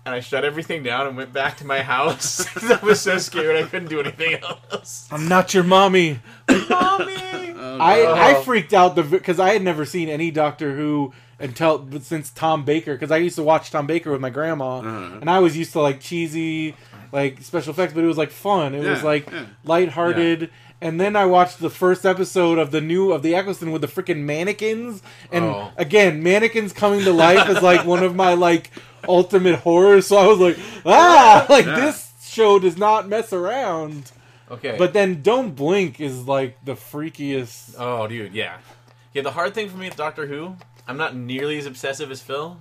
[SPEAKER 4] and I shut everything down and went back to my house 'cause I was so scared I couldn't do anything else.
[SPEAKER 2] I'm not your mommy.
[SPEAKER 4] Mommy!
[SPEAKER 2] I, I freaked out the because I had never seen any Doctor Who until since Tom Baker because I used to watch Tom Baker with my grandma
[SPEAKER 3] Uh-huh.
[SPEAKER 2] and I was used to like cheesy like special effects but it was like fun it was
[SPEAKER 3] Yeah,
[SPEAKER 2] like
[SPEAKER 3] yeah.
[SPEAKER 2] lighthearted and then I watched the first episode of the new of the Eccleston with the freaking mannequins and
[SPEAKER 4] Oh.
[SPEAKER 2] again mannequins coming to life is like one of my like ultimate horrors so I was like ah like
[SPEAKER 3] Yeah.
[SPEAKER 2] this show does not mess around
[SPEAKER 4] Okay.
[SPEAKER 2] but then Don't Blink is like the freakiest
[SPEAKER 4] Oh, dude, yeah. Yeah, the hard thing for me with Doctor Who, I'm not nearly as obsessive as Phil,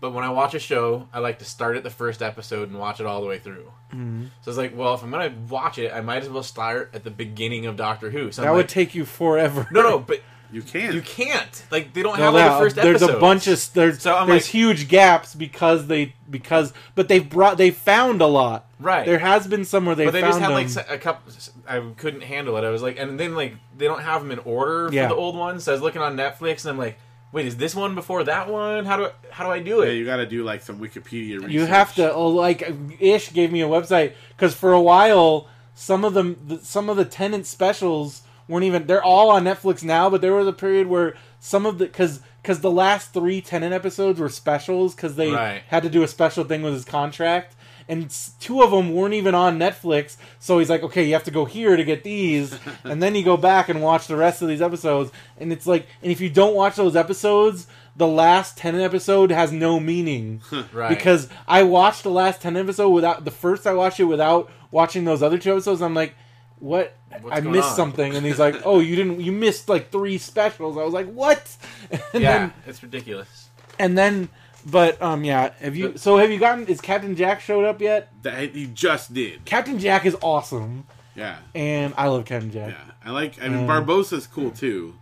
[SPEAKER 4] but when I watch a show, I like to start at the first episode and watch it all the way through.
[SPEAKER 2] Mm-hmm.
[SPEAKER 4] So it's like, well, if I'm going to watch it, I might as well start at the beginning of Doctor Who. So I'm
[SPEAKER 2] That would
[SPEAKER 4] like,
[SPEAKER 2] take you forever.
[SPEAKER 4] No, no, but
[SPEAKER 3] You can.
[SPEAKER 4] you can't. Like, they don't
[SPEAKER 2] No,
[SPEAKER 4] have like,
[SPEAKER 2] no,
[SPEAKER 4] the first
[SPEAKER 2] there's
[SPEAKER 4] episode.
[SPEAKER 2] a bunch of there's
[SPEAKER 4] So I'm
[SPEAKER 2] there's
[SPEAKER 4] like-
[SPEAKER 2] huge gaps because they because but they brought they found a lot.
[SPEAKER 4] Right.
[SPEAKER 2] There has been some where they
[SPEAKER 4] But they
[SPEAKER 2] found
[SPEAKER 4] just had like
[SPEAKER 2] them.
[SPEAKER 4] s- a couple. I couldn't handle it. I was like, and then like they don't have them in order for
[SPEAKER 2] Yeah.
[SPEAKER 4] the old ones. So I was looking on Netflix, and I'm like, wait, is this one before that one? How do I, how do I do
[SPEAKER 3] Yeah,
[SPEAKER 4] it?
[SPEAKER 3] you got to do like some Wikipedia research.
[SPEAKER 2] you have to oh, like ish gave me a website because for a while some of them the, some of the tenant specials weren't even they're all on netflix now but there was a period where some of the because because the last three tenant episodes were specials because they
[SPEAKER 4] Right.
[SPEAKER 2] had to do a special thing with his contract and s- two of them weren't even on netflix so he's like okay you have to go here to get these and then you go back and watch the rest of these episodes and it's like and if you don't watch those episodes the last tenant episode has no meaning
[SPEAKER 4] Right.
[SPEAKER 2] because I watched the last ten episode without the first I watched it without watching those other two episodes. I'm like, what?
[SPEAKER 4] What's
[SPEAKER 2] I
[SPEAKER 4] going
[SPEAKER 2] missed
[SPEAKER 4] on?
[SPEAKER 2] something, and he's like, oh, you didn't, you missed like three specials. I was like, what? And
[SPEAKER 4] yeah,
[SPEAKER 2] then,
[SPEAKER 4] it's ridiculous.
[SPEAKER 2] and then, but um, yeah. Have you? So have you gotten? Is Captain Jack showed up yet?
[SPEAKER 3] That he just did.
[SPEAKER 2] Captain Jack is awesome,
[SPEAKER 3] Yeah.
[SPEAKER 2] and I love Captain Jack.
[SPEAKER 3] Yeah. I like. I mean,
[SPEAKER 4] Mm.
[SPEAKER 3] Barbosa's cool too.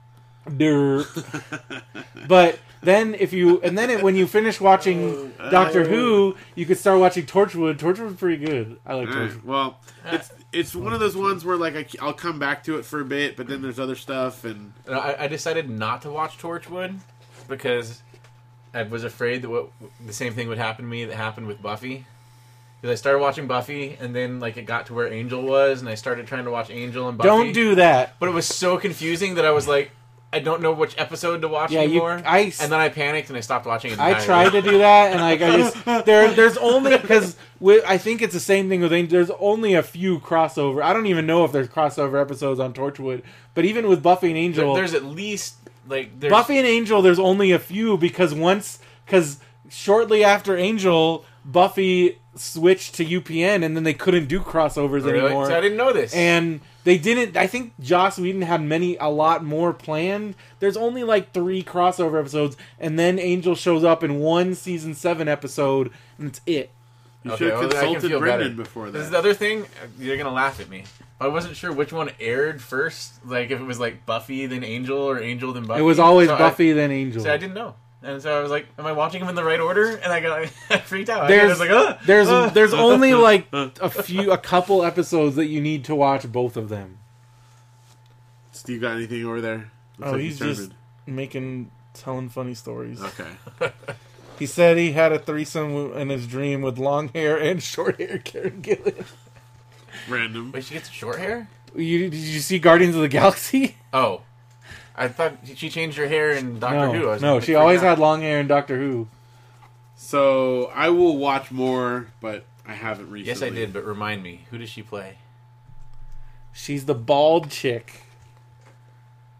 [SPEAKER 2] Derp. but then if you and then it, when you finish watching Doctor Who, you could start watching Torchwood. Torchwood's pretty good. I
[SPEAKER 4] Mm.
[SPEAKER 2] like
[SPEAKER 3] All
[SPEAKER 2] Torchwood.
[SPEAKER 3] right. Well, it's it's one of those ones where like I, will come back to it for a bit, but then there's other stuff and
[SPEAKER 4] And I, I decided not to watch Torchwood because I was afraid that what the same thing would happen to me that happened with Buffy. Because I started watching Buffy, and then like it got to where Angel was, and I started trying to watch Angel and Buffy.
[SPEAKER 2] Don't do that.
[SPEAKER 4] but it was so confusing that I was like, I don't know which episode to watch
[SPEAKER 2] Yeah, you-
[SPEAKER 4] anymore.
[SPEAKER 2] I-
[SPEAKER 4] and then I panicked and I stopped watching it.
[SPEAKER 2] I tried to do that, and like I just there. There's only because I think it's the same thing with Angel. There's only a few crossover. I don't even know if there's crossover episodes on Torchwood, but even with Buffy and
[SPEAKER 4] There-
[SPEAKER 2] Angel,
[SPEAKER 4] There's at least like there's,
[SPEAKER 2] Buffy and Angel, there's only a few because once because shortly after Angel, Buffy switched to UPN, and then they couldn't do crossovers
[SPEAKER 4] Really?
[SPEAKER 2] anymore.
[SPEAKER 4] So I didn't know this.
[SPEAKER 2] and they didn't. I think Joss Whedon had many, a lot more planned. There's only like three crossover episodes, and then Angel shows up in one season seven episode, and it's it.
[SPEAKER 3] you
[SPEAKER 4] Okay,
[SPEAKER 3] should have
[SPEAKER 4] well, I can
[SPEAKER 3] consulted
[SPEAKER 4] feel better.
[SPEAKER 3] Brendan before
[SPEAKER 4] this is
[SPEAKER 3] that.
[SPEAKER 4] the other thing. You're gonna laugh at me. I wasn't sure which one aired first. Like if it was like Buffy then Angel or Angel then Buffy.
[SPEAKER 2] It was always
[SPEAKER 4] So I-
[SPEAKER 2] Buffy, then Angel.
[SPEAKER 4] so I didn't know. And so I was like, "Am I watching them in the right order?" And I got I freaked out. I
[SPEAKER 2] there's
[SPEAKER 4] was like, "Ah,
[SPEAKER 2] there's
[SPEAKER 4] ah."
[SPEAKER 2] there's only like a few, a couple episodes that you need to watch both of them.
[SPEAKER 3] Steve got anything over there? Looks
[SPEAKER 2] Oh,
[SPEAKER 3] like
[SPEAKER 2] he's
[SPEAKER 3] turned
[SPEAKER 2] just making telling funny stories.
[SPEAKER 3] it. okay.
[SPEAKER 2] He said he had a threesome in his dream with long hair and short hair Karen Gillan.
[SPEAKER 3] Random.
[SPEAKER 4] Wait, she gets short hair.
[SPEAKER 2] You, did you see Guardians of the Galaxy?
[SPEAKER 4] Oh, I thought she changed her hair in Doctor Who. I
[SPEAKER 2] no,
[SPEAKER 4] was
[SPEAKER 2] no,
[SPEAKER 4] like,
[SPEAKER 2] she
[SPEAKER 4] freaked
[SPEAKER 2] always
[SPEAKER 4] out.
[SPEAKER 2] had long hair in Doctor Who.
[SPEAKER 3] So I will watch more, but I haven't recently.
[SPEAKER 4] Yes, I did, but remind me, who does she play?
[SPEAKER 2] She's the bald chick,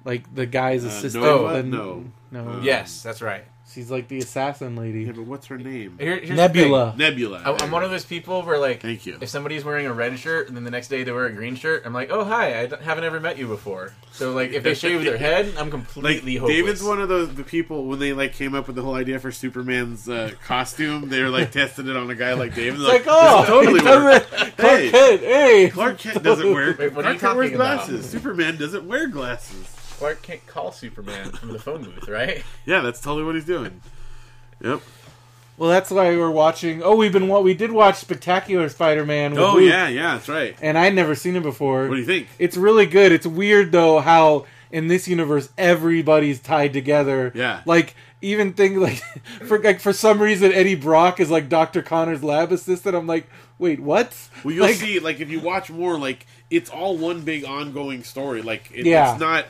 [SPEAKER 2] like the guy's
[SPEAKER 3] Uh,
[SPEAKER 2] assistant.
[SPEAKER 3] Nova?
[SPEAKER 2] the-
[SPEAKER 3] no.
[SPEAKER 2] no,
[SPEAKER 3] Uh,
[SPEAKER 4] Yes, that's right.
[SPEAKER 2] she's like the assassin
[SPEAKER 3] Yeah,
[SPEAKER 2] lady,
[SPEAKER 3] but what's her name?
[SPEAKER 4] Here- here's the
[SPEAKER 2] Nebula.
[SPEAKER 3] Nebula.
[SPEAKER 4] thing. I, I'm one of those people where, like,
[SPEAKER 3] Thank you.
[SPEAKER 4] if somebody's wearing a red shirt and then the next day they wear a green shirt, I'm like, oh hi, I don't- haven't ever met you before. So like, if they shave their head,
[SPEAKER 3] like
[SPEAKER 4] I'm completely hopeless.
[SPEAKER 3] David's one of those the people when they like came up with the whole idea for Superman's uh, costume, they were like tested it on a guy like David.
[SPEAKER 2] It's like,
[SPEAKER 3] Like,
[SPEAKER 2] oh,
[SPEAKER 3] this totally
[SPEAKER 2] he doesn't- Clark
[SPEAKER 3] Hey.
[SPEAKER 2] Kent, hey,
[SPEAKER 3] Clark Kent doesn't wear.
[SPEAKER 4] Wait, what
[SPEAKER 3] Clark
[SPEAKER 4] are you
[SPEAKER 3] Kent wears
[SPEAKER 4] talking about?
[SPEAKER 3] glasses. Superman doesn't wear glasses.
[SPEAKER 4] Clark can't call Superman from the phone booth, right?
[SPEAKER 3] Yeah, that's totally what he's doing. Yep.
[SPEAKER 2] Well, that's why we were watching. Oh, we've been what we did watch Spectacular Spider-Man. With
[SPEAKER 3] Oh
[SPEAKER 2] Luke,
[SPEAKER 3] yeah, yeah, that's right.
[SPEAKER 2] and I'd never seen it before.
[SPEAKER 3] What do you think?
[SPEAKER 2] It's really good. It's weird though how in this universe, everybody's tied together.
[SPEAKER 3] Yeah.
[SPEAKER 2] Like even thing like for like for some reason Eddie Brock is like Dr. Connor's lab assistant. I'm like, wait, what?
[SPEAKER 3] Well, you'll
[SPEAKER 2] Like,
[SPEAKER 3] see, like if you watch more, like it's all one big ongoing story. Like it,
[SPEAKER 2] Yeah.
[SPEAKER 3] it's not.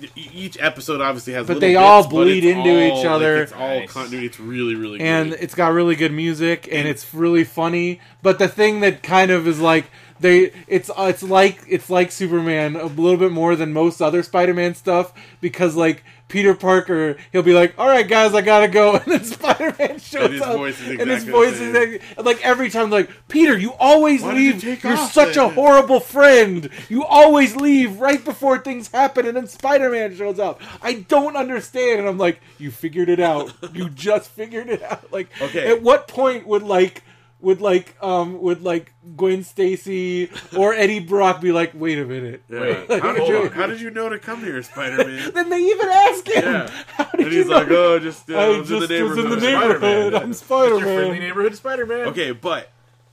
[SPEAKER 3] e- Each episode obviously has,
[SPEAKER 2] But
[SPEAKER 3] little
[SPEAKER 2] they all
[SPEAKER 3] bits,
[SPEAKER 2] bleed
[SPEAKER 3] it's
[SPEAKER 2] into each
[SPEAKER 3] like,
[SPEAKER 2] other.
[SPEAKER 3] it's all
[SPEAKER 4] Nice.
[SPEAKER 3] continuity. It's really, really
[SPEAKER 2] and
[SPEAKER 3] good.
[SPEAKER 2] it's got really good music and it's really funny but the thing that kind of is like they it's uh, it's like it's like superman a little bit more than most other spider-man stuff because like peter parker he'll be like all right guys i gotta go and then spider-man shows
[SPEAKER 3] his
[SPEAKER 2] up
[SPEAKER 3] voice is
[SPEAKER 2] and his
[SPEAKER 3] exactly the
[SPEAKER 2] voice
[SPEAKER 3] same.
[SPEAKER 2] is like- and, like every time like peter you always
[SPEAKER 3] Why did you
[SPEAKER 2] leave
[SPEAKER 3] take
[SPEAKER 2] you're
[SPEAKER 3] off
[SPEAKER 2] such a
[SPEAKER 3] then?"
[SPEAKER 2] horrible friend you always leave right before things happen and then spider-man shows up i don't understand and i'm like you figured it out you just figured it out like
[SPEAKER 3] Okay.
[SPEAKER 2] at what point would like would like um would like Gwen Stacy or Eddie Brock be like, wait a minute?
[SPEAKER 3] Yeah.
[SPEAKER 2] Like,
[SPEAKER 3] how, did
[SPEAKER 2] hold
[SPEAKER 3] you,
[SPEAKER 2] on.
[SPEAKER 3] how did you know to come here, Spider Man?
[SPEAKER 2] Then they even ask him,
[SPEAKER 3] Yeah.
[SPEAKER 2] how did
[SPEAKER 3] and
[SPEAKER 2] you
[SPEAKER 3] he's
[SPEAKER 2] know?
[SPEAKER 3] like, oh, just, uh, I
[SPEAKER 2] I
[SPEAKER 3] was
[SPEAKER 2] just
[SPEAKER 3] in the neighborhood.
[SPEAKER 2] was in the
[SPEAKER 3] I'm
[SPEAKER 2] neighborhood.
[SPEAKER 3] Spider-Man.
[SPEAKER 2] I'm Spider
[SPEAKER 4] Your friendly
[SPEAKER 2] Man.
[SPEAKER 4] neighborhood Spider-Man.
[SPEAKER 3] Okay, but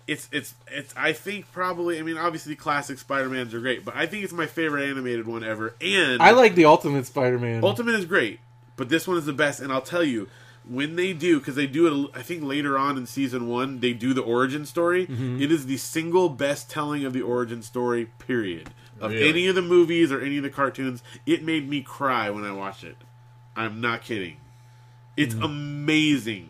[SPEAKER 3] it's it's it's. I think probably. I mean, obviously, classic Spider Mans are great, but I think it's my favorite animated one ever. And
[SPEAKER 2] I like the Ultimate Spider Man.
[SPEAKER 3] Ultimate is great, but this one is the best. And I'll tell you when they do because they do it. l- I think later on in season one they do the origin story.
[SPEAKER 2] Mm-hmm.
[SPEAKER 3] It is the single best telling of the origin story. Period. Of
[SPEAKER 4] Really?
[SPEAKER 3] any of the movies or any of the cartoons, it made me cry when I watched it. I'm not kidding. It's
[SPEAKER 2] Mm-hmm.
[SPEAKER 3] amazing.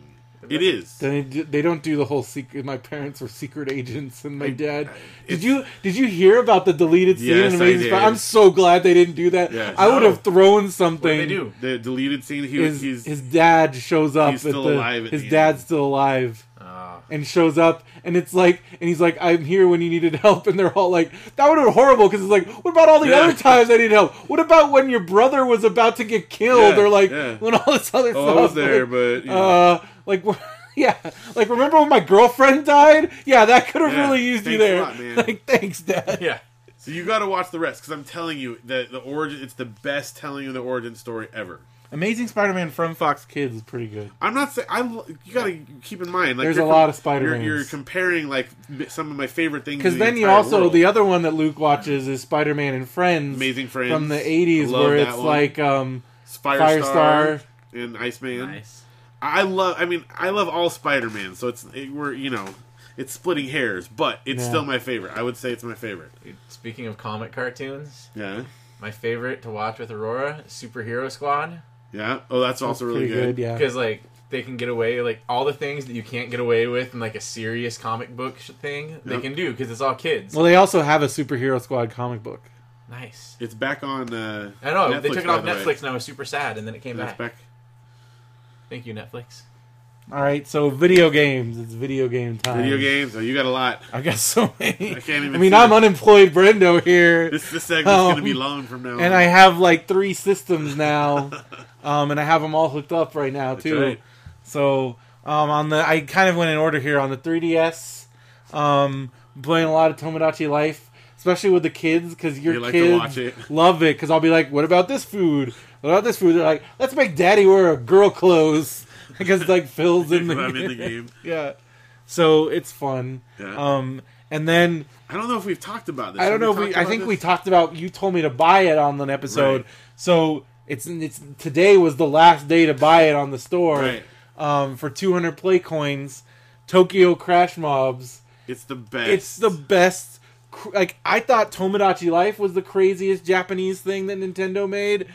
[SPEAKER 3] It is.
[SPEAKER 2] Then they, d- they don't do the whole secret. My parents were secret agents, and my dad. Did
[SPEAKER 3] it's-
[SPEAKER 2] you did you hear about the deleted scene
[SPEAKER 3] Yes,
[SPEAKER 2] in
[SPEAKER 3] I
[SPEAKER 2] Amazing
[SPEAKER 3] did.
[SPEAKER 2] Spider? I'm so glad they didn't do that.
[SPEAKER 3] Yes.
[SPEAKER 2] I would have thrown something.
[SPEAKER 4] They do.
[SPEAKER 3] The deleted scene. He was
[SPEAKER 2] his,
[SPEAKER 3] he's
[SPEAKER 2] his dad shows up.
[SPEAKER 3] he's
[SPEAKER 2] at
[SPEAKER 3] still
[SPEAKER 2] the,
[SPEAKER 3] alive at
[SPEAKER 2] his
[SPEAKER 3] the end. Uh.
[SPEAKER 2] dad's still alive,
[SPEAKER 4] Uh,
[SPEAKER 2] and shows up, and it's like, and he's like, "I'm here when you needed help," and they're all like, "That would have been horrible." Because it's like, what about all the
[SPEAKER 3] Yeah.
[SPEAKER 2] other times I needed help? What about when your brother was about to get killed,
[SPEAKER 3] Yeah,
[SPEAKER 2] or like
[SPEAKER 3] yeah.
[SPEAKER 2] when all this other
[SPEAKER 3] oh
[SPEAKER 2] stuff?
[SPEAKER 3] I was there,
[SPEAKER 2] like,
[SPEAKER 3] but you know.
[SPEAKER 2] uh, like yeah, like remember when my girlfriend died? Yeah, that could have
[SPEAKER 3] Yeah,
[SPEAKER 2] really used you
[SPEAKER 3] thanks a
[SPEAKER 2] there.
[SPEAKER 3] lot, man.
[SPEAKER 2] Like thanks, dad.
[SPEAKER 4] Yeah.
[SPEAKER 3] So you got to watch the rest because I'm telling you the the origin. It's the best telling of the origin story ever.
[SPEAKER 2] Amazing Spider-Man from Fox Kids is pretty good.
[SPEAKER 3] I'm not saying I. You got to keep in mind. Like
[SPEAKER 2] There's
[SPEAKER 3] you're
[SPEAKER 2] a
[SPEAKER 3] com-
[SPEAKER 2] lot of Spider-Mans.
[SPEAKER 3] You're, you're comparing like m- some of my favorite things.
[SPEAKER 2] Because
[SPEAKER 3] in
[SPEAKER 2] then
[SPEAKER 3] the
[SPEAKER 2] you
[SPEAKER 3] entire
[SPEAKER 2] also
[SPEAKER 3] world.
[SPEAKER 2] the other one that Luke watches is Spider Man and Friends,
[SPEAKER 3] Amazing Friends.
[SPEAKER 2] from the '80s,
[SPEAKER 3] Love
[SPEAKER 2] where
[SPEAKER 3] that
[SPEAKER 2] it's
[SPEAKER 3] one.
[SPEAKER 2] like um,
[SPEAKER 3] Firestar,
[SPEAKER 2] Firestar.
[SPEAKER 3] and Iceman.
[SPEAKER 4] Nice.
[SPEAKER 3] I love. I mean, I love all Spider-Man. So it's it, we're you know it's splitting hairs, but it's
[SPEAKER 2] Yeah.
[SPEAKER 3] still my favorite. I would say it's my favorite.
[SPEAKER 4] Dude, speaking of comic cartoons,
[SPEAKER 3] Yeah.
[SPEAKER 4] my favorite to watch with Aurora, Superhero Squad,
[SPEAKER 3] Yeah. Oh, that's also really
[SPEAKER 2] pretty
[SPEAKER 3] good.
[SPEAKER 2] good, yeah.
[SPEAKER 4] because like they can get away like all the things that you can't get away with in like a serious comic book sh- thing. They
[SPEAKER 3] Yep.
[SPEAKER 4] can do because it's all kids.
[SPEAKER 2] Well, they also have a superhero squad comic book.
[SPEAKER 4] nice.
[SPEAKER 3] It's back on. Uh,
[SPEAKER 4] I know they
[SPEAKER 3] Netflix,
[SPEAKER 4] took it
[SPEAKER 3] by
[SPEAKER 4] off
[SPEAKER 3] the way.
[SPEAKER 4] Netflix, and I was super sad, and then it came
[SPEAKER 3] That's
[SPEAKER 4] back.
[SPEAKER 3] back.
[SPEAKER 4] Thank you, Netflix.
[SPEAKER 2] All right, so video games. It's video game time.
[SPEAKER 3] Video games. Oh, you got a lot.
[SPEAKER 2] I got so many.
[SPEAKER 3] I can't even
[SPEAKER 2] I mean,
[SPEAKER 3] see
[SPEAKER 2] I'm
[SPEAKER 3] it.
[SPEAKER 2] unemployed, Brendo here,
[SPEAKER 3] This this segment's
[SPEAKER 2] Um,
[SPEAKER 3] gonna be long from now.
[SPEAKER 2] and
[SPEAKER 3] on.
[SPEAKER 2] I have like three systems now, um, and I have them all hooked up right now too.
[SPEAKER 3] right.
[SPEAKER 2] So um, on the, I kind of went in order here on the 3ds. Um, playing a lot of Tomodachi Life, especially with the kids, because your
[SPEAKER 3] They like to
[SPEAKER 2] kids
[SPEAKER 3] watch it.
[SPEAKER 2] love it. Because I'll be like, "What about this food? What about this food?" They're like, "Let's make Daddy wear girl clothes," because like Phil's in the,
[SPEAKER 3] I'm in the game.
[SPEAKER 2] yeah. So it's fun.
[SPEAKER 3] Yeah.
[SPEAKER 2] Um, and then
[SPEAKER 3] I don't know if we've talked about this.
[SPEAKER 2] I don't know
[SPEAKER 3] Have
[SPEAKER 2] if we.
[SPEAKER 3] talked
[SPEAKER 2] I
[SPEAKER 3] about
[SPEAKER 2] think
[SPEAKER 3] this?
[SPEAKER 2] we talked about. You told me to buy it on an episode,
[SPEAKER 3] Right.
[SPEAKER 2] so it's it's today was the last day to buy it on the store
[SPEAKER 3] Right.
[SPEAKER 2] um, for two hundred play coins. Tokyo Crash Mobs.
[SPEAKER 3] It's the best.
[SPEAKER 2] It's the best. cr- Like I thought, Tomodachi Life was the craziest Japanese thing that Nintendo made.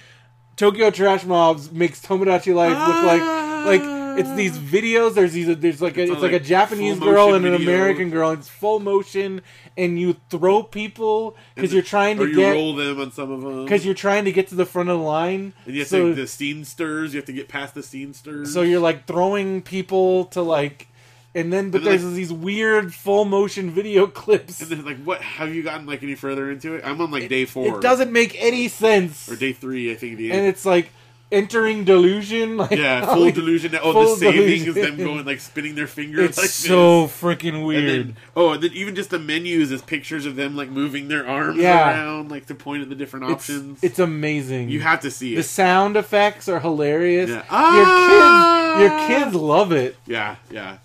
[SPEAKER 2] Tokyo Trash Mobs makes Tomodachi Life look like like it's these videos. There's these there's like a, it's,
[SPEAKER 3] Ah. It's all,
[SPEAKER 2] like,
[SPEAKER 3] like,
[SPEAKER 2] a Japanese
[SPEAKER 3] full
[SPEAKER 2] girl
[SPEAKER 3] motion
[SPEAKER 2] and an
[SPEAKER 3] video.
[SPEAKER 2] American girl. It's full motion, and you throw people because
[SPEAKER 3] And-
[SPEAKER 2] you're trying to
[SPEAKER 3] or you
[SPEAKER 2] get
[SPEAKER 3] roll them on some of them
[SPEAKER 2] because you're trying to get to the front of the line.
[SPEAKER 3] and you have
[SPEAKER 2] so,
[SPEAKER 3] to, the scene stirs. You have to get past the scene stirs.
[SPEAKER 2] so you're like throwing people to like, and then but
[SPEAKER 3] And then,
[SPEAKER 2] there's these weird full motion video clips.
[SPEAKER 3] and then, like what have you gotten like any further into it? I'm on like day four.
[SPEAKER 2] It doesn't make any sense.
[SPEAKER 3] or day three. I think at the
[SPEAKER 2] and
[SPEAKER 3] end.
[SPEAKER 2] it's like entering delusion. Like,
[SPEAKER 3] Yeah,
[SPEAKER 2] all
[SPEAKER 3] full
[SPEAKER 2] these-
[SPEAKER 3] delusion. Oh,
[SPEAKER 2] full
[SPEAKER 3] the saving is them
[SPEAKER 2] delusion.
[SPEAKER 3] going like spinning their fingers.
[SPEAKER 2] It's
[SPEAKER 3] like
[SPEAKER 2] so freaking
[SPEAKER 3] this. And
[SPEAKER 2] weird.
[SPEAKER 3] then, oh, and then even just the menus is pictures of them like moving their arms
[SPEAKER 2] Yeah.
[SPEAKER 3] around, like to point at the different
[SPEAKER 2] it's,
[SPEAKER 3] options.
[SPEAKER 2] it's amazing.
[SPEAKER 3] you have to see
[SPEAKER 2] the
[SPEAKER 3] it.
[SPEAKER 2] sound effects are hilarious.
[SPEAKER 3] Yeah.
[SPEAKER 2] Your
[SPEAKER 3] Ah!
[SPEAKER 2] kids, your kids love it.
[SPEAKER 3] Yeah, yeah.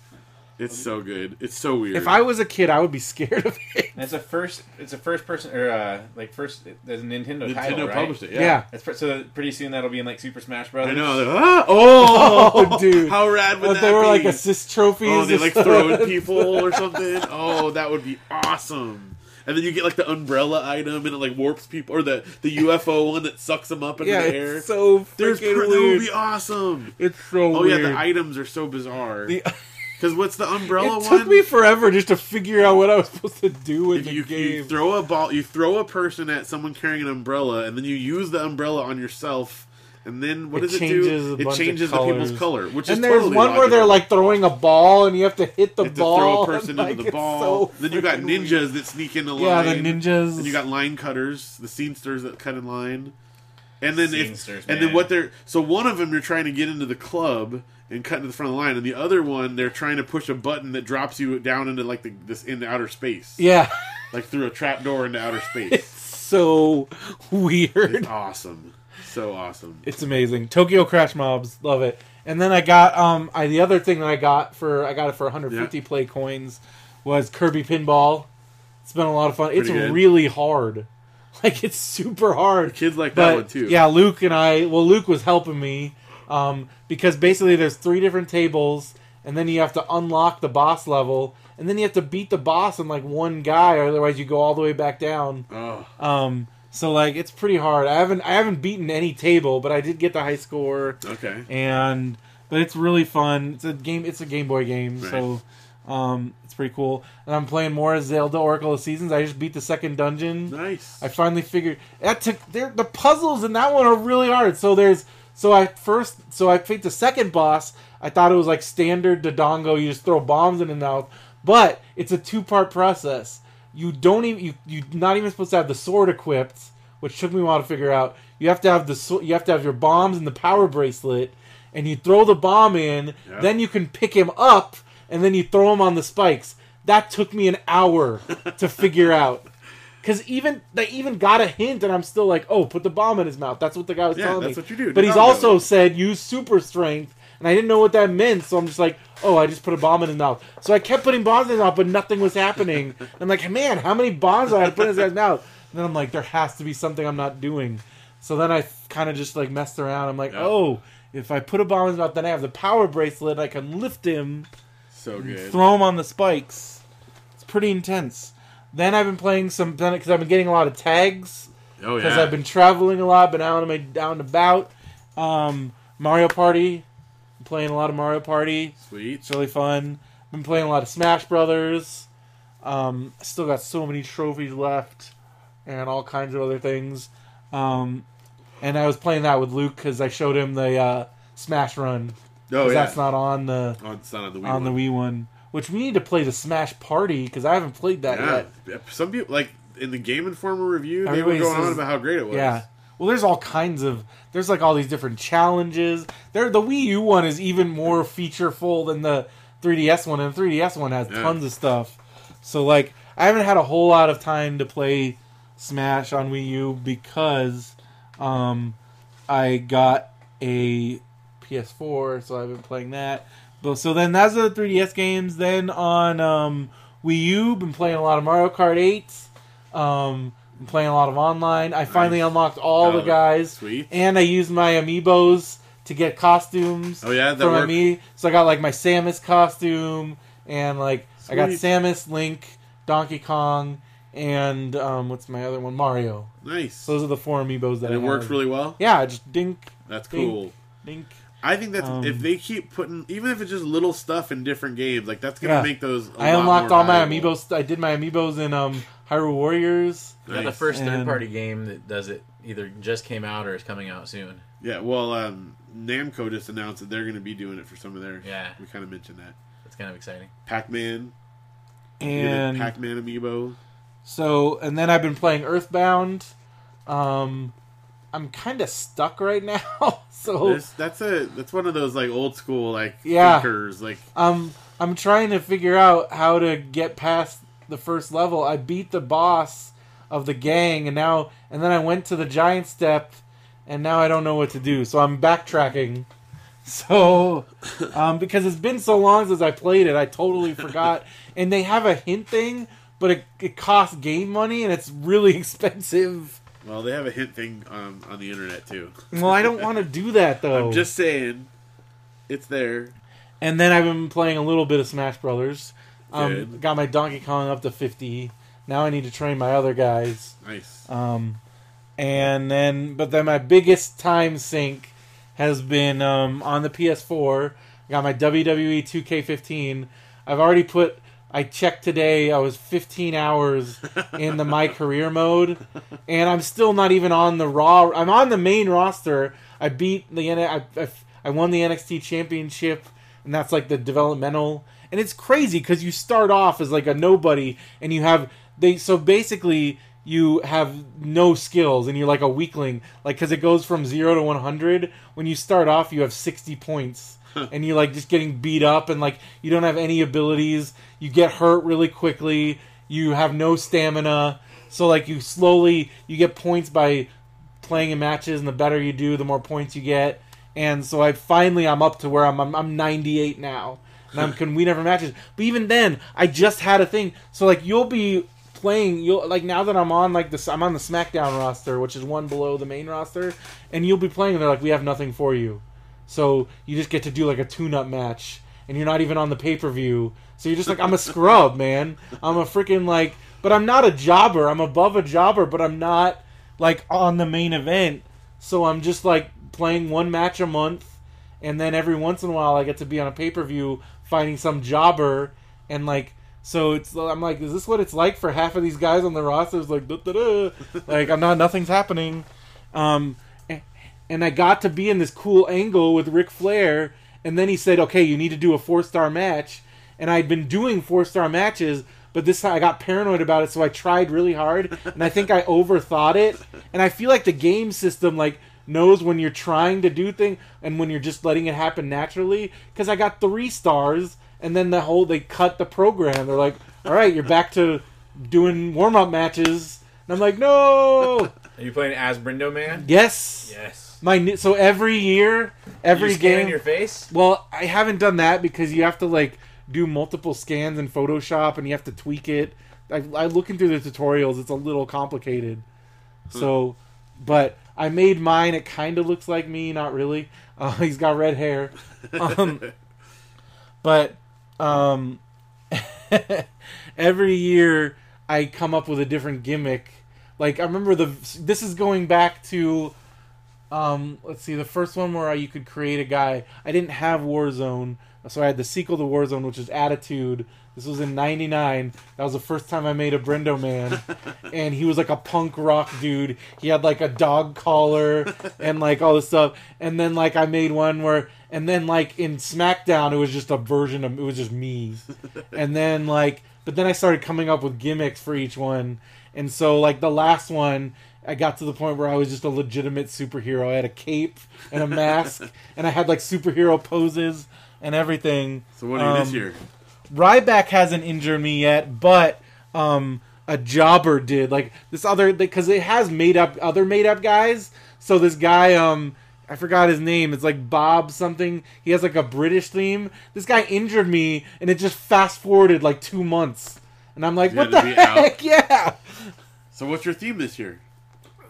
[SPEAKER 3] It's so good. It's so weird.
[SPEAKER 2] If I was a kid, I would be scared of it.
[SPEAKER 6] And it's a first. It's a first person or uh, like first. There's a Nintendo,
[SPEAKER 3] Nintendo
[SPEAKER 6] title, right?
[SPEAKER 3] published it, yeah.
[SPEAKER 2] Yeah.
[SPEAKER 6] That's fir- so pretty soon that'll be in like Super Smash Bros.
[SPEAKER 3] I know. they're, "Ah, oh,
[SPEAKER 2] Oh, dude.
[SPEAKER 3] how rad would
[SPEAKER 2] But
[SPEAKER 3] that
[SPEAKER 2] they were
[SPEAKER 3] be?
[SPEAKER 2] like assist trophies.
[SPEAKER 3] oh, they
[SPEAKER 2] or
[SPEAKER 3] like
[SPEAKER 2] stuff.
[SPEAKER 3] throwing people or something. Oh, that would be awesome. And then you get like the umbrella item, and it like warps people, or the the UFO one that sucks them up into
[SPEAKER 2] Yeah,
[SPEAKER 3] the air.
[SPEAKER 2] it's so
[SPEAKER 3] There's
[SPEAKER 2] freaking
[SPEAKER 3] pr- that would
[SPEAKER 2] weird.
[SPEAKER 3] be awesome.
[SPEAKER 2] it's so
[SPEAKER 3] Oh
[SPEAKER 2] weird.
[SPEAKER 3] yeah, the items are so bizarre.
[SPEAKER 2] The-
[SPEAKER 3] Because what's the umbrella
[SPEAKER 2] it
[SPEAKER 3] one?
[SPEAKER 2] took me forever just to figure out what I was supposed to do with
[SPEAKER 3] If
[SPEAKER 2] the
[SPEAKER 3] you, you
[SPEAKER 2] game.
[SPEAKER 3] throw a ball, you throw a person at someone carrying an umbrella, and then you use the umbrella on yourself, and then what
[SPEAKER 2] It
[SPEAKER 3] does it
[SPEAKER 2] changes a
[SPEAKER 3] do?
[SPEAKER 2] bunch
[SPEAKER 3] It
[SPEAKER 2] of
[SPEAKER 3] changes the people's
[SPEAKER 2] colors.
[SPEAKER 3] color, which is
[SPEAKER 2] and there's
[SPEAKER 3] totally
[SPEAKER 2] one where they're
[SPEAKER 3] logical.
[SPEAKER 2] like throwing a ball and you have to hit the
[SPEAKER 3] You have to
[SPEAKER 2] ball.
[SPEAKER 3] throw a person
[SPEAKER 2] and, like,
[SPEAKER 3] into the
[SPEAKER 2] it's
[SPEAKER 3] ball.
[SPEAKER 2] so
[SPEAKER 3] then you got
[SPEAKER 2] freaking
[SPEAKER 3] ninjas
[SPEAKER 2] weird.
[SPEAKER 3] that sneak into line.
[SPEAKER 2] Yeah, the ninjas.
[SPEAKER 3] And you got line cutters, the scenesters that cut in line. And then if-
[SPEAKER 6] Scenesters,
[SPEAKER 3] and then
[SPEAKER 6] man.
[SPEAKER 3] what they're so one of them you're trying to get into the club and cut into the front of the line, and the other one they're trying to push a button that drops you down into like the, this into outer space,
[SPEAKER 2] yeah,
[SPEAKER 3] like through a trap door into outer space.
[SPEAKER 2] so weird.
[SPEAKER 3] it's awesome, so awesome.
[SPEAKER 2] It's amazing. Tokyo Crash Mobs, love it. And then I got um I the other thing that I got for I got it for 150 play coins was Kirby Pinball. It's been a lot of fun. it's
[SPEAKER 3] Pretty good.
[SPEAKER 2] really hard. Like it's super hard.
[SPEAKER 3] Kids like that
[SPEAKER 2] but
[SPEAKER 3] one too.
[SPEAKER 2] yeah, Luke and I well Luke was helping me um because basically there's three different tables and then you have to unlock the boss level and then you have to beat the boss in like one guy or otherwise you go all the way back down.
[SPEAKER 3] Oh,
[SPEAKER 2] Um, so like it's pretty hard. I haven't I haven't beaten any table, but I did get the high score,
[SPEAKER 3] okay.
[SPEAKER 2] and but it's really fun. It's a game. It's a Game Boy game, so um, it's pretty cool. And I'm playing more as Zelda Oracle of Seasons. I just beat the second dungeon.
[SPEAKER 3] Nice.
[SPEAKER 2] I finally figured that took they're- the puzzles in that one are really hard. So there's so I first so I faked the second boss. I thought it was like standard Dodongo. You just throw bombs in and out, but it's a two part process. You don't even you you're not even supposed to have the sword equipped, which took me a while to figure out. You have to have the sw- you have to have your bombs and the power bracelet, and you throw the bomb in.
[SPEAKER 3] Yeah.
[SPEAKER 2] Then you can pick him up, and then you throw him on the spikes. That took me an hour to figure out. Because even they even got a hint, and I'm still like, oh, put the bomb in his mouth. That's what the guy was
[SPEAKER 3] Yeah,
[SPEAKER 2] telling me.
[SPEAKER 3] that's what you do.
[SPEAKER 2] But he's
[SPEAKER 3] Dodongo.
[SPEAKER 2] also said use super strength, and I didn't know what that meant. So I'm just like, oh, I just put a bomb in his mouth. So I kept putting bombs in his mouth, but nothing was happening. And I'm like, man, how many bombs do I have to put in his mouth? And then I'm like, there has to be something I'm not doing. So then I kind of just like messed around. I'm like,
[SPEAKER 3] Yeah.
[SPEAKER 2] oh, if I put a bomb in his mouth, then I have the power bracelet. I can lift him
[SPEAKER 3] so good.
[SPEAKER 2] throw them on the spikes. It's pretty intense. Then I've been playing some because I've been getting a lot of tags
[SPEAKER 3] oh
[SPEAKER 2] because
[SPEAKER 3] yeah.
[SPEAKER 2] I've been traveling a lot, been out on my down and about. Um, Mario Party, I'm playing a lot of Mario Party.
[SPEAKER 3] Sweet.
[SPEAKER 2] It's really fun. Been playing a lot of Smash Brothers. Um, still got so many trophies left, and all kinds of other things. Um, and I was playing that with Luke because I showed him the uh, Smash Run. 'cause
[SPEAKER 3] Oh yeah.
[SPEAKER 2] That's not on the
[SPEAKER 3] on, it's not on the Wii.
[SPEAKER 2] on
[SPEAKER 3] one.
[SPEAKER 2] the Wii one, which we need to play the Smash Party because I haven't played that
[SPEAKER 3] Yeah.
[SPEAKER 2] yet.
[SPEAKER 3] Yep. Some people like in the Game Informer review, they were
[SPEAKER 2] Everybody
[SPEAKER 3] going on
[SPEAKER 2] says-
[SPEAKER 3] about how great it was.
[SPEAKER 2] Yeah. Well, there's all kinds of there's like all these different challenges. There, the Wii U one is even more featureful than the 3DS one, and the 3DS one has
[SPEAKER 3] Yeah.
[SPEAKER 2] tons of stuff. So like, I haven't had a whole lot of time to play Smash on Wii U because um, I got a PS4, so I've been playing that. But so then that's the 3DS games. Then on um, Wii U, been playing a lot of Mario Kart 8. Um, been playing a lot of online. I finally
[SPEAKER 3] Nice.
[SPEAKER 2] unlocked all the
[SPEAKER 3] Oh,
[SPEAKER 2] guys,
[SPEAKER 3] sweet.
[SPEAKER 2] and I used my amiibos to get costumes.
[SPEAKER 3] Oh, yeah, that
[SPEAKER 2] for my
[SPEAKER 3] worked.
[SPEAKER 2] me. So I got like my Samus costume, and like I got
[SPEAKER 3] Sweet.
[SPEAKER 2] Samus, Link, Donkey Kong, and um, what's my other one? Mario.
[SPEAKER 3] Nice.
[SPEAKER 2] So those are the four amiibos that
[SPEAKER 3] and it
[SPEAKER 2] I
[SPEAKER 3] works
[SPEAKER 2] have.
[SPEAKER 3] really well.
[SPEAKER 2] Yeah, I just dink,
[SPEAKER 3] That's
[SPEAKER 2] Dink.
[SPEAKER 3] cool.
[SPEAKER 2] dink.
[SPEAKER 3] I think that's
[SPEAKER 2] Um,
[SPEAKER 3] if they keep putting, even if it's just little stuff in different games, like that's gonna
[SPEAKER 2] Yeah.
[SPEAKER 3] make those. I
[SPEAKER 2] I unlocked all my amiibos. I did my amiibos in um, Hyrule Warriors.
[SPEAKER 4] Yeah, the
[SPEAKER 3] Nice.
[SPEAKER 4] first
[SPEAKER 2] And-
[SPEAKER 4] third-party game that does it either just came out or is coming out soon.
[SPEAKER 3] Yeah, well, um, Namco just announced that they're gonna be doing it for some of their.
[SPEAKER 4] Yeah.
[SPEAKER 3] we kind of mentioned that.
[SPEAKER 4] That's kind of exciting.
[SPEAKER 3] Pac-Man,
[SPEAKER 2] And
[SPEAKER 3] Pac-Man amiibo.
[SPEAKER 2] So, and then I've been playing Earthbound. Um, I'm kind of stuck right now. so,
[SPEAKER 3] This, that's a that's one of those like old school like
[SPEAKER 2] Oh. Yeah.
[SPEAKER 3] thinkers like
[SPEAKER 2] um, I'm trying to figure out how to get past the first level. I beat the boss of the gang, and now, and then I went to the giant step, and now I don't know what to do. So I'm backtracking So, um, because it's been so long since I played it, I totally forgot. And they have a hint thing, but it, it costs game money and it's really expensive.
[SPEAKER 3] Well, they have a hint thing um, on the internet too.
[SPEAKER 2] Well, I don't want to do that though.
[SPEAKER 3] I'm just saying, it's there.
[SPEAKER 2] And then I've been playing a little bit of Smash Brothers. Um,
[SPEAKER 3] Good.
[SPEAKER 2] got my Donkey Kong up to fifty. Now I need to train my other guys.
[SPEAKER 3] Nice.
[SPEAKER 2] Um, and then, but then my biggest time sink has been um, on the PS4. I got my E WWE 2K15. I've already put. I checked today. I was 15 hours in the my career mode, and I'm still not even on the raw. I'm on the main roster. I beat the N. I, I, I won the NXT championship, and that's like the developmental. And it's crazy because you start off as like a nobody, and you have they. So basically, you have no skills and you're like a weakling like because it goes from 0 to 100 when you start off you have 60 points and you're like just getting beat up and like you don't have any abilities you get hurt really quickly you have no stamina so like you slowly you get points by playing in matches and the better you do the more points you get and so i finally i'm up to where i'm i'm, I'm 98 now and i'm can we never matches but even then i just had a thing so like you'll be playing you'll like now that i'm on like this i'm on the smackdown roster which is one below the main roster and you'll be playing and they're like we have nothing for you so you just get to do like a tune up match and you're not even on the pay per view. So you're just like, I'm a scrub, man. I'm a freaking like but I'm not a jobber. I'm above a jobber, but I'm not like on the main event. So I'm just like playing one match a month and then every once in a while I get to be on a pay per view fighting some jobber and like so it's I'm like, is this what it's like for half of these guys on the roster? It's like da da da like I'm not nothing's happening. Um and I got to be in this cool angle with Ric Flair, and then he said, "Okay, you need to do a four star match," and I'd been doing four star matches, but this time I got paranoid about it, so I tried really hard, and I think I overthought it, and I feel like the game system like knows when you're trying to do thing and when you're just letting it happen naturally, because I got three stars, and then the whole they cut the program. They're like, "All right, you're back to doing warm up matches," and I'm like, "No."
[SPEAKER 5] Are you playing as Brindo Man?
[SPEAKER 2] Yes.
[SPEAKER 5] Yes.
[SPEAKER 2] My new, so every year, every
[SPEAKER 5] you scan
[SPEAKER 2] game.
[SPEAKER 5] your face.
[SPEAKER 2] well, I haven't done that because you have to like do multiple scans in Photoshop and you have to tweak it. I, I looking through the tutorials; it's a little complicated. So, but I made mine. It kind of looks like me, not really. Uh, he's got red hair. Um, but um, every year I come up with a different gimmick. Like I remember the this is going back to um, let's see the first one where you could create a guy. I didn't have Warzone, so I had the sequel to Warzone, which is Attitude. This was in '99. That was the first time I made a Brendo man, and he was like a punk rock dude. He had like a dog collar and like all this stuff. And then like I made one where, and then like in SmackDown, it was just a version of it was just me. And then like, but then I started coming up with gimmicks for each one. And so like the last one, I got to the point where I was just a legitimate superhero. I had a cape and a mask, and I had like superhero poses and everything.
[SPEAKER 3] So what are you this
[SPEAKER 2] Um,
[SPEAKER 3] year?
[SPEAKER 2] Ryback hasn't injured me yet, but um, a jobber did. Like this other, because it has made up other made up guys. So this guy, um, I forgot his name. It's like Bob something. He has like a British theme. This guy injured me, and it just fast forwarded like two months. And I'm like,
[SPEAKER 3] You
[SPEAKER 2] what the
[SPEAKER 3] had to be out.
[SPEAKER 2] heck? Yeah.
[SPEAKER 3] So what's your theme this year?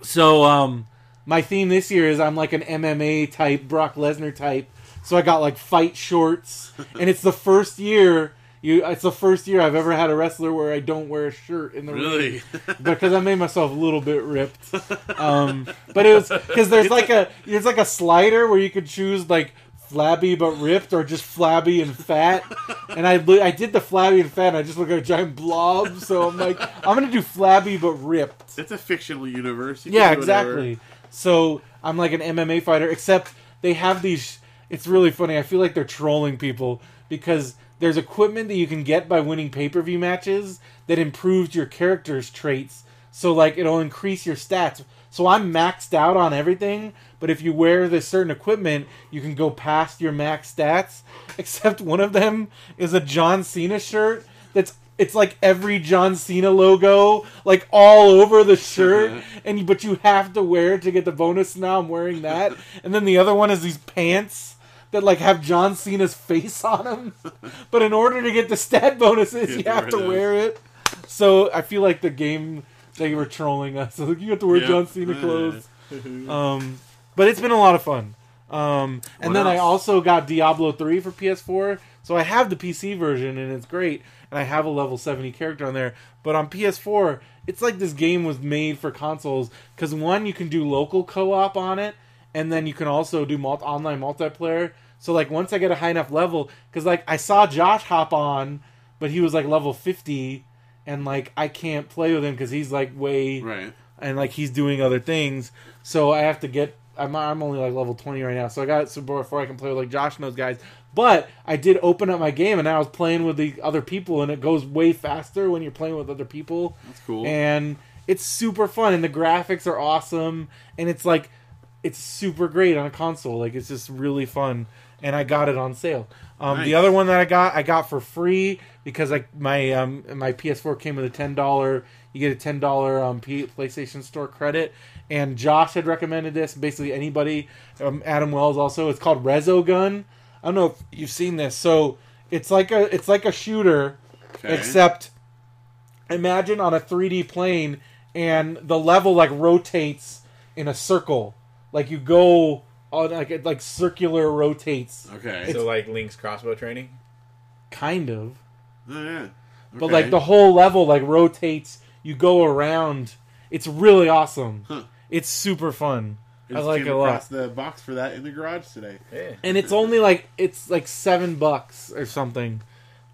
[SPEAKER 2] So um my theme this year is I'm like an MMA type, Brock Lesnar type. So I got like fight shorts and it's the first year you it's the first year I've ever had a wrestler where I don't wear a shirt in the ring
[SPEAKER 3] Really?
[SPEAKER 2] because I made myself a little bit ripped. Um but it was cuz there's like a there's like a slider where you could choose like flabby but ripped or just flabby and fat. And I li- I did the flabby and fat and I just look like a giant blob, so I'm like I'm going to do flabby but ripped.
[SPEAKER 3] It's a fictional universe. You can
[SPEAKER 2] Yeah,
[SPEAKER 3] do whatever.
[SPEAKER 2] exactly. So I'm like an MMA fighter, except they have these. It's really funny. I feel like they're trolling people because there's equipment that you can get by winning pay per view matches that improves your character's traits. So like it'll increase your stats. So I'm maxed out on everything, but if you wear this certain equipment, you can go past your max stats. Except one of them is a John Cena shirt that's it's like every John Cena logo, like all over the shirt, and but you have to wear it to get the bonus. Now I'm wearing that, and then the other one is these pants that like have John Cena's face on them. but in order to get the stat bonuses, you,
[SPEAKER 3] have
[SPEAKER 2] have to
[SPEAKER 3] to wear those.
[SPEAKER 2] wear it. So I feel like the game they were trolling us. Like, you have to wear
[SPEAKER 3] Yeah.
[SPEAKER 2] John Cena clothes. um, but it's been a lot of fun. Um, and
[SPEAKER 3] What
[SPEAKER 2] then I
[SPEAKER 3] else?
[SPEAKER 2] also got Diablo 3 for PS4. So I have the PC version and it's great. And I have a level 70 character on there. But on PS4, it's like this game was made for consoles. Because one, you can do local co op on it. And then you can also do mult- online multiplayer. So, like, once I get a high enough level, because, like, I saw Josh hop on, but he was, like, level 50. And, like, I can't play with him because he's, like, way
[SPEAKER 3] Right.
[SPEAKER 2] and like he's doing other things. So I have to get. I'm I'm only like level twenty right now, so I got it so before I can play with like Josh and those guys. But I did open up my game, and I was playing with the other people, and it goes way faster when you're playing with other people.
[SPEAKER 3] That's cool.
[SPEAKER 2] And it's super fun, and the graphics are awesome, and it's like it's super great on a console. Like it's just really fun, and I got it on sale. Um,
[SPEAKER 3] Nice.
[SPEAKER 2] The other one that I got, I got for free because like my um, my PS4 came with a ten dollar. You get a ten dollar um, P- PlayStation Store credit, and Josh had recommended this. Basically, anybody. Um, Adam Wells also. It's called Rezo Gun. I don't know if you've seen this. So it's like a it's like a shooter,
[SPEAKER 3] Okay.
[SPEAKER 2] except imagine on a 3D plane and the level like rotates in a circle. Like you go on like it like circular rotates.
[SPEAKER 3] okay.
[SPEAKER 4] So like Link's crossbow training.
[SPEAKER 2] Kind of.
[SPEAKER 3] oh, yeah.
[SPEAKER 2] But
[SPEAKER 3] Okay.
[SPEAKER 2] like the whole level like rotates, you go around. It's really awesome.
[SPEAKER 3] Huh.
[SPEAKER 2] It's super fun.
[SPEAKER 3] I
[SPEAKER 2] I like
[SPEAKER 3] came
[SPEAKER 2] it a lot.
[SPEAKER 3] across the box for that in the garage today.
[SPEAKER 4] Yeah.
[SPEAKER 2] And it's only like it's like seven bucks or something.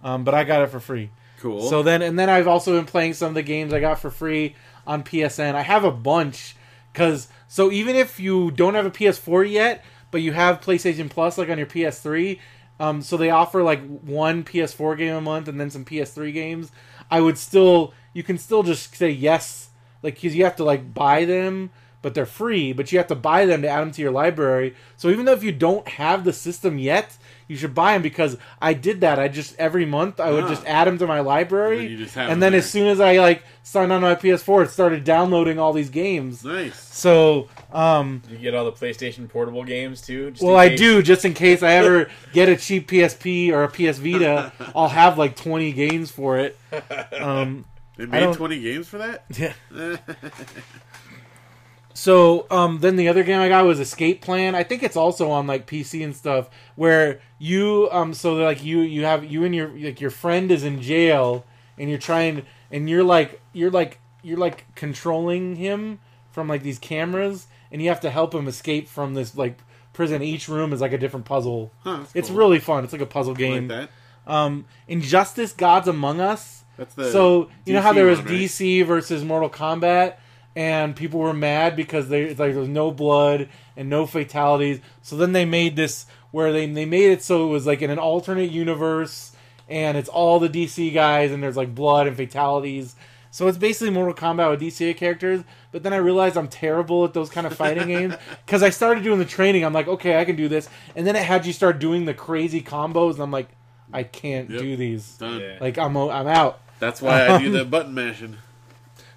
[SPEAKER 2] Um, but I got it for free.
[SPEAKER 3] Cool.
[SPEAKER 2] So then, and then I've also been playing some of the games I got for free on PSN. I have a bunch because so even if you don't have a PS4 yet, but you have PlayStation Plus like on your PS3, um, so they offer like one PS4 game a month and then some PS3 games. I would still, you can still just say yes, like because you have to like buy them. But they're free, but you have to buy them to add them to your library. So even though if you don't have the system yet, you should buy them because I did that. I just every month I would
[SPEAKER 3] Ah.
[SPEAKER 2] just add them to my library,
[SPEAKER 3] And then you just have
[SPEAKER 2] and
[SPEAKER 3] them
[SPEAKER 2] then
[SPEAKER 3] there.
[SPEAKER 2] as soon as I like signed on to my PS4, it started downloading all these games.
[SPEAKER 3] nice.
[SPEAKER 2] So, um,
[SPEAKER 4] You get all the PlayStation Portable games too. just
[SPEAKER 2] well,
[SPEAKER 4] in
[SPEAKER 2] I
[SPEAKER 4] case.
[SPEAKER 2] do just in case I ever get a cheap PSP or a PS Vita, I'll have like twenty games for it. Um,
[SPEAKER 3] They
[SPEAKER 2] don't-
[SPEAKER 3] made 20 games for that?
[SPEAKER 2] yeah. So um, then the other game I got was Escape Plan. I think it's also on like PC and stuff where you um so like you you have you and your like your friend is in jail and you're trying and you're like you're like you're like controlling him from like these cameras and you have to help him escape from this like prison. Each room is like a different puzzle.
[SPEAKER 3] Huh, that's
[SPEAKER 2] It's
[SPEAKER 3] cool.
[SPEAKER 2] really fun. It's like a puzzle
[SPEAKER 3] I like
[SPEAKER 2] game.
[SPEAKER 3] that.
[SPEAKER 2] Um, Injustice: Gods Among Us.
[SPEAKER 3] That's the
[SPEAKER 2] so you know how
[SPEAKER 3] DC
[SPEAKER 2] there was
[SPEAKER 3] one, right?
[SPEAKER 2] DC versus Mortal Kombat, and people were mad because they it's like there was no blood and no fatalities. So then they made this where they they made it so it was like in an alternate universe, and it's all the DC guys, and there's like blood and fatalities. So it's basically Mortal Kombat with DCA characters, but then I realized I'm terrible at those kind of fighting games because I started doing the training. I'm like, okay, I can do this, and then it had you start doing the crazy combos, and I'm like, I can't
[SPEAKER 3] Yep.
[SPEAKER 2] do these.
[SPEAKER 3] Done.
[SPEAKER 4] Yeah.
[SPEAKER 2] Like I'm o- I'm out.
[SPEAKER 3] That's why I do the button mashing.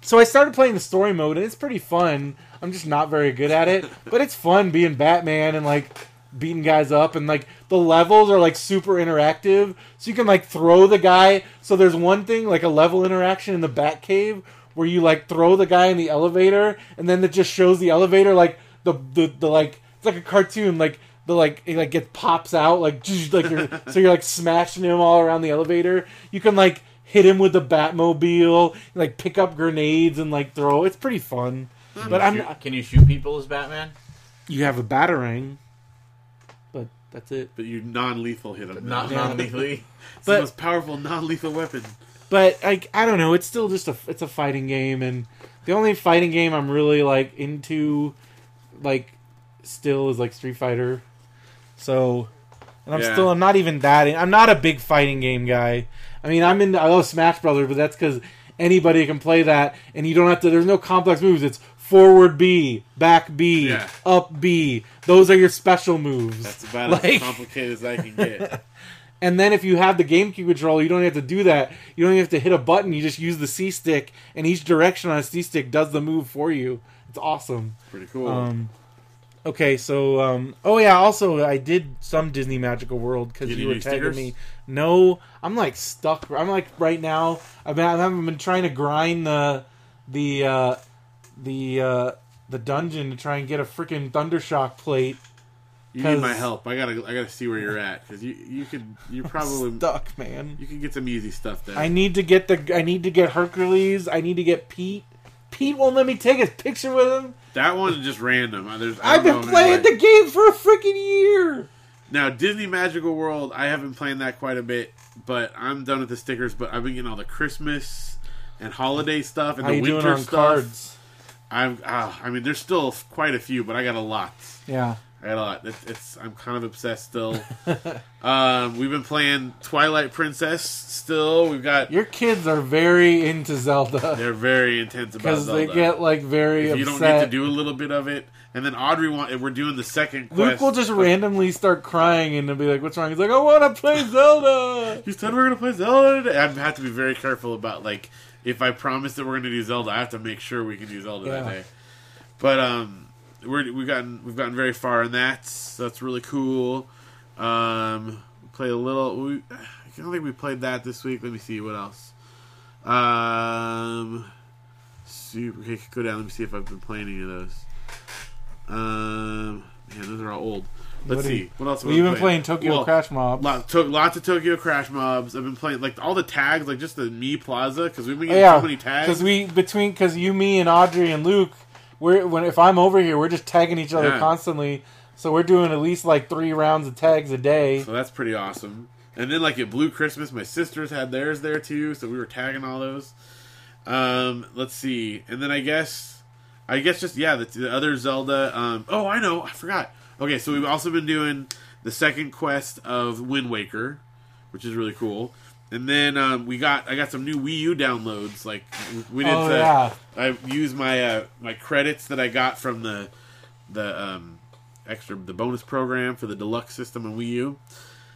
[SPEAKER 2] So I started playing the story mode and it's pretty fun. I'm just not very good at it, but it's fun being Batman and like beating guys up and like the levels are like super interactive. So you can like throw the guy. So there's one thing like a level interaction in the Batcave where you like throw the guy in the elevator and then it just shows the elevator like the the, the like it's like a cartoon like the like it like it pops out like like you're so you're like smashing him all around the elevator. You can like hit him with the Batmobile, like pick up grenades and like throw. It's pretty fun. But I'm
[SPEAKER 4] Shoot- Can you shoot people as Batman?
[SPEAKER 2] you have a batarang, but that's it.
[SPEAKER 3] But you non-lethal hit them.
[SPEAKER 4] Not
[SPEAKER 2] Yeah.
[SPEAKER 4] non legally.
[SPEAKER 3] it's
[SPEAKER 2] but-
[SPEAKER 3] the most powerful non-lethal weapon.
[SPEAKER 2] But like I don't know, it's still just a it's a fighting game, and the only fighting game I'm really like into, like, still is like Street Fighter. So, and I'm
[SPEAKER 3] Yeah.
[SPEAKER 2] still I'm not even that. in- I'm not a big fighting game guy. I mean, I'm in I love Smash Brothers, but that's because anybody can play that, and you don't have to. There's no complex moves. It's forward B, back B,
[SPEAKER 3] Yeah.
[SPEAKER 2] up B. Those are your special moves.
[SPEAKER 3] That's about as
[SPEAKER 2] Like-
[SPEAKER 3] complicated as I can get.
[SPEAKER 2] And then if you have the GameCube controller, you don't have to do that. You don't even have to hit a button. You just use the C stick, and each direction on a C stick does the move for you. It's awesome.
[SPEAKER 3] Pretty cool.
[SPEAKER 2] Um, Okay, so um, oh yeah, also I did some Disney Magical World because
[SPEAKER 3] Did
[SPEAKER 2] you
[SPEAKER 3] you
[SPEAKER 2] were
[SPEAKER 3] do
[SPEAKER 2] tagging
[SPEAKER 3] stickers?
[SPEAKER 2] me. No, I'm like stuck. I'm like right now. I've been I've been trying to grind the the uh, the uh, the dungeon to try and get a freaking Thundershock plate.
[SPEAKER 3] You need my
[SPEAKER 2] 'Cause-
[SPEAKER 3] help. I gotta I gotta see where you're at because you you could you probably
[SPEAKER 2] Stuck, man.
[SPEAKER 3] you could get some easy stuff there.
[SPEAKER 2] I need to get the I need to get Hercules. I need to get Pete. Pete won't let me take a picture with him.
[SPEAKER 3] that one is just random. Uh, There's I
[SPEAKER 2] I've
[SPEAKER 3] don't
[SPEAKER 2] been
[SPEAKER 3] know,
[SPEAKER 2] playing
[SPEAKER 3] anyway.
[SPEAKER 2] the game for a freaking year.
[SPEAKER 3] now Disney Magical World. I have been playing that quite a bit, but I'm done with the stickers. But I've been getting all the Christmas and holiday stuff and
[SPEAKER 2] How
[SPEAKER 3] the
[SPEAKER 2] you
[SPEAKER 3] winter
[SPEAKER 2] doing on
[SPEAKER 3] stuff.
[SPEAKER 2] cards?
[SPEAKER 3] I'm ah, I mean there's still quite a few, but I got a lot.
[SPEAKER 2] Yeah.
[SPEAKER 3] I got a lot. It's, it's I'm kind of obsessed still. um, we've been playing Twilight Princess still. We've got
[SPEAKER 2] Your kids are very into Zelda
[SPEAKER 3] they're very intense about
[SPEAKER 2] because they
[SPEAKER 3] Zelda.
[SPEAKER 2] get like very
[SPEAKER 3] if you
[SPEAKER 2] upset.
[SPEAKER 3] don't get to do a little bit of it, and then Audrey want we're doing the second quest.
[SPEAKER 2] Luke will just randomly start crying and they'll be like, "What's wrong?" He's like, "I want to play Zelda."
[SPEAKER 3] You said we're gonna play Zelda. Today. I have to be very careful about like if I promise that we're gonna do Zelda, I have to make sure we can do Zelda that
[SPEAKER 2] Yeah.
[SPEAKER 3] day. But um, we're, we've gotten we've gotten very far in that. So that's really cool. Um, we played a little. We, I don't think we played that this week. Let me see what else. Um, super. Okay, go down. Let me see if I've been playing any of those. Um, man, those are all old. Let's
[SPEAKER 2] What do you-
[SPEAKER 3] see. What else? have
[SPEAKER 2] Well,
[SPEAKER 3] I
[SPEAKER 2] you've been playing Tokyo
[SPEAKER 3] Well,
[SPEAKER 2] Crash Mob.
[SPEAKER 3] Lot, to, lots of Tokyo Crash mobs. I've been playing like all the tags, like just the Me Plaza, because we've been
[SPEAKER 2] Oh,
[SPEAKER 3] getting
[SPEAKER 2] yeah,
[SPEAKER 3] so many tags.
[SPEAKER 2] we between because you, me, and Audrey and Luke, we're when if I'm over here, we're just tagging each other
[SPEAKER 3] Yeah.
[SPEAKER 2] constantly. So we're doing at least like three rounds of tags a day.
[SPEAKER 3] so that's pretty awesome. And then like at Blue Christmas, my sisters had theirs there too, so we were tagging all those. Um, let's see, and then I guess, I guess just yeah, the, the other Zelda. Um, oh, I know, I forgot. Okay, so we've also been doing the second quest of Wind Waker, which is really cool. And then um, we got I got some new Wii U downloads. Like we- we did
[SPEAKER 2] Oh,
[SPEAKER 3] the-
[SPEAKER 2] yeah.
[SPEAKER 3] I used my uh, my credits that I got from the the um, extra the bonus program for the deluxe system on Wii U.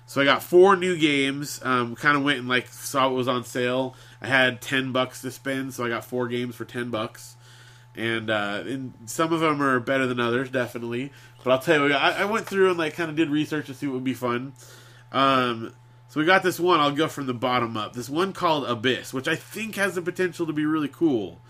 [SPEAKER 3] So I got four new games. Um, kind of went and like saw what was on sale. I had ten bucks to spend, so I got four games for ten bucks. And, uh, and some of them are better than others, definitely. But I'll tell you, I, I went through and like kind of did research to see what would be fun. Um, so we got this one. I'll go from the bottom up. This one called Abyss, which I think has the potential to be really cool,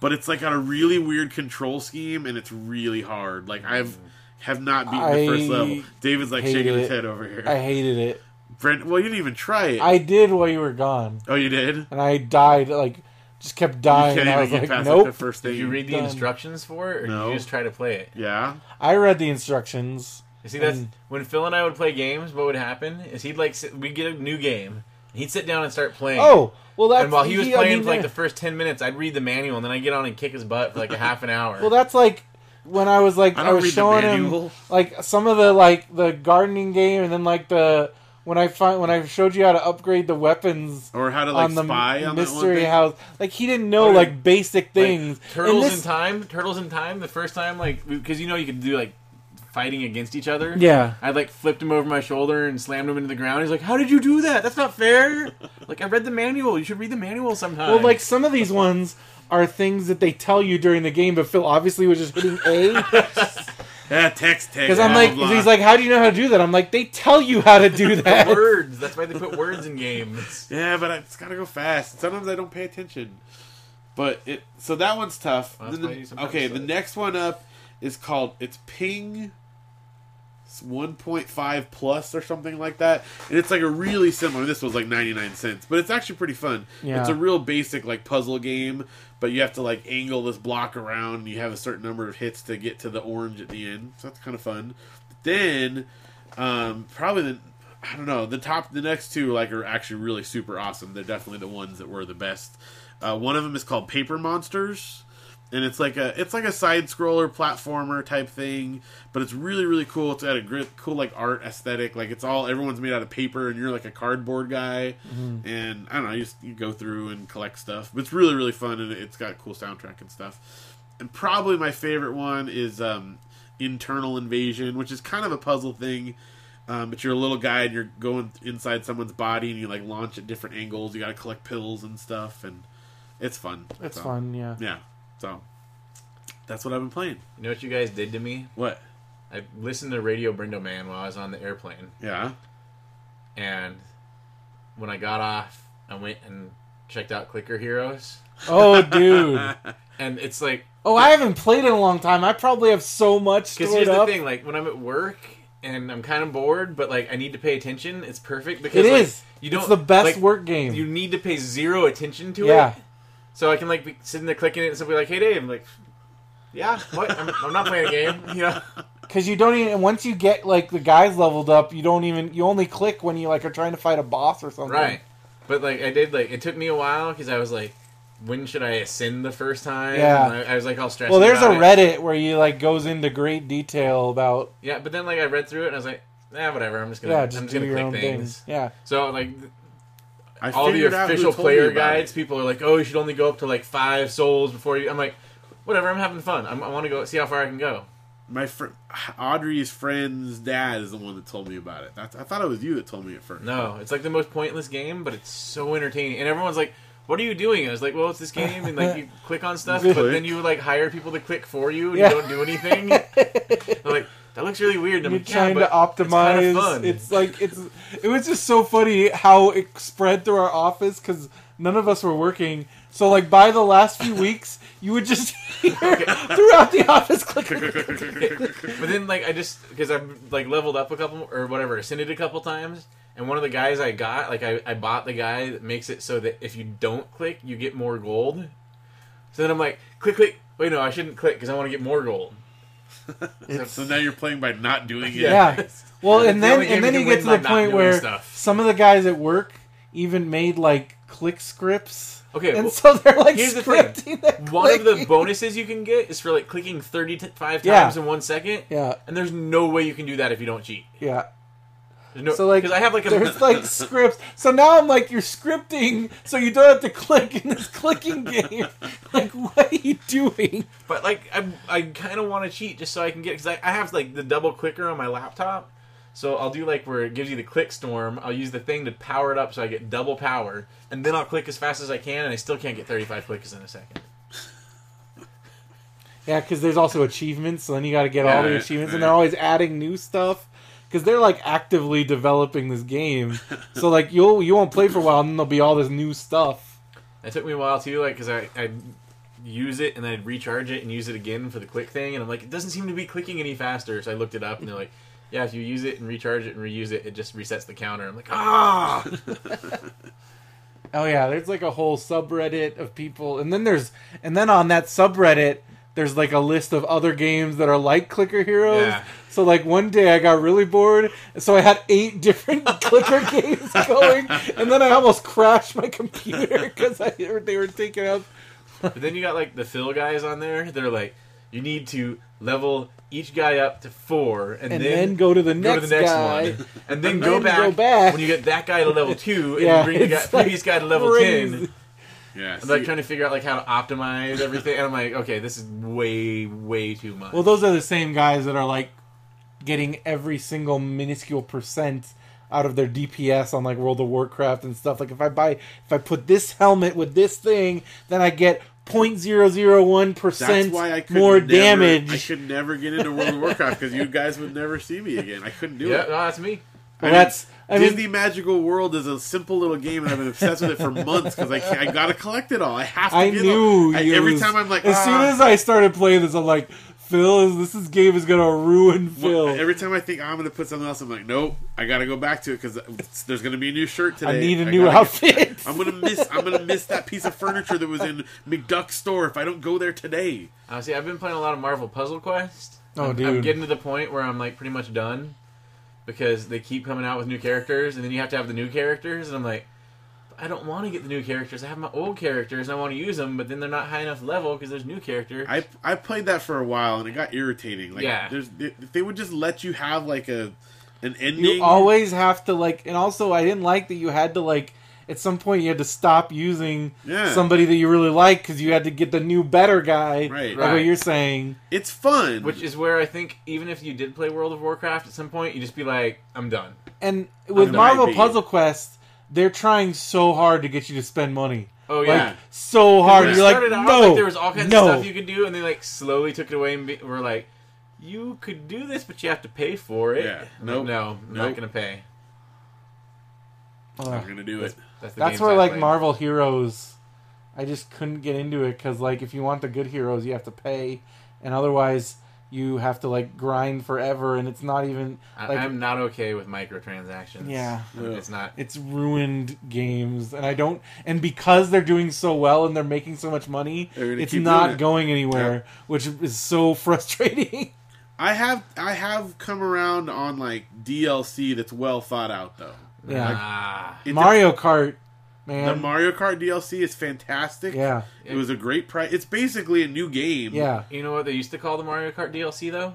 [SPEAKER 3] but it's like on a really weird control scheme and it's really hard. Like I've have not beaten the first
[SPEAKER 2] I
[SPEAKER 3] level. David's like
[SPEAKER 2] hate
[SPEAKER 3] shaking his
[SPEAKER 2] it.
[SPEAKER 3] head over here.
[SPEAKER 2] I hated it.
[SPEAKER 3] Brent, well, you didn't even try it.
[SPEAKER 2] I did while you were gone,
[SPEAKER 3] oh, you did. You
[SPEAKER 2] and I died like just kept dying.
[SPEAKER 3] can't
[SPEAKER 2] and I
[SPEAKER 3] even
[SPEAKER 2] was
[SPEAKER 3] get
[SPEAKER 2] like,
[SPEAKER 3] past like,
[SPEAKER 2] nope.
[SPEAKER 3] the first thing.
[SPEAKER 4] Did you read the
[SPEAKER 2] Done.
[SPEAKER 4] instructions for it, or did
[SPEAKER 3] No.
[SPEAKER 4] you just try to play it?
[SPEAKER 3] Yeah,
[SPEAKER 2] I read the instructions.
[SPEAKER 4] You see, that's
[SPEAKER 2] Mm.
[SPEAKER 4] when Phil and I would play games. What would happen is he'd like sit, we'd get a new game, and he'd sit down and start playing.
[SPEAKER 2] Oh, well, that's
[SPEAKER 4] and while he was
[SPEAKER 2] I
[SPEAKER 4] playing
[SPEAKER 2] mean,
[SPEAKER 4] for like the first ten minutes, I'd read the manual, and then I'd get on and kick his butt for like a half an hour.
[SPEAKER 2] Well, that's like when I was like
[SPEAKER 3] I
[SPEAKER 2] I,
[SPEAKER 3] don't
[SPEAKER 2] was
[SPEAKER 3] read the
[SPEAKER 2] showing him
[SPEAKER 3] manual.
[SPEAKER 2] like some of the like the gardening game, and then like the when I find when I showed you how to upgrade the weapons
[SPEAKER 3] or how to like
[SPEAKER 2] on the
[SPEAKER 3] spy on that one
[SPEAKER 2] mystery
[SPEAKER 3] thing.
[SPEAKER 2] house. Like he didn't know like basic things.
[SPEAKER 4] Like,
[SPEAKER 2] And
[SPEAKER 4] Turtles
[SPEAKER 2] this-
[SPEAKER 4] in Time. Turtles in Time. The first time, like, because you know you could do like fighting against each other.
[SPEAKER 2] Yeah.
[SPEAKER 4] I like flipped him over my shoulder and slammed him into the ground. He's like, "How did you do that? That's not fair." like, I read the manual. You should read the manual sometime.
[SPEAKER 2] Well, like some of these ones are things that they tell you during the game, but Phil obviously was just hitting A
[SPEAKER 3] Yeah, text, text.
[SPEAKER 2] because I'm like
[SPEAKER 3] blah, blah.
[SPEAKER 2] he's like, how do you know how to do that? I'm like, they tell you how to do that.
[SPEAKER 4] words. That's why they put words in games.
[SPEAKER 3] yeah, but I just gotta go fast. Sometimes I don't pay attention. But it so that one's tough.
[SPEAKER 4] Well, that's
[SPEAKER 3] Then
[SPEAKER 4] why you
[SPEAKER 3] the-
[SPEAKER 4] sometimes
[SPEAKER 3] okay, the
[SPEAKER 4] suck.
[SPEAKER 3] next one up is called it's Ping. It's 1.5 plus or something like that, and it's like a really similar. This was like 99 cents, but it's actually pretty fun.
[SPEAKER 2] Yeah.
[SPEAKER 3] It's a real basic like puzzle game, but you have to like angle this block around. And you have a certain number of hits to get to the orange at the end, so that's kind of fun. then um, probably the I don't know the top the next two like are actually really super awesome. They're definitely the ones that were the best. Uh, one of them is called Paper Monsters, and it's like a it's like a side scroller platformer type thing, but it's really really cool. It's got a gri cool like art aesthetic. Like it's all everyone's made out of paper, and you're like a cardboard guy, and I don't know. You just you go through and collect stuff. But it's really really fun, and it's got a cool soundtrack and stuff. And probably my favorite one is um, Internal Invasion, which is kind of a puzzle thing. Um, but you're a little guy and you're going inside someone's body and you like launch at different angles. You got to collect pills and stuff, and it's fun.
[SPEAKER 2] That's
[SPEAKER 3] So,
[SPEAKER 2] fun, yeah.
[SPEAKER 3] Yeah. So that's what I've been playing.
[SPEAKER 4] You know what you guys did to me?
[SPEAKER 3] What?
[SPEAKER 4] I I listened to Radio Brindo Man while I was on the airplane,
[SPEAKER 3] Yeah.
[SPEAKER 4] and when I got off, I went and checked out Clicker Heroes,
[SPEAKER 2] Oh, dude.
[SPEAKER 4] and it's like
[SPEAKER 2] Oh, I haven't played in a long time. I probably have so much
[SPEAKER 4] because
[SPEAKER 2] stored
[SPEAKER 4] here's
[SPEAKER 2] up.
[SPEAKER 4] the thing, like when I'm at work and I'm kind of bored, but like I need to pay attention, it's perfect because
[SPEAKER 2] It
[SPEAKER 4] like,
[SPEAKER 2] is.
[SPEAKER 4] You don't
[SPEAKER 2] it's the best
[SPEAKER 4] like,
[SPEAKER 2] work game.
[SPEAKER 4] You need to pay zero attention to
[SPEAKER 2] Yeah.
[SPEAKER 4] it. So I can like be sitting there clicking it, and somebody like, "Hey Dave," I'm like, "Yeah, what? I'm, I'm not playing a game." You know.
[SPEAKER 2] Because you don't even once you get like the guys leveled up, you don't even you only click when you like are trying to fight a boss or something.
[SPEAKER 4] Right. But like I did like it took me a while because I was like, when should I ascend the first time?
[SPEAKER 2] Yeah.
[SPEAKER 4] And I, I was like all stressed.
[SPEAKER 2] Well, there's a
[SPEAKER 4] about it.
[SPEAKER 2] Reddit where you like goes into great detail about
[SPEAKER 4] Yeah, but then like I read through it and I was like, nah, whatever. I'm just gonna
[SPEAKER 2] yeah,
[SPEAKER 4] I'm
[SPEAKER 2] just,
[SPEAKER 4] just
[SPEAKER 2] do
[SPEAKER 4] gonna
[SPEAKER 2] your
[SPEAKER 4] click
[SPEAKER 2] own
[SPEAKER 4] things.
[SPEAKER 2] things. Yeah,
[SPEAKER 4] So like th-
[SPEAKER 3] I
[SPEAKER 4] all the
[SPEAKER 3] figured out who
[SPEAKER 4] official
[SPEAKER 3] told me
[SPEAKER 4] player
[SPEAKER 3] about it.
[SPEAKER 4] guides, people are like, oh, you should only go up to like five souls before you. I'm like, whatever. I'm having fun. I'm, I want to go see how far I can go.
[SPEAKER 3] My fr- Audrey's friend's dad is the one that told me about it. That's, I thought it was you that told me at first.
[SPEAKER 4] No, it's like the most pointless game, but it's so entertaining. And everyone's like, "What are you doing?" I was like, "Well, it's this game," and like you click on stuff, but
[SPEAKER 3] Click.
[SPEAKER 4] then you like hire people to click for you, and
[SPEAKER 2] Yeah.
[SPEAKER 4] you don't do anything. They're like, "That looks really weird." And I'm
[SPEAKER 2] you're
[SPEAKER 4] like, "Yeah,
[SPEAKER 2] trying to
[SPEAKER 4] but it's kinda
[SPEAKER 2] optimize. It's,
[SPEAKER 4] fun."
[SPEAKER 2] like it's it was just so funny how it spread through our office because none of us were working. So like by the last few weeks, you would just hear throughout the office click. click, click, click, click.
[SPEAKER 4] but then like I just because I've like leveled up a couple or whatever, ascended a couple times, and one of the guys I got, like I, I bought the guy that makes it so that if you don't click, you get more gold. So then I'm like, click, click. Wait, no, I shouldn't click because I want to get more gold.
[SPEAKER 3] So now you're playing by not doing it.
[SPEAKER 2] Yeah. Well,
[SPEAKER 4] It's
[SPEAKER 2] and
[SPEAKER 4] the
[SPEAKER 2] then
[SPEAKER 4] only game
[SPEAKER 2] and then
[SPEAKER 4] you
[SPEAKER 2] you
[SPEAKER 4] can
[SPEAKER 2] get to
[SPEAKER 4] win
[SPEAKER 2] the
[SPEAKER 4] by not
[SPEAKER 2] point
[SPEAKER 4] doing
[SPEAKER 2] where
[SPEAKER 4] stuff.
[SPEAKER 2] some of the guys at work even made like click scripts.
[SPEAKER 4] Okay,
[SPEAKER 2] and
[SPEAKER 4] well,
[SPEAKER 2] so they're like
[SPEAKER 4] here's the thing.
[SPEAKER 2] scripting that
[SPEAKER 4] One of the
[SPEAKER 2] clicking.
[SPEAKER 4] bonuses you can get is for like clicking 35
[SPEAKER 2] Yeah.
[SPEAKER 4] times in one second.
[SPEAKER 2] yeah
[SPEAKER 4] And there's no way you can do that if you don't cheat.
[SPEAKER 2] yeah.
[SPEAKER 4] There's no,
[SPEAKER 2] So like,
[SPEAKER 4] because I have like a
[SPEAKER 2] there's like scripts. So now I'm like, you're scripting, so you don't have to click in this clicking game. Like, what are you doing?
[SPEAKER 4] but like I I kind of want to cheat just so I can get because I, I have like the double clicker on my laptop. So I'll do like where it gives you the click storm. I'll use the thing to power it up so I get double power, and then I'll click as fast as I can, and I still can't get 35 clicks in a second.
[SPEAKER 2] Yeah, because there's also achievements. So then you got to get all the
[SPEAKER 3] Right,
[SPEAKER 2] achievements,
[SPEAKER 3] right.
[SPEAKER 2] and they're always adding new stuff. Because they're like actively developing this game, so like you'll you won't play for a while, and then there'll be all this new stuff.
[SPEAKER 4] It took me a while too, like because I I use it and then I'd recharge it and use it again for the click thing, and I'm like, it doesn't seem to be clicking any faster. So I looked it up, and they're like, yeah, if you use it and recharge it and reuse it, it just resets the counter. I'm like, ah.
[SPEAKER 2] Oh yeah, there's like a whole subreddit of people, and then there's and then on that subreddit there's like a list of other games that are like Clicker Heroes.
[SPEAKER 4] Yeah.
[SPEAKER 2] So like one day I got really bored, so I had eight different Clicker games going, and then I almost crashed my computer because I they were taking up.
[SPEAKER 4] But then you got like the Phil guys on there. They're like, you need to level each guy up to four, and,
[SPEAKER 2] And
[SPEAKER 4] then,
[SPEAKER 2] then go to the
[SPEAKER 4] go to
[SPEAKER 2] next
[SPEAKER 4] the next
[SPEAKER 2] guy.
[SPEAKER 4] one, and then,
[SPEAKER 2] And
[SPEAKER 4] go,
[SPEAKER 2] then
[SPEAKER 4] back
[SPEAKER 2] go back.
[SPEAKER 4] when you get that guy to level two, and
[SPEAKER 2] Yeah,
[SPEAKER 4] you bring the guy,
[SPEAKER 2] it's like
[SPEAKER 4] previous guy to level
[SPEAKER 2] crazy.
[SPEAKER 4] ten.
[SPEAKER 3] Yeah.
[SPEAKER 4] I'm like
[SPEAKER 3] see-
[SPEAKER 4] trying to figure out like how to optimize everything, and I'm like, okay, this is way, way too much.
[SPEAKER 2] Well, those are the same guys that are like getting every single minuscule percent out of their DPS on like World of Warcraft and stuff. Like if I buy if I put this helmet with this thing, then I get 0.001
[SPEAKER 3] That's
[SPEAKER 2] percent
[SPEAKER 3] why I could
[SPEAKER 2] more
[SPEAKER 3] never, I
[SPEAKER 2] damage.
[SPEAKER 3] could never get into World of Warcraft because you guys would never see me again. I couldn't do
[SPEAKER 4] yeah,
[SPEAKER 3] it.
[SPEAKER 4] no, that's me.
[SPEAKER 2] Well, that's I mean,
[SPEAKER 3] Disney Magical World is a simple little game, and I've been obsessed with it for months because I can't, I gotta collect it all. I have to.
[SPEAKER 2] I
[SPEAKER 3] get
[SPEAKER 2] knew
[SPEAKER 3] it all. I-
[SPEAKER 2] you
[SPEAKER 3] every
[SPEAKER 2] was-
[SPEAKER 3] time I'm like,
[SPEAKER 2] as
[SPEAKER 3] "Ah."
[SPEAKER 2] soon as I started playing this, I'm like, Phil, is- this is game is gonna ruin Phil.
[SPEAKER 3] Well, every time I think I'm gonna put something else, I'm like, nope, I gotta go back to it because there's gonna be a new shirt today.
[SPEAKER 2] I need a new
[SPEAKER 3] gotta get-
[SPEAKER 2] outfit.
[SPEAKER 3] I'm gonna miss. I'm gonna miss that piece of furniture that was in McDuck's store if I don't go there today.
[SPEAKER 4] Uh, see, I've been playing a lot of Marvel Puzzle Quest.
[SPEAKER 2] Oh,
[SPEAKER 4] I'm, I'm
[SPEAKER 2] dude.
[SPEAKER 4] getting to the point where I'm like pretty much done because they keep coming out with new characters, and then you have to have the new characters, and I'm like, I don't want to get the new characters. I have my old characters, and I want to use them, but then they're not high enough level because there's new characters.
[SPEAKER 3] I I played that for a while and it got irritating. Like,
[SPEAKER 4] Yeah.
[SPEAKER 3] there's they, they would just let you have like a an ending.
[SPEAKER 2] You always have to like, and also I didn't like that you had to like. At some point, you had to stop using
[SPEAKER 3] Yeah.
[SPEAKER 2] somebody that you really like because you had to get the new better guy. like
[SPEAKER 3] Right.
[SPEAKER 4] Right.
[SPEAKER 2] what you're saying.
[SPEAKER 3] it's fun.
[SPEAKER 4] which is where I think even if you did play World of Warcraft at some point, you just be like, I'm done.
[SPEAKER 2] And with
[SPEAKER 3] It might
[SPEAKER 2] Marvel
[SPEAKER 3] be.
[SPEAKER 2] Puzzle Quest, they're trying so hard to get you to spend money.
[SPEAKER 4] Oh yeah.
[SPEAKER 2] Like so hard.
[SPEAKER 4] When it
[SPEAKER 2] You're like,
[SPEAKER 4] started out,
[SPEAKER 2] no,
[SPEAKER 4] there was all kinds
[SPEAKER 2] no.
[SPEAKER 4] of stuff you could do, and they like slowly took it away and be, were like, you could do this, but you have to pay for it.
[SPEAKER 3] Yeah.
[SPEAKER 4] No,
[SPEAKER 3] Nope.
[SPEAKER 4] no, I'm
[SPEAKER 3] Nope.
[SPEAKER 4] not gonna pay.
[SPEAKER 2] Ugh.
[SPEAKER 3] I'm gonna do it.
[SPEAKER 4] That's, the
[SPEAKER 2] That's
[SPEAKER 4] games
[SPEAKER 2] where
[SPEAKER 4] I
[SPEAKER 2] like
[SPEAKER 4] played.
[SPEAKER 2] Marvel Heroes, I just couldn't get into it because like if you want the good heroes, you have to pay, and otherwise you have to like grind forever, and it's not even
[SPEAKER 4] I,
[SPEAKER 2] like
[SPEAKER 4] I'm not okay with microtransactions.
[SPEAKER 2] Yeah.
[SPEAKER 4] it's not.
[SPEAKER 2] it's ruined games, and I don't. And because they're doing so well and they're making so much money,
[SPEAKER 3] They're gonna
[SPEAKER 2] it's
[SPEAKER 3] keep
[SPEAKER 2] not
[SPEAKER 3] doing it.
[SPEAKER 2] going anywhere, which is so frustrating.
[SPEAKER 3] I have I have come around on like DLC that's well thought out though.
[SPEAKER 2] yeah,
[SPEAKER 4] Ah,
[SPEAKER 3] It-
[SPEAKER 2] Mario Kart,
[SPEAKER 3] The
[SPEAKER 2] man.
[SPEAKER 3] Mario Kart DLC is fantastic.
[SPEAKER 2] yeah,
[SPEAKER 3] It was a great price. It's basically a new game.
[SPEAKER 2] yeah.
[SPEAKER 4] you know what they used to call the Mario Kart DLC though?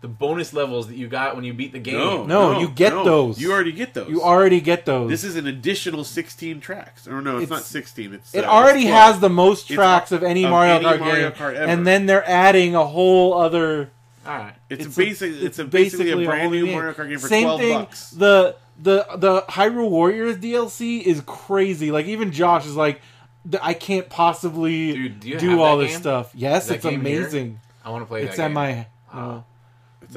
[SPEAKER 4] The bonus levels that you got when you beat the game.
[SPEAKER 3] No,
[SPEAKER 2] No, you get those.
[SPEAKER 3] You already get those.
[SPEAKER 2] You already get those.
[SPEAKER 3] This is an additional 16 tracks. Or no, it's, not
[SPEAKER 2] It's-
[SPEAKER 3] 16. It's
[SPEAKER 2] It
[SPEAKER 3] uh,
[SPEAKER 2] already
[SPEAKER 3] it's 12.
[SPEAKER 2] has the most
[SPEAKER 3] It's-
[SPEAKER 2] tracks of any
[SPEAKER 3] of
[SPEAKER 2] Mario
[SPEAKER 3] any
[SPEAKER 2] Kart
[SPEAKER 3] Mario
[SPEAKER 2] game,
[SPEAKER 3] Kart ever.
[SPEAKER 2] and then they're adding a whole other.
[SPEAKER 4] All right.
[SPEAKER 3] It's,
[SPEAKER 2] it's
[SPEAKER 3] a basic.
[SPEAKER 2] a-
[SPEAKER 3] It's a basically, a brand
[SPEAKER 2] whole
[SPEAKER 3] new
[SPEAKER 2] game.
[SPEAKER 3] Mario Kart game for
[SPEAKER 2] Same
[SPEAKER 3] 12
[SPEAKER 2] thing.
[SPEAKER 3] bucks.
[SPEAKER 2] The the the Hyrule Warriors DLC is crazy. Like even Josh is like, "Th- I can't possibly
[SPEAKER 4] Dude, do you have
[SPEAKER 2] all
[SPEAKER 4] that
[SPEAKER 2] this
[SPEAKER 4] game?
[SPEAKER 2] stuff. Yes,
[SPEAKER 4] that
[SPEAKER 2] it's
[SPEAKER 4] game here?
[SPEAKER 2] amazing.
[SPEAKER 4] I want to play
[SPEAKER 2] It's
[SPEAKER 4] that
[SPEAKER 2] at
[SPEAKER 4] game.
[SPEAKER 2] my. no.
[SPEAKER 3] It's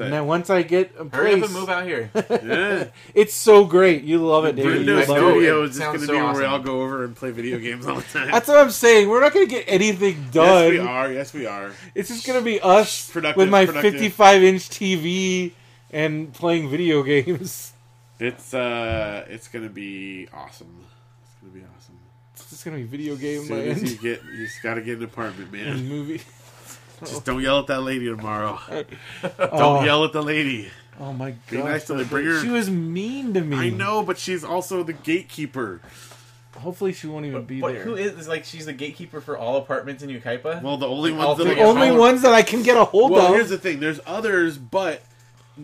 [SPEAKER 2] and
[SPEAKER 3] a-
[SPEAKER 2] then once I get a
[SPEAKER 4] Hurry up
[SPEAKER 2] place-
[SPEAKER 4] and move out here.
[SPEAKER 3] yeah.
[SPEAKER 2] it's so great. You love it, David. You
[SPEAKER 3] Nintendo
[SPEAKER 4] Windows
[SPEAKER 2] love it.
[SPEAKER 4] know
[SPEAKER 3] Studio
[SPEAKER 4] it
[SPEAKER 3] is just
[SPEAKER 4] sounds
[SPEAKER 3] going to
[SPEAKER 4] so
[SPEAKER 3] be where
[SPEAKER 4] awesome.
[SPEAKER 3] I'll go over and play video games all the time.
[SPEAKER 2] That's what I'm saying. We're not gonna get anything done.
[SPEAKER 3] yes, we are. Yes, we are.
[SPEAKER 2] It's just gonna be us
[SPEAKER 3] Productive,
[SPEAKER 2] with my
[SPEAKER 3] productive.
[SPEAKER 2] 55 inch TV and playing video games.
[SPEAKER 3] It's uh, it's going to be awesome. It's going to be awesome.
[SPEAKER 2] It's just gonna be video
[SPEAKER 3] As
[SPEAKER 2] game
[SPEAKER 3] soon as you
[SPEAKER 2] land
[SPEAKER 3] get, you just got to get an
[SPEAKER 2] and
[SPEAKER 3] apartment, man.
[SPEAKER 2] movie.
[SPEAKER 3] Just don't yell at that lady tomorrow.
[SPEAKER 2] Oh,
[SPEAKER 3] Don't yell at the lady.
[SPEAKER 2] oh my
[SPEAKER 3] Be
[SPEAKER 2] god,
[SPEAKER 3] nice to her. Bring her.
[SPEAKER 2] she was mean to me.
[SPEAKER 3] I know, but she's also the gatekeeper.
[SPEAKER 2] Hopefully, she won't even be
[SPEAKER 4] But
[SPEAKER 2] there.
[SPEAKER 4] who is this? Like, she's the gatekeeper for all apartments in Ukaipa?
[SPEAKER 3] Well, the only
[SPEAKER 4] I'll
[SPEAKER 3] ones that
[SPEAKER 4] take
[SPEAKER 2] the
[SPEAKER 4] it.
[SPEAKER 3] are-
[SPEAKER 2] only
[SPEAKER 4] Howard-
[SPEAKER 2] ones that I can get a hold
[SPEAKER 3] Well,
[SPEAKER 2] of.
[SPEAKER 3] here's the thing. There's others, but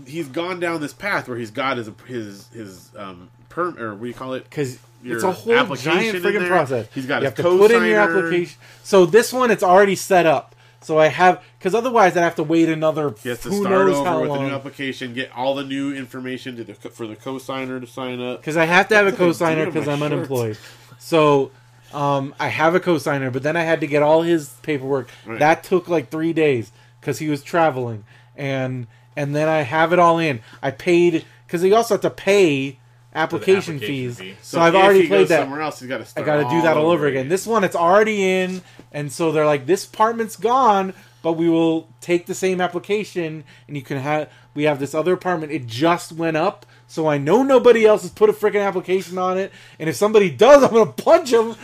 [SPEAKER 3] he's gone down this path where he's got his his his um perm or what do you call it?
[SPEAKER 2] because
[SPEAKER 3] your
[SPEAKER 2] it's a whole
[SPEAKER 3] application
[SPEAKER 2] giant
[SPEAKER 3] in
[SPEAKER 2] friggin'
[SPEAKER 3] there.
[SPEAKER 2] process.
[SPEAKER 3] He's got
[SPEAKER 2] you
[SPEAKER 3] his
[SPEAKER 2] have to put in your
[SPEAKER 3] cosigner.
[SPEAKER 2] application. So this one, it's already set up. So I have because otherwise I have to wait another
[SPEAKER 3] He has to
[SPEAKER 2] who
[SPEAKER 3] start
[SPEAKER 2] knows
[SPEAKER 3] over
[SPEAKER 2] how
[SPEAKER 3] with a new
[SPEAKER 2] long.
[SPEAKER 3] application, get all the new information to the co- for the cosigner to sign up.
[SPEAKER 2] Because I have to have a
[SPEAKER 3] did I do
[SPEAKER 2] cosigner
[SPEAKER 3] to
[SPEAKER 2] because
[SPEAKER 3] my
[SPEAKER 2] I'm
[SPEAKER 3] shirt?
[SPEAKER 2] unemployed. So um, I have a cosigner, but then I had to get all his paperwork.
[SPEAKER 3] Right.
[SPEAKER 2] That took like three days because he was traveling, and and then I have it all in. I paid because you also have to pay application,
[SPEAKER 4] application
[SPEAKER 2] fees.
[SPEAKER 4] fee.
[SPEAKER 2] So, I've
[SPEAKER 3] if
[SPEAKER 2] already
[SPEAKER 3] he
[SPEAKER 2] played
[SPEAKER 3] goes
[SPEAKER 2] that.
[SPEAKER 3] somewhere else. He's got to
[SPEAKER 2] I
[SPEAKER 3] start.
[SPEAKER 2] got to do that
[SPEAKER 3] Oh,
[SPEAKER 2] all over again. This one, it's already in, and so they're like, this apartment's gone, but we will take the same application, and you can have. We have this other apartment. It just went up, so I know nobody else has put a freaking application on it. And if somebody does, I'm gonna punch them.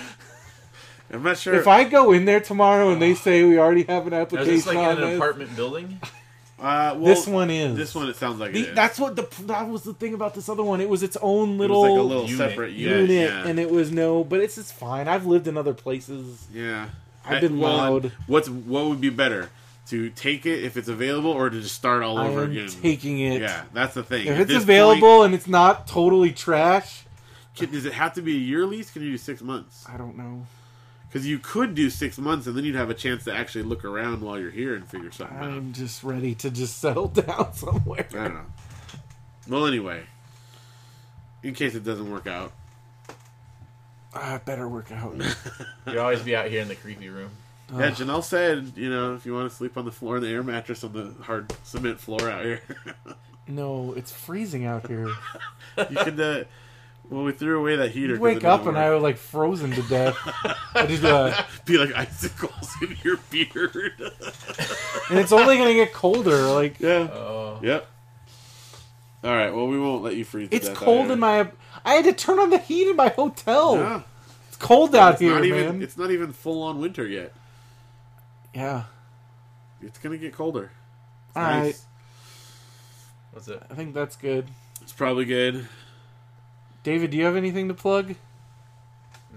[SPEAKER 3] I'm not sure.
[SPEAKER 2] If I go in there tomorrow and they say we already have an
[SPEAKER 4] Now,
[SPEAKER 2] application
[SPEAKER 4] Is this like
[SPEAKER 2] on
[SPEAKER 4] in an
[SPEAKER 2] it,
[SPEAKER 4] apartment building?
[SPEAKER 3] uh, well,
[SPEAKER 2] this one is.
[SPEAKER 3] This one. It sounds like
[SPEAKER 2] The-
[SPEAKER 3] it is.
[SPEAKER 2] that's what the that was the thing about this other one. It was its own
[SPEAKER 3] It
[SPEAKER 2] little,
[SPEAKER 3] was like a little
[SPEAKER 4] unit.
[SPEAKER 3] separate
[SPEAKER 2] unit,
[SPEAKER 3] unit. yeah.
[SPEAKER 2] and it was no. But it's it's fine. I've lived in other places.
[SPEAKER 3] Yeah,
[SPEAKER 2] I've
[SPEAKER 3] I-
[SPEAKER 2] been
[SPEAKER 3] well,
[SPEAKER 2] loud.
[SPEAKER 3] What's what would be better to take it if it's available, or to just start all
[SPEAKER 2] I
[SPEAKER 3] over
[SPEAKER 2] am
[SPEAKER 3] again?
[SPEAKER 2] taking it.
[SPEAKER 3] yeah, that's the thing.
[SPEAKER 2] If
[SPEAKER 3] At
[SPEAKER 2] it's
[SPEAKER 3] this
[SPEAKER 2] available and it's not totally trash,
[SPEAKER 3] point, can- does it have to be a year lease? Can you do six months?
[SPEAKER 2] I don't know.
[SPEAKER 3] Because you could do six months, and then you'd have a chance to actually look around while you're here and figure something out.
[SPEAKER 2] I'm just ready to just settle down somewhere.
[SPEAKER 3] I don't know. Well, anyway, in case it doesn't work out,
[SPEAKER 2] I better work out.
[SPEAKER 4] You'd always be out here in the creepy room.
[SPEAKER 3] yeah, Janelle said, you know, if you want to sleep on the floor in the air mattress on the hard cement floor out here,
[SPEAKER 2] No, it's freezing out here.
[SPEAKER 3] you could. Uh, well, we threw away that heater.
[SPEAKER 2] You'd
[SPEAKER 3] 'cause it
[SPEAKER 2] wake
[SPEAKER 3] doesn't
[SPEAKER 2] up and
[SPEAKER 3] work.
[SPEAKER 2] I was like frozen to death. I just, uh,
[SPEAKER 3] be like icicles in your beard.
[SPEAKER 2] and it's only gonna get colder. Like
[SPEAKER 3] yeah.
[SPEAKER 4] Oh.
[SPEAKER 3] Yep. All right. Well, we won't let you freeze. to
[SPEAKER 2] it's
[SPEAKER 3] death out
[SPEAKER 2] cold
[SPEAKER 3] here.
[SPEAKER 2] in my. I had to turn on the heat in my hotel.
[SPEAKER 3] Yeah.
[SPEAKER 2] It's cold out
[SPEAKER 3] It's
[SPEAKER 2] here,
[SPEAKER 3] not even.
[SPEAKER 2] man.
[SPEAKER 3] It's not even full on winter yet.
[SPEAKER 2] yeah.
[SPEAKER 3] It's gonna get colder. It's
[SPEAKER 2] All right.
[SPEAKER 4] What's it?
[SPEAKER 2] I think that's good.
[SPEAKER 3] It's probably good.
[SPEAKER 2] David, do you have anything to plug?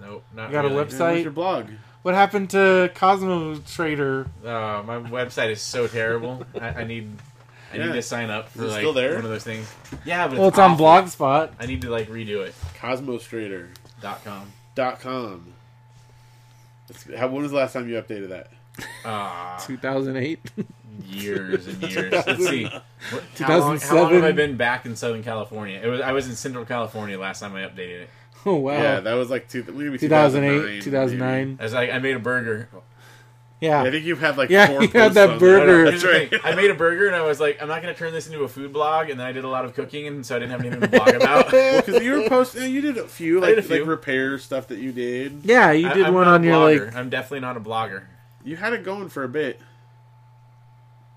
[SPEAKER 4] Nope. Not
[SPEAKER 2] You got a
[SPEAKER 4] really.
[SPEAKER 2] website?
[SPEAKER 3] And where's your blog.
[SPEAKER 2] What happened to Cosmo Trader?
[SPEAKER 4] Uh, my website is so terrible. I, I need. I
[SPEAKER 3] Yeah.
[SPEAKER 4] need to sign up for
[SPEAKER 3] it
[SPEAKER 4] like
[SPEAKER 3] still there?
[SPEAKER 4] one of those things. Yeah, but
[SPEAKER 2] Well, it's on
[SPEAKER 4] awful.
[SPEAKER 2] Blogspot.
[SPEAKER 4] I need to like redo it.
[SPEAKER 3] Cosmostrader.com.
[SPEAKER 4] Dot com.
[SPEAKER 3] That's, how, when was the last time you updated that?
[SPEAKER 4] Ah,
[SPEAKER 2] 2008.
[SPEAKER 4] years and years. Let's see. What, how, long, how
[SPEAKER 2] 2007.
[SPEAKER 4] long have I been back in Southern California? It was I was in Central California last time I updated it.
[SPEAKER 2] oh wow.
[SPEAKER 3] Yeah, that was like two, maybe
[SPEAKER 2] 2008,
[SPEAKER 3] 2009,
[SPEAKER 2] 2009.
[SPEAKER 4] I was like, I made a burger.
[SPEAKER 2] Yeah.
[SPEAKER 3] I think you have like
[SPEAKER 2] Yeah,
[SPEAKER 3] four
[SPEAKER 2] you had
[SPEAKER 3] posts
[SPEAKER 2] that
[SPEAKER 3] on
[SPEAKER 2] burger.
[SPEAKER 3] That's
[SPEAKER 4] Here's the
[SPEAKER 3] right.
[SPEAKER 4] thing. I made a burger and I was like, I'm not gonna turn this into a food blog, and then I did a lot of cooking, and so I didn't have anything to blog about. I,
[SPEAKER 3] Because you were posting, you did a few like,
[SPEAKER 4] did a few.
[SPEAKER 3] like repair stuff that you did.
[SPEAKER 2] yeah, you did
[SPEAKER 4] I'm
[SPEAKER 2] one
[SPEAKER 4] not a
[SPEAKER 2] on your
[SPEAKER 4] blogger.
[SPEAKER 2] like.
[SPEAKER 4] I'm definitely not a blogger,
[SPEAKER 3] You had it going for a bit.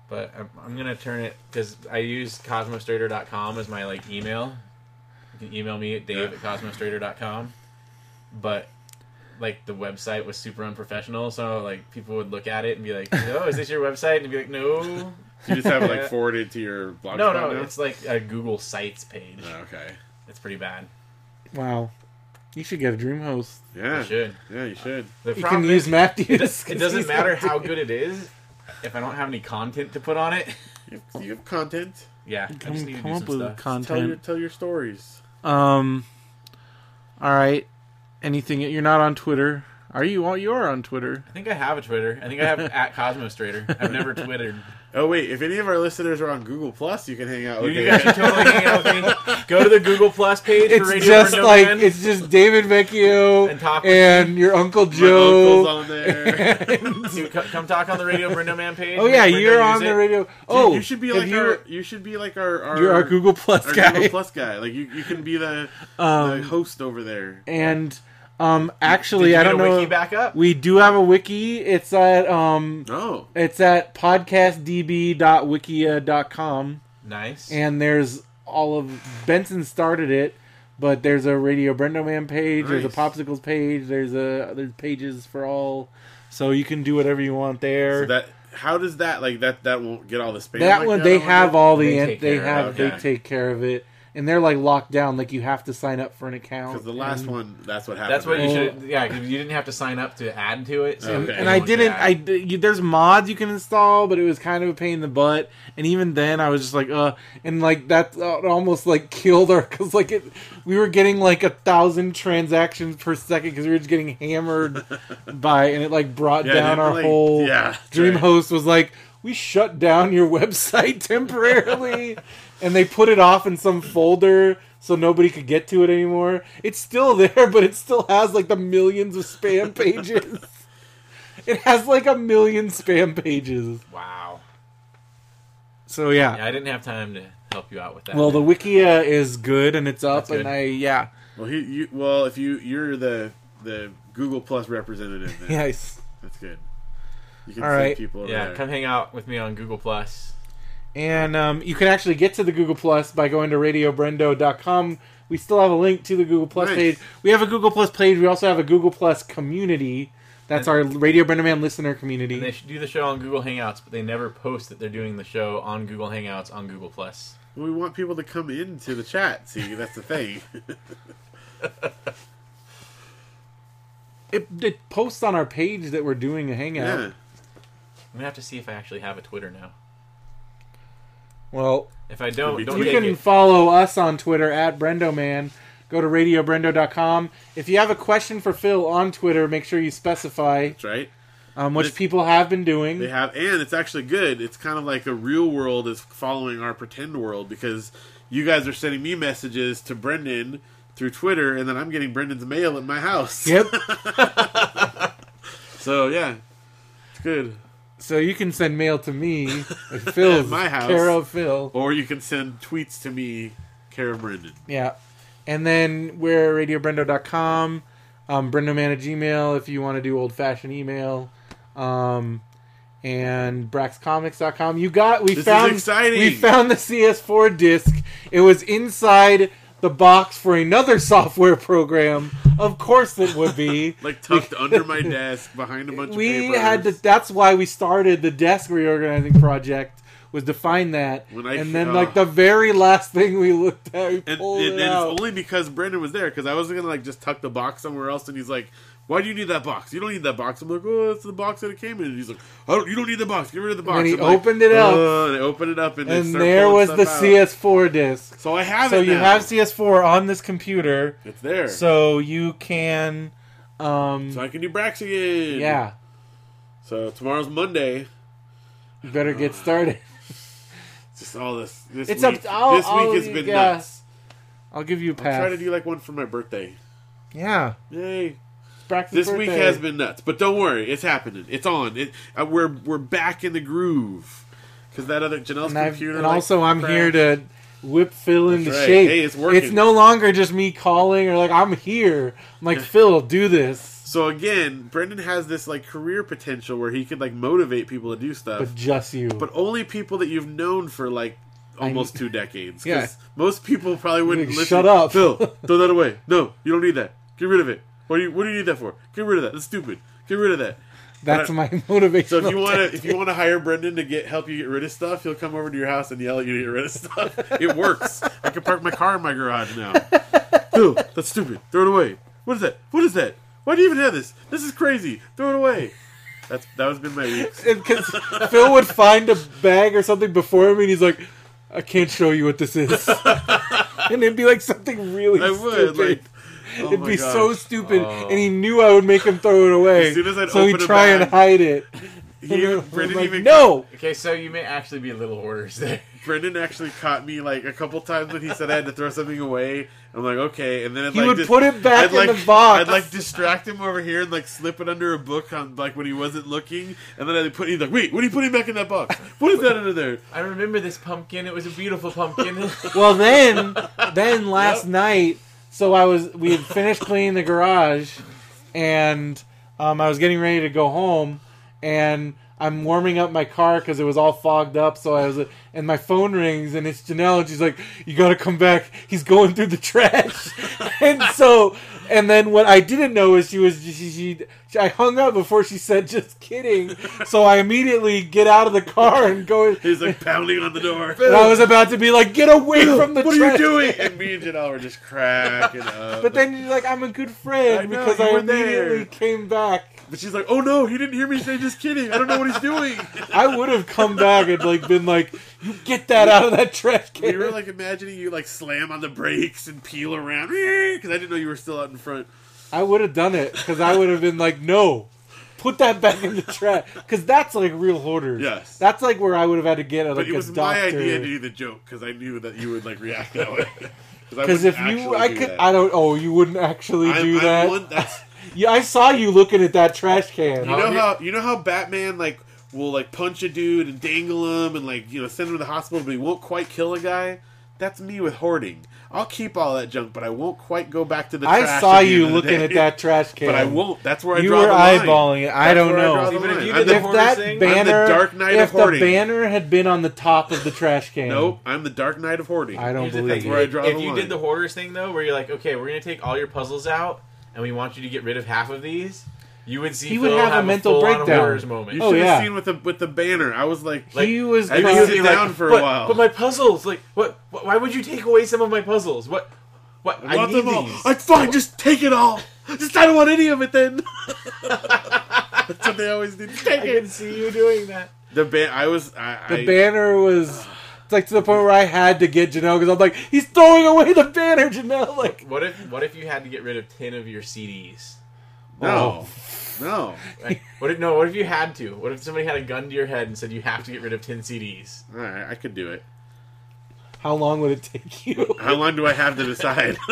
[SPEAKER 4] but I'm, I'm gonna turn it because I use cosmostrader.com as my like email. You can email me at dave at cosmostrader.com, but like the website was super unprofessional, so like people would look at it and be like, "Oh, is this your website?" And I'd be like, "No."
[SPEAKER 3] You just have it like forwarded to your blog.
[SPEAKER 4] No,
[SPEAKER 3] spot
[SPEAKER 4] no,
[SPEAKER 3] now?
[SPEAKER 4] it's like a Google Sites page.
[SPEAKER 3] Oh, okay.
[SPEAKER 4] It's pretty bad.
[SPEAKER 2] Wow, you should get a dream host.
[SPEAKER 3] Yeah.
[SPEAKER 4] I should.
[SPEAKER 3] Yeah, you should.
[SPEAKER 4] The
[SPEAKER 2] You
[SPEAKER 4] problem
[SPEAKER 2] can
[SPEAKER 4] is,
[SPEAKER 2] use Matthews.
[SPEAKER 4] it, does,
[SPEAKER 2] 'cause
[SPEAKER 4] it doesn't
[SPEAKER 2] he's
[SPEAKER 4] matter
[SPEAKER 2] got-
[SPEAKER 4] how good it is if I don't have any content to put on it.
[SPEAKER 3] You have, you have content.
[SPEAKER 4] Yeah, I just
[SPEAKER 2] Come,
[SPEAKER 4] need to
[SPEAKER 2] come
[SPEAKER 4] do
[SPEAKER 2] up
[SPEAKER 4] some
[SPEAKER 2] with
[SPEAKER 4] stuff.
[SPEAKER 3] Tell your
[SPEAKER 2] content.
[SPEAKER 3] tell your stories.
[SPEAKER 2] Um. All right. Anything you're not on Twitter? Are you? Well, you are on Twitter.
[SPEAKER 4] I think I have a Twitter. I think I have at Cosmostrator. I've never Twittered.
[SPEAKER 3] Oh wait, if any of our listeners are on Google Plus, you can hang out with
[SPEAKER 4] You
[SPEAKER 3] me.
[SPEAKER 4] guys should totally hang out with me. Go to the Google Plus page for
[SPEAKER 2] It's
[SPEAKER 4] Radio
[SPEAKER 2] just
[SPEAKER 4] Burnout
[SPEAKER 2] like
[SPEAKER 4] Man.
[SPEAKER 2] it's just David Vecchio
[SPEAKER 4] And
[SPEAKER 2] and,
[SPEAKER 4] talk with
[SPEAKER 2] your uncle
[SPEAKER 3] My uncle's
[SPEAKER 2] Joe.
[SPEAKER 3] on there.
[SPEAKER 4] You co- come talk on the Radio Brendo Man page.
[SPEAKER 2] Oh yeah,
[SPEAKER 4] Brendo
[SPEAKER 2] you're
[SPEAKER 4] use
[SPEAKER 2] on the
[SPEAKER 4] it.
[SPEAKER 2] radio. Oh,
[SPEAKER 3] you should be
[SPEAKER 2] if
[SPEAKER 3] like
[SPEAKER 2] you're,
[SPEAKER 3] our. You should be like our. our
[SPEAKER 2] you're our Google Plus
[SPEAKER 3] our
[SPEAKER 2] guy. Um,
[SPEAKER 3] Google Plus guy. Like you, you can be the, the host over there.
[SPEAKER 2] And um, actually,
[SPEAKER 4] Did you
[SPEAKER 2] I
[SPEAKER 4] get
[SPEAKER 2] don't
[SPEAKER 4] a
[SPEAKER 2] know.
[SPEAKER 4] Wiki back up.
[SPEAKER 2] We do have a wiki. It's at um,
[SPEAKER 3] Oh,
[SPEAKER 2] it's at podcastdb.wikia.com.
[SPEAKER 4] Nice.
[SPEAKER 2] and there's all of Benson started it, but there's a Radio Brendo Man page, there's a
[SPEAKER 3] Nice.
[SPEAKER 2] Popsicles page, there's a there's pages for all, so you can do whatever you want there.
[SPEAKER 3] so
[SPEAKER 2] that
[SPEAKER 3] that how does that like that that won't get all the spam? like
[SPEAKER 2] one they
[SPEAKER 3] I
[SPEAKER 2] have
[SPEAKER 3] wonder?
[SPEAKER 2] all the they,
[SPEAKER 4] They take
[SPEAKER 2] they
[SPEAKER 4] care of
[SPEAKER 2] have
[SPEAKER 3] it, okay.
[SPEAKER 2] they take care of it, and they're like locked down, like you have to sign up for an
[SPEAKER 3] 'Cause
[SPEAKER 2] account.
[SPEAKER 3] the last
[SPEAKER 2] and,
[SPEAKER 3] one, that's what happened.
[SPEAKER 4] That's what you
[SPEAKER 3] right?
[SPEAKER 4] should. Yeah, 'cause you didn't have to sign up to add to it. So
[SPEAKER 3] Okay.
[SPEAKER 2] And I didn't. I di- you, there's mods you can install, but it was kind of a pain in the butt. And even then, I was just like, uh, and like that uh, almost like killed our because like it, we were getting like a thousand transactions per second because we were just getting hammered by, and it like brought
[SPEAKER 3] Yeah,
[SPEAKER 2] down
[SPEAKER 3] didn't
[SPEAKER 2] our
[SPEAKER 3] like-
[SPEAKER 2] whole
[SPEAKER 3] yeah, that's
[SPEAKER 2] dream
[SPEAKER 3] right.
[SPEAKER 2] host was like, we shut down your website temporarily, and they put it off in some folder. So nobody could get to it anymore. It's still there, but it still has like the millions of spam pages. It has like a million spam pages.
[SPEAKER 4] Wow.
[SPEAKER 2] So yeah.
[SPEAKER 4] Yeah, I didn't have time to help you out with that.
[SPEAKER 2] Well, the Wikia is good and it's up,
[SPEAKER 4] That's
[SPEAKER 2] and
[SPEAKER 4] good.
[SPEAKER 2] I yeah
[SPEAKER 3] Well, he, you, well, if you you're the the Google Plus representative, then.
[SPEAKER 2] yes.
[SPEAKER 3] that's good. You can
[SPEAKER 2] All
[SPEAKER 3] send
[SPEAKER 2] right.
[SPEAKER 3] people over
[SPEAKER 4] yeah,
[SPEAKER 3] there.
[SPEAKER 4] come hang out with me on Google Plus.
[SPEAKER 2] And um, you can actually get to the Google Plus by going to radiobrendo.com. We still have a link to the Google Plus
[SPEAKER 3] Nice.
[SPEAKER 2] page. We have a Google Plus page. We also have a Google Plus community. That's our Radio Brendo Man listener community.
[SPEAKER 4] They should do the show on Google Hangouts, but they never post that they're doing the show on Google Hangouts on Google Plus.
[SPEAKER 3] we want people to come into the chat. See, that's the thing.
[SPEAKER 2] it, it posts on our page that we're doing a hangout.
[SPEAKER 3] yeah.
[SPEAKER 4] I'm gonna have to see if I actually have a Twitter now.
[SPEAKER 2] Well,
[SPEAKER 4] If I don't, don't
[SPEAKER 2] you
[SPEAKER 4] take
[SPEAKER 2] can
[SPEAKER 4] it.
[SPEAKER 2] follow us on Twitter at BrendoMan. Go to radiobrendo.com. If you have a question for Phil on Twitter, make sure you specify,
[SPEAKER 3] That's right.
[SPEAKER 2] um, which
[SPEAKER 3] This-
[SPEAKER 2] people have been
[SPEAKER 3] They
[SPEAKER 2] doing.
[SPEAKER 3] have, and it's actually good. It's kind of like the real world is following our pretend world because you guys are sending me messages to Brendan through Twitter, and then I'm getting Brendan's mail at my house.
[SPEAKER 2] Yep.
[SPEAKER 3] So yeah, it's good.
[SPEAKER 2] so you can send mail to me, Phil,
[SPEAKER 3] my house.
[SPEAKER 2] care of Phil.
[SPEAKER 3] Or you can send tweets to me, care of Brendan.
[SPEAKER 2] Yeah. And then we're at radiobrendo.com, um, brendoman at Gmail if you want to do old fashioned email. Um, and braxcomics.com. You got we
[SPEAKER 3] This is
[SPEAKER 2] found
[SPEAKER 3] exciting.
[SPEAKER 2] we found the CS4 disc. It was inside the box for another software program. Of course it would be.
[SPEAKER 3] Like tucked under my desk, behind a bunch of
[SPEAKER 2] we
[SPEAKER 3] papers.
[SPEAKER 2] had to that's why we started the desk reorganizing project was to find that.
[SPEAKER 3] When I-
[SPEAKER 2] and then
[SPEAKER 3] uh,
[SPEAKER 2] like the very last thing we looked at, we
[SPEAKER 3] And,
[SPEAKER 2] pulled
[SPEAKER 3] and- and
[SPEAKER 2] it out.
[SPEAKER 3] it's only because Brendan was there because I was gonna like just tuck the box somewhere else, and he's like, "Why do you need that box? You don't need that box." I'm like, "Oh, that's the box that it came in." And he's like, "Oh, you don't need the box. Get rid of the box."
[SPEAKER 2] he
[SPEAKER 3] I'm like,
[SPEAKER 2] opened it up.
[SPEAKER 3] "Ugh," and I opened it up, and, they
[SPEAKER 2] and
[SPEAKER 3] start
[SPEAKER 2] there
[SPEAKER 3] pulling
[SPEAKER 2] was the
[SPEAKER 3] stuff out.
[SPEAKER 2] CS4 disc.
[SPEAKER 3] So I have
[SPEAKER 2] So
[SPEAKER 3] it.
[SPEAKER 2] you
[SPEAKER 3] now.
[SPEAKER 2] have CS4 on this computer,
[SPEAKER 3] it's there. So,
[SPEAKER 2] so you can, um,
[SPEAKER 3] I can do Brax again.
[SPEAKER 2] yeah,
[SPEAKER 3] So tomorrow's Monday.
[SPEAKER 2] you better get started.
[SPEAKER 3] Just all this. This
[SPEAKER 2] It's
[SPEAKER 3] week,
[SPEAKER 2] up- I'll-
[SPEAKER 3] this week
[SPEAKER 2] I'll-
[SPEAKER 3] has been
[SPEAKER 2] yeah.
[SPEAKER 3] nuts.
[SPEAKER 2] I'll give you a
[SPEAKER 3] I'll
[SPEAKER 2] pass.
[SPEAKER 3] try to do like one for my birthday.
[SPEAKER 2] yeah,
[SPEAKER 3] Yay!
[SPEAKER 2] Braxton's
[SPEAKER 3] This
[SPEAKER 2] birthday.
[SPEAKER 3] week has been nuts, but don't worry, it's happening. It's on. It, uh, we're we're back in the groove because that other Janelle's
[SPEAKER 2] and, I've-
[SPEAKER 3] computer.
[SPEAKER 2] and
[SPEAKER 3] like,
[SPEAKER 2] also I'm
[SPEAKER 3] crashed.
[SPEAKER 2] here to whip Phil into
[SPEAKER 3] That's right.
[SPEAKER 2] shape.
[SPEAKER 3] Hey, it's working.
[SPEAKER 2] no longer just me calling or like I'm here. I'm like Phil, do this,
[SPEAKER 3] So again, Brendan has this like career potential where he could like motivate people to do stuff,
[SPEAKER 2] but
[SPEAKER 3] but,
[SPEAKER 2] just you.
[SPEAKER 3] only people that you've known for like almost two decades. 'Cause
[SPEAKER 2] Yeah.
[SPEAKER 3] most people probably wouldn't
[SPEAKER 2] Like,
[SPEAKER 3] listen.
[SPEAKER 2] shut up.
[SPEAKER 3] Phil. Throw that away. No, you don't need that. Get rid of it. What do you What do you need that for? Get rid of that. That's stupid. Get rid of that.
[SPEAKER 2] That's
[SPEAKER 3] but-
[SPEAKER 2] my motivation.
[SPEAKER 3] So if you want to, if you want to hire Brendan to get help you get rid of stuff, he'll come over to your house and yell at you to get rid of stuff. It works. I can park my car in my garage now. Phil, that's stupid. Throw it away. What is that? What is that? Why do you even have this? This is crazy. Throw it away. That's that has been my weeks.
[SPEAKER 2] because Phil would find a bag or something before me, and he's like, "I can't show you what this is," and it'd be like something really.
[SPEAKER 3] I would
[SPEAKER 2] stupid.
[SPEAKER 3] like. oh
[SPEAKER 2] it'd
[SPEAKER 3] my
[SPEAKER 2] be
[SPEAKER 3] gosh. Oh.
[SPEAKER 2] so stupid, and he knew I would make him throw it away.
[SPEAKER 3] As soon as I'd
[SPEAKER 2] so he'd
[SPEAKER 3] open a
[SPEAKER 2] try and
[SPEAKER 3] bag-
[SPEAKER 2] hide it.
[SPEAKER 3] He,
[SPEAKER 2] And I was
[SPEAKER 3] Brendan
[SPEAKER 2] like,
[SPEAKER 3] even
[SPEAKER 2] no,
[SPEAKER 4] Okay, so you may actually be a little worse there.
[SPEAKER 3] Brendan actually caught me like a couple times when he said I had to throw something away. I'm like, okay, and then I'd,
[SPEAKER 2] He
[SPEAKER 3] like,
[SPEAKER 2] would put it back in the box.
[SPEAKER 3] I'd like distract him over here and like slip it under a book on like when he wasn't looking, and then I'd put. He's like, wait, what are you putting back in that box? What is that under there?
[SPEAKER 4] I remember this pumpkin. It was a beautiful pumpkin.
[SPEAKER 2] Well, then, then last night, so I was we had finished cleaning the garage, and um, I was getting ready to go home, and I'm warming up my car because it was all fogged up. So I was, and my phone rings, and it's Janelle, and she's like, "You got to come back. He's going through the trash." and so, and then what I didn't know is she was she, she, she I hung up before she said, "Just kidding." So I immediately get out of the car and go.
[SPEAKER 3] He's like pounding on the door.
[SPEAKER 2] And I was about to be like, "Get away from the
[SPEAKER 3] what
[SPEAKER 2] trash!"
[SPEAKER 3] are you doing? And me and Janelle were just cracking up.
[SPEAKER 2] But then you're like, I'm a good friend
[SPEAKER 3] I know,
[SPEAKER 2] because
[SPEAKER 3] you
[SPEAKER 2] I
[SPEAKER 3] were there.
[SPEAKER 2] immediately came back.
[SPEAKER 3] but she's like, oh no, he didn't hear me say just kidding. I don't know what he's doing.
[SPEAKER 2] I would have come back and like been like, you get that out of that trash can.
[SPEAKER 3] We were like imagining you like slam on the brakes and peel around because I didn't know you were still out in front.
[SPEAKER 2] I would have done it because I would have been like, no, put that back in the trash because that's like real hoarders.
[SPEAKER 3] Yes.
[SPEAKER 2] that's like where I would have had to get a, like
[SPEAKER 3] But it
[SPEAKER 2] a
[SPEAKER 3] was
[SPEAKER 2] doctor.
[SPEAKER 3] my idea to do the joke because I knew that you would like react that way.
[SPEAKER 2] because if you, I could, I don't. Oh, you wouldn't actually do that.
[SPEAKER 3] that's,
[SPEAKER 2] yeah, I saw you looking at that trash can.
[SPEAKER 3] you know how you know how Batman like will like punch a dude and dangle him and like you know send him to the hospital, but he won't quite kill a guy. That's me with hoarding. I'll keep all that junk, but I won't quite go back to the.
[SPEAKER 2] I
[SPEAKER 3] trash
[SPEAKER 2] saw
[SPEAKER 3] at the
[SPEAKER 2] you
[SPEAKER 3] end of the
[SPEAKER 2] looking at
[SPEAKER 3] day.
[SPEAKER 2] that trash can.
[SPEAKER 3] But I won't. That's where I
[SPEAKER 2] You
[SPEAKER 3] draw
[SPEAKER 2] were
[SPEAKER 3] the line.
[SPEAKER 2] eyeballing it. I
[SPEAKER 3] That's
[SPEAKER 2] don't
[SPEAKER 3] where
[SPEAKER 2] know.
[SPEAKER 3] draw the
[SPEAKER 2] See,
[SPEAKER 4] but if
[SPEAKER 3] line.
[SPEAKER 4] you
[SPEAKER 3] I'm
[SPEAKER 4] did
[SPEAKER 3] the-
[SPEAKER 4] that
[SPEAKER 2] if
[SPEAKER 4] hoarder
[SPEAKER 2] that
[SPEAKER 4] thing?
[SPEAKER 3] I'm the
[SPEAKER 2] banner,
[SPEAKER 3] Dark Knight
[SPEAKER 2] if
[SPEAKER 3] of hoarding.
[SPEAKER 2] the banner had been on the top of the trash can,
[SPEAKER 3] Nope, I'm the Dark Knight of hoarding.
[SPEAKER 2] I don't
[SPEAKER 4] Here's the
[SPEAKER 2] believe
[SPEAKER 4] thing,
[SPEAKER 3] Where I
[SPEAKER 2] it.
[SPEAKER 4] if-
[SPEAKER 3] draw
[SPEAKER 4] if
[SPEAKER 3] the
[SPEAKER 4] you
[SPEAKER 3] line.
[SPEAKER 4] did the hoarders thing though, where you're like, okay, we're gonna take all your puzzles out, and we want you to get rid of half of these, you would see
[SPEAKER 2] He
[SPEAKER 4] Phil
[SPEAKER 2] would have a mental
[SPEAKER 4] full-on
[SPEAKER 2] breakdown.
[SPEAKER 4] hoarders
[SPEAKER 3] You
[SPEAKER 4] moment.
[SPEAKER 2] Oh,
[SPEAKER 3] should have
[SPEAKER 2] yeah.
[SPEAKER 3] seen with the with the banner. I was like,
[SPEAKER 4] Like,
[SPEAKER 2] he was.
[SPEAKER 3] I
[SPEAKER 2] caught-
[SPEAKER 3] didn't sit down for
[SPEAKER 4] but,
[SPEAKER 3] a while.
[SPEAKER 4] But my puzzles, like, what? wh- Why would you take away some of my puzzles? What? What?
[SPEAKER 3] I
[SPEAKER 4] I,
[SPEAKER 3] want
[SPEAKER 4] need
[SPEAKER 3] them all.
[SPEAKER 4] these.
[SPEAKER 3] Like, fine, just take it all. Just I don't want any of it then. That's what they always do. Just Take
[SPEAKER 4] I
[SPEAKER 3] it.
[SPEAKER 4] can see you doing that.
[SPEAKER 3] The ban. I was. I,
[SPEAKER 2] the
[SPEAKER 3] I,
[SPEAKER 2] banner was. It's like to the point where I had to get Janelle because I'm like, he's throwing away the banner, Janelle. Like,
[SPEAKER 4] What if? What if you had to get rid of ten of your CDs?
[SPEAKER 3] No. No.
[SPEAKER 4] Like, what if? No. What if you had to? What if somebody had a gun to your head and said you have to get rid of ten CDs?
[SPEAKER 3] All right, I could do it.
[SPEAKER 2] how long would it take you?
[SPEAKER 3] How long do I have to decide?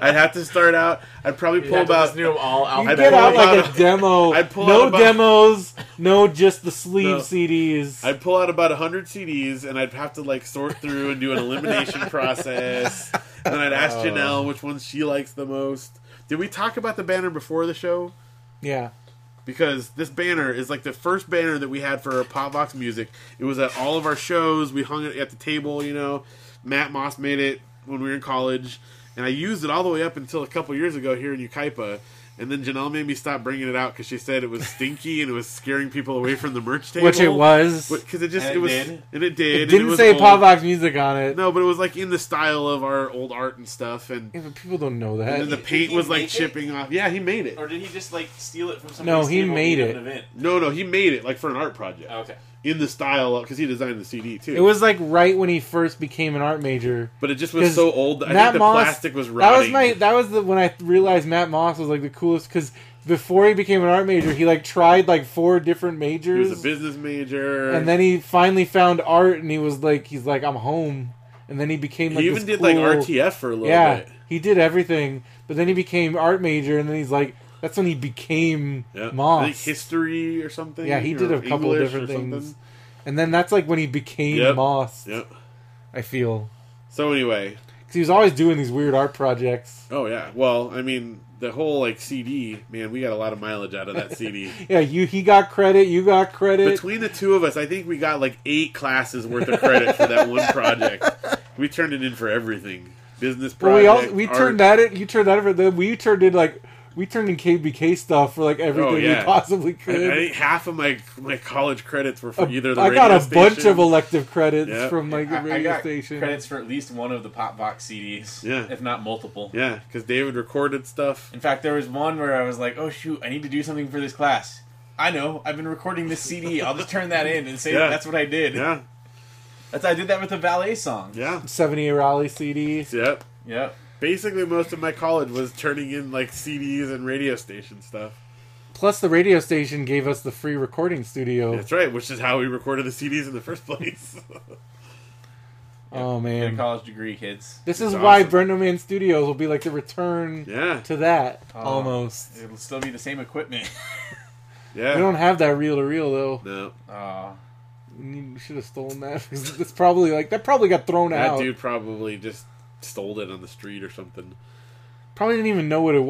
[SPEAKER 3] I'd have to start out. I'd probably
[SPEAKER 4] You
[SPEAKER 3] pull
[SPEAKER 4] have to
[SPEAKER 3] about.
[SPEAKER 4] listen to them all out.
[SPEAKER 2] You
[SPEAKER 3] I'd
[SPEAKER 2] get
[SPEAKER 3] pull
[SPEAKER 2] out like
[SPEAKER 3] about
[SPEAKER 2] a
[SPEAKER 3] a-
[SPEAKER 2] demo.
[SPEAKER 3] I'd pull
[SPEAKER 2] no
[SPEAKER 3] out about-
[SPEAKER 2] demos. No, just the sleeve
[SPEAKER 3] No.
[SPEAKER 2] CDs.
[SPEAKER 3] I'd pull out about 100 CDs and I'd have to like sort through and do an elimination process. And then I'd ask Janelle which ones she likes the most. Did we talk about the banner before the show?
[SPEAKER 2] yeah,
[SPEAKER 3] because this banner is like the first banner that we had for our Popbox music. It was at all of our shows. We hung it at the table, you know. Matt Moss made it when we were in college, and I used it all the way up until a couple years ago here in Ukaipa. And then Janelle made me stop bringing it out because she said it was stinky and it was scaring people away from the merch table.
[SPEAKER 2] which it was.
[SPEAKER 3] because it just
[SPEAKER 6] And
[SPEAKER 3] it,
[SPEAKER 6] it
[SPEAKER 3] was
[SPEAKER 6] did?
[SPEAKER 3] and it did.
[SPEAKER 2] it
[SPEAKER 3] and
[SPEAKER 2] didn't
[SPEAKER 3] was
[SPEAKER 2] say
[SPEAKER 3] old.
[SPEAKER 2] Pavlov's music on it.
[SPEAKER 3] No, but it was like in the style of our old art and stuff, and,
[SPEAKER 2] Yeah, but people don't know that.
[SPEAKER 3] and then the
[SPEAKER 6] Did
[SPEAKER 3] paint
[SPEAKER 6] he
[SPEAKER 3] was
[SPEAKER 6] make
[SPEAKER 3] like
[SPEAKER 6] it?
[SPEAKER 3] chipping off. Yeah, he made it.
[SPEAKER 6] Or did he just like steal it from
[SPEAKER 2] somebody's he table made at an it.
[SPEAKER 6] event? Oh,
[SPEAKER 3] No, no, he made it like for an art project.
[SPEAKER 6] Okay.
[SPEAKER 3] in the style because he designed the CD too.
[SPEAKER 2] It was like right when he first became an art major.
[SPEAKER 3] but it just
[SPEAKER 2] 'Cause
[SPEAKER 3] was so old. that I
[SPEAKER 2] Matt
[SPEAKER 3] think the
[SPEAKER 2] Moss-
[SPEAKER 3] plastic was
[SPEAKER 2] That was
[SPEAKER 3] rotting.
[SPEAKER 2] my. That was the when I realized Matt Moss was like the coolest because before he became an art major, he like tried like four different
[SPEAKER 3] he
[SPEAKER 2] majors,
[SPEAKER 3] was a business major,
[SPEAKER 2] and then he finally found art, and he was like, he's like, I'm home. And then he became
[SPEAKER 3] he
[SPEAKER 2] like
[SPEAKER 3] even
[SPEAKER 2] this
[SPEAKER 3] did
[SPEAKER 2] cool-
[SPEAKER 3] like RTF for a little
[SPEAKER 2] Yeah,
[SPEAKER 3] bit.
[SPEAKER 2] he did everything, but then he became art major, and then he's like, That's when he became
[SPEAKER 3] Yeah. I think
[SPEAKER 2] Moss.
[SPEAKER 3] history or something.
[SPEAKER 2] yeah, he
[SPEAKER 3] or
[SPEAKER 2] did a couple
[SPEAKER 3] English
[SPEAKER 2] different
[SPEAKER 3] or something.
[SPEAKER 2] things, and then that's like when he became
[SPEAKER 3] Yep.
[SPEAKER 2] Moss.
[SPEAKER 3] Yep.
[SPEAKER 2] I feel
[SPEAKER 3] So anyway,
[SPEAKER 2] because he was always doing these weird art projects.
[SPEAKER 3] oh yeah. Well, I mean, the whole like CD, man, we got a lot of mileage out of that CD.
[SPEAKER 2] Yeah, you he got credit, you got credit.
[SPEAKER 3] Between the two of us, I think we got like eight classes worth of credit for that one project. We turned it in for everything. Business
[SPEAKER 2] Well, we
[SPEAKER 3] project.
[SPEAKER 2] all we
[SPEAKER 3] art.
[SPEAKER 2] turned that in. You turned that over. Then we turned in like we turned in KBK stuff for like everything
[SPEAKER 3] Oh, yeah.
[SPEAKER 2] we possibly
[SPEAKER 3] I, I
[SPEAKER 2] could.
[SPEAKER 3] think half of my my college credits were for either the
[SPEAKER 2] I
[SPEAKER 3] radio
[SPEAKER 2] got a bunch
[SPEAKER 3] station-
[SPEAKER 2] of elective credits
[SPEAKER 3] Yeah.
[SPEAKER 2] from like the
[SPEAKER 4] I- I,
[SPEAKER 2] radio
[SPEAKER 4] got
[SPEAKER 2] station.
[SPEAKER 4] credits for at least one of the Pop Box CDs,
[SPEAKER 3] Yeah.
[SPEAKER 4] if not multiple.
[SPEAKER 3] yeah, because David recorded stuff.
[SPEAKER 4] In fact, there was one where I was like, "Oh shoot, I need to do something for this class." I know, I've been recording this CD. I'll just turn that in and say
[SPEAKER 3] Yeah.
[SPEAKER 4] that's what I did.
[SPEAKER 3] Yeah,
[SPEAKER 4] That's I did that with the ballet song.
[SPEAKER 3] yeah,
[SPEAKER 2] Seventy Raleigh CD.
[SPEAKER 3] yep.
[SPEAKER 4] Yep.
[SPEAKER 3] Basically, most of my college was turning in like CDs and radio station stuff.
[SPEAKER 2] Plus, the radio station gave us the free recording studio.
[SPEAKER 3] That's right, which is how we recorded the CDs in the first place.
[SPEAKER 2] Oh
[SPEAKER 4] Get a
[SPEAKER 2] man,
[SPEAKER 4] college degree, kids.
[SPEAKER 2] this is
[SPEAKER 3] It's
[SPEAKER 2] why
[SPEAKER 3] awesome.
[SPEAKER 2] Brendo Man Studios will be like the return
[SPEAKER 3] yeah,
[SPEAKER 2] to that
[SPEAKER 4] Uh,
[SPEAKER 2] almost.
[SPEAKER 4] It'll still be the same equipment.
[SPEAKER 3] yeah.
[SPEAKER 2] We don't have that reel to reel though.
[SPEAKER 3] no,
[SPEAKER 4] Aw.
[SPEAKER 2] We should have stolen that. It's probably like that. Probably got thrown
[SPEAKER 3] that
[SPEAKER 2] out.
[SPEAKER 3] dude probably just stole it on the street or something.
[SPEAKER 2] Probably didn't even know what it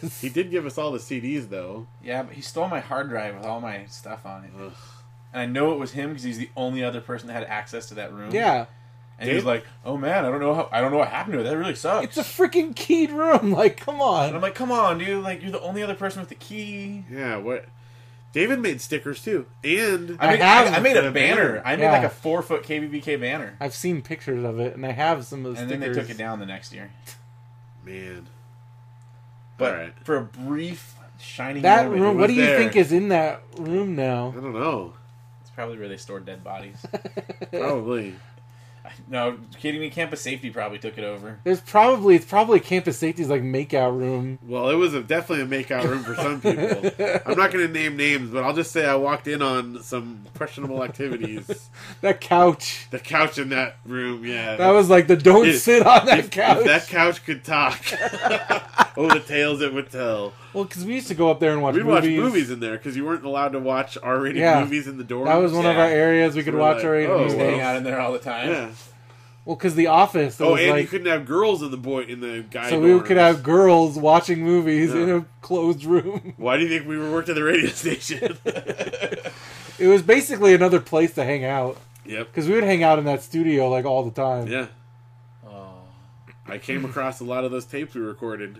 [SPEAKER 2] was.
[SPEAKER 3] He did give us all the CDs though.
[SPEAKER 4] yeah, but he stole my hard drive with all my stuff on it,
[SPEAKER 3] Ugh.
[SPEAKER 4] and I know it was him because he's the only other person that had access to that room.
[SPEAKER 2] yeah,
[SPEAKER 4] and he was
[SPEAKER 3] Dude.
[SPEAKER 4] like, "Oh man, I don't know how I don't know what happened to it. That really sucks."
[SPEAKER 2] it's a freaking keyed room. Like, come
[SPEAKER 4] And I'm
[SPEAKER 2] on.
[SPEAKER 4] like, come on, dude. Like, you're the only other person with the key.
[SPEAKER 3] Yeah, what? David made stickers too, and
[SPEAKER 4] I,
[SPEAKER 2] I
[SPEAKER 4] made,
[SPEAKER 2] have
[SPEAKER 4] I, I made a
[SPEAKER 3] the
[SPEAKER 4] banner.
[SPEAKER 3] banner.
[SPEAKER 4] I made
[SPEAKER 2] Yeah.
[SPEAKER 4] like a four foot KBBK banner.
[SPEAKER 2] I've seen pictures of it, and I have some of the
[SPEAKER 4] And then
[SPEAKER 2] stickers.
[SPEAKER 4] they took it down the next year.
[SPEAKER 3] man,
[SPEAKER 4] But
[SPEAKER 3] All right.
[SPEAKER 4] for a brief, shining
[SPEAKER 2] That
[SPEAKER 4] moment, it
[SPEAKER 2] room.
[SPEAKER 4] was
[SPEAKER 2] What do you
[SPEAKER 3] there.
[SPEAKER 2] think is in that room now?
[SPEAKER 3] I don't know.
[SPEAKER 4] It's probably where they stored dead bodies.
[SPEAKER 3] Probably.
[SPEAKER 4] no, kidding me. Campus safety probably took it over.
[SPEAKER 2] There's probably it's probably campus safety's like makeout room.
[SPEAKER 3] Well, it was a, definitely a makeout room for some people. I'm not going to name names, but I'll just say I walked in on some questionable activities.
[SPEAKER 2] That couch.
[SPEAKER 3] the couch in that room, yeah.
[SPEAKER 2] That was like the don't
[SPEAKER 3] If-
[SPEAKER 2] sit on that
[SPEAKER 3] if, if
[SPEAKER 2] couch.
[SPEAKER 3] that couch could talk. oh, the tales it would tell.
[SPEAKER 2] well, because we used to go up there and watch
[SPEAKER 3] We'd watch
[SPEAKER 2] movies.
[SPEAKER 3] movies in there because you weren't allowed to watch R-rated
[SPEAKER 2] Yeah.
[SPEAKER 3] movies in the dorm.
[SPEAKER 2] That was one of
[SPEAKER 4] Yeah.
[SPEAKER 2] our areas we
[SPEAKER 3] So
[SPEAKER 2] could
[SPEAKER 3] we're
[SPEAKER 2] watch
[SPEAKER 3] like,
[SPEAKER 2] our rated
[SPEAKER 3] oh,
[SPEAKER 2] movies.
[SPEAKER 3] well.
[SPEAKER 4] Hang out in there all the time.
[SPEAKER 3] Yeah.
[SPEAKER 2] Well, because the office. It
[SPEAKER 3] Oh,
[SPEAKER 2] was
[SPEAKER 3] and
[SPEAKER 2] like,
[SPEAKER 3] you couldn't have girls in the boy in the guy.
[SPEAKER 2] so we could
[SPEAKER 3] dorms.
[SPEAKER 2] have girls watching movies in
[SPEAKER 3] Yeah.
[SPEAKER 2] a closed room.
[SPEAKER 3] Why do you think we were worked at the radio station?
[SPEAKER 2] It was basically another place to hang out
[SPEAKER 3] yep.
[SPEAKER 2] because we would hang out in that studio like all the time.
[SPEAKER 3] Yeah.
[SPEAKER 4] Oh,
[SPEAKER 3] I came across a lot of those tapes we recorded.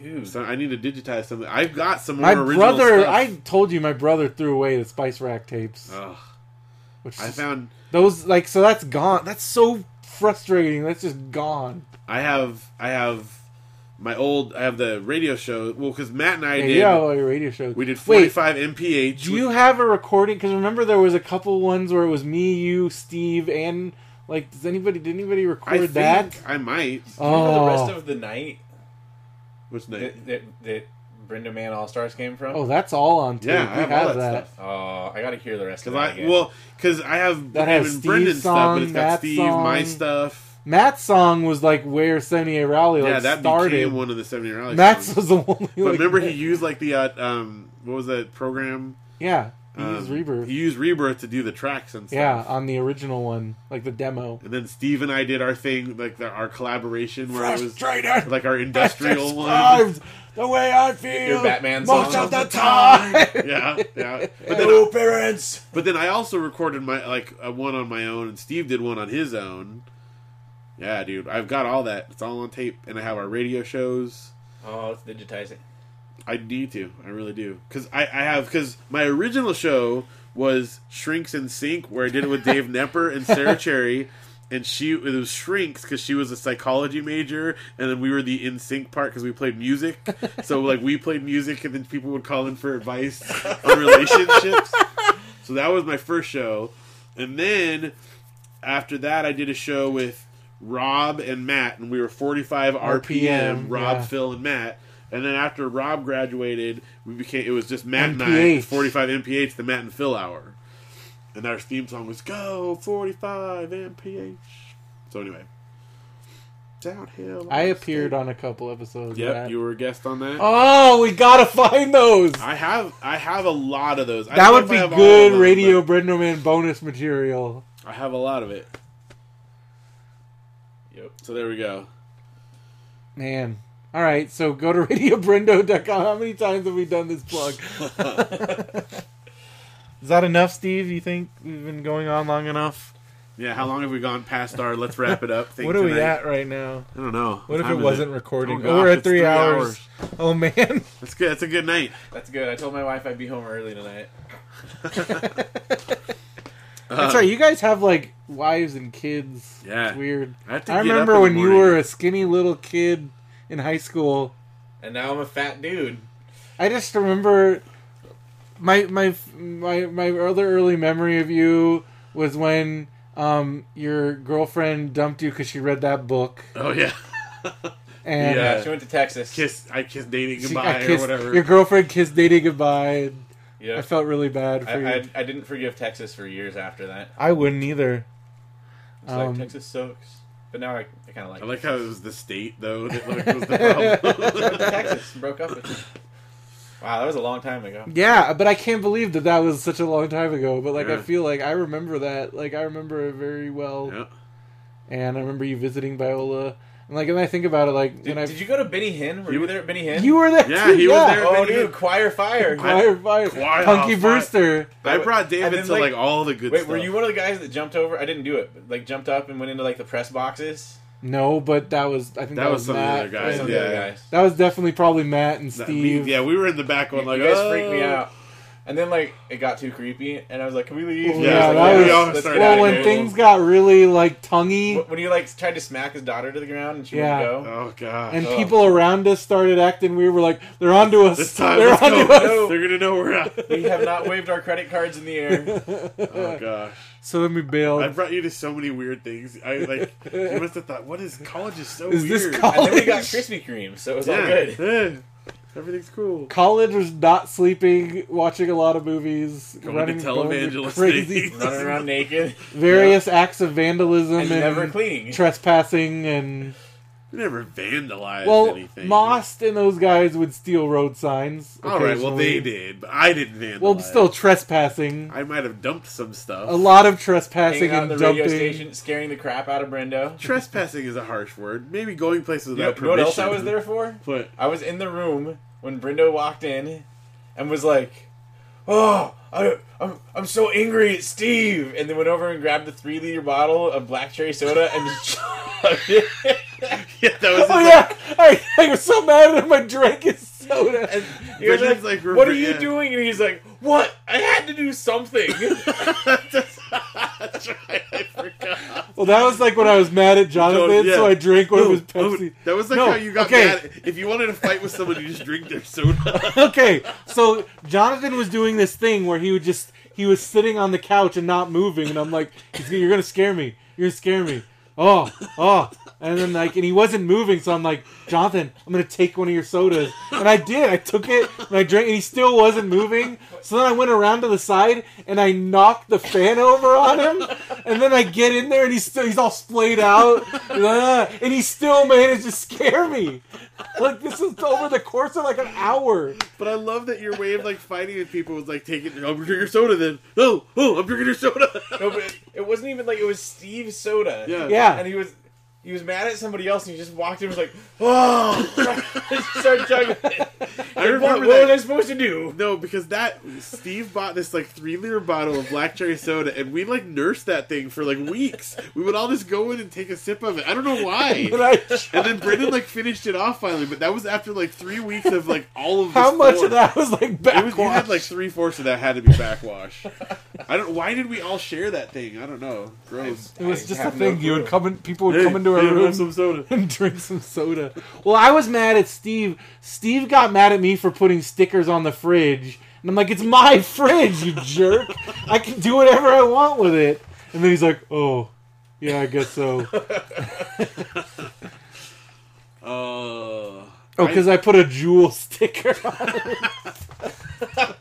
[SPEAKER 4] dude.
[SPEAKER 3] So I need to digitize something. I've got some
[SPEAKER 2] My
[SPEAKER 3] more original
[SPEAKER 2] brother,
[SPEAKER 3] stuff.
[SPEAKER 2] I told you, my brother threw away the Spice Rack tapes.
[SPEAKER 3] Ugh.
[SPEAKER 2] which
[SPEAKER 3] I
[SPEAKER 2] is-
[SPEAKER 3] found
[SPEAKER 2] those like so that's gone. That's so frustrating. That's just gone.
[SPEAKER 3] I have I have my old I have the radio show. Well, because Matt and I
[SPEAKER 2] Yeah,
[SPEAKER 3] did
[SPEAKER 2] you got all your radio shows.
[SPEAKER 3] we did forty
[SPEAKER 2] Wait,
[SPEAKER 3] five mph.
[SPEAKER 2] Do you have a recording? Because remember, there was a couple ones where it was me, you, Steve, and like, does anybody did anybody
[SPEAKER 3] I
[SPEAKER 2] record
[SPEAKER 3] think
[SPEAKER 2] that?
[SPEAKER 3] I might.
[SPEAKER 4] For the rest
[SPEAKER 2] Oh,
[SPEAKER 4] of the night
[SPEAKER 3] Which night?
[SPEAKER 4] that that, that Brenda Man All Stars came from.
[SPEAKER 2] oh, that's all on tape.
[SPEAKER 3] Yeah, I
[SPEAKER 2] we
[SPEAKER 3] have
[SPEAKER 2] have,
[SPEAKER 3] all that
[SPEAKER 2] that.
[SPEAKER 4] Oh, I gotta hear the rest of
[SPEAKER 3] Because
[SPEAKER 4] it.
[SPEAKER 3] I
[SPEAKER 4] again.
[SPEAKER 3] well, because I have
[SPEAKER 2] That has Steve's
[SPEAKER 3] Brendan's stuff,
[SPEAKER 2] song,
[SPEAKER 3] but it's got
[SPEAKER 2] Matt's
[SPEAKER 3] Steve, my
[SPEAKER 2] song.
[SPEAKER 3] stuff.
[SPEAKER 2] Matt's song was like where seventy eight Rally like
[SPEAKER 3] yeah, that
[SPEAKER 2] started.
[SPEAKER 3] became one of the seventy rally.
[SPEAKER 2] Matt's
[SPEAKER 3] songs.
[SPEAKER 2] was the one.
[SPEAKER 3] but remember he used like the uh, um what was that program?
[SPEAKER 2] yeah, he used
[SPEAKER 3] Um,
[SPEAKER 2] Rebirth.
[SPEAKER 3] He used Rebirth to do the tracks and stuff.
[SPEAKER 2] yeah, on the original one, like the demo.
[SPEAKER 3] And then Steve and I did our thing, like the, our collaboration, where it was
[SPEAKER 2] Frustrated.
[SPEAKER 3] like our industrial one.
[SPEAKER 2] Described the way I feel.
[SPEAKER 4] Your Batman
[SPEAKER 2] most
[SPEAKER 4] song.
[SPEAKER 2] of the time.
[SPEAKER 3] yeah, yeah. But
[SPEAKER 4] Hello,
[SPEAKER 3] then,
[SPEAKER 4] parents.
[SPEAKER 3] but then I also recorded my like uh, one on my own, and Steve did one on his own. Yeah, dude, I've got all that. It's all on tape, and I have our radio shows.
[SPEAKER 4] Oh, let's digitize it.
[SPEAKER 3] I need to. I really do. Because I, I have. Because my original show was Shrinks in Sync, where I did it with Dave Nepper and Sarah Cherry. And she it was shrinks because she was a psychology major, and then we were the in sync part because we played music. So like we played music, and then people would call in for advice on relationships. So that was my first show, and then after that, I did a show with Rob and Matt, and we were forty five RPM.
[SPEAKER 2] RPM,
[SPEAKER 3] Rob,
[SPEAKER 2] yeah.
[SPEAKER 3] Phil, and Matt. And then after Rob graduated, we became it was just Matt and I
[SPEAKER 2] MPH.
[SPEAKER 3] forty five MPH, the Matt and Phil hour, and our theme song was "Go forty five MPH." So anyway, downhill.
[SPEAKER 2] I appeared on a couple episodes. of
[SPEAKER 3] Yep,
[SPEAKER 2] that.
[SPEAKER 3] you were a guest on that.
[SPEAKER 2] Oh, we gotta find those.
[SPEAKER 3] I have I have a lot of those. I
[SPEAKER 2] that
[SPEAKER 3] don't know
[SPEAKER 2] would
[SPEAKER 3] if
[SPEAKER 2] be
[SPEAKER 3] I have all
[SPEAKER 2] good
[SPEAKER 3] of them,
[SPEAKER 2] radio Brendo Man bonus material.
[SPEAKER 3] but I have a lot of it.
[SPEAKER 7] Yep.
[SPEAKER 3] So there we go.
[SPEAKER 2] Man. All right, so go to radiobrendo.com. How many times have we done this plug? Is that enough, Steve? You think we've been going on long enough?
[SPEAKER 3] Yeah, how long have we gone past our let's wrap it up thing?
[SPEAKER 2] what are we
[SPEAKER 3] tonight?
[SPEAKER 2] at right now?
[SPEAKER 3] I don't know.
[SPEAKER 2] What if
[SPEAKER 3] time
[SPEAKER 2] it
[SPEAKER 3] is
[SPEAKER 2] wasn't recording?
[SPEAKER 3] Oh,
[SPEAKER 2] Oh,
[SPEAKER 3] gosh,
[SPEAKER 2] we're at
[SPEAKER 3] it's
[SPEAKER 2] three,
[SPEAKER 3] three
[SPEAKER 2] hours. Oh man.
[SPEAKER 3] That's good. That's a good night.
[SPEAKER 4] That's good. I told my wife I'd be home early tonight.
[SPEAKER 2] That's
[SPEAKER 3] Um,
[SPEAKER 2] right. You guys have like wives and kids.
[SPEAKER 3] Yeah.
[SPEAKER 2] It's weird.
[SPEAKER 3] I, have to
[SPEAKER 2] I
[SPEAKER 3] get up
[SPEAKER 2] remember
[SPEAKER 3] in the
[SPEAKER 2] when you
[SPEAKER 3] morning.
[SPEAKER 2] were uh, a skinny little kid in high school.
[SPEAKER 4] And now I'm a fat dude.
[SPEAKER 2] I just remember my my my my other early memory of you was when um your girlfriend dumped you because she read that book
[SPEAKER 3] Oh yeah.
[SPEAKER 2] and
[SPEAKER 3] Yeah.
[SPEAKER 4] She went to Texas.
[SPEAKER 3] Kiss. I kiss dating
[SPEAKER 2] she- I
[SPEAKER 3] goodbye or
[SPEAKER 2] kissed-
[SPEAKER 3] whatever.
[SPEAKER 2] your girlfriend kissed dating goodbye.
[SPEAKER 4] Yeah.
[SPEAKER 2] I felt really bad for
[SPEAKER 4] I,
[SPEAKER 2] you.
[SPEAKER 4] I, I didn't forgive Texas for years after that.
[SPEAKER 2] I wouldn't either.
[SPEAKER 4] It's
[SPEAKER 2] Um,
[SPEAKER 4] like Texas sucks, but now I, I kind of like.
[SPEAKER 3] I
[SPEAKER 4] it.
[SPEAKER 3] like how it was the state though that like, was the problem.
[SPEAKER 4] Texas and broke up with. me. Wow, that was a long time ago.
[SPEAKER 2] Yeah, but I can't believe that that was such a long time ago. But like, I
[SPEAKER 3] Yeah.
[SPEAKER 2] feel like I remember that. Like, I remember it very well,
[SPEAKER 3] yeah.
[SPEAKER 2] and I remember you visiting Biola. And like, and I think about it, like
[SPEAKER 4] Did,
[SPEAKER 2] when I
[SPEAKER 4] did you go to Benny Hinn? Were you,
[SPEAKER 3] You-
[SPEAKER 4] there at Benny Hinn?
[SPEAKER 2] you were there,
[SPEAKER 3] Yeah,
[SPEAKER 2] too,
[SPEAKER 3] he was there.
[SPEAKER 4] oh,
[SPEAKER 3] Benny
[SPEAKER 4] dude,
[SPEAKER 3] Hinn.
[SPEAKER 4] Choir Fire.
[SPEAKER 2] Choir Fire,
[SPEAKER 3] Choir
[SPEAKER 2] Punky
[SPEAKER 3] Fire.
[SPEAKER 2] Brewster.
[SPEAKER 3] I brought
[SPEAKER 4] And
[SPEAKER 3] David
[SPEAKER 4] then,
[SPEAKER 3] to
[SPEAKER 4] like-
[SPEAKER 3] like all the good
[SPEAKER 4] Wait,
[SPEAKER 3] stuff.
[SPEAKER 4] were you one of the guys that jumped over? I didn't do it. But, like jumped up and went into like the press boxes.
[SPEAKER 2] No, but that was I think
[SPEAKER 3] That
[SPEAKER 2] that, was,
[SPEAKER 3] was some of the
[SPEAKER 2] Matt.
[SPEAKER 3] other
[SPEAKER 4] Or
[SPEAKER 3] guys,
[SPEAKER 2] and-
[SPEAKER 4] some of the other
[SPEAKER 3] yeah.
[SPEAKER 4] guys.
[SPEAKER 2] That was definitely probably Matt and
[SPEAKER 3] That-
[SPEAKER 2] Steve.
[SPEAKER 3] yeah, we were in the back one
[SPEAKER 4] You,
[SPEAKER 3] like
[SPEAKER 4] you guys
[SPEAKER 3] oh.
[SPEAKER 4] freaked me out. And then like it got too creepy, and I was like, "Can we leave?"
[SPEAKER 2] Oh,
[SPEAKER 4] And I
[SPEAKER 2] yeah, that
[SPEAKER 4] was like,
[SPEAKER 2] was-
[SPEAKER 4] "Yes,
[SPEAKER 3] we all
[SPEAKER 4] let's get
[SPEAKER 3] started
[SPEAKER 4] out
[SPEAKER 2] Well,
[SPEAKER 4] of
[SPEAKER 3] Yeah,
[SPEAKER 2] when
[SPEAKER 4] here."
[SPEAKER 2] things got really like tonguey,
[SPEAKER 4] Wh- when he like tried to smack his daughter to the ground and she
[SPEAKER 2] Yeah.
[SPEAKER 4] wouldn't go.
[SPEAKER 3] Oh god.
[SPEAKER 2] and
[SPEAKER 4] oh.
[SPEAKER 2] people around us started acting weird, we're like, "They're onto us!
[SPEAKER 3] this time
[SPEAKER 2] They're
[SPEAKER 3] let's
[SPEAKER 2] onto
[SPEAKER 3] go.
[SPEAKER 2] us!"
[SPEAKER 4] No.
[SPEAKER 3] They're gonna know we're out.
[SPEAKER 4] we have not waved our credit cards in the air.
[SPEAKER 3] Oh gosh.
[SPEAKER 2] So then we bailed.
[SPEAKER 3] I brought you to so many weird things. I like you must have thought, what is college is so
[SPEAKER 2] Is
[SPEAKER 3] weird.
[SPEAKER 2] this
[SPEAKER 4] And then we
[SPEAKER 2] college?
[SPEAKER 4] got Krispy Kreme, so it was all
[SPEAKER 3] yeah.
[SPEAKER 4] good.
[SPEAKER 3] yeah. Everything's cool.
[SPEAKER 2] college was not sleeping, watching a lot of movies,
[SPEAKER 3] Going to
[SPEAKER 2] going to
[SPEAKER 3] televangelisting.
[SPEAKER 2] crazy,
[SPEAKER 4] Running around naked
[SPEAKER 2] various acts of vandalism
[SPEAKER 4] and
[SPEAKER 2] and,
[SPEAKER 4] never cleaning.
[SPEAKER 2] trespassing, and
[SPEAKER 3] We never vandalized
[SPEAKER 2] well,
[SPEAKER 3] anything.
[SPEAKER 2] Most and those guys would steal road signs.
[SPEAKER 3] All right, well
[SPEAKER 2] occasionally.
[SPEAKER 3] they did, but I didn't vandalize.
[SPEAKER 2] Well, still trespassing.
[SPEAKER 3] I might have dumped some stuff.
[SPEAKER 2] A lot of trespassing
[SPEAKER 4] Hanging out in
[SPEAKER 2] and
[SPEAKER 4] the radio
[SPEAKER 2] dumping.
[SPEAKER 4] station, scaring the crap out of Brendo.
[SPEAKER 3] Trespassing is a harsh word. Maybe going places
[SPEAKER 4] You know,
[SPEAKER 3] without
[SPEAKER 4] you know what
[SPEAKER 3] permission.
[SPEAKER 4] else I was there for?
[SPEAKER 3] But
[SPEAKER 4] I was in the room when Brendo walked in and was like, "Oh, I, I'm I'm so angry at Steve," and then went over and grabbed the three liter bottle of black cherry soda and just chugged it.
[SPEAKER 3] yeah, that was.
[SPEAKER 2] Oh yeah, I, I was so mad at him. I drank his soda.
[SPEAKER 4] And he was
[SPEAKER 3] Brendo's
[SPEAKER 4] like,
[SPEAKER 3] like,
[SPEAKER 4] "What are you
[SPEAKER 3] yeah."
[SPEAKER 4] doing?" And he's like, "What? I had to do something."
[SPEAKER 3] That's right. I forgot.
[SPEAKER 2] Well, that was like when I was mad at Jonathan,
[SPEAKER 3] yeah.
[SPEAKER 2] so I drank one of
[SPEAKER 3] No,
[SPEAKER 2] his
[SPEAKER 3] no,
[SPEAKER 2] Pepsi.
[SPEAKER 3] that was like
[SPEAKER 2] No,
[SPEAKER 3] how you got
[SPEAKER 2] okay.
[SPEAKER 3] mad. If you wanted to fight with someone, you just drink their soda.
[SPEAKER 2] okay, so Jonathan was doing this thing where he would just he was sitting on the couch and not moving, and I'm like, "He's- "You're gonna scare me! You're gonna scare me!" Oh, oh, and then like, and he wasn't moving, so I'm like, "Jonathan, I'm gonna take one of your sodas," and I did. I took it and I drank, and he still wasn't moving. So then I went around to the side and I knocked the fan over on him, and then I get in there and he's still he's all splayed out, Ah, and he still managed to scare me. Like this is over the course of like an hour.
[SPEAKER 3] but I love that your way of like fighting with people was like taking. I'm drinking your soda. Then no, oh, I'm drinking your soda.
[SPEAKER 4] no, but it, it wasn't even like it was Steve's soda.
[SPEAKER 3] yeah,
[SPEAKER 2] Yeah.
[SPEAKER 4] and he was he was mad at somebody else, and he just walked in and was like,
[SPEAKER 3] Oh,
[SPEAKER 4] "Start chugging." it."
[SPEAKER 3] I
[SPEAKER 4] What,
[SPEAKER 3] remember
[SPEAKER 4] what was I
[SPEAKER 3] that.
[SPEAKER 4] supposed to do?
[SPEAKER 3] No, because that Steve bought this like three liter bottle of black cherry soda, and we like nursed that thing for like weeks. We would all just go in and take a sip of it. I don't know why.
[SPEAKER 2] And I,
[SPEAKER 3] And then Brendan like finished it off finally, but that was after like three weeks of like all of this
[SPEAKER 2] how much
[SPEAKER 3] pour.
[SPEAKER 2] of that was like
[SPEAKER 3] It was, you
[SPEAKER 2] backwash?
[SPEAKER 3] had like three fourths of that had to be backwash. I don't. Why did we all share that thing? I don't know. Gross.
[SPEAKER 2] It was just a
[SPEAKER 4] I have
[SPEAKER 2] thing.
[SPEAKER 4] no
[SPEAKER 2] you would
[SPEAKER 4] clue.
[SPEAKER 2] come in, people would come into our
[SPEAKER 3] Hey, have
[SPEAKER 2] room
[SPEAKER 3] some soda.
[SPEAKER 2] and drink some soda. Well, I was mad at Steve. Steve got mad at me for putting stickers on the fridge, and I'm like, "It's my fridge, you jerk! I can do whatever I want with it." And then he's like, "Oh, yeah, I guess so."
[SPEAKER 3] Uh,
[SPEAKER 2] Oh, because I put a jewel sticker. on it.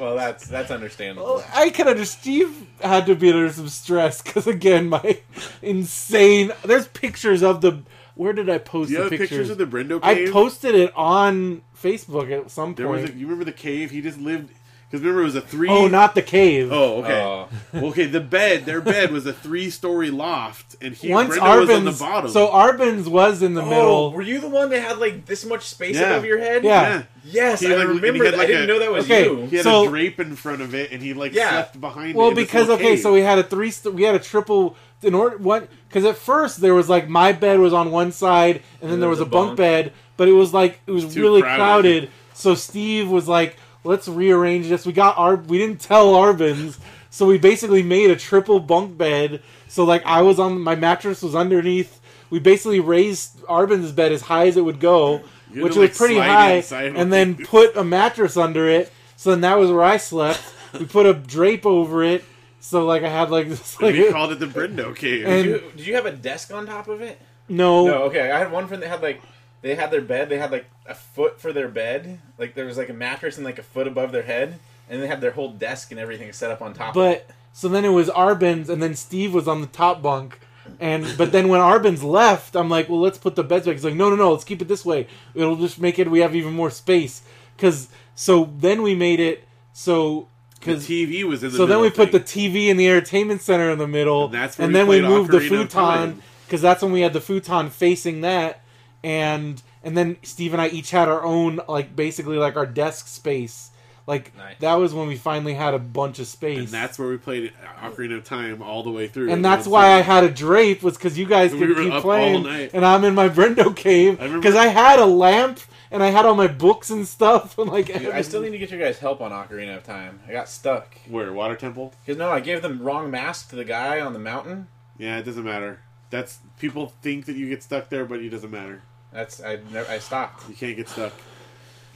[SPEAKER 4] Well, that's that's understandable.
[SPEAKER 2] Well, I can understand. Steve had to be under some stress because, again, my insane. There's pictures of the Where did I post
[SPEAKER 3] You
[SPEAKER 2] the
[SPEAKER 3] have
[SPEAKER 2] pictures?
[SPEAKER 3] pictures? of the Brendo
[SPEAKER 2] I
[SPEAKER 3] cave?
[SPEAKER 2] posted it on Facebook at some
[SPEAKER 3] There was
[SPEAKER 2] point.
[SPEAKER 3] a, you remember the cave? He just lived. Because remember, it was a three.
[SPEAKER 2] oh, not the cave.
[SPEAKER 3] Oh, okay. Well, okay, the bed, their bed was a three story loft, and he
[SPEAKER 2] Once
[SPEAKER 3] Brenda was on
[SPEAKER 2] Arbenz,
[SPEAKER 3] the bottom.
[SPEAKER 2] so Arbenz was in the
[SPEAKER 6] Oh,
[SPEAKER 2] middle.
[SPEAKER 6] were you the one that had like this much space
[SPEAKER 3] Yeah.
[SPEAKER 6] above your head?
[SPEAKER 2] Yeah.
[SPEAKER 6] Yes,
[SPEAKER 3] He,
[SPEAKER 6] I
[SPEAKER 3] like, and he
[SPEAKER 6] remember.
[SPEAKER 3] had,
[SPEAKER 6] that. I
[SPEAKER 3] like,
[SPEAKER 6] didn't
[SPEAKER 3] a-
[SPEAKER 6] know that was
[SPEAKER 2] Okay.
[SPEAKER 6] you.
[SPEAKER 3] He had
[SPEAKER 2] So-
[SPEAKER 3] a drape in front of it, and he like
[SPEAKER 6] Yeah.
[SPEAKER 3] slept behind. it
[SPEAKER 2] Well,
[SPEAKER 3] in this
[SPEAKER 2] because
[SPEAKER 3] little
[SPEAKER 2] okay,
[SPEAKER 3] cave.
[SPEAKER 2] so we had a three. St- we had a triple in order. One because at first there was like my bed was on one side, and then there was a bunk, bed, but it was like it was
[SPEAKER 3] Too
[SPEAKER 2] really crowded.
[SPEAKER 3] crowded.
[SPEAKER 2] So Steve was like, "Let's rearrange this." We got our. We didn't tell Arvin's, so we basically made a triple bunk bed. So like I was on my mattress was underneath. We basically raised Arvin's bed as high as it would go,
[SPEAKER 3] You had
[SPEAKER 2] which
[SPEAKER 3] to,
[SPEAKER 2] was
[SPEAKER 3] like,
[SPEAKER 2] pretty
[SPEAKER 3] slide
[SPEAKER 2] high,
[SPEAKER 3] inside with
[SPEAKER 2] and then put a mattress under it. So then that was where I slept. We put a drape over it, so like I had like this like
[SPEAKER 3] we called it the Brendo cave.
[SPEAKER 2] and-
[SPEAKER 6] Did you, did you have a desk on top of it?
[SPEAKER 2] no,
[SPEAKER 6] No, okay. I had one friend that had like they had their bed. They had like a foot for their bed. Like there was like a mattress and like a foot above their head, and they had their whole desk and everything set up on top. of
[SPEAKER 2] But
[SPEAKER 6] it.
[SPEAKER 2] so then it was Arbenz, and then Steve was on the top bunk. And but then when Arbenz left, I'm like, well, let's put the beds back. He's like, no, no, no, let's keep it this way. It'll just make it we have even more space. Because so then we made it so
[SPEAKER 3] the
[SPEAKER 2] because
[SPEAKER 3] TV was in the.
[SPEAKER 2] so then
[SPEAKER 3] middle
[SPEAKER 2] we put the
[SPEAKER 3] thing.
[SPEAKER 2] TV and the entertainment center in the middle,
[SPEAKER 3] And that's where
[SPEAKER 2] and
[SPEAKER 3] we
[SPEAKER 2] then we
[SPEAKER 3] played
[SPEAKER 2] moved the
[SPEAKER 3] Ocarina of
[SPEAKER 2] futon
[SPEAKER 3] Time.
[SPEAKER 2] because that's when we had the futon facing that, and and then Steve and I each had our own like basically like our desk space. Like
[SPEAKER 6] Nice.
[SPEAKER 2] that was when we finally had a bunch of space,
[SPEAKER 3] and that's where we played Ocarina of Time all the way through.
[SPEAKER 2] and that's
[SPEAKER 3] Once
[SPEAKER 2] why I
[SPEAKER 3] we-
[SPEAKER 2] had a drape was because you guys
[SPEAKER 3] We
[SPEAKER 2] could
[SPEAKER 3] were
[SPEAKER 2] keep
[SPEAKER 3] up all
[SPEAKER 2] playing,
[SPEAKER 3] night.
[SPEAKER 2] and I'm in my Brendo cave
[SPEAKER 3] I remember-
[SPEAKER 2] because I had a lamp and I had all my books and stuff and like
[SPEAKER 6] Dude, I still need to get your guys' help on Ocarina of Time. I got stuck
[SPEAKER 3] where Water Temple.
[SPEAKER 6] because no, I gave the wrong mask to the guy on the mountain.
[SPEAKER 3] Yeah, it doesn't matter. That's people think that you get stuck there, but it doesn't matter.
[SPEAKER 6] That's I never I stopped.
[SPEAKER 3] You can't get stuck.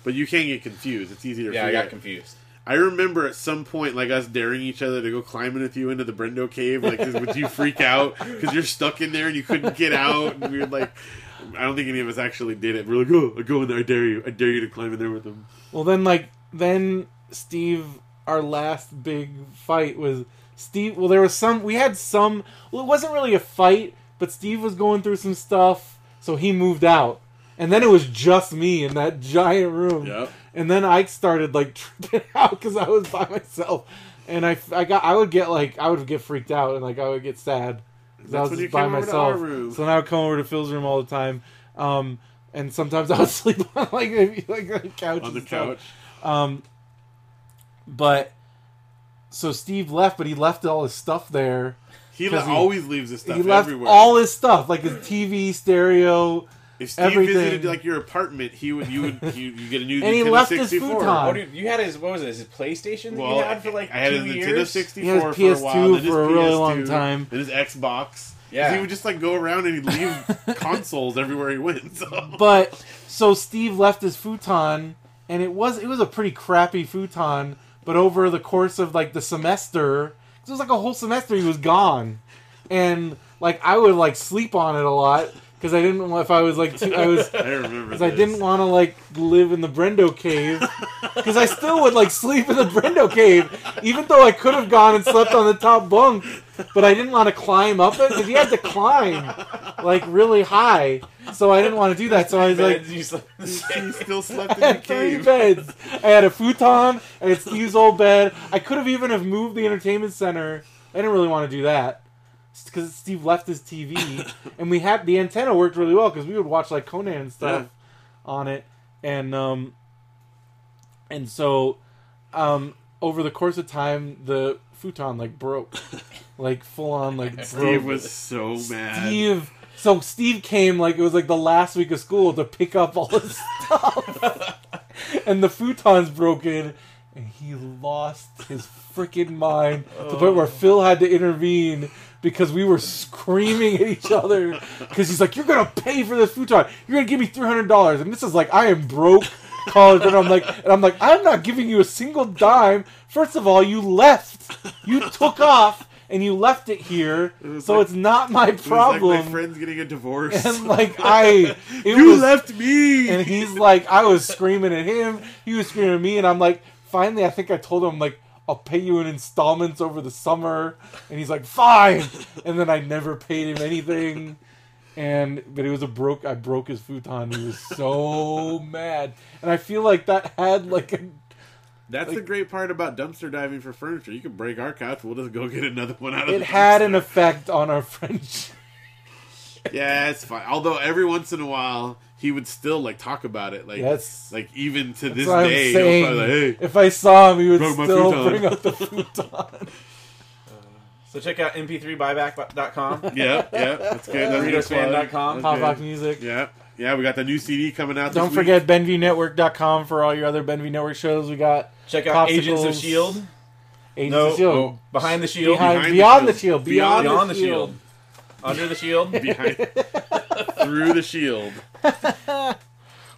[SPEAKER 3] But you can get confused. It's easier.
[SPEAKER 6] Yeah,
[SPEAKER 3] for
[SPEAKER 6] I
[SPEAKER 3] you.
[SPEAKER 6] got confused.
[SPEAKER 3] I remember at some point, like us daring each other to go climbing with you into the Brendo cave. Like, 'cause would you freak out because you're stuck in there and you couldn't get out? And we were like, I don't think any of us actually did it. We're like, oh, go in there. I dare you. I dare you to climb in there with them.
[SPEAKER 2] Well, then, like, then Steve, our last big fight was Steve. Well, there was some. We had some. Well, it wasn't really a fight, but Steve was going through some stuff, so he moved out. And then it was just me in that giant room.
[SPEAKER 3] Yep.
[SPEAKER 2] And then I started like tripping out because I was by myself, and I, I got I would get like I would get freaked out and like I would get sad because I was
[SPEAKER 3] That's when
[SPEAKER 2] just
[SPEAKER 3] you
[SPEAKER 2] by
[SPEAKER 3] came over to
[SPEAKER 2] myself.
[SPEAKER 3] our room.
[SPEAKER 2] So then I would come over to Phil's room all the time, um, and sometimes I would sleep on like maybe, like the couch
[SPEAKER 3] On the
[SPEAKER 2] and stuff.
[SPEAKER 3] couch.
[SPEAKER 2] But so Steve left, but he left all his stuff there.
[SPEAKER 3] He
[SPEAKER 2] 'Cause he-
[SPEAKER 3] always leaves his stuff
[SPEAKER 2] he left
[SPEAKER 3] everywhere.
[SPEAKER 2] all his stuff, like his TV, stereo,
[SPEAKER 3] if Steve
[SPEAKER 2] everything.
[SPEAKER 3] visited like your apartment, he would you would you, you get a new
[SPEAKER 2] And he
[SPEAKER 3] Nintendo
[SPEAKER 2] left his
[SPEAKER 3] 64.
[SPEAKER 2] futon.
[SPEAKER 6] Oh, dude, you had his what was it? His PlayStation that
[SPEAKER 3] Well,
[SPEAKER 6] you had for like
[SPEAKER 3] I had
[SPEAKER 6] two
[SPEAKER 3] a Nintendo
[SPEAKER 6] years.
[SPEAKER 3] 64
[SPEAKER 2] He has
[SPEAKER 3] for a while, then
[SPEAKER 2] PS2
[SPEAKER 3] his
[SPEAKER 2] for a really
[SPEAKER 3] PS2,
[SPEAKER 2] long time.
[SPEAKER 3] then his Xbox. 'Cause
[SPEAKER 6] Yeah.
[SPEAKER 3] he would just like go around and he'd leave consoles everywhere he went. So.
[SPEAKER 2] but so Steve left his futon, and it was it was a pretty crappy futon. But over the course of like the semester, 'cause it was like a whole semester he was gone, and like I would like sleep on it a lot because I didn't want if I was like too, I was
[SPEAKER 3] I remember
[SPEAKER 2] because I didn't want to like live in the Brendo cave because I still would like sleep in the Brendo cave even though I could have gone and slept on the top bunk but I didn't want to climb up it because you had to climb like really high so I didn't want to do that so I was like
[SPEAKER 6] Beds you slept in.
[SPEAKER 3] He still slept in
[SPEAKER 2] I
[SPEAKER 3] the
[SPEAKER 2] had three
[SPEAKER 3] cave.
[SPEAKER 2] beds I had a futon I had Steve's old bed I could have even have moved the entertainment center I didn't really want to do that because Steve left his TV and we had the antenna worked really well because we would watch like Conan and stuff on it and um and so um over the course of time the futon like broke like full on like
[SPEAKER 3] Steve
[SPEAKER 2] broke.
[SPEAKER 3] was so mad.
[SPEAKER 2] Steve so Steve came like it was like the last week of school to pick up all his stuff and the futon's broken and he lost his freaking mind to the point
[SPEAKER 3] Oh.
[SPEAKER 2] where Phil had to intervene because we were screaming at each other because he's like, "You're gonna pay for this futon. You're gonna give me three hundred dollars." And this is like, I am broke. College, and I'm like, and I'm like, I'm not giving you a single dime. First of all, you left, you took off, and you left it here,
[SPEAKER 3] was
[SPEAKER 2] so
[SPEAKER 3] like-
[SPEAKER 2] it's not my
[SPEAKER 3] It was
[SPEAKER 2] problem.
[SPEAKER 3] Like my friend's getting a divorce.
[SPEAKER 2] and like I, it
[SPEAKER 3] you
[SPEAKER 2] was,
[SPEAKER 3] left me.
[SPEAKER 2] and he's like, I was screaming at him, he was screaming at me, and I'm like, finally, I think I told him like, I'll pay you in installments over the summer, and he's like, fine, and then I never paid him anything, and but it was a broke. I broke his futon. He was so mad, and I feel like that had like a
[SPEAKER 3] That's the great part about dumpster diving for furniture. You can break our couch. We'll just go get another one out of
[SPEAKER 2] it
[SPEAKER 3] the
[SPEAKER 2] had
[SPEAKER 3] dumpster.
[SPEAKER 2] an effect on our friendship.
[SPEAKER 3] Yeah, it's fine. Although every once in a while he would still like talk about it. Like
[SPEAKER 2] Yes.
[SPEAKER 3] like even to this
[SPEAKER 2] That's what I'm
[SPEAKER 3] day,
[SPEAKER 2] saying.
[SPEAKER 3] he'll probably like, hey.
[SPEAKER 2] If I saw him, he would
[SPEAKER 3] broke my
[SPEAKER 2] still
[SPEAKER 3] futon.
[SPEAKER 2] bring up the futon.
[SPEAKER 4] So check out mp3buyback.com.
[SPEAKER 3] Yep, yep, that's good. That's good plug.
[SPEAKER 4] RitosFan.com.
[SPEAKER 3] That's
[SPEAKER 2] Pop
[SPEAKER 3] good.
[SPEAKER 2] Rock Music.
[SPEAKER 3] Yep. Yeah, we got the new CD coming out.
[SPEAKER 2] Don't
[SPEAKER 3] this week.
[SPEAKER 2] forget BenviewNetwork.com for all your other Benview Network shows. We got
[SPEAKER 4] Check out Agents of
[SPEAKER 2] Popsicles.
[SPEAKER 6] E
[SPEAKER 4] Shield.
[SPEAKER 2] Agents
[SPEAKER 4] No,
[SPEAKER 2] of Shield.
[SPEAKER 4] oh, behind the shield.
[SPEAKER 2] E Behind,
[SPEAKER 3] Behind the
[SPEAKER 2] beyond the
[SPEAKER 3] Shield.
[SPEAKER 2] shield.
[SPEAKER 3] Beyond
[SPEAKER 2] Beyond,
[SPEAKER 4] Beyond
[SPEAKER 2] the
[SPEAKER 4] the
[SPEAKER 6] E
[SPEAKER 2] shield.
[SPEAKER 4] Under the shield.
[SPEAKER 3] behind through the shield.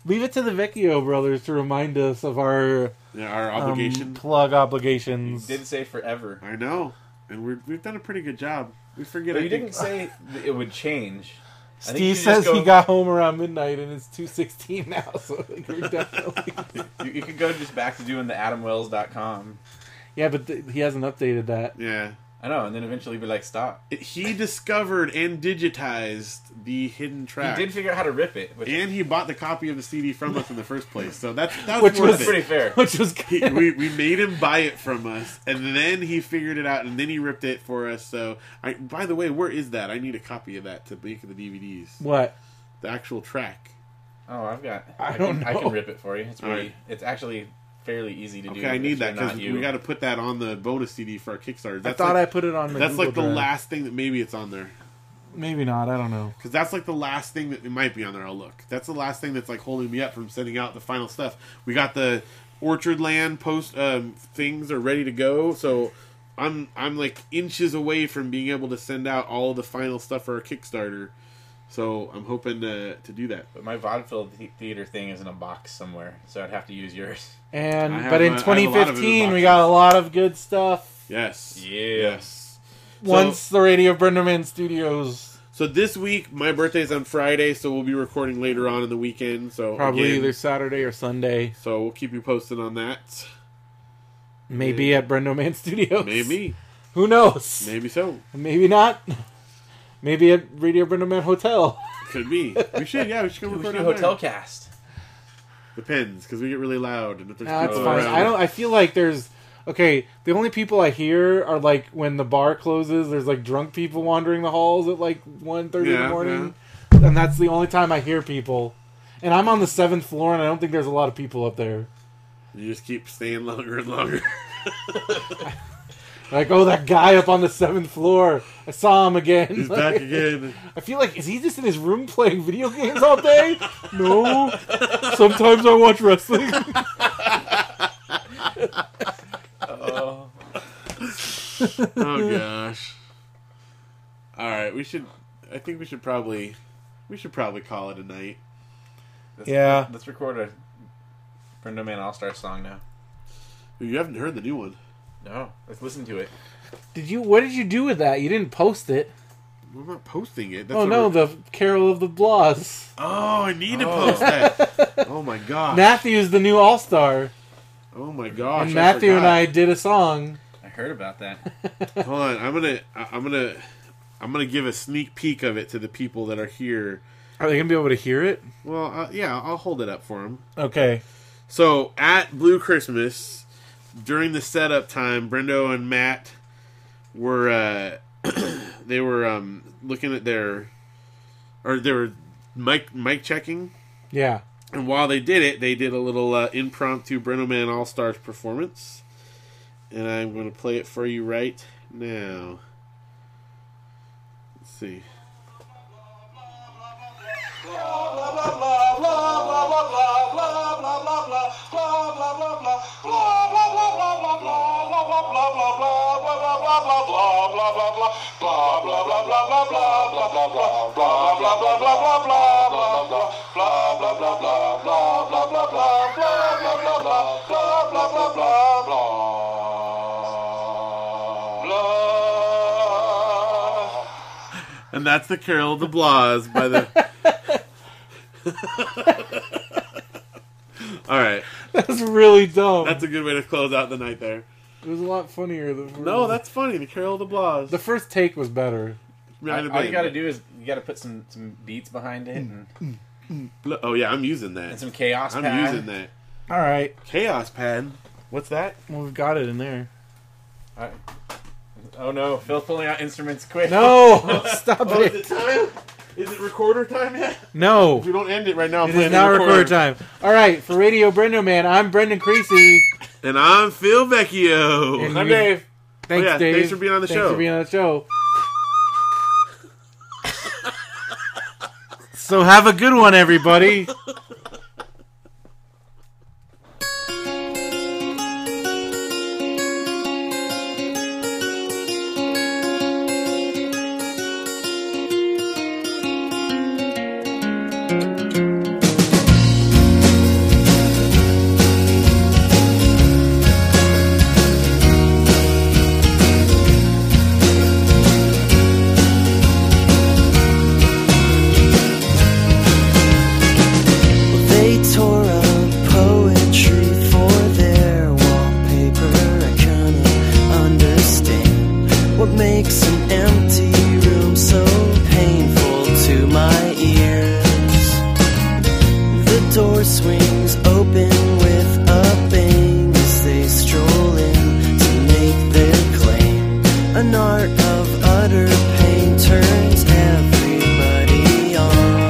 [SPEAKER 2] Leave it to the Vecchio brothers to remind us of our
[SPEAKER 3] Yeah, our
[SPEAKER 2] um,
[SPEAKER 3] obligation.
[SPEAKER 2] plug obligations.
[SPEAKER 6] Did say forever.
[SPEAKER 3] I know, and we're, we've done a pretty good job. We forget.
[SPEAKER 6] But
[SPEAKER 3] I
[SPEAKER 6] you
[SPEAKER 3] think-
[SPEAKER 6] didn't say that it would change. I think you should
[SPEAKER 2] Steve says
[SPEAKER 6] just
[SPEAKER 2] he
[SPEAKER 6] go-
[SPEAKER 2] got home around midnight and it's two sixteen now, so like, we're definitely
[SPEAKER 6] You, you could go just back to doing the AdamWells.com.
[SPEAKER 2] yeah. But th- he hasn't updated that.
[SPEAKER 3] Yeah.
[SPEAKER 6] I know, and then eventually be like, stop.
[SPEAKER 3] It- He discovered and digitized the hidden
[SPEAKER 4] He
[SPEAKER 3] track.
[SPEAKER 4] did figure out how to rip it. Which
[SPEAKER 3] and he bought the copy of the CD from us in the first place. So that's that was
[SPEAKER 2] Which
[SPEAKER 3] worth
[SPEAKER 2] was
[SPEAKER 3] it.
[SPEAKER 6] Pretty fair.
[SPEAKER 2] Which was
[SPEAKER 3] He- we, we made him buy it from us, and then he figured it out, and then he ripped it for us. So, I, by the way, where is that? I need a copy of that to make the DVDs.
[SPEAKER 2] what?
[SPEAKER 3] The actual track.
[SPEAKER 6] Oh, I've got.
[SPEAKER 2] I
[SPEAKER 6] can,
[SPEAKER 2] don't
[SPEAKER 6] I
[SPEAKER 2] know.
[SPEAKER 6] can rip it for you. It's
[SPEAKER 3] All
[SPEAKER 6] pretty.
[SPEAKER 3] right.
[SPEAKER 6] It's actually fairly easy to do.
[SPEAKER 3] Okay, I need
[SPEAKER 6] if
[SPEAKER 3] that
[SPEAKER 6] you're not
[SPEAKER 3] because
[SPEAKER 6] you.
[SPEAKER 3] we got to put that on the bonus CD for our Kickstarter.
[SPEAKER 2] I
[SPEAKER 3] That's
[SPEAKER 2] thought
[SPEAKER 3] like,
[SPEAKER 2] I put it on.
[SPEAKER 3] that's
[SPEAKER 2] Google
[SPEAKER 3] like the
[SPEAKER 2] Drive.
[SPEAKER 3] last thing that maybe it's on there
[SPEAKER 2] Maybe not. I don't know.
[SPEAKER 3] because that's like the last thing that it might be on there. I'll look. That's the last thing that's like holding me up from sending out the final stuff. We got the Orchard Land post um, things are ready to go, so I'm I'm like inches away from being able to send out all the final stuff for our Kickstarter. So I'm hoping to to do that.
[SPEAKER 6] But my vaudeville th- theater thing is in a box somewhere, so I'd have to use yours.
[SPEAKER 2] And
[SPEAKER 3] I have
[SPEAKER 2] but
[SPEAKER 3] a- I
[SPEAKER 2] in
[SPEAKER 3] have a lot of
[SPEAKER 2] 2015, we
[SPEAKER 3] inboxes.
[SPEAKER 2] got a lot of good stuff.
[SPEAKER 3] Yes. Yes. So-
[SPEAKER 2] Once the Radio Brenderman Studios,
[SPEAKER 3] So this week, my birthday's on Friday, so we'll be recording later on in the weekend. So
[SPEAKER 2] probably
[SPEAKER 3] again,
[SPEAKER 2] either Saturday or Sunday,
[SPEAKER 3] So we'll keep you posted on that.
[SPEAKER 2] maybe at Brenderman Studios.
[SPEAKER 3] Maybe,
[SPEAKER 2] Who knows?
[SPEAKER 3] maybe so.
[SPEAKER 2] Maybe not. Maybe at Radio Brenderman Hotel.
[SPEAKER 3] Could be. We should. Yeah, we should go
[SPEAKER 6] We should
[SPEAKER 3] record
[SPEAKER 6] do
[SPEAKER 3] on
[SPEAKER 6] hotel
[SPEAKER 3] hotel.
[SPEAKER 6] cast.
[SPEAKER 3] Depends, because we get really loud, and if there's
[SPEAKER 2] Nah, that's
[SPEAKER 3] people
[SPEAKER 2] fine.
[SPEAKER 3] around,
[SPEAKER 2] I don't. I feel like there's. Okay, the only people I hear are like when the bar closes. There's like drunk people wandering the halls at like 1.30 in
[SPEAKER 3] Yeah,
[SPEAKER 2] the morning, and that's the only time I hear people. And I'm on the seventh floor, and I don't think there's a lot of people up there.
[SPEAKER 3] You just keep staying longer and longer.
[SPEAKER 2] Like, oh, that guy up on the seventh floor. I saw him again.
[SPEAKER 3] He's
[SPEAKER 2] Like,
[SPEAKER 3] back again.
[SPEAKER 2] I feel like is he just in his room playing video games all day? no. Sometimes I watch wrestling.
[SPEAKER 6] Oh,
[SPEAKER 3] Oh gosh. All right, we should. I think we should probably. We should probably call it a night.
[SPEAKER 6] let's,
[SPEAKER 2] Yeah.
[SPEAKER 6] Let's record a Brendo Man All Star song now.
[SPEAKER 3] You haven't heard the new one.
[SPEAKER 6] No, let's listen to it.
[SPEAKER 2] Did you? What did you do with that? You didn't post it.
[SPEAKER 3] We're not posting it. That's
[SPEAKER 2] Oh
[SPEAKER 3] what
[SPEAKER 2] no,
[SPEAKER 3] we're-
[SPEAKER 2] the Carol of the Blahs.
[SPEAKER 3] Oh, I need to post that. Oh my gosh.
[SPEAKER 2] Matthew's the new All Star,
[SPEAKER 3] oh my gosh.
[SPEAKER 2] and
[SPEAKER 3] I
[SPEAKER 2] Matthew and
[SPEAKER 3] forgot.
[SPEAKER 2] I did a song.
[SPEAKER 6] I heard about that.
[SPEAKER 3] Hold on, I'm gonna, I- I'm gonna, I'm gonna give a sneak peek of it to the people that are here.
[SPEAKER 2] Are they gonna be able to hear it?
[SPEAKER 3] Well, uh, yeah, I'll hold it up for them.
[SPEAKER 2] Okay.
[SPEAKER 3] So at Blue Christmas, during the setup time, Brendo and Matt were, uh, they were um, looking at their, or they were mic mic checking,
[SPEAKER 2] Yeah.
[SPEAKER 3] and while they did it, they did a little uh, impromptu Brendo Man All Stars performance, and I'm gonna play it for you right now. Let's see. And that's the Carol of the Blas by the. All right,
[SPEAKER 2] That's really dumb.
[SPEAKER 3] that's a good way to close out the night there.
[SPEAKER 2] it was a lot funnier than
[SPEAKER 3] No, that's funny. The Carol of the Blas.
[SPEAKER 2] the first take was better.
[SPEAKER 3] Might have
[SPEAKER 6] All you
[SPEAKER 3] been.
[SPEAKER 6] got to do is you got to put some some beats behind it and,
[SPEAKER 3] Look- Oh yeah, I'm using that.
[SPEAKER 6] and some chaos.
[SPEAKER 3] I'm
[SPEAKER 6] pad.
[SPEAKER 3] using that
[SPEAKER 2] All right.
[SPEAKER 3] chaos pad. What's that?
[SPEAKER 2] Well, we've got it in there.
[SPEAKER 6] Oh no, Phil's pulling out instruments quick.
[SPEAKER 2] No, stop
[SPEAKER 3] Oh,
[SPEAKER 2] it.
[SPEAKER 3] is it time? Is it recorder time yet?
[SPEAKER 2] No.
[SPEAKER 3] If we don't end it right now, I'm
[SPEAKER 2] It is
[SPEAKER 3] playing the
[SPEAKER 2] now record
[SPEAKER 3] recorder.
[SPEAKER 2] time. All right, for Radio Brendo Man, I'm Brendan Creasy.
[SPEAKER 3] And I'm Phil Vecchio.
[SPEAKER 2] And
[SPEAKER 3] I'm
[SPEAKER 2] you-
[SPEAKER 3] Dave. Oh,
[SPEAKER 2] Thanks,
[SPEAKER 3] yeah,
[SPEAKER 2] Dave.
[SPEAKER 3] thanks for being on the
[SPEAKER 2] Thanks
[SPEAKER 3] show.
[SPEAKER 2] for being on the show. so have a good one, everybody.
[SPEAKER 8] They tore up poetry for their wallpaper. I couldn't understand what makes an empty room so painful to my ears. The door swings open with a bang as they stroll in to make their claim. An art of utter pain turns everybody on.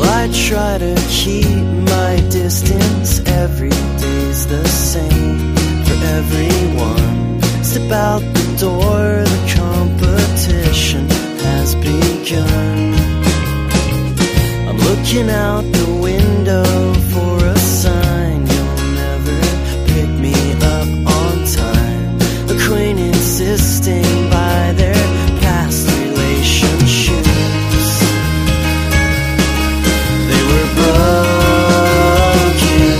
[SPEAKER 8] Well, I try to keep my distance. Every day's the same for everyone. Step out the door, the competition has begun. I'm looking out the window for a sign. You'll never pick me up on time. Acquaintances insisting by their past relationships. They were broken,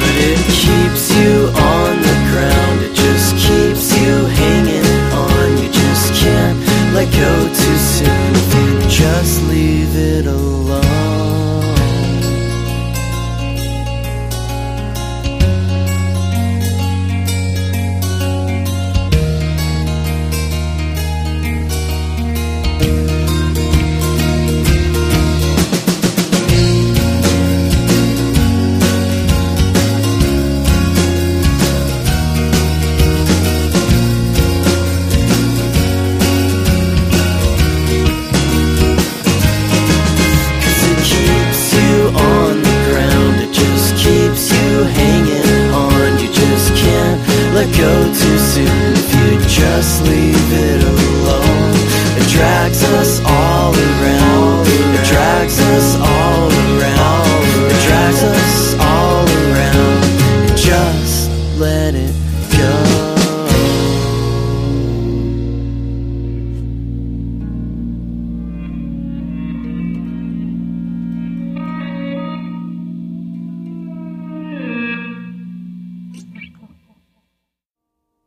[SPEAKER 8] but it keeps you on the ground. It just keeps you hanging on. You just can't let go too soon. If you just leave it alone. It keeps you on the ground. It just keeps you hanging on. You just can't let go too soon if you just leave it alone. It drags us